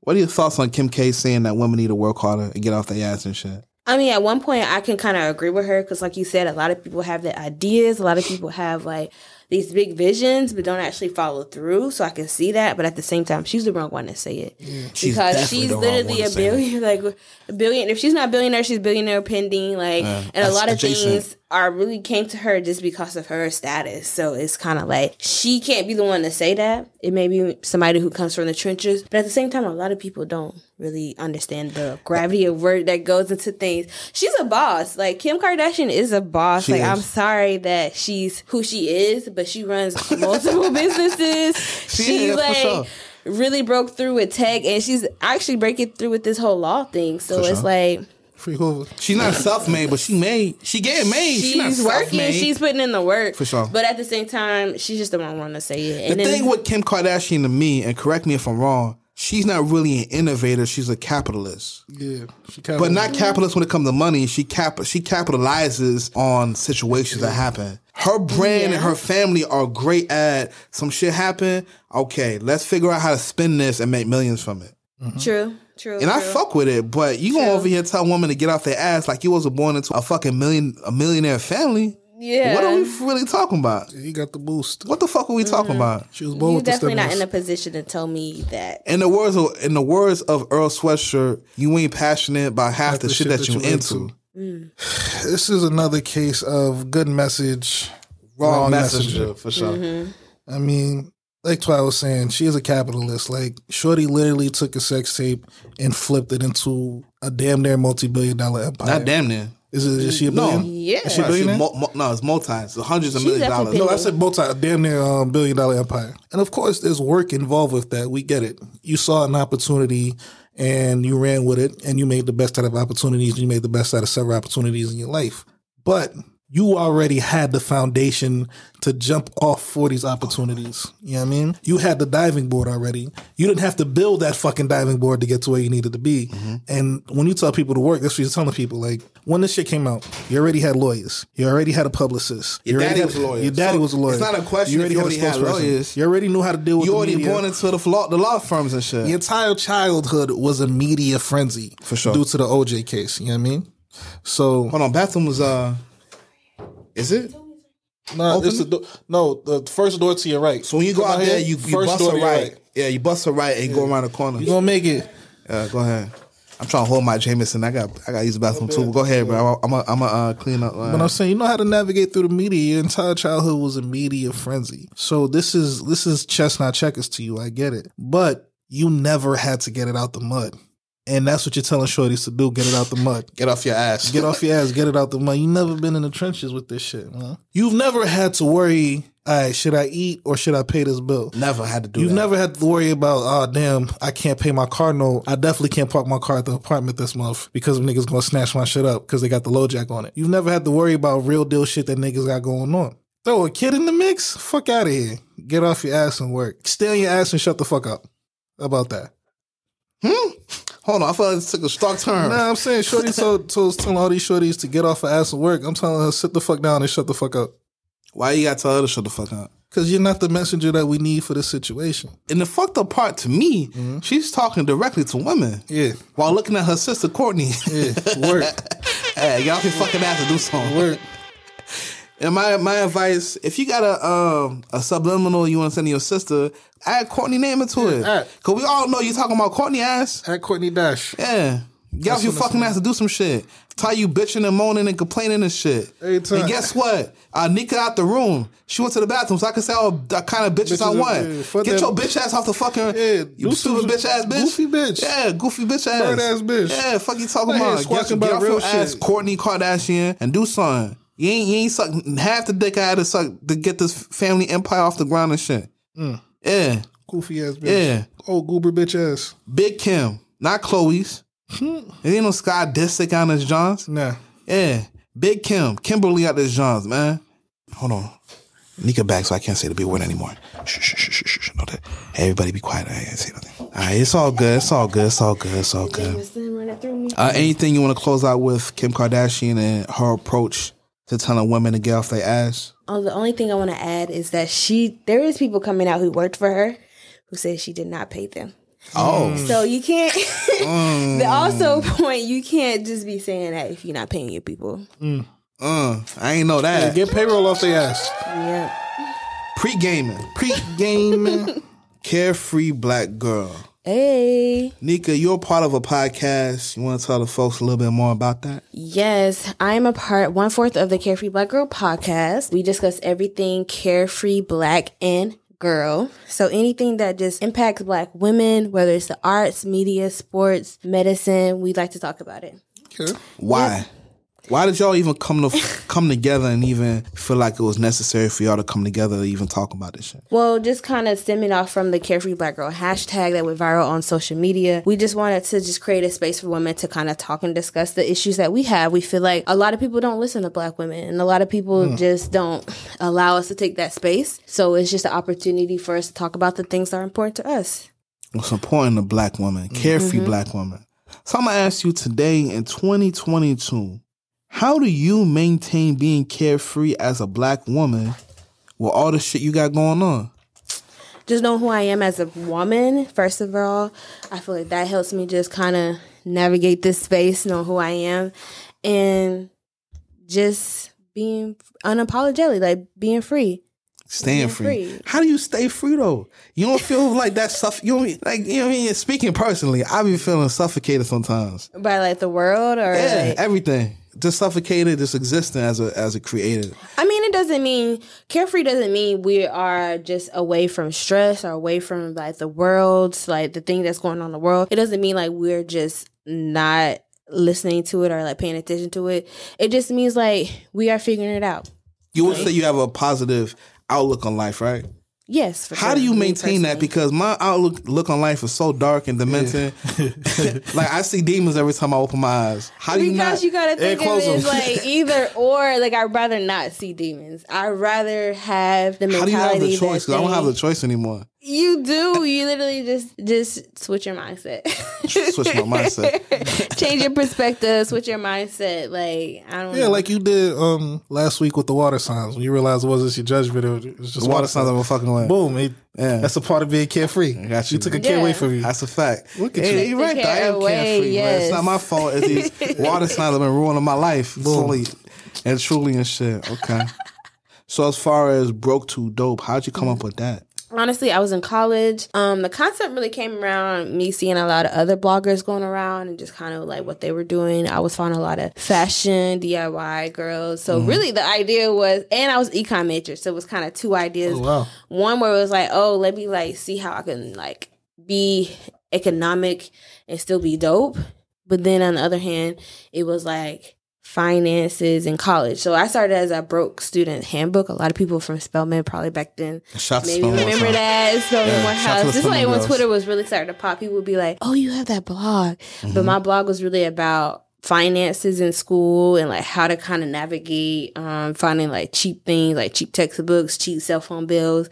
[SPEAKER 3] What are your thoughts on Kim K saying that women need to work harder and get off their ass and shit?
[SPEAKER 6] I mean, at one point, I can kind of agree with her because, like you said, a lot of people have their ideas. A lot of people have like these big visions, but don't actually follow through. So I can see that. But at the same time, she's the wrong one to say it
[SPEAKER 11] She's
[SPEAKER 6] because
[SPEAKER 11] definitely
[SPEAKER 6] she's
[SPEAKER 11] the wrong one
[SPEAKER 6] literally
[SPEAKER 11] to
[SPEAKER 6] a
[SPEAKER 11] say that.
[SPEAKER 6] billion, like a billion. If she's not a billionaire, she's billionaire pending. Like, and a
[SPEAKER 3] that's
[SPEAKER 6] lot of
[SPEAKER 3] adjacent.
[SPEAKER 6] things are really came to her just because of her status. So it's kind of like she can't be the one to say that. It may be somebody who comes from the trenches, but at the same time, a lot of people don't really understand the gravity of work that goes into things. She's a boss. Like Kim Kardashian is a boss. like I'm sorry that she's who she is, but she runs multiple businesses. She,
[SPEAKER 3] is, for
[SPEAKER 6] like.
[SPEAKER 3] sure.
[SPEAKER 6] Really broke through with tech, and she's actually breaking through with this whole law thing. So it's like
[SPEAKER 3] Free Hoover. She's not self made, but she made. She getting made. She's, not
[SPEAKER 6] she's working.
[SPEAKER 3] self-made.
[SPEAKER 6] She's putting in the work
[SPEAKER 3] For sure.
[SPEAKER 6] But at the same time, she's just the wrong one to say it.
[SPEAKER 3] The
[SPEAKER 6] And then,
[SPEAKER 3] thing with Kim Kardashian to me, and correct me if I'm wrong, she's not really an innovator. She's a capitalist,
[SPEAKER 4] Yeah, she kind
[SPEAKER 3] but not capitalist when it comes to money. She cap she capitalizes on situations that happen. Her brand and her family are great at some shit happen. Okay, let's figure out how to spin this and make millions from it.
[SPEAKER 6] true, true.
[SPEAKER 3] And I
[SPEAKER 6] true.
[SPEAKER 3] fuck with it, but you going over here tell women to get off their ass like you wasn't born into a fucking million a millionaire family.
[SPEAKER 6] Yeah,
[SPEAKER 3] What are we really talking about?
[SPEAKER 4] He got the boost.
[SPEAKER 3] What the fuck are we talking about?
[SPEAKER 4] She was born
[SPEAKER 6] you're
[SPEAKER 4] with the
[SPEAKER 6] definitely not
[SPEAKER 4] stimulus.
[SPEAKER 6] in a position to tell me that.
[SPEAKER 3] In the words of in the words of Earl Sweatshirt, you ain't passionate about half the, shit, that, you into.
[SPEAKER 4] this is another case of good message,
[SPEAKER 3] Wrong,
[SPEAKER 4] wrong,
[SPEAKER 3] messenger, Mm-hmm.
[SPEAKER 4] messenger.
[SPEAKER 3] for sure.
[SPEAKER 4] I mean, like Twi was saying, she is a capitalist. Like Shorty literally took a sex tape and flipped it into a damn near multi billion dollar empire.
[SPEAKER 3] Not damn near.
[SPEAKER 4] Is it is she a
[SPEAKER 3] No.
[SPEAKER 4] billion?
[SPEAKER 6] Yeah.
[SPEAKER 3] She
[SPEAKER 4] billionaire?
[SPEAKER 3] mul- mul- no, it's multi. It's hundreds of
[SPEAKER 6] She's
[SPEAKER 3] millions of
[SPEAKER 6] definitely
[SPEAKER 3] dollars.
[SPEAKER 4] No, I said multi, a damn near um, billion dollar empire. And of course, there's work involved with that. We get it. You saw an opportunity and you ran with it and you made the best out of opportunities. You made the best out of several opportunities in your life. But you already had the foundation to jump off for these opportunities. You know what I mean? You had the diving board already. You didn't have to build that fucking diving board to get to where you needed to be. And when you tell people to work, that's what you're telling people. Like, when this shit came out, you already had lawyers. You already had a publicist.
[SPEAKER 3] Your
[SPEAKER 4] You already
[SPEAKER 3] daddy
[SPEAKER 4] had-
[SPEAKER 3] was a lawyer.
[SPEAKER 4] Your daddy
[SPEAKER 3] So
[SPEAKER 4] was a lawyer.
[SPEAKER 3] it's not a question if you already had
[SPEAKER 4] spokesperson.
[SPEAKER 3] lawyers.
[SPEAKER 4] You already knew how to deal with
[SPEAKER 3] You
[SPEAKER 4] the
[SPEAKER 3] already
[SPEAKER 4] media.
[SPEAKER 3] born into the law, the law firms and shit.
[SPEAKER 4] Your entire childhood was a media frenzy
[SPEAKER 3] For sure.
[SPEAKER 4] due to the OJ case. You know what I mean? So
[SPEAKER 3] Hold on, bathroom was uh, is it?
[SPEAKER 4] no,
[SPEAKER 3] Open
[SPEAKER 4] it's the do- no the first door to your right.
[SPEAKER 3] So when you go
[SPEAKER 4] Come
[SPEAKER 3] out there, you, you
[SPEAKER 4] first
[SPEAKER 3] bust
[SPEAKER 4] door
[SPEAKER 3] a
[SPEAKER 4] to
[SPEAKER 3] right.
[SPEAKER 4] your
[SPEAKER 3] Yeah, you bust a right and go around the corner.
[SPEAKER 4] You gonna make it?
[SPEAKER 3] Yeah, go ahead. I'm trying to hold my Jameson. I got I got to use the bathroom too. Go ahead, bro. I'm a, I'm a uh, clean up.
[SPEAKER 4] But I'm saying you know how to navigate through the media. Your entire childhood was a media frenzy. So this is this is chestnut checkers to you. I get it, but you never had to get it out the mud, and that's what you're telling shorties to do: get it out the mud.
[SPEAKER 3] Get off your ass.
[SPEAKER 4] Get off your ass. Get it out the mud. You never been in the trenches with this shit, man. You've never had to worry. All right, should I eat or should I pay this bill?
[SPEAKER 3] Never had to do
[SPEAKER 4] You've
[SPEAKER 3] that.
[SPEAKER 4] never had to worry about, oh damn, I can't pay my car note. I definitely can't park my car at the apartment this month because niggas gonna snatch my shit up because they got the low jack on it. You've never had to worry about real deal shit that niggas got going on. Throw a kid in the mix? Fuck out of here. Get off your ass and work. Stay on your ass and shut the fuck up. How about that?
[SPEAKER 3] Hmm? Hold on, I feel like this took a stark turn.
[SPEAKER 4] Nah, I'm saying Shorty told, told telling all these shorties to get off her ass and work. I'm telling her sit the fuck down and shut the fuck up.
[SPEAKER 3] Why you got to tell her to shut the fuck up?
[SPEAKER 4] Cause you're not the messenger that we need for this situation.
[SPEAKER 3] And the fucked up part to me, she's talking directly to women
[SPEAKER 4] Mm-hmm. Yeah.
[SPEAKER 3] while looking at her sister Courtney.
[SPEAKER 4] Yeah. Work.
[SPEAKER 3] hey, get off your fucking ass and do something.
[SPEAKER 4] Work.
[SPEAKER 3] And my my advice, if you got a um a subliminal you want to send to your sister, add Courtney name into it.
[SPEAKER 4] add.
[SPEAKER 3] Cause we all know you talking about Courtney ass.
[SPEAKER 4] At Courtney Dash.
[SPEAKER 3] Yeah. Get off your fucking ass to do some shit. Tie you bitching and moaning and complaining and shit.
[SPEAKER 4] Every time.
[SPEAKER 3] And guess what? I Nika out the room. She went to the bathroom, so I can say all the kind of bitches,
[SPEAKER 4] Bitches
[SPEAKER 3] I
[SPEAKER 4] are-
[SPEAKER 3] want.
[SPEAKER 4] yeah, fuck
[SPEAKER 3] Get
[SPEAKER 4] that-
[SPEAKER 3] your bitch ass off the fucking.
[SPEAKER 4] Yeah,
[SPEAKER 3] you
[SPEAKER 4] do
[SPEAKER 3] stupid
[SPEAKER 4] some-
[SPEAKER 3] bitch ass bitch.
[SPEAKER 4] goofy bitch.
[SPEAKER 3] Yeah, goofy bitch ass.
[SPEAKER 4] Bird ass bitch.
[SPEAKER 3] Yeah, fuck you talking
[SPEAKER 4] Out here
[SPEAKER 3] about. Get,
[SPEAKER 4] squawking
[SPEAKER 3] get
[SPEAKER 4] about
[SPEAKER 3] off
[SPEAKER 4] real
[SPEAKER 3] your ass,
[SPEAKER 4] shit.
[SPEAKER 3] Courtney Kardashian, and do something. You ain't, you ain't suck half the dick I had to suck to get this family empire off the ground and shit. Yeah.
[SPEAKER 4] Goofy ass Mm. bitch.
[SPEAKER 3] Yeah.
[SPEAKER 4] Old goober bitch ass.
[SPEAKER 3] Big Kim, not Chloe's.
[SPEAKER 6] Hmm.
[SPEAKER 3] it ain't no Sky Disick on this Johns.
[SPEAKER 4] Nah.
[SPEAKER 3] Yeah. Big Kim, Kimberly out this Johns, man. Hold on. Nika back, so I can't say the big word anymore. Shh, shh, shh, shh, shh, shh. No, that- everybody be quiet. I ain't say nothing. All right, it's all good. It's all good. It's all good. It's all good.
[SPEAKER 6] Just didn't run it through me.
[SPEAKER 3] Uh, anything you want to close out with Kim Kardashian and her approach to telling women to get off their ass?
[SPEAKER 6] Oh, the only thing I want to add is that she there is people coming out who worked for her who said she did not pay them.
[SPEAKER 3] Oh, Mm.
[SPEAKER 6] So you can't. the also point you can't just be saying that if you're not paying your people.
[SPEAKER 3] uh, I ain't know that.
[SPEAKER 12] Get payroll off their ass.
[SPEAKER 6] Yeah.
[SPEAKER 3] Pre gaming, pre gaming, carefree black girl.
[SPEAKER 6] Hey.
[SPEAKER 3] Nika, you're part of a podcast. You want to tell the folks a little bit more about that?
[SPEAKER 6] Yes, I am a part one fourth of the Carefree Black Girl podcast. We discuss everything carefree black and girl. So anything that just impacts black women, whether it's the arts, media, sports, medicine, we'd like to talk about it.
[SPEAKER 3] Why? Why did y'all even come to come together and even feel like it was necessary for y'all to come together to even talk about this shit?
[SPEAKER 6] Well, just kind of stemming off from the Carefree Black Girl hashtag that went viral on social media, we just wanted to just create a space for women to kind of talk and discuss the issues that we have. We feel like a lot of people don't listen to black women and a lot of people just don't allow us to take that space. So it's just an opportunity for us to talk about the things that are important to us.
[SPEAKER 3] What's important to black women,
[SPEAKER 6] Mm-hmm.
[SPEAKER 3] carefree black women. So I'm gonna ask you today in 2022, how do you maintain being carefree as a black woman with all the shit you got going on?
[SPEAKER 6] just know who I am as a woman, first of all. I feel like that helps me just kind of navigate this space, know who I am, and just being unapologetic, like being free.
[SPEAKER 3] Staying
[SPEAKER 6] Being
[SPEAKER 3] free.
[SPEAKER 6] free.
[SPEAKER 3] How do you stay free though? You don't feel like that stuff. You don't, like you know what I mean. Speaking personally, I be feeling suffocated sometimes.
[SPEAKER 6] By like the world or
[SPEAKER 3] Yeah,
[SPEAKER 6] like-
[SPEAKER 3] everything. Just suffocated, just existing as a as a creative.
[SPEAKER 6] I mean, it doesn't mean carefree doesn't mean we are just away from stress or away from like the world's like the thing that's going on in the world. It doesn't mean like we're just not listening to it or like paying attention to it. It just means like we are figuring it out.
[SPEAKER 3] You would say you have a positive outlook on life, right?
[SPEAKER 6] Yes. For
[SPEAKER 3] How
[SPEAKER 6] sure.
[SPEAKER 3] do you
[SPEAKER 6] Me
[SPEAKER 3] maintain that?
[SPEAKER 6] personally.
[SPEAKER 3] Because my outlook look on life is so dark and demented. like I see demons every time I open my eyes. How do you
[SPEAKER 6] because
[SPEAKER 3] not?
[SPEAKER 6] you, gotta think of
[SPEAKER 3] close
[SPEAKER 6] it as
[SPEAKER 3] them.
[SPEAKER 6] like either or. Like I'd rather not see demons. I'd rather have the
[SPEAKER 3] how do
[SPEAKER 6] mentality.
[SPEAKER 3] you have the
[SPEAKER 6] that
[SPEAKER 3] choice? 'Cause I don't
[SPEAKER 6] they-
[SPEAKER 3] have the choice anymore.
[SPEAKER 6] You do. You literally just just switch your mindset.
[SPEAKER 3] Switch my mindset.
[SPEAKER 6] Change your perspective. Switch your mindset. Like I don't.
[SPEAKER 12] Yeah,
[SPEAKER 6] know.
[SPEAKER 12] like you did um last week with the water signs. When you realized it wasn't your judgment, it was just
[SPEAKER 3] The water signs of a fucking way.
[SPEAKER 12] Boom! It,
[SPEAKER 3] Yeah.
[SPEAKER 12] That's a part of being carefree.
[SPEAKER 3] I got you.
[SPEAKER 12] you took a kid away
[SPEAKER 6] Yeah.
[SPEAKER 12] from you.
[SPEAKER 3] That's a fact. Look
[SPEAKER 12] at
[SPEAKER 3] hey,
[SPEAKER 12] you.
[SPEAKER 3] You're right. though. I
[SPEAKER 6] Take it
[SPEAKER 3] am
[SPEAKER 6] away,
[SPEAKER 3] carefree. man. It's
[SPEAKER 6] yes.
[SPEAKER 3] not my fault. It's these water signs have been ruining my life. Slowly and truly and shit. Okay. so as far as broke to dope, how'd you come up with that?
[SPEAKER 6] honestly, I was in college. Um, the concept really came around me seeing a lot of other bloggers going around and just kind of like what they were doing. I was following a lot of fashion DIY girls. So really, the idea was, and I was econ major, so it was kind of two ideas.
[SPEAKER 4] Oh,
[SPEAKER 12] wow.
[SPEAKER 6] One where it was like, oh, let me like see how I can like be economic and still be dope. But then on the other hand, it was like finances in college. So I started as a broke student handbook. A lot of people from Spelman probably back then
[SPEAKER 3] Shots
[SPEAKER 6] Maybe remember that. It's the
[SPEAKER 3] Yeah,
[SPEAKER 6] one
[SPEAKER 3] shout out to
[SPEAKER 6] house.
[SPEAKER 3] the
[SPEAKER 6] This is like
[SPEAKER 3] Spelman
[SPEAKER 6] when
[SPEAKER 3] girls.
[SPEAKER 6] Twitter was really starting to pop. People would be like, "Oh, you have that blog,"
[SPEAKER 3] Mm-hmm.
[SPEAKER 6] but my blog was really about finances in school and like how to kind of navigate um, finding like cheap things, like cheap textbooks, cheap cell phone bills.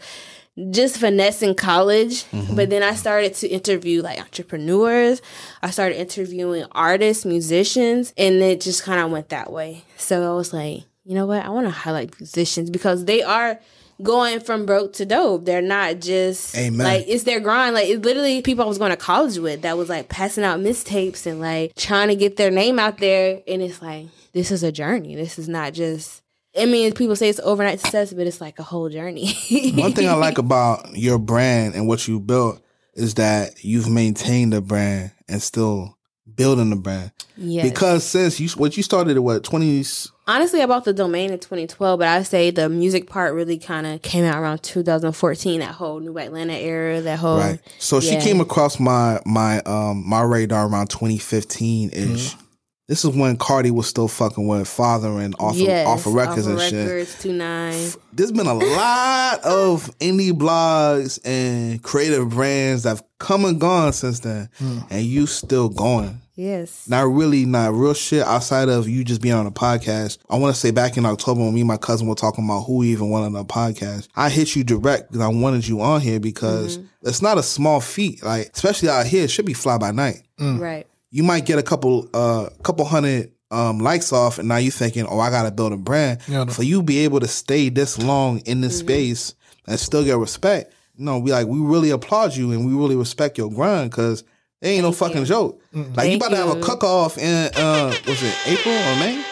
[SPEAKER 6] Just finessing college,
[SPEAKER 3] Mm-hmm.
[SPEAKER 6] but then I started to interview like entrepreneurs. I started interviewing artists, musicians, and it just kind of went that way. So I was like, you know what? I want to highlight musicians because they are going from broke to dope. They're not just
[SPEAKER 3] Amen.
[SPEAKER 6] like it's their grind. Like it's literally people I was going to college with that was like passing out mistapes and like trying to get their name out there. And it's like this is a journey. This is not just. I mean, people say it's overnight success, but it's like a whole journey.
[SPEAKER 3] One thing I like about your brand and what you built is that you've maintained the brand and still building the brand.
[SPEAKER 6] yes.
[SPEAKER 3] Because since you what you started at what, twenty
[SPEAKER 6] honestly, I bought the domain in 2012, but I say the music part really kind of came out around 2014. That whole New Atlanta era, that whole
[SPEAKER 3] Right. So
[SPEAKER 6] yeah.
[SPEAKER 3] she came across my my um my radar around 2015 ish.
[SPEAKER 6] Mm-hmm.
[SPEAKER 3] This is when Cardi was still fucking with father and off of-
[SPEAKER 6] yes,
[SPEAKER 3] off of records and shit.
[SPEAKER 6] records, two nine.
[SPEAKER 3] There's been a lot of indie blogs and creative brands that've come and gone since then,
[SPEAKER 6] Hmm.
[SPEAKER 3] and you still going.
[SPEAKER 6] Yes,
[SPEAKER 3] Not really, not real shit outside of you just being on a podcast. I want to say back in October when me and my cousin were talking about who we even wanted on a podcast, I hit you direct because I wanted you on here because it's not a small feat. Like, especially out here, it should be fly by night.
[SPEAKER 6] right.
[SPEAKER 3] You might get a couple, uh, couple hundred um, lights off, and now you're thinking, "Oh, I gotta build a brand." For you be able to stay this long in
[SPEAKER 6] Mm-hmm.
[SPEAKER 3] this space and still get respect. No, we like we really applaud you and we really respect your grind because they ain't no fucking joke. Like you
[SPEAKER 6] Thank
[SPEAKER 3] about to have a
[SPEAKER 6] you.
[SPEAKER 3] cook off in uh, was it April or May?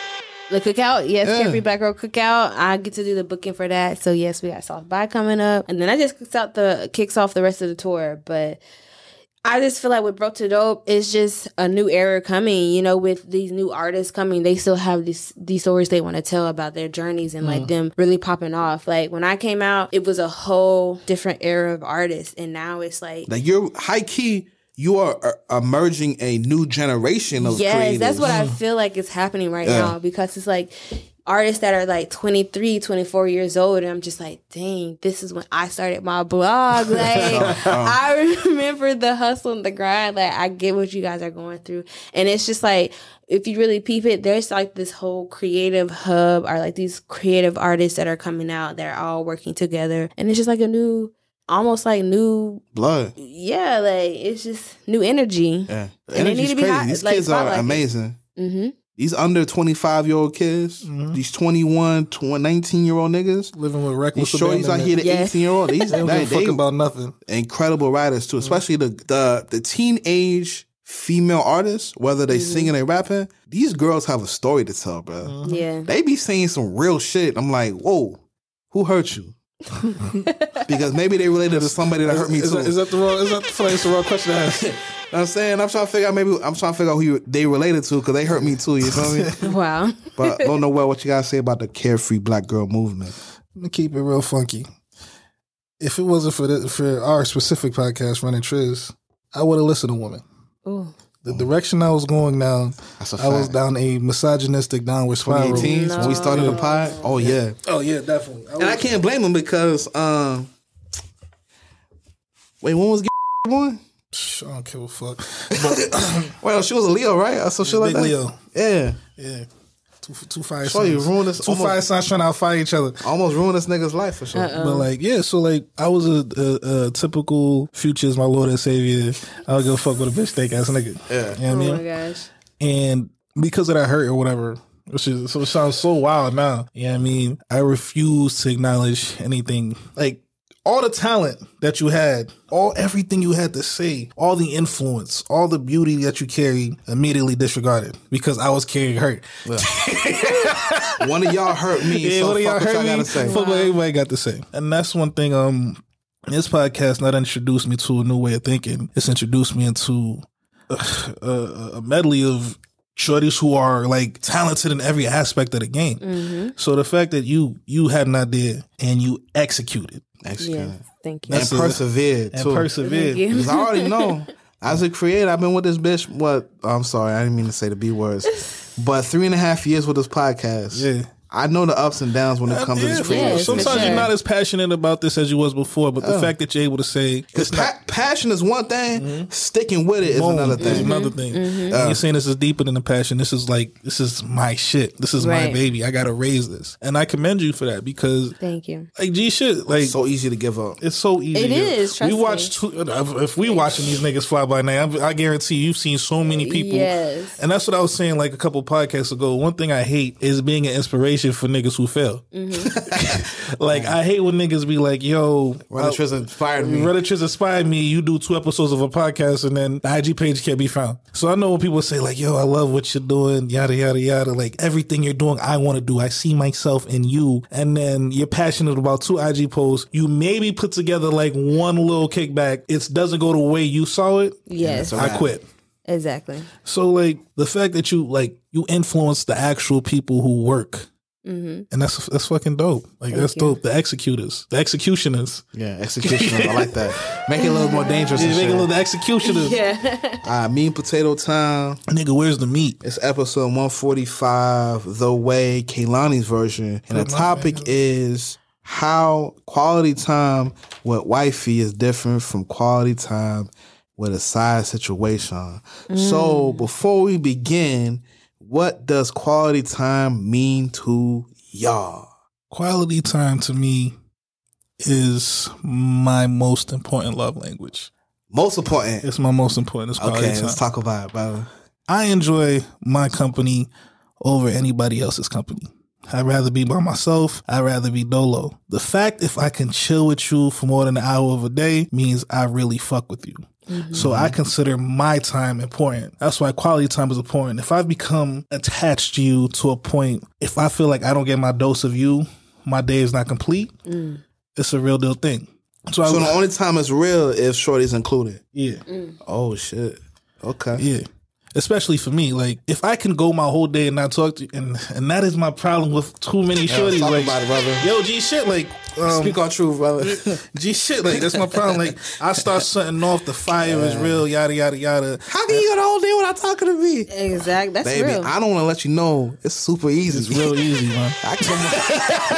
[SPEAKER 6] The cookout, yes,
[SPEAKER 3] Yeah.
[SPEAKER 6] Carefree Black Girl Cookout. I get to do the booking for that. So yes, we got South by coming up, and then I just kicks out the kicks off the rest of the tour. But I just feel like with Broke to Dope, it's just a new era coming. You know, with these new artists coming, they still have these these stories they want to tell about their journeys and like them really popping off. Like when I came out, it was a whole different era of artists, and now it's like
[SPEAKER 3] Like you're high key, you are uh, emerging a new generation of
[SPEAKER 6] yes
[SPEAKER 3] creators.
[SPEAKER 6] that's what i feel like is happening right now because it's like artists that are like 23 24 years old and i'm just like dang this is when i started my blog like
[SPEAKER 3] Uh-huh.
[SPEAKER 6] i remember the hustle and the grind like i get what you guys are going through and it's just like if you really peep it there's like this whole creative hub or like these creative artists that are coming out that are all working together and it's just like a new almost like new
[SPEAKER 3] blood.
[SPEAKER 6] yeah like it's just new energy
[SPEAKER 3] Yeah,
[SPEAKER 6] And they need
[SPEAKER 3] Energy's
[SPEAKER 6] to be
[SPEAKER 3] crazy.
[SPEAKER 6] hot-
[SPEAKER 3] These
[SPEAKER 6] like,
[SPEAKER 3] kids are
[SPEAKER 6] spotlighted.
[SPEAKER 3] amazing.
[SPEAKER 6] mm-hmm
[SPEAKER 3] These under 25 year old kids, these 21, 20, 19 year old niggas,
[SPEAKER 4] Living with
[SPEAKER 3] these
[SPEAKER 4] reckless
[SPEAKER 3] shorties out
[SPEAKER 4] abandonment.
[SPEAKER 3] here, the
[SPEAKER 6] Yeah.
[SPEAKER 3] 18 year old, these
[SPEAKER 4] They don't
[SPEAKER 3] they,
[SPEAKER 4] give a fuck
[SPEAKER 3] they
[SPEAKER 4] about nothing.
[SPEAKER 3] incredible writers too, especially the, the the teenage female artists, whether they singing or rapping. These girls have a story to tell, bro.
[SPEAKER 6] Yeah.
[SPEAKER 3] They be saying some real shit. I'm like, whoa, who hurt you? because maybe they related to somebody that hurt me
[SPEAKER 4] Is
[SPEAKER 3] too.
[SPEAKER 4] that, is that the wrong? Is that I feel like it's the wrong question to ask?
[SPEAKER 3] I'm saying I'm trying to figure out maybe I'm trying to figure out who you, they related to because they hurt me too. You know what I mean?
[SPEAKER 6] Wow.
[SPEAKER 3] But don't know well what you gotta say about the carefree black girl movement.
[SPEAKER 4] Let me keep it real funky. If it wasn't for the, for our specific podcast, Running Triz, I would have listened to women.
[SPEAKER 6] Ooh.
[SPEAKER 4] The direction I was going down,
[SPEAKER 3] That's a
[SPEAKER 4] I was
[SPEAKER 3] fact.
[SPEAKER 4] down a misogynistic downward spiral.
[SPEAKER 3] 2018 when we started the
[SPEAKER 6] No.
[SPEAKER 3] pod. Oh yeah.
[SPEAKER 4] Oh yeah, definitely. I was,
[SPEAKER 3] And I can't blame him because um wait, when was one?
[SPEAKER 4] Psh, I don't give a fuck.
[SPEAKER 3] Well, she was a Leo, right? Or some shit like
[SPEAKER 4] Big
[SPEAKER 3] that.
[SPEAKER 4] Leo.
[SPEAKER 3] Yeah.
[SPEAKER 4] Yeah. Two, two fire
[SPEAKER 3] So you
[SPEAKER 4] signs.
[SPEAKER 3] ruined us
[SPEAKER 4] Two
[SPEAKER 3] almost-
[SPEAKER 4] fire signs trying to outfire each other.
[SPEAKER 3] Almost ruined this nigga's life for sure.
[SPEAKER 4] But like, yeah, so like, I was a, a, a typical futures, my lord and savior. I don't give a fuck with a bitch steak ass nigga. Yeah, you know what I
[SPEAKER 6] Oh
[SPEAKER 4] mean,
[SPEAKER 6] my gosh.
[SPEAKER 4] and because of that hurt or whatever, which is so it sounds so wild now. Yeah, I mean, I refuse to acknowledge anything like all the talent that you had, all everything you had to say, all the influence, all the beauty that you carried, immediately disregarded because I was carrying hurt.
[SPEAKER 3] One of y'all hurt me.
[SPEAKER 4] Yeah,
[SPEAKER 3] so
[SPEAKER 4] what
[SPEAKER 3] fuck
[SPEAKER 4] do y'all
[SPEAKER 3] what y'all
[SPEAKER 4] heard
[SPEAKER 3] gotta
[SPEAKER 4] me?
[SPEAKER 3] say.
[SPEAKER 4] Fuck what everybody got to say. And that's one thing. Um, this podcast not introduced me to a new way of thinking. It's introduced me into uh, a, a medley of shorties who are like talented in every aspect of the game. So the fact that you you had an idea and you executed
[SPEAKER 3] Actually,
[SPEAKER 6] Yeah. Thank you.
[SPEAKER 3] And persevered
[SPEAKER 4] and
[SPEAKER 3] too.
[SPEAKER 4] persevered.
[SPEAKER 6] Thank you.
[SPEAKER 3] 'Cause I already know. As a creator, I've been with this bitch. What? I'm sorry, I didn't mean to say the b words. But three and a half years with this podcast.
[SPEAKER 4] Yeah.
[SPEAKER 3] I know the ups and downs when it comes to
[SPEAKER 4] Yeah,
[SPEAKER 3] this
[SPEAKER 4] for sure.
[SPEAKER 3] creation.
[SPEAKER 6] Yes, for
[SPEAKER 4] Sometimes
[SPEAKER 6] sure.
[SPEAKER 4] you're not as passionate about this as you was before, but the fact that you're able to say
[SPEAKER 3] Because pa- passion is one thing, sticking with it is
[SPEAKER 4] Boom.
[SPEAKER 3] another
[SPEAKER 4] It's
[SPEAKER 3] thing.
[SPEAKER 4] another
[SPEAKER 6] Mm-hmm.
[SPEAKER 4] thing. And you're saying this is deeper than the passion. This is like this is my shit. This is my
[SPEAKER 6] Right.
[SPEAKER 4] baby. I gotta raise this, and I commend you for that because
[SPEAKER 6] Thank you.
[SPEAKER 4] like G shit like.
[SPEAKER 3] So easy to give up.
[SPEAKER 4] it's so easy.
[SPEAKER 6] It
[SPEAKER 4] to-
[SPEAKER 6] is, trust
[SPEAKER 4] we
[SPEAKER 6] me.
[SPEAKER 4] watch. Two, if if we watching these niggas fly by now, I, I guarantee you've seen so
[SPEAKER 6] Uh,
[SPEAKER 4] many people.
[SPEAKER 6] Yes.
[SPEAKER 4] And that's what I was saying like a couple podcasts ago. One thing I hate is being an inspiration for niggas who fail.
[SPEAKER 6] Mm-hmm.
[SPEAKER 4] like I hate when niggas be like, "Yo,
[SPEAKER 3] Running Tris inspired me.
[SPEAKER 4] Relatives inspired me. You do two episodes of a podcast and then the IG page can't be found. So I know when people say, like, yo, I love what you're doing, yada, yada, yada. Like, everything you're doing, I want to do. I see myself in you. And then you're passionate about two IG posts. You maybe put together like one little kickback. It doesn't go the way you saw it.
[SPEAKER 6] Yes.
[SPEAKER 4] I quit.
[SPEAKER 6] Exactly.
[SPEAKER 4] So, like, the fact that you, like, you influence the actual people who work. And that's that's fucking dope. Like that's
[SPEAKER 6] you.
[SPEAKER 4] dope. The executors, the executioners.
[SPEAKER 3] Yeah, execution. I like that. Make it a little more dangerous.
[SPEAKER 4] Yeah,
[SPEAKER 3] and
[SPEAKER 4] make
[SPEAKER 3] shit.
[SPEAKER 4] it look the executioners.
[SPEAKER 6] Yeah.
[SPEAKER 3] Uh, mean potato time.
[SPEAKER 4] Nigga, where's the meat?
[SPEAKER 3] It's episode 145, The Way, Kaylani's version. And the topic is how quality time with wifey is different from quality time with a side situation. So
[SPEAKER 4] Mm.
[SPEAKER 3] before we begin, what does quality time mean to y'all?
[SPEAKER 4] Quality time to me is my most important love language.
[SPEAKER 3] Most important.
[SPEAKER 4] It's my most important. It's quality
[SPEAKER 3] Okay,
[SPEAKER 4] time.
[SPEAKER 3] let's talk about it, brother.
[SPEAKER 4] I enjoy my company over anybody else's company. I'd rather be by myself. I'd rather be dolo. The fact if I can chill with you for more than an hour of a day means I really fuck with you. So I consider my time important. That's why quality time is important. If I've become attached to you to a point, if I feel like I don't get my dose of you, my day is not complete. It's a real deal thing. So, I
[SPEAKER 3] So
[SPEAKER 4] would,
[SPEAKER 3] the only time it's real if shorty's included.
[SPEAKER 4] yeah,
[SPEAKER 3] Oh shit. Okay.
[SPEAKER 4] yeah. Especially for me, like if I can go my whole day and not talk to you, and and that is my problem with too many shorties.
[SPEAKER 3] talk
[SPEAKER 4] like,
[SPEAKER 3] about it, brother.
[SPEAKER 4] yo, G shit, like um,
[SPEAKER 3] Speak our truth, brother.
[SPEAKER 4] G shit, like that's my problem. Like I start something off, the fire is real, yada yada yada.
[SPEAKER 3] How can you go the whole day without talking to me?
[SPEAKER 6] Exactly. That's
[SPEAKER 3] Baby,
[SPEAKER 6] real.
[SPEAKER 3] I don't want to let you know. It's super easy.
[SPEAKER 4] It's real easy, man.
[SPEAKER 3] I come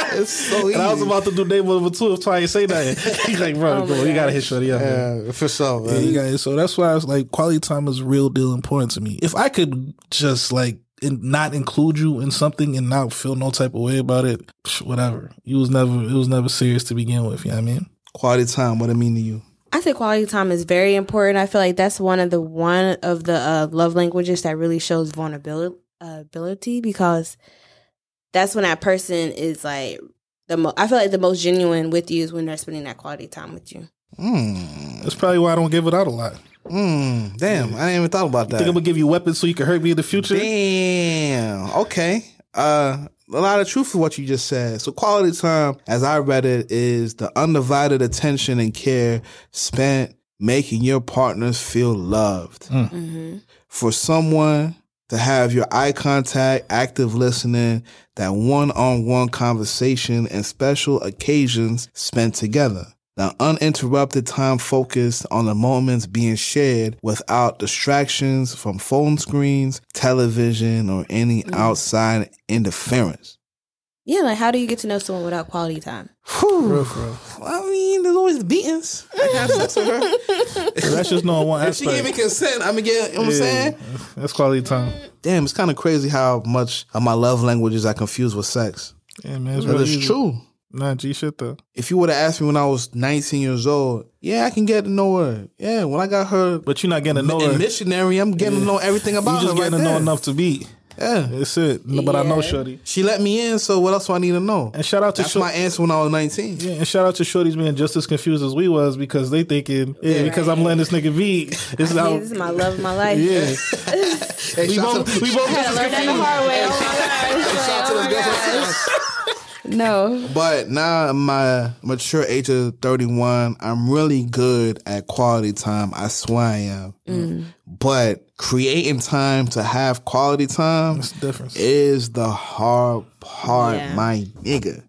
[SPEAKER 3] on. it's so easy.
[SPEAKER 4] And I was about to do day one of two if Ty ain't say that. He's like, bro, bro you gotta hit shorty up. man.
[SPEAKER 3] yeah, for sure, man.
[SPEAKER 4] You guys, so that's why I was like, quality time is real deal important to me. If I could just like in, not include you in something and not feel no type of way about it, psh, whatever. You was never it was never serious to begin with. You know what I mean?
[SPEAKER 3] Quality time, what it mean to you?
[SPEAKER 6] I think quality time is very important. I feel like that's one of the one of the uh, love languages that really shows vulnerability ability because that's when that person is like the mo- I feel like the most genuine with you is when they're spending that quality time with you.
[SPEAKER 4] That's probably why I don't give it out a lot.
[SPEAKER 3] Mm, damn, I didn't even thought about that.
[SPEAKER 4] Think I'm gonna give you weapons so you can hurt me in the future?
[SPEAKER 3] Damn. Okay. Uh, a lot of truth to what you just said. So, quality time, as I read it, is the undivided attention and care spent making your partners feel loved. For someone to have your eye contact, active listening, that one on one conversation, and special occasions spent together. The uninterrupted time focused on the moments being shared without distractions from phone screens, television, or any outside interference.
[SPEAKER 6] Yeah, like how do you get to know someone without quality time?
[SPEAKER 3] Whew. I mean, there's always beatings. I can have sex with her.
[SPEAKER 4] That's just knowing one
[SPEAKER 3] if she gave me
[SPEAKER 4] aspect.
[SPEAKER 3] consent, I'm gonna get. You know what I'm saying?
[SPEAKER 4] That's quality time.
[SPEAKER 3] Damn, it's kind of crazy how much of my love languages I confuse with sex.
[SPEAKER 4] Yeah, man, it's,
[SPEAKER 3] But
[SPEAKER 4] really
[SPEAKER 3] it's
[SPEAKER 4] easy.
[SPEAKER 3] true.
[SPEAKER 4] Nah, G shit though.
[SPEAKER 3] If you would have asked me when I was 19 years old, yeah, I can get to know her. Yeah, when I got her
[SPEAKER 4] But you're not getting to know
[SPEAKER 3] in
[SPEAKER 4] her.
[SPEAKER 3] missionary, I'm getting to know everything
[SPEAKER 4] You
[SPEAKER 3] about
[SPEAKER 4] just
[SPEAKER 3] her.
[SPEAKER 4] getting
[SPEAKER 3] right
[SPEAKER 4] to know
[SPEAKER 3] there.
[SPEAKER 4] enough to beat.
[SPEAKER 3] Yeah.
[SPEAKER 4] That's it. No, But I know
[SPEAKER 6] Yeah.
[SPEAKER 4] Shorty.
[SPEAKER 3] She let me in, so what else do I need to know?
[SPEAKER 4] And shout out to
[SPEAKER 3] That's
[SPEAKER 4] Shorty.
[SPEAKER 3] my answer when I was 19.
[SPEAKER 4] Yeah, and shout out to Shorty's being just as confused as we was because they thinking, yeah, because I'm letting this nigga be. This is
[SPEAKER 6] Yeah,
[SPEAKER 4] how.
[SPEAKER 6] this is my love, of my life.
[SPEAKER 4] Yeah,
[SPEAKER 3] Hey,
[SPEAKER 4] we
[SPEAKER 3] shout out
[SPEAKER 4] both
[SPEAKER 3] to-
[SPEAKER 4] we both
[SPEAKER 6] I had to
[SPEAKER 4] just
[SPEAKER 6] learn that the hard way. Oh my gosh.
[SPEAKER 3] shout out to
[SPEAKER 6] Like,
[SPEAKER 3] those
[SPEAKER 6] oh my
[SPEAKER 3] girls.
[SPEAKER 6] gosh. No.
[SPEAKER 3] But now at my mature age of 31, I'm really good at quality time. I swear I am. But creating time to have quality time
[SPEAKER 4] difference.
[SPEAKER 3] is the hard part,
[SPEAKER 6] Yeah.
[SPEAKER 3] my nigga.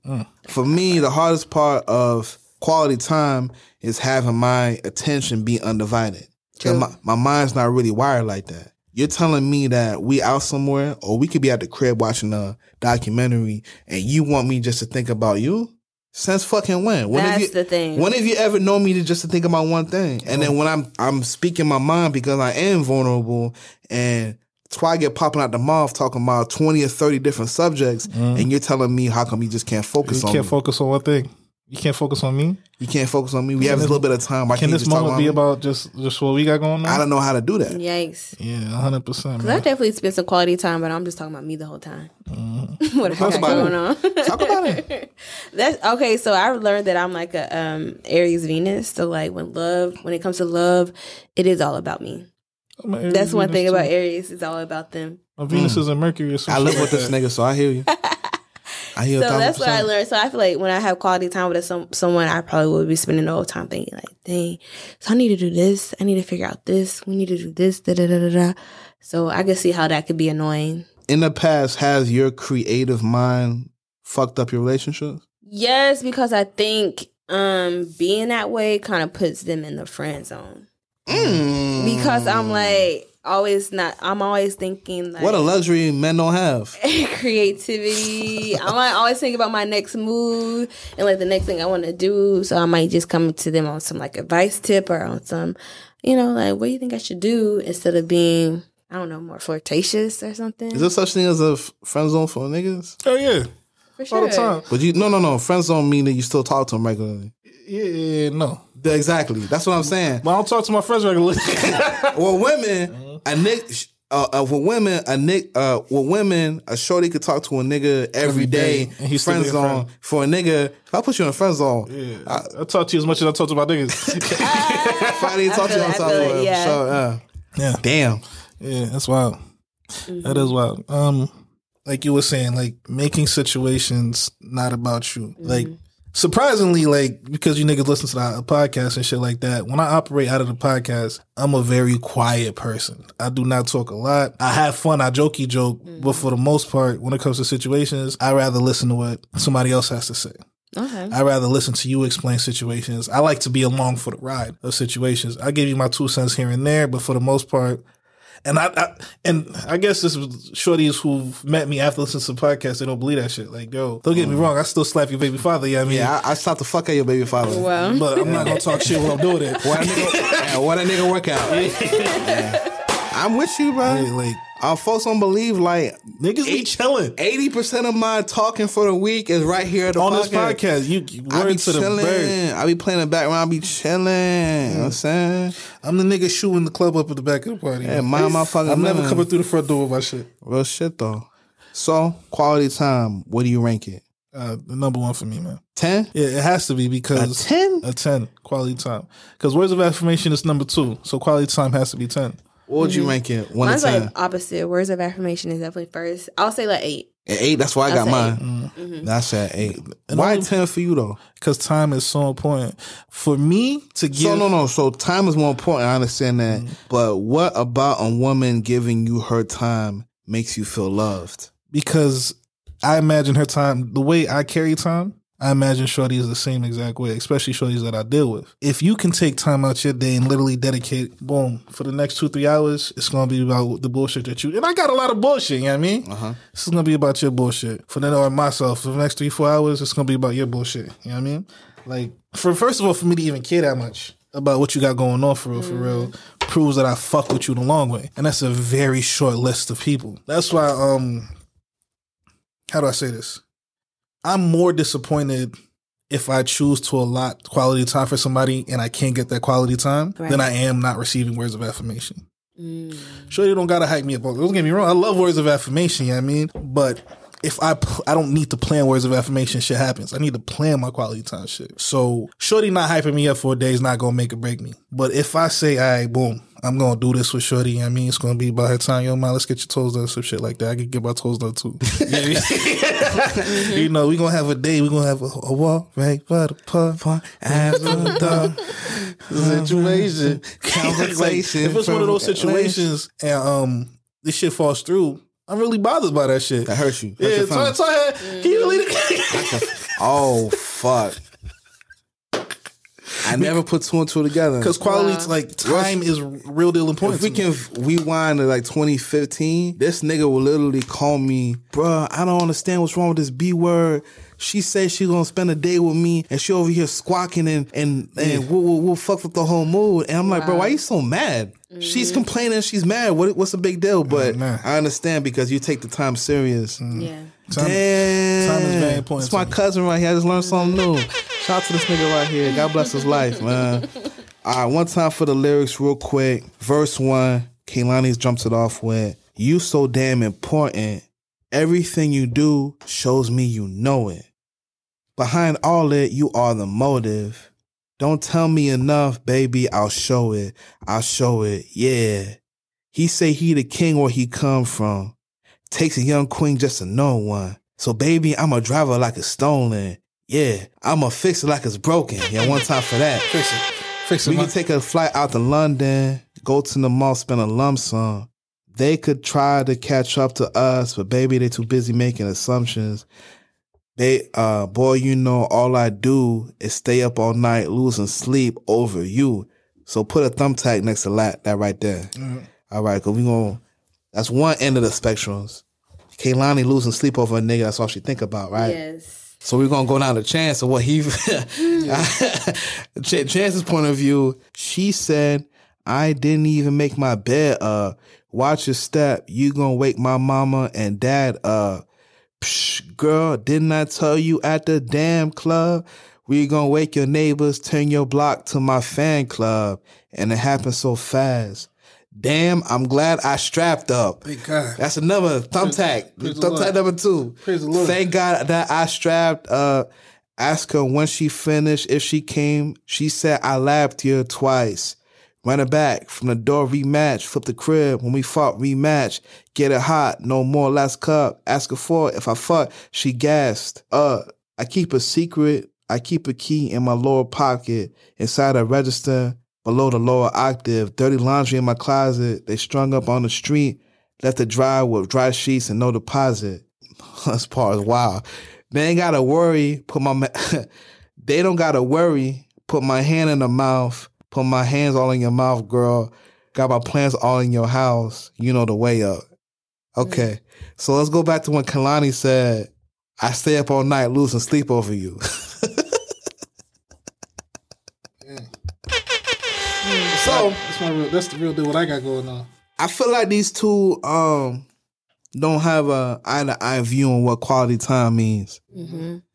[SPEAKER 3] For me, the hardest part of quality time is having my attention be undivided. 'Cause My, my mind's not really wired like that. You're telling me that we out somewhere or we could be at the crib watching a documentary and you want me just to think about you? Since fucking when? when have
[SPEAKER 6] That's
[SPEAKER 3] you,
[SPEAKER 6] the thing.
[SPEAKER 3] When have you ever known me to just to think about one thing? And
[SPEAKER 4] Oh.
[SPEAKER 3] then when I'm I'm speaking my mind because I am vulnerable and try get popping out the mouth talking about 20 or 30 different subjects and you're telling me how come you just can't focus
[SPEAKER 4] Mm. You
[SPEAKER 3] on
[SPEAKER 4] can't
[SPEAKER 3] me?
[SPEAKER 4] focus on one thing. You can't focus on me.
[SPEAKER 3] you can't focus on me. We have this little bit of time. Why
[SPEAKER 4] Can
[SPEAKER 3] can't you
[SPEAKER 4] this
[SPEAKER 3] just talk
[SPEAKER 4] moment
[SPEAKER 3] about
[SPEAKER 4] be
[SPEAKER 3] me?
[SPEAKER 4] about just just what we got going on?
[SPEAKER 3] I don't know how to do that.
[SPEAKER 6] Yikes.
[SPEAKER 4] yeah, 100. percent
[SPEAKER 6] 'Cause I definitely spent some quality time, but I'm just talking about me the whole time. what I got
[SPEAKER 3] Mm-hmm. about
[SPEAKER 6] going
[SPEAKER 3] it.
[SPEAKER 6] on?
[SPEAKER 3] Talk about it.
[SPEAKER 6] That's okay. So I learned that I'm like a um Aries Venus. So like when love, when it comes to love, it is all about me.
[SPEAKER 3] Mm-hmm.
[SPEAKER 6] That's one thing about Aries. It's all about them.
[SPEAKER 4] Venus is in Mercury. Or
[SPEAKER 3] Mm.
[SPEAKER 4] some
[SPEAKER 3] I
[SPEAKER 4] shit
[SPEAKER 3] live
[SPEAKER 4] like
[SPEAKER 3] with this
[SPEAKER 4] that.
[SPEAKER 3] nigga, so I hear you. I hear a
[SPEAKER 6] So
[SPEAKER 3] thousand
[SPEAKER 6] that's what I
[SPEAKER 3] percent.
[SPEAKER 6] learned. So I feel like when I have quality time with some, someone, I probably will be spending the whole time thinking like, dang, so I need to do this. I need to figure out this. We need to do this. Da da da da da. So I can see how that could be annoying.
[SPEAKER 3] In the past, has your creative mind fucked up your relationships?
[SPEAKER 6] Yes, because I think um being that way kind of puts them in the friend zone.
[SPEAKER 3] Mm.
[SPEAKER 6] Because I'm like always not I'm always thinking like
[SPEAKER 3] What a luxury men don't have.
[SPEAKER 6] creativity. I'm like always thinking about my next move and like the next thing I want to do. So I might just come to them on some like advice tip or on some, you know, like what do you think I should do instead of being I don't know, more flirtatious or something.
[SPEAKER 3] Is there such thing as a f- friend zone for niggas?
[SPEAKER 4] Oh yeah,
[SPEAKER 6] For sure.
[SPEAKER 4] all the time.
[SPEAKER 3] But you no no no friend zone mean that you still talk to them regularly.
[SPEAKER 4] Yeah, yeah, yeah, no.
[SPEAKER 3] The- Exactly. That's what I'm saying.
[SPEAKER 4] But I don't talk to my friends regularly.
[SPEAKER 6] Uh-huh.
[SPEAKER 3] Well, women, a nigga, uh, uh, with women, a nick, uh, with women, a shorty could talk to a nigga every
[SPEAKER 4] Every
[SPEAKER 3] day,
[SPEAKER 4] day, and he still
[SPEAKER 3] friend
[SPEAKER 4] be a friend.
[SPEAKER 3] zone. For a nigga, if I put you in a friend zone,
[SPEAKER 4] I, I talk to you as much as I talk to my niggas.
[SPEAKER 3] if I didn't talk to you
[SPEAKER 6] feel
[SPEAKER 3] on
[SPEAKER 6] it, I
[SPEAKER 3] top
[SPEAKER 6] feel
[SPEAKER 3] of
[SPEAKER 6] it,
[SPEAKER 3] it,
[SPEAKER 6] yeah.
[SPEAKER 3] so, uh,
[SPEAKER 4] yeah,
[SPEAKER 3] damn.
[SPEAKER 4] yeah, that's wild. That is wild. Um, like you were saying, like making situations not about you. Like surprisingly, like because you niggas listen to the uh, podcast and shit like that. When I operate out of the podcast, I'm a very quiet person. I do not talk a lot. I have fun. I jokey joke, but for the most part, when it comes to situations, I rather listen to what somebody else has to say.
[SPEAKER 6] Okay.
[SPEAKER 4] I rather listen to you explain situations. I like to be along for the ride of situations. I give you my two cents here and there, but for the most part, and I, I and I guess this was shorties who've met me after listening to the podcast, they don't believe that shit. Like, yo, don't get me wrong, I still slap your baby father. Yeah, I mean,
[SPEAKER 3] Mm. Yeah, I, I slapped the fuck out of your baby father.
[SPEAKER 6] Well,
[SPEAKER 4] but I'm not gonna talk shit while I'm doing it.
[SPEAKER 3] What a nigga, yeah, what a nigga workout. I'm with you, bro.
[SPEAKER 4] Yeah, like
[SPEAKER 3] Our folks don't believe like
[SPEAKER 4] niggas be chilling
[SPEAKER 3] eighty percent of my talking for the week is right here at the
[SPEAKER 4] on
[SPEAKER 3] podcast.
[SPEAKER 4] this podcast. You you
[SPEAKER 3] I be
[SPEAKER 4] word to the bird.
[SPEAKER 3] chilling. I be playing the background. I be chilling. You know what I'm saying?
[SPEAKER 4] I'm the nigga shooing the club up at the back of the party.
[SPEAKER 3] Hey, mind my fucking
[SPEAKER 4] I'm never
[SPEAKER 3] business.
[SPEAKER 4] coming through the front door with my shit.
[SPEAKER 3] Real shit though. So quality time. What do you rank it?
[SPEAKER 4] Uh, the number one for me, man.
[SPEAKER 3] Ten?
[SPEAKER 4] Yeah, it has to be because
[SPEAKER 3] A 10?
[SPEAKER 4] a ten quality time. Because words of affirmation is number two, so quality time has to be ten.
[SPEAKER 3] What would you rank it? One to
[SPEAKER 6] Mm-hmm. mine's
[SPEAKER 3] ten.
[SPEAKER 6] like opposite. Words of affirmation is definitely first. I'll say like eight.
[SPEAKER 3] An eight. That's why I got
[SPEAKER 6] That's
[SPEAKER 3] mine.
[SPEAKER 6] an
[SPEAKER 3] That's at eight. Why ten for you though?
[SPEAKER 4] Because time is so important for me to get.
[SPEAKER 3] So no, no. So time is more important. I understand that.
[SPEAKER 4] Mm-hmm.
[SPEAKER 3] But what about a woman giving you her time makes you feel loved?
[SPEAKER 4] because I imagine her time the way I carry time. I imagine Shorty is the same exact way, especially Shorties that I deal with. If you can take time out your day and literally dedicate, boom, for the next two, three hours, it's gonna be about the bullshit that you and I got a lot of bullshit, you know what I mean? Uh-huh. This is gonna be about your bullshit. For then or myself, for the next three, four hours, it's gonna be about your bullshit. You know what I mean? Like for first of all, for me to even care that much about what you got going on for real, for real, proves that I fuck with you the long way. And that's a very short list of people. That's why um how do I say this? I'm more disappointed if I choose to allot quality time for somebody and I can't get that quality time
[SPEAKER 6] Right.
[SPEAKER 4] than I am not receiving words of affirmation. Sure, you don't gotta hype me up. Don't get me wrong. I love words of affirmation. You know what I mean, but if I pl- I don't need to plan words of affirmation, shit happens. I need to plan my quality time shit. So Shorty not hyping me up for a day is not gonna make or break me. But if I say, all right, boom, I'm gonna do this with Shorty. You know what I mean, it's gonna be by her time. Yo, man, let's get your toes done, some shit like that. I can get my toes done too. You know what I mean? you know, we gonna have a day. We gonna have a, a walk right by the pub.
[SPEAKER 3] Situation,
[SPEAKER 4] Like,
[SPEAKER 3] conversation.
[SPEAKER 4] if it's one of those situations and um this shit falls through, I'm really bothered by that shit.
[SPEAKER 3] that hurts you. Hurts
[SPEAKER 4] Yeah,
[SPEAKER 3] your
[SPEAKER 4] so, I-
[SPEAKER 3] feelings.
[SPEAKER 4] so I had, can you believe it?
[SPEAKER 3] Oh fuck! I never put two and two together.
[SPEAKER 4] Because quality, like time, is real deal
[SPEAKER 3] if
[SPEAKER 4] important.
[SPEAKER 3] we can rewind to like 2015, this nigga will literally call me, bruh. I don't understand what's wrong with this B word. She said she gonna spend a day with me, and she over here squawking and and and we'll, we'll, we'll fuck with the whole mood. And I'm like, bro, why you so mad? She's complaining, she's mad. What what's the big deal? But
[SPEAKER 4] man.
[SPEAKER 3] I understand because you take the time serious.
[SPEAKER 6] Yeah.
[SPEAKER 4] Time-
[SPEAKER 3] Damn.
[SPEAKER 4] time is very important
[SPEAKER 3] It's my
[SPEAKER 4] to me.
[SPEAKER 3] cousin right here. I just learned something new. Shout out to this nigga right here. God bless his life, man. All right, one time for the lyrics, real quick. Verse one, Kehlani's jumps it off with You so damn important. Everything you do shows me you know it. Behind all it, you are the motive. Don't tell me enough, baby. I'll show it. I'll show it. Yeah. He say he the king where he come from. Takes a young queen just to know one. So baby, I'm a driver like it's stolen. Yeah, I'm a fix it like it's broken. Yeah, one time for that. Fix it.
[SPEAKER 4] fix
[SPEAKER 3] We can take a flight out to London, go to the mall, spend a lump sum. They could try to catch up to us, but baby, they too busy making assumptions. They, uh, boy, you know, all I do is stay up all night, losing sleep over you. So put a thumbtack next to that, that right there. All right, cause we going that's one end of the spectrums. Kaylani losing sleep over a nigga, that's all she think about, right?
[SPEAKER 6] Yes.
[SPEAKER 3] So we're gonna go down to Chance and what he,
[SPEAKER 4] Mm.
[SPEAKER 3] Ch- Chance's point of view. She said, "I didn't even make my bed up. Watch your step. You gonna wake my mama and dad up." Psh, girl, didn't I tell you at the damn club? We gonna wake your neighbors, turn your block to my fan club, and it happened so fast. Damn, I'm glad I strapped up.
[SPEAKER 4] Thank God.
[SPEAKER 3] That's another thumbtack.
[SPEAKER 4] Praise the
[SPEAKER 3] thumbtack
[SPEAKER 4] Lord.
[SPEAKER 3] number two.
[SPEAKER 4] Praise the Lord.
[SPEAKER 3] Thank God that I strapped. Uh, ask her when she finished if she came. She said I lapped you twice. Run it back from the door, rematch. Flip the crib when we fought, rematch. Get it hot, no more last cup. Ask her for it. if I fuck. She gassed. Uh, I keep a secret. I keep a key in my lower pocket, inside a register below the lower octave. Dirty laundry in my closet. They strung up on the street. Left it dry with dry sheets and no deposit. That's part is wild. They ain't gotta worry. Put my ma- they don't gotta worry. Put my hand in the mouth. Put my hands all in your mouth, girl. Got my plans all in your house. You know the way up.
[SPEAKER 4] Mm.
[SPEAKER 3] Okay, so let's go back to when Kalani said, "I stay up all night, losing sleep over you." so
[SPEAKER 4] That's my real, that's the real deal. What I got going on.
[SPEAKER 3] I feel like these two um don't have a eye to eye view on what quality time means.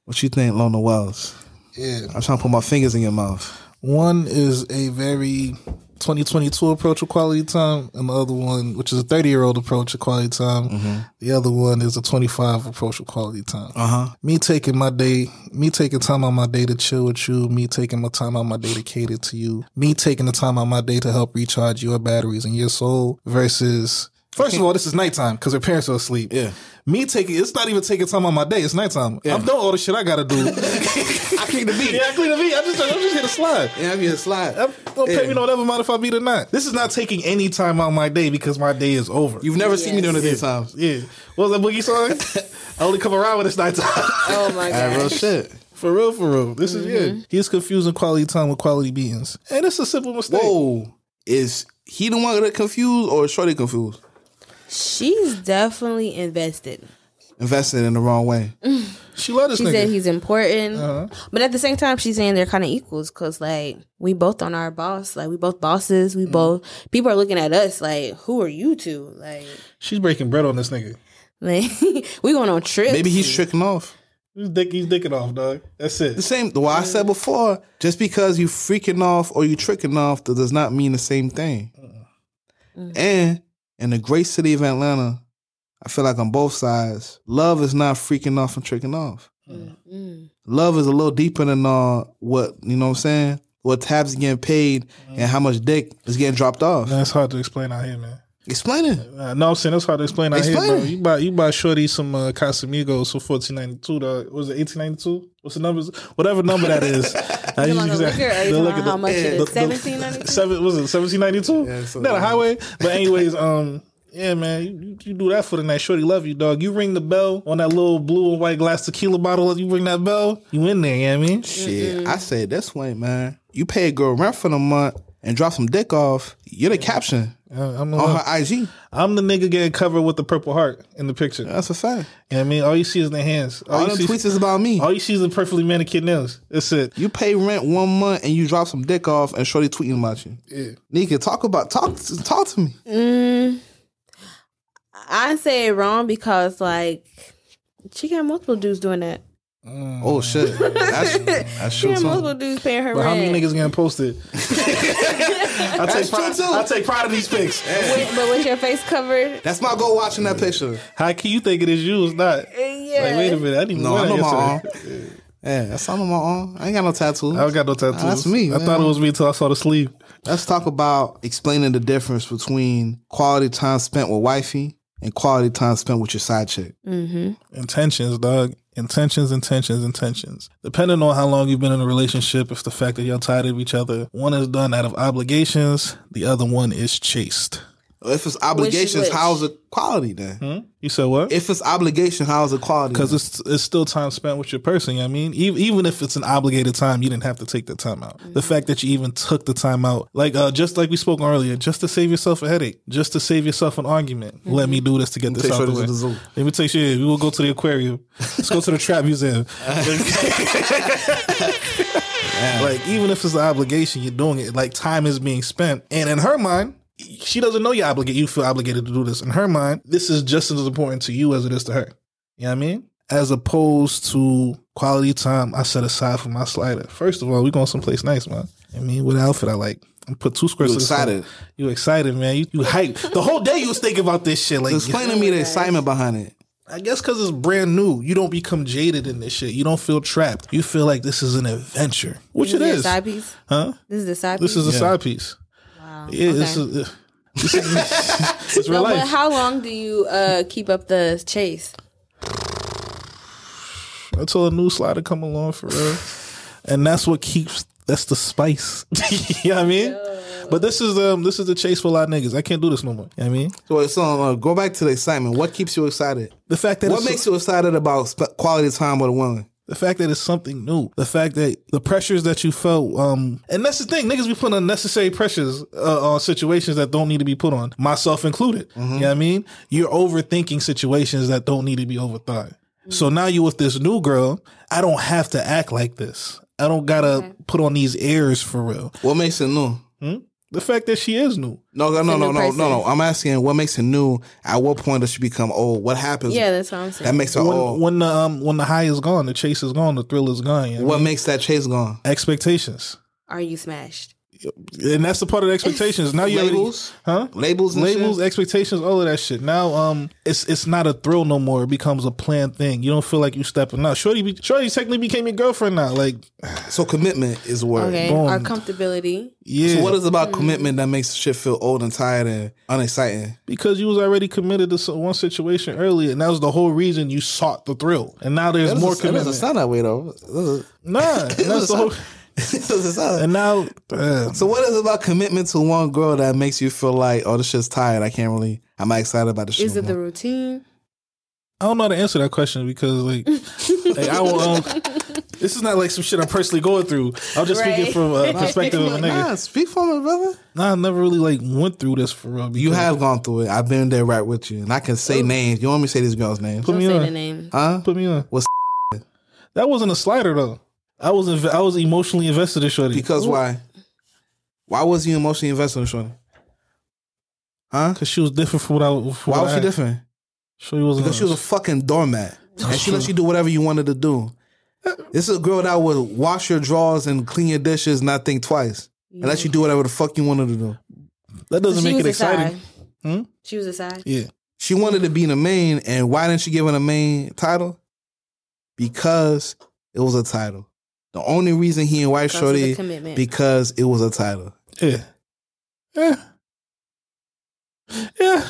[SPEAKER 3] What you think, Lona Wells?
[SPEAKER 4] Yeah.
[SPEAKER 3] I'm trying to put my fingers in your mouth.
[SPEAKER 4] One is a very 2022 approach of quality time, and the other one, which is a 30 year old approach of quality time,
[SPEAKER 3] Mm-hmm.
[SPEAKER 4] the other one is a 25 approach of quality time.
[SPEAKER 3] Uh huh.
[SPEAKER 4] me taking my day, me taking time on my day to chill with you, me taking my time on my day to cater to you, me taking the time on my day to help recharge your batteries and your soul versus. First of all, this is nighttime because her parents are asleep.
[SPEAKER 3] Yeah.
[SPEAKER 4] Me taking it's not even taking time on my day. It's nighttime. I'm doing all the shit I gotta do. I clean the beat. Yeah, I clean the beat. I'm just I'm just here to slide.
[SPEAKER 3] Yeah, I'm your slide.
[SPEAKER 4] I'm, don't pay
[SPEAKER 3] Yeah.
[SPEAKER 4] me no whatever amount if I beat or not. This is not taking any time out of my day because my day is over.
[SPEAKER 3] You've never seen me during the
[SPEAKER 4] yeah.
[SPEAKER 3] daytime.
[SPEAKER 4] yeah. What was that boogie song? I only come around when it's nighttime.
[SPEAKER 6] Oh my
[SPEAKER 3] That real
[SPEAKER 6] god.
[SPEAKER 3] shit.
[SPEAKER 4] For real, for real. This
[SPEAKER 3] Mm-hmm.
[SPEAKER 4] is yeah. He's confusing quality time with quality beatings, and it's a simple mistake.
[SPEAKER 3] Whoa, is he the one that confused or is Shorty confused?
[SPEAKER 6] She's definitely invested.
[SPEAKER 3] Invested in the wrong way.
[SPEAKER 4] She let us
[SPEAKER 6] She
[SPEAKER 4] nigga. Uh-huh.
[SPEAKER 6] said he's important, but at the same time, she's saying they're kind of equals because like we both on our boss, like we both bosses.
[SPEAKER 4] Mm.
[SPEAKER 6] We both people are looking at us like, who are you two? Like,
[SPEAKER 4] She's breaking bread on this nigga.
[SPEAKER 6] like we going on trips.
[SPEAKER 3] Maybe he's tricking off.
[SPEAKER 4] He's, dick, he's dicking off, dog. That's
[SPEAKER 3] The
[SPEAKER 4] it.
[SPEAKER 3] same. The what I said before. Just because you freaking off or you tricking off, that does not mean the same thing.
[SPEAKER 4] Uh-uh.
[SPEAKER 3] And in the great city of Atlanta, I feel like on both sides, love is not freaking off and tricking off. Love is a little deeper than uh, what you know. what I'm saying what tabs is getting paid and how much dick is getting dropped off.
[SPEAKER 4] That's hard to explain out here, man.
[SPEAKER 3] Explain it.
[SPEAKER 4] Nah, no, I'm saying that's hard to explain out
[SPEAKER 3] Explain.
[SPEAKER 4] here, bro. You buy you buy Shorty some uh, Casamigos for 1492, dog. Was it 1892? What's the numbers? Whatever number that is. I
[SPEAKER 6] You
[SPEAKER 4] usually
[SPEAKER 6] want the
[SPEAKER 4] say-
[SPEAKER 6] liquor or you
[SPEAKER 4] the
[SPEAKER 6] want
[SPEAKER 4] liquor-
[SPEAKER 6] how much it is?
[SPEAKER 4] the- the-
[SPEAKER 6] 1792?
[SPEAKER 4] Seven was it seventeen ninety two? Not a highway. But anyways, um, yeah, man, you- you, you do that for the night. Shorty love you, dog. You ring the bell on that little blue and white glass tequila bottle. You ring that bell, you in there. You know what I mean,
[SPEAKER 3] Shit, I say it this way, man. You pay a girl rent for the month and drop some dick off. You're the caption
[SPEAKER 4] Uh, I'm,
[SPEAKER 3] on
[SPEAKER 4] a,
[SPEAKER 3] her IG.
[SPEAKER 4] I'm the nigga getting covered with the purple heart in the picture. You know
[SPEAKER 3] That's a fact.
[SPEAKER 4] what I mean, all you see is the hands. All,
[SPEAKER 3] All
[SPEAKER 4] you
[SPEAKER 3] them
[SPEAKER 4] see,
[SPEAKER 3] tweets is about me.
[SPEAKER 4] all you see is the perfectly manicured nails. That's it.
[SPEAKER 3] You pay rent one month and you drop some dick off and shorty tweeting about you. Yeah. Nika, talk about talk talk to me.
[SPEAKER 6] I say it wrong because like she got multiple dudes doing that.
[SPEAKER 3] Oh shit. That's that's
[SPEAKER 6] She
[SPEAKER 3] true
[SPEAKER 6] got
[SPEAKER 3] too.
[SPEAKER 6] multiple dudes paying her
[SPEAKER 4] But how many
[SPEAKER 6] rent.
[SPEAKER 4] niggas getting posted? I take pride. I take pride in these pics.
[SPEAKER 6] With- but with your face covered,
[SPEAKER 3] That's my goal watching that picture.
[SPEAKER 4] How can you think it is you? It's not.
[SPEAKER 6] Uh, yeah.
[SPEAKER 4] Like, wait a minute. I didn't
[SPEAKER 3] No,
[SPEAKER 4] wear
[SPEAKER 3] I
[SPEAKER 4] that
[SPEAKER 3] know my
[SPEAKER 4] yesterday.
[SPEAKER 3] arm. Yeah, that's all on my arm. I ain't got no tattoos.
[SPEAKER 4] I don't got no tattoos.
[SPEAKER 3] That's me,
[SPEAKER 4] I
[SPEAKER 3] man.
[SPEAKER 4] thought it was me until I saw the sleeve.
[SPEAKER 3] Let's talk about explaining the difference between quality time spent with wifey and quality time spent with your side chick.
[SPEAKER 4] Intentions, dog. Intentions, intentions, intentions. Depending on how long you've been in a relationship, if the fact that y'all tired of each other, one is done out of obligations, the other one is chased.
[SPEAKER 3] If it's obligations,
[SPEAKER 6] which?
[SPEAKER 3] how's the quality then?
[SPEAKER 4] You said what?
[SPEAKER 3] If it's obligation, how's the quality?
[SPEAKER 4] Because
[SPEAKER 3] then?
[SPEAKER 4] it's it's still time spent with your person. You know what I mean, even, even if it's an obligated time, you didn't have to take the time out. The fact that you even took the time out, like uh, just like we spoke on earlier, just to save yourself a headache, just to save yourself an argument. Let me do this to get this
[SPEAKER 3] take
[SPEAKER 4] out the
[SPEAKER 3] Shorty
[SPEAKER 4] way.
[SPEAKER 3] to the zoo.
[SPEAKER 4] Let me take you. We will go to the aquarium. Let's go to the trap museum. like even if it's an obligation, you're doing it. Like time is being spent, and in her mind. She doesn't know you're obligated. You feel obligated to do this. In her mind, this is just as important to you as it is to her. You know what I mean? As opposed to quality time I set aside for my slider. First of all, we going someplace nice, man. I mean, what outfit I like. and put two squares.
[SPEAKER 3] You
[SPEAKER 4] to the side.
[SPEAKER 3] excited.
[SPEAKER 4] You excited, man. You, you hyped. The whole day you was thinking about this shit. Like,
[SPEAKER 3] Explain to me the excitement behind it.
[SPEAKER 4] I guess because it's brand new, you don't become jaded in this shit. You don't feel trapped. You feel like this is an adventure, which it
[SPEAKER 6] This
[SPEAKER 4] is.
[SPEAKER 6] is a side piece.
[SPEAKER 4] Huh?
[SPEAKER 6] This is the side
[SPEAKER 4] This is
[SPEAKER 6] piece.
[SPEAKER 4] a side piece. Wow. Yeah, this
[SPEAKER 6] Okay.
[SPEAKER 4] is. uh, This is it's real
[SPEAKER 6] No,
[SPEAKER 4] life.
[SPEAKER 6] but how long do you uh, keep up the chase?
[SPEAKER 4] until a new slider come along for real. and that's what keeps that's the spice. you know what I mean? But this is um this is the chase for a lot of niggas. I can't do this no more. You know what I mean?
[SPEAKER 3] So, so uh, go back to the excitement. What keeps you excited?
[SPEAKER 4] The fact that
[SPEAKER 3] What
[SPEAKER 4] it's,
[SPEAKER 3] makes you excited about sp- quality time with a woman?
[SPEAKER 4] the fact that it's something new. The fact that the pressures that you felt, um and that's the thing, niggas be putting unnecessary pressures uh, on situations that don't need to be put on, myself included.
[SPEAKER 3] Mm-hmm.
[SPEAKER 4] You know what I mean? You're overthinking situations that don't need to be overthought. So now you with this new girl, I don't have to act like this. I don't gotta put on these airs for real.
[SPEAKER 3] What makes it new?
[SPEAKER 4] The fact that she is new.
[SPEAKER 3] No, no, no,
[SPEAKER 6] a new
[SPEAKER 3] no, no,
[SPEAKER 6] person.
[SPEAKER 3] no, no. I'm asking what makes it new? At what point does she become old? What happens?
[SPEAKER 6] Yeah, that's what I'm saying.
[SPEAKER 3] that makes her
[SPEAKER 4] when,
[SPEAKER 3] old.
[SPEAKER 4] when the um when the high is gone, the chase is gone, the thrill is gone. you know
[SPEAKER 3] what
[SPEAKER 4] what I mean?
[SPEAKER 3] makes that chase gone?
[SPEAKER 4] expectations?
[SPEAKER 6] Are you smashed?
[SPEAKER 4] And that's the part of the expectations. Now you already-
[SPEAKER 3] Labels?
[SPEAKER 4] huh?
[SPEAKER 3] Labels and
[SPEAKER 4] labels,
[SPEAKER 3] shit?
[SPEAKER 4] expectations, all of that shit. Now, um, it's it's not a thrill no more. It becomes a planned thing. You don't feel like you stepping out. Shorty, be, Shorty technically became your girlfriend now. Like,
[SPEAKER 3] So commitment is a word.
[SPEAKER 6] Okay.
[SPEAKER 4] boom.
[SPEAKER 6] Our comfortability.
[SPEAKER 4] yeah,
[SPEAKER 3] So what is it about commitment that makes shit feel old and tired and unexciting?
[SPEAKER 4] because you was already committed to so- one situation earlier, and that was the whole reason you sought the thrill. And now there's more commitment.
[SPEAKER 3] Doesn't sound that way though.
[SPEAKER 4] nah, that's the whole.
[SPEAKER 3] Doesn't sound-
[SPEAKER 4] And now, uh,
[SPEAKER 3] So what is it about commitment to one girl that makes you feel like, oh, this shit's tired. I can't really. I'm not excited about this shit.
[SPEAKER 6] Is it
[SPEAKER 3] no
[SPEAKER 6] the
[SPEAKER 3] more.
[SPEAKER 6] routine?
[SPEAKER 4] I don't know how to answer that question because like, like, I will. Um, this is not like some shit I'm personally going through. I'm just speaking
[SPEAKER 6] Right.
[SPEAKER 4] from a perspective of a nigga.
[SPEAKER 3] Nah, speak for me, brother.
[SPEAKER 4] Nah, I never really like went through this for real.
[SPEAKER 3] You
[SPEAKER 4] because-
[SPEAKER 3] have gone through it. I've been there right with you, and I can say names. You want me to say these girls' names?
[SPEAKER 6] Don't
[SPEAKER 4] me
[SPEAKER 6] say
[SPEAKER 4] on.
[SPEAKER 6] the name.
[SPEAKER 3] Huh?
[SPEAKER 4] put me on.
[SPEAKER 3] What's
[SPEAKER 4] that wasn't a slider though. I was inv- I was emotionally invested in Shorty
[SPEAKER 3] Because why? Why was you emotionally invested in Shorty? Huh?
[SPEAKER 4] 'Cause she was different from what I. From
[SPEAKER 3] Why
[SPEAKER 4] what
[SPEAKER 3] was she
[SPEAKER 4] I-
[SPEAKER 3] different?
[SPEAKER 4] Shorty wasn't.
[SPEAKER 3] Because she was a fucking doormat, and she let you do whatever you wanted to do. This is a girl that would wash your drawers and clean your dishes, not think twice, and let you do whatever the fuck you wanted to do.
[SPEAKER 4] that doesn't
[SPEAKER 6] She
[SPEAKER 4] make
[SPEAKER 6] was
[SPEAKER 4] it
[SPEAKER 6] a side.
[SPEAKER 4] exciting. Hmm?
[SPEAKER 6] She was a side.
[SPEAKER 4] Yeah,
[SPEAKER 3] She wanted to be in the main, and why didn't she give her the main title? Because it was a title. The only reason he and wife
[SPEAKER 6] Because of the
[SPEAKER 3] Shorty
[SPEAKER 6] commitment.
[SPEAKER 3] because it was a title.
[SPEAKER 4] yeah, yeah, yeah.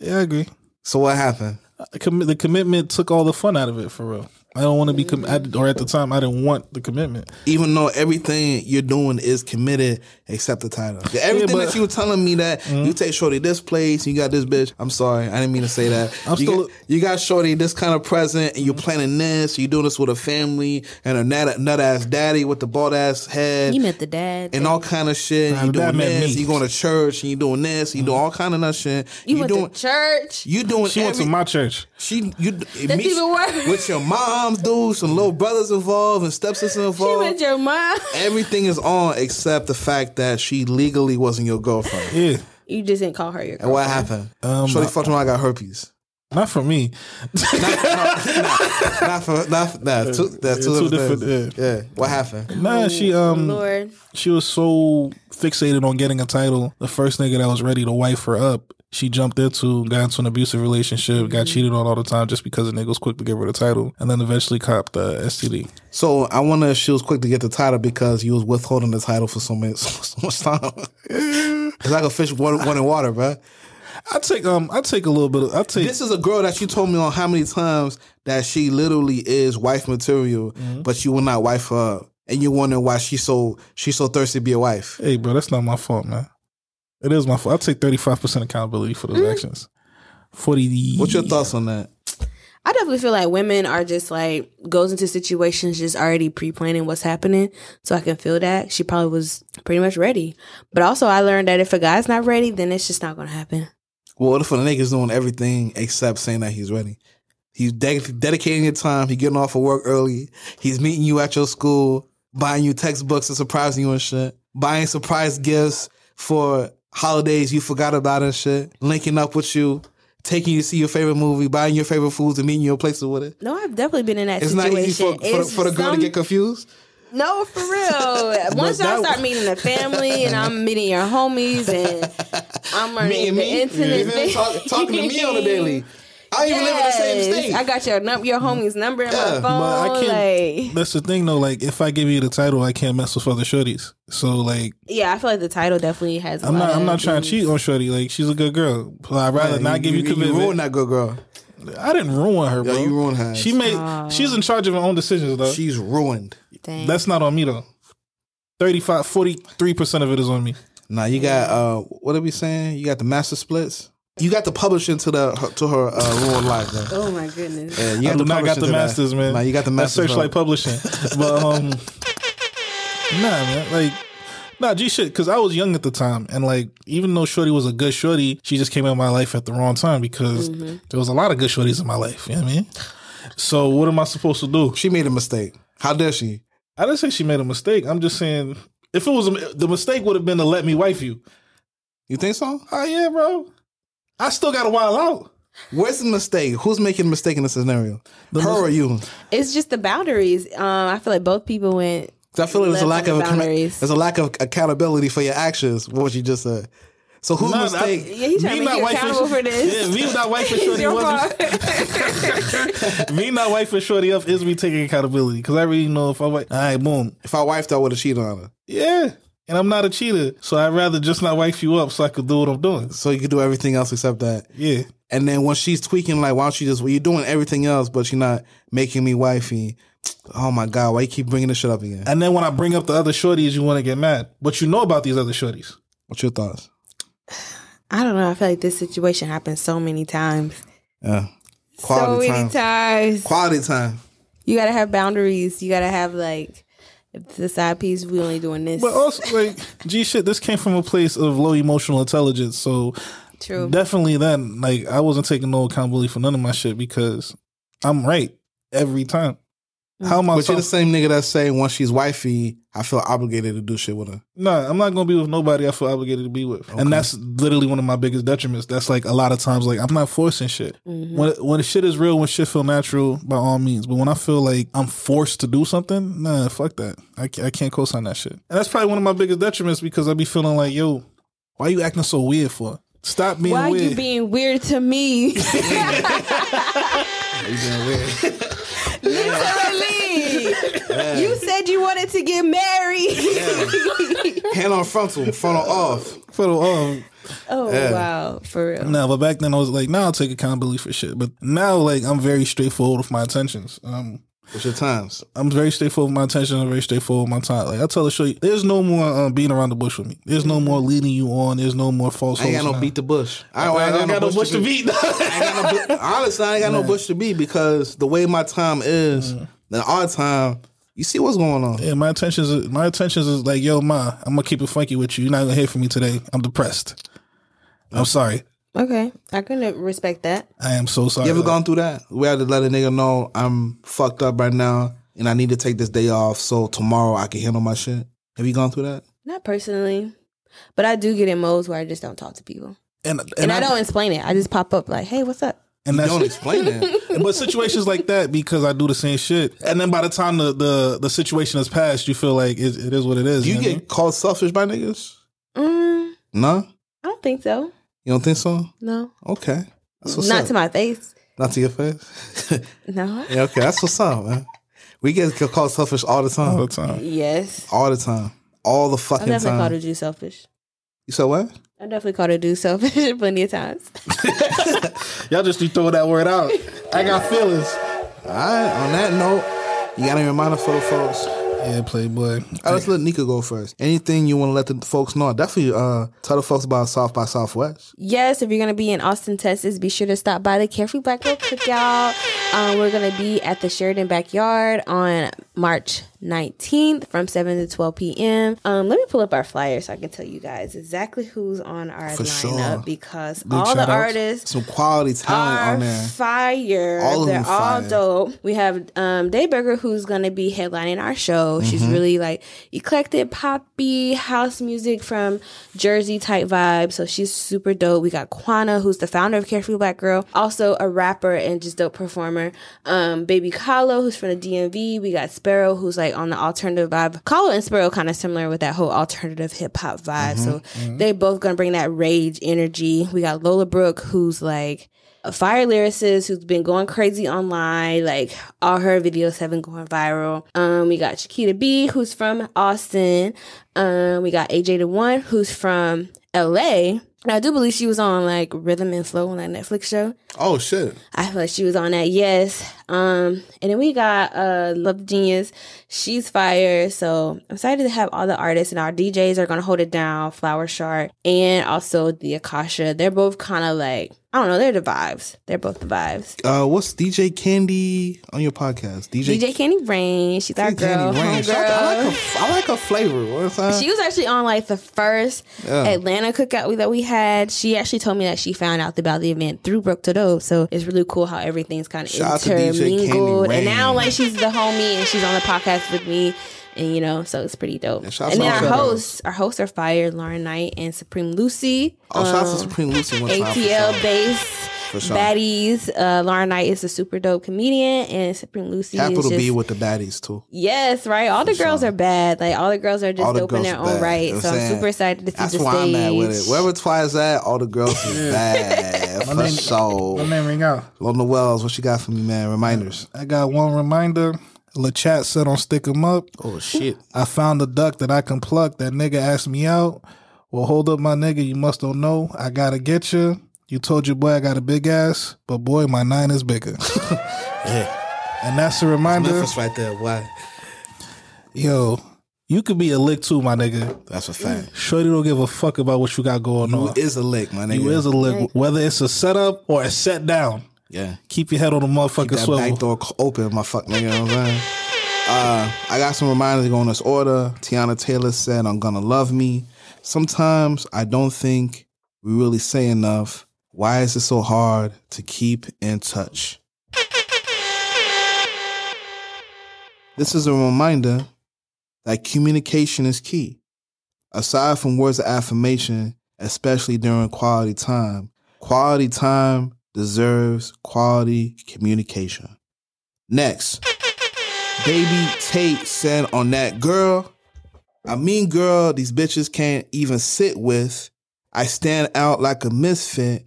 [SPEAKER 4] Yeah, I agree.
[SPEAKER 3] So what happened?
[SPEAKER 4] I commi- the commitment took all the fun out of it for real. I don't want to be com- I, or at the time I didn't want the commitment.
[SPEAKER 3] Even though everything you're doing is committed except the title. Everything
[SPEAKER 4] but- Mm-hmm.
[SPEAKER 3] that you were telling me that you take Shorty this place, you got this bitch. I'm sorry, I didn't mean to say that.
[SPEAKER 4] I'm
[SPEAKER 3] you,
[SPEAKER 4] still- Mm-hmm.
[SPEAKER 3] got, you got Shorty this kind of present, and you're planning this. You're doing this with a family and a nut, nut ass daddy with the bald ass head.
[SPEAKER 6] You met the dad.
[SPEAKER 3] and all kind of shit.
[SPEAKER 4] Nah,
[SPEAKER 3] And you
[SPEAKER 4] that
[SPEAKER 3] doing
[SPEAKER 4] meant
[SPEAKER 3] this,
[SPEAKER 4] me. Mm-hmm.
[SPEAKER 3] you going to church, and you doing this, you doing all kind of nut shit.
[SPEAKER 6] you went
[SPEAKER 3] doing
[SPEAKER 6] to church.
[SPEAKER 3] you doing
[SPEAKER 4] She went to
[SPEAKER 3] every-
[SPEAKER 4] my church.
[SPEAKER 3] she you
[SPEAKER 6] That's even worse.
[SPEAKER 3] with your mom's dudes, some little brothers involved and stepsisters
[SPEAKER 6] She
[SPEAKER 3] involved.
[SPEAKER 6] met your mom.
[SPEAKER 3] Everything is on except the fact that she legally wasn't your girlfriend.
[SPEAKER 4] Yeah,
[SPEAKER 6] You just didn't call her your
[SPEAKER 3] And
[SPEAKER 6] girl.
[SPEAKER 3] what happened? Shorty fucked around, got herpes.
[SPEAKER 4] not for me.
[SPEAKER 3] Not for not for, nah, two, that's two,
[SPEAKER 4] two
[SPEAKER 3] different.
[SPEAKER 4] different-
[SPEAKER 3] things. Yeah. what happened?
[SPEAKER 4] Nah, she um
[SPEAKER 6] Lord.
[SPEAKER 4] she was so fixated on getting a title. The first nigga that was ready to wife her up, she jumped into, got into an abusive relationship, got cheated on all the time just because the nigga was quick to give her the title, and then eventually copped uh, the STD.
[SPEAKER 3] So I wonder if she was quick to get the title because you was withholding the title for so many so, so much time. it's like a fish one, one in water, bruh.
[SPEAKER 4] I take um I take a little bit of I take
[SPEAKER 3] This is a girl that you told me on how many times that she literally is wife material, but you will not wife her up. And you're wondering why she's so she's so thirsty to be a wife.
[SPEAKER 4] hey bro, that's not my fault, man. It is my fault. I take thirty five percent accountability for those actions. Forty.
[SPEAKER 3] What's your thoughts on that?
[SPEAKER 6] I definitely feel like women are just like goes into situations just already pre-planning what's happening, so I can feel that she probably was pretty much ready. But also, I learned that if a guy's not ready, then it's just not gonna happen.
[SPEAKER 3] Well, what if a nigga's doing everything except saying that he's ready? He's de- dedicating your time. He's getting off of work early. He's meeting you at your school, buying you textbooks and surprising you and shit, buying surprise gifts for holidays you forgot about and shit, linking up with you, taking you to see your favorite movie, buying your favorite foods and meeting you in places with it.
[SPEAKER 6] No, I've definitely been in that
[SPEAKER 3] It's not
[SPEAKER 6] situation.
[SPEAKER 3] easy for, for, the-
[SPEAKER 6] It's
[SPEAKER 3] for the girl to
[SPEAKER 6] some-
[SPEAKER 3] get confused.
[SPEAKER 6] No, for real. Once
[SPEAKER 3] that-
[SPEAKER 6] y'all start meeting the family and I'm meeting your homies and I'm
[SPEAKER 3] Meeting
[SPEAKER 6] learning the
[SPEAKER 3] me,
[SPEAKER 6] internet.
[SPEAKER 3] Yeah. Talk- talking to me on the daily. I even live in the same
[SPEAKER 6] Yes.
[SPEAKER 3] state.
[SPEAKER 6] I got your num- your homie's number in my phone.
[SPEAKER 4] I
[SPEAKER 6] like,
[SPEAKER 4] can't. That's the thing, though. Like, if I give you the title, I can't mess with other shorties. So, like,
[SPEAKER 6] yeah, I feel like the title definitely has. i
[SPEAKER 4] I'm not. I'm not trying to cheat on shorty. Like, she's a good girl. But I'd rather not give you, commitment.
[SPEAKER 3] ruined that good girl.
[SPEAKER 4] I didn't ruin her, bro.
[SPEAKER 3] you ruined her.
[SPEAKER 4] She made. She's in charge of her own decisions, though.
[SPEAKER 3] She's ruined.
[SPEAKER 6] Dang.
[SPEAKER 4] That's not on me, though. 35, 43 percent of it is on me.
[SPEAKER 3] Now you got uh, what are we saying? You got the master splits. You got the publishing to the her, to her uh, ruined life. Though.
[SPEAKER 6] oh my goodness.
[SPEAKER 3] Yeah, you
[SPEAKER 4] I do not got
[SPEAKER 3] publishing to
[SPEAKER 4] the
[SPEAKER 3] that.
[SPEAKER 4] masters, man.
[SPEAKER 3] Nah, you got the masters. bro.
[SPEAKER 4] That's Searchlight Publishing, but um, nah, man, like. Nah, G shit, because I was young at the time. And, like, even though Shorty was a good Shorty, she just came in my life at the wrong time because there was a lot of good Shorties in my life. You know what I mean? So, what am I supposed to do?
[SPEAKER 3] She made a mistake. How dare she?
[SPEAKER 4] I didn't say she made a mistake. I'm just saying, if it was a, the mistake, would have been to let me wife you.
[SPEAKER 3] You think so?
[SPEAKER 4] Oh, yeah, bro. I still got a while out.
[SPEAKER 3] Where's the mistake? Who's making a mistake in this scenario? her or you?
[SPEAKER 6] It's just the boundaries. Um, I feel like both people went.
[SPEAKER 3] 'Cause I feel like there's a lack
[SPEAKER 6] Left
[SPEAKER 3] of
[SPEAKER 6] on the
[SPEAKER 3] account-
[SPEAKER 6] boundaries.
[SPEAKER 3] there's a lack of accountability for your actions. What you just said. So whose
[SPEAKER 4] Nah,
[SPEAKER 3] mistake?
[SPEAKER 4] I-
[SPEAKER 6] Yeah, he's
[SPEAKER 4] Me
[SPEAKER 6] trying to make
[SPEAKER 4] not
[SPEAKER 6] you
[SPEAKER 4] wifing-
[SPEAKER 6] accountable for
[SPEAKER 4] Yeah,
[SPEAKER 6] this.
[SPEAKER 4] me not wifing
[SPEAKER 6] It's
[SPEAKER 4] Shorty
[SPEAKER 6] your
[SPEAKER 4] was
[SPEAKER 6] fault.
[SPEAKER 4] me not wifing Shorty up is me taking accountability because I already know if I wife, all right, boom,
[SPEAKER 3] if I wifed, I would have cheated on her.
[SPEAKER 4] yeah, and I'm not a cheater, so I'd rather just not wife you up so I could do what I'm doing.
[SPEAKER 3] So you could do everything else except that.
[SPEAKER 4] Yeah,
[SPEAKER 3] And then when she's tweaking, like, why don't you just, well, you're doing everything else, but you're not making me wifey. Oh my God, why you keep bringing this shit up again?
[SPEAKER 4] and then when I bring up the other Shorties, you want to get mad, but you know about these other Shorties.
[SPEAKER 3] What's your thoughts?
[SPEAKER 6] I don't know. I feel like this situation happens so many times.
[SPEAKER 3] Yeah. Quality
[SPEAKER 6] so
[SPEAKER 3] time.
[SPEAKER 6] many times.
[SPEAKER 3] Quality time.
[SPEAKER 6] You gotta have boundaries. You gotta have like if the side piece we only doing this.
[SPEAKER 4] But also, like, gee, shit, this came from a place of low emotional intelligence, so
[SPEAKER 6] True.
[SPEAKER 4] definitely then, like, I wasn't taking no accountability for none of my shit because I'm right every time. How am I?
[SPEAKER 3] But you're the same
[SPEAKER 4] talking-
[SPEAKER 3] nigga that's saying once she's wifey, I feel obligated to do shit with her.
[SPEAKER 4] Nah, I'm not gonna be with nobody I feel obligated to be with, and that's literally one of my biggest detriments. That's like a lot of times, like I'm not forcing shit. When when shit is real, when shit feel natural, by all means. But when I feel like I'm forced to do something, nah, fuck that. I can't, I can't co-sign that shit, and that's probably one of my biggest detriments because I be feeling like, yo, why you acting so weird for? Stop being
[SPEAKER 6] Why are
[SPEAKER 4] weird.
[SPEAKER 6] you being weird to me? Literally. You said you wanted to get married.
[SPEAKER 3] Hand on frontal, frontal off.
[SPEAKER 4] for the, um,
[SPEAKER 6] oh wow, for real.
[SPEAKER 4] No, but back then I was like, nah, I'll take accountability for shit. But now, like, I'm very straightforward with my intentions. Um,
[SPEAKER 3] What's your times?
[SPEAKER 4] I'm very straightforward with my intention. I'm very straightforward with my time. Like I tell the show, there's no more uh, being around the bush with me. There's no more leading you on. There's no more false.
[SPEAKER 3] I ain't got no
[SPEAKER 4] hopes now.
[SPEAKER 3] beat the bush. Oh, I, don't- I ain't got, no bush to beat. I ain't got no bu- honestly, I ain't got no bush to beat because the way my time is, the our time, you see what's going on.
[SPEAKER 4] Yeah, my intentions. Is, my intentions is like, yo, ma, I'm gonna keep it funky with you. You're not gonna hear from me today. I'm depressed. I'm sorry.
[SPEAKER 6] Okay. I couldn't respect that.
[SPEAKER 4] I am so sorry.
[SPEAKER 3] You ever
[SPEAKER 4] Like,
[SPEAKER 3] gone through that? We had to let a nigga know I'm fucked up right now and I need to take this day off so tomorrow I can handle my shit. Have you gone through that?
[SPEAKER 6] Not personally. But I do get in modes where I just don't talk to people.
[SPEAKER 4] and
[SPEAKER 6] And, I, don't explain it. I just pop up like, hey, what's up?
[SPEAKER 4] And
[SPEAKER 3] You
[SPEAKER 4] that's
[SPEAKER 3] don't explain that.
[SPEAKER 4] but situations like that because I do the same shit. And then by the time the the, the situation has passed, you feel like it, it is what it is.
[SPEAKER 3] Do you
[SPEAKER 4] know what I mean?
[SPEAKER 3] get called selfish by niggas?
[SPEAKER 6] Mm,
[SPEAKER 3] No?
[SPEAKER 6] I don't think so.
[SPEAKER 3] You don't think so?
[SPEAKER 6] No.
[SPEAKER 3] Okay. That's what's
[SPEAKER 6] Not
[SPEAKER 3] up.
[SPEAKER 6] to my face.
[SPEAKER 3] Not to your face?
[SPEAKER 6] No.
[SPEAKER 3] yeah, okay. That's what's up, man. We get called selfish all the
[SPEAKER 4] all the
[SPEAKER 3] time.
[SPEAKER 4] time.
[SPEAKER 6] Yes.
[SPEAKER 3] All the time. All the
[SPEAKER 6] I
[SPEAKER 3] fucking
[SPEAKER 6] definitely called
[SPEAKER 3] time.
[SPEAKER 6] a Jew selfish.
[SPEAKER 3] You said what?
[SPEAKER 6] I definitely called a dude selfish plenty of times.
[SPEAKER 4] Y'all just be throwing that word out. I got feelings.
[SPEAKER 3] All right. On that note, you got any reminder for the folks?
[SPEAKER 4] Yeah, Playboy.
[SPEAKER 3] All right, let's let Nika go first. Anything you want to let the folks know? Definitely uh, tell the folks about South by Southwest.
[SPEAKER 6] Yes, if you're gonna be in Austin, Texas, be sure to stop by the Carefree Black Girl Cookout. Um, we're gonna be at the Sheridan Backyard on March 19th from 7 to 12 p.m. Um, let me pull up our flyer so I can tell you guys exactly who's on our
[SPEAKER 3] For
[SPEAKER 6] lineup
[SPEAKER 3] sure.
[SPEAKER 6] because all the
[SPEAKER 3] shout-outs.
[SPEAKER 6] artists
[SPEAKER 3] Some quality talent
[SPEAKER 6] are
[SPEAKER 3] on there.
[SPEAKER 6] fire.
[SPEAKER 3] All of
[SPEAKER 6] They're
[SPEAKER 3] them
[SPEAKER 6] all
[SPEAKER 3] fire.
[SPEAKER 6] dope. We have um Dayburger who's gonna be headlining our show.
[SPEAKER 3] Mm-hmm.
[SPEAKER 6] She's really like eclectic poppy house music from Jersey type vibe. So she's super dope. We got Quana who's the founder of Carefree Black Girl, also a rapper and just dope performer. Um Baby Kahlo who's from the DMV. We got Sparrow, who's like on the alternative vibe. Kahlo and Sparrow kind of similar with that whole alternative hip hop vibe.
[SPEAKER 3] Mm-hmm.
[SPEAKER 6] so they both gonna bring that rage energy. We got Lola Brooke, who's like a fire lyricist who's been going crazy online. Like all her videos have been going viral. Um, we got Shakita B, who's from Austin. Um, we got AJ the One, who's from LA. And I do believe she was on like Rhythm and Flow on that Netflix show.
[SPEAKER 3] Oh shit!
[SPEAKER 6] I feel like she was on that. Yes. Um, and then we got uh Love the Genius. She's fire. So I'm excited to have all the artists and our DJs are gonna hold it down. Flower Shark and also the Akasha. They're both kind of like I don't know. They're the vibes. They're both the vibes.
[SPEAKER 3] Uh, what's DJ Candy on your podcast? DJ,
[SPEAKER 6] DJ Candy Rain. She's our girl.
[SPEAKER 3] Candy Rain.
[SPEAKER 6] homegirl.
[SPEAKER 3] I like her, I like her flavor. What's that?
[SPEAKER 6] She was actually on like the first Atlanta cookout we- that we had. She actually told me that she found out about the event through Brooke to Dope. So it's really cool how everything's kind of
[SPEAKER 3] Shout out to DJ Candy
[SPEAKER 6] intermingled. And now
[SPEAKER 3] Rain.
[SPEAKER 6] like she's the homie and she's on the podcast with me. And you know, so it's pretty dope.
[SPEAKER 3] shout out
[SPEAKER 6] and
[SPEAKER 3] to
[SPEAKER 6] then
[SPEAKER 3] all
[SPEAKER 6] our
[SPEAKER 3] shout outs.
[SPEAKER 6] hosts, our hosts are Fire, Lauren Knight, and Supreme Lucy.
[SPEAKER 3] oh, shout out
[SPEAKER 6] Um,
[SPEAKER 3] to Supreme Lucy one time. for
[SPEAKER 6] ATL
[SPEAKER 3] sure.
[SPEAKER 6] base
[SPEAKER 3] sure.
[SPEAKER 6] baddies. Uh, Lauren Knight is a super dope comedian, and Supreme Lucy is
[SPEAKER 3] Capital
[SPEAKER 6] just
[SPEAKER 3] B with the baddies too.
[SPEAKER 6] Yes, right. All the girls are bad. Like all the girls are
[SPEAKER 3] All
[SPEAKER 6] just
[SPEAKER 3] the
[SPEAKER 6] dope in
[SPEAKER 3] girls
[SPEAKER 6] their
[SPEAKER 3] are
[SPEAKER 6] own
[SPEAKER 3] bad.
[SPEAKER 6] right.
[SPEAKER 3] You know what
[SPEAKER 6] so
[SPEAKER 3] I'm
[SPEAKER 6] I'm
[SPEAKER 3] saying?
[SPEAKER 6] super excited to see
[SPEAKER 3] That's
[SPEAKER 6] the
[SPEAKER 3] why I'm
[SPEAKER 6] stage.
[SPEAKER 3] at with it. Wherever Twi's at, all the girls is bad for
[SPEAKER 4] My
[SPEAKER 3] sure.
[SPEAKER 4] name ring out.
[SPEAKER 3] Lona Wells, what you got for me, man? Reminders.
[SPEAKER 4] I got one reminder. LaChat said on Stick 'em Up.
[SPEAKER 3] Oh shit!
[SPEAKER 4] I found a duck that I can pluck. That nigga asked me out. Well, hold up, my nigga. You must don't know. I gotta get you. You told your boy I got a big ass, but boy, my nine is bigger. And that's a reminder.
[SPEAKER 3] Memphis right there. Why?
[SPEAKER 4] Yo, you could be a lick too, my nigga.
[SPEAKER 3] That's a fact.
[SPEAKER 4] Shorty don't give a fuck about what you got going
[SPEAKER 3] Who
[SPEAKER 4] on.
[SPEAKER 3] is a lick, my nigga?
[SPEAKER 4] Oh, You is a lick. Whether it's a setup or a set down,
[SPEAKER 3] yeah.
[SPEAKER 4] keep your head on the motherfucking
[SPEAKER 3] that back
[SPEAKER 4] swivel.
[SPEAKER 3] door c- open, my fuck nigga. You know what I'm saying? Uh, I got some reminders to go in this order. Tiana Taylor said, "I'm gonna love me." Sometimes I don't think we really say enough. Why is it so hard to keep in touch? This is a reminder that communication is key. Aside from words of affirmation, especially during quality time, quality time deserves quality communication. Next, baby Tate said on that girl, a mean girl these bitches can't even sit with. I stand out like a misfit.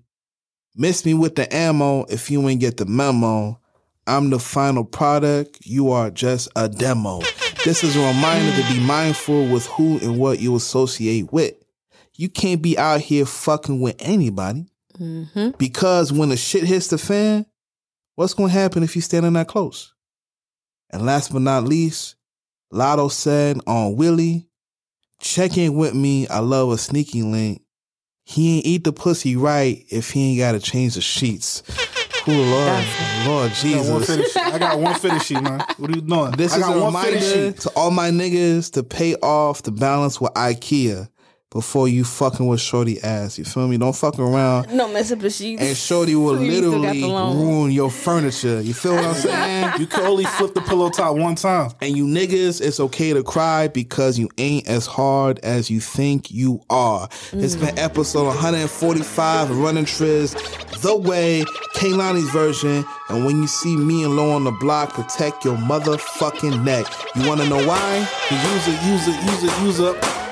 [SPEAKER 3] Miss me with the ammo if you ain't get the memo. I'm the final product. You are just a demo. This is a reminder to be mindful with who and what you associate with. You can't be out here fucking with anybody
[SPEAKER 6] hmm
[SPEAKER 3] because when the shit hits the fan, what's going to happen if you standing that close? And last but not least, Lotto said on Willie, check in with me. I love a sneaky link. He ain't eat the pussy right if he ain't got to change the sheets. Cool Lord, Lord Jesus.
[SPEAKER 4] I got one finish sheet, man. What are you doing?
[SPEAKER 3] This
[SPEAKER 4] I
[SPEAKER 3] is
[SPEAKER 4] got
[SPEAKER 3] a
[SPEAKER 4] one finish
[SPEAKER 3] reminder
[SPEAKER 4] sheet.
[SPEAKER 3] to all my niggas to pay off the balance with IKEA before you fucking with shorty ass. You feel me? Don't fuck around
[SPEAKER 6] No mess up the sheets.
[SPEAKER 3] and Shorty will
[SPEAKER 6] You still got the
[SPEAKER 3] literally
[SPEAKER 6] loan.
[SPEAKER 3] ruin your furniture. You feel what I'm saying?
[SPEAKER 4] You can only flip the pillow top one time.
[SPEAKER 3] and you niggas, it's okay to cry because you ain't as hard as you think you are. It's been episode 145 of Running Triz, The Way, Kaylani's version. And when you see me and Low on the block, protect your motherfucking neck. You wanna know why?
[SPEAKER 4] Use it, use it, use it, use up.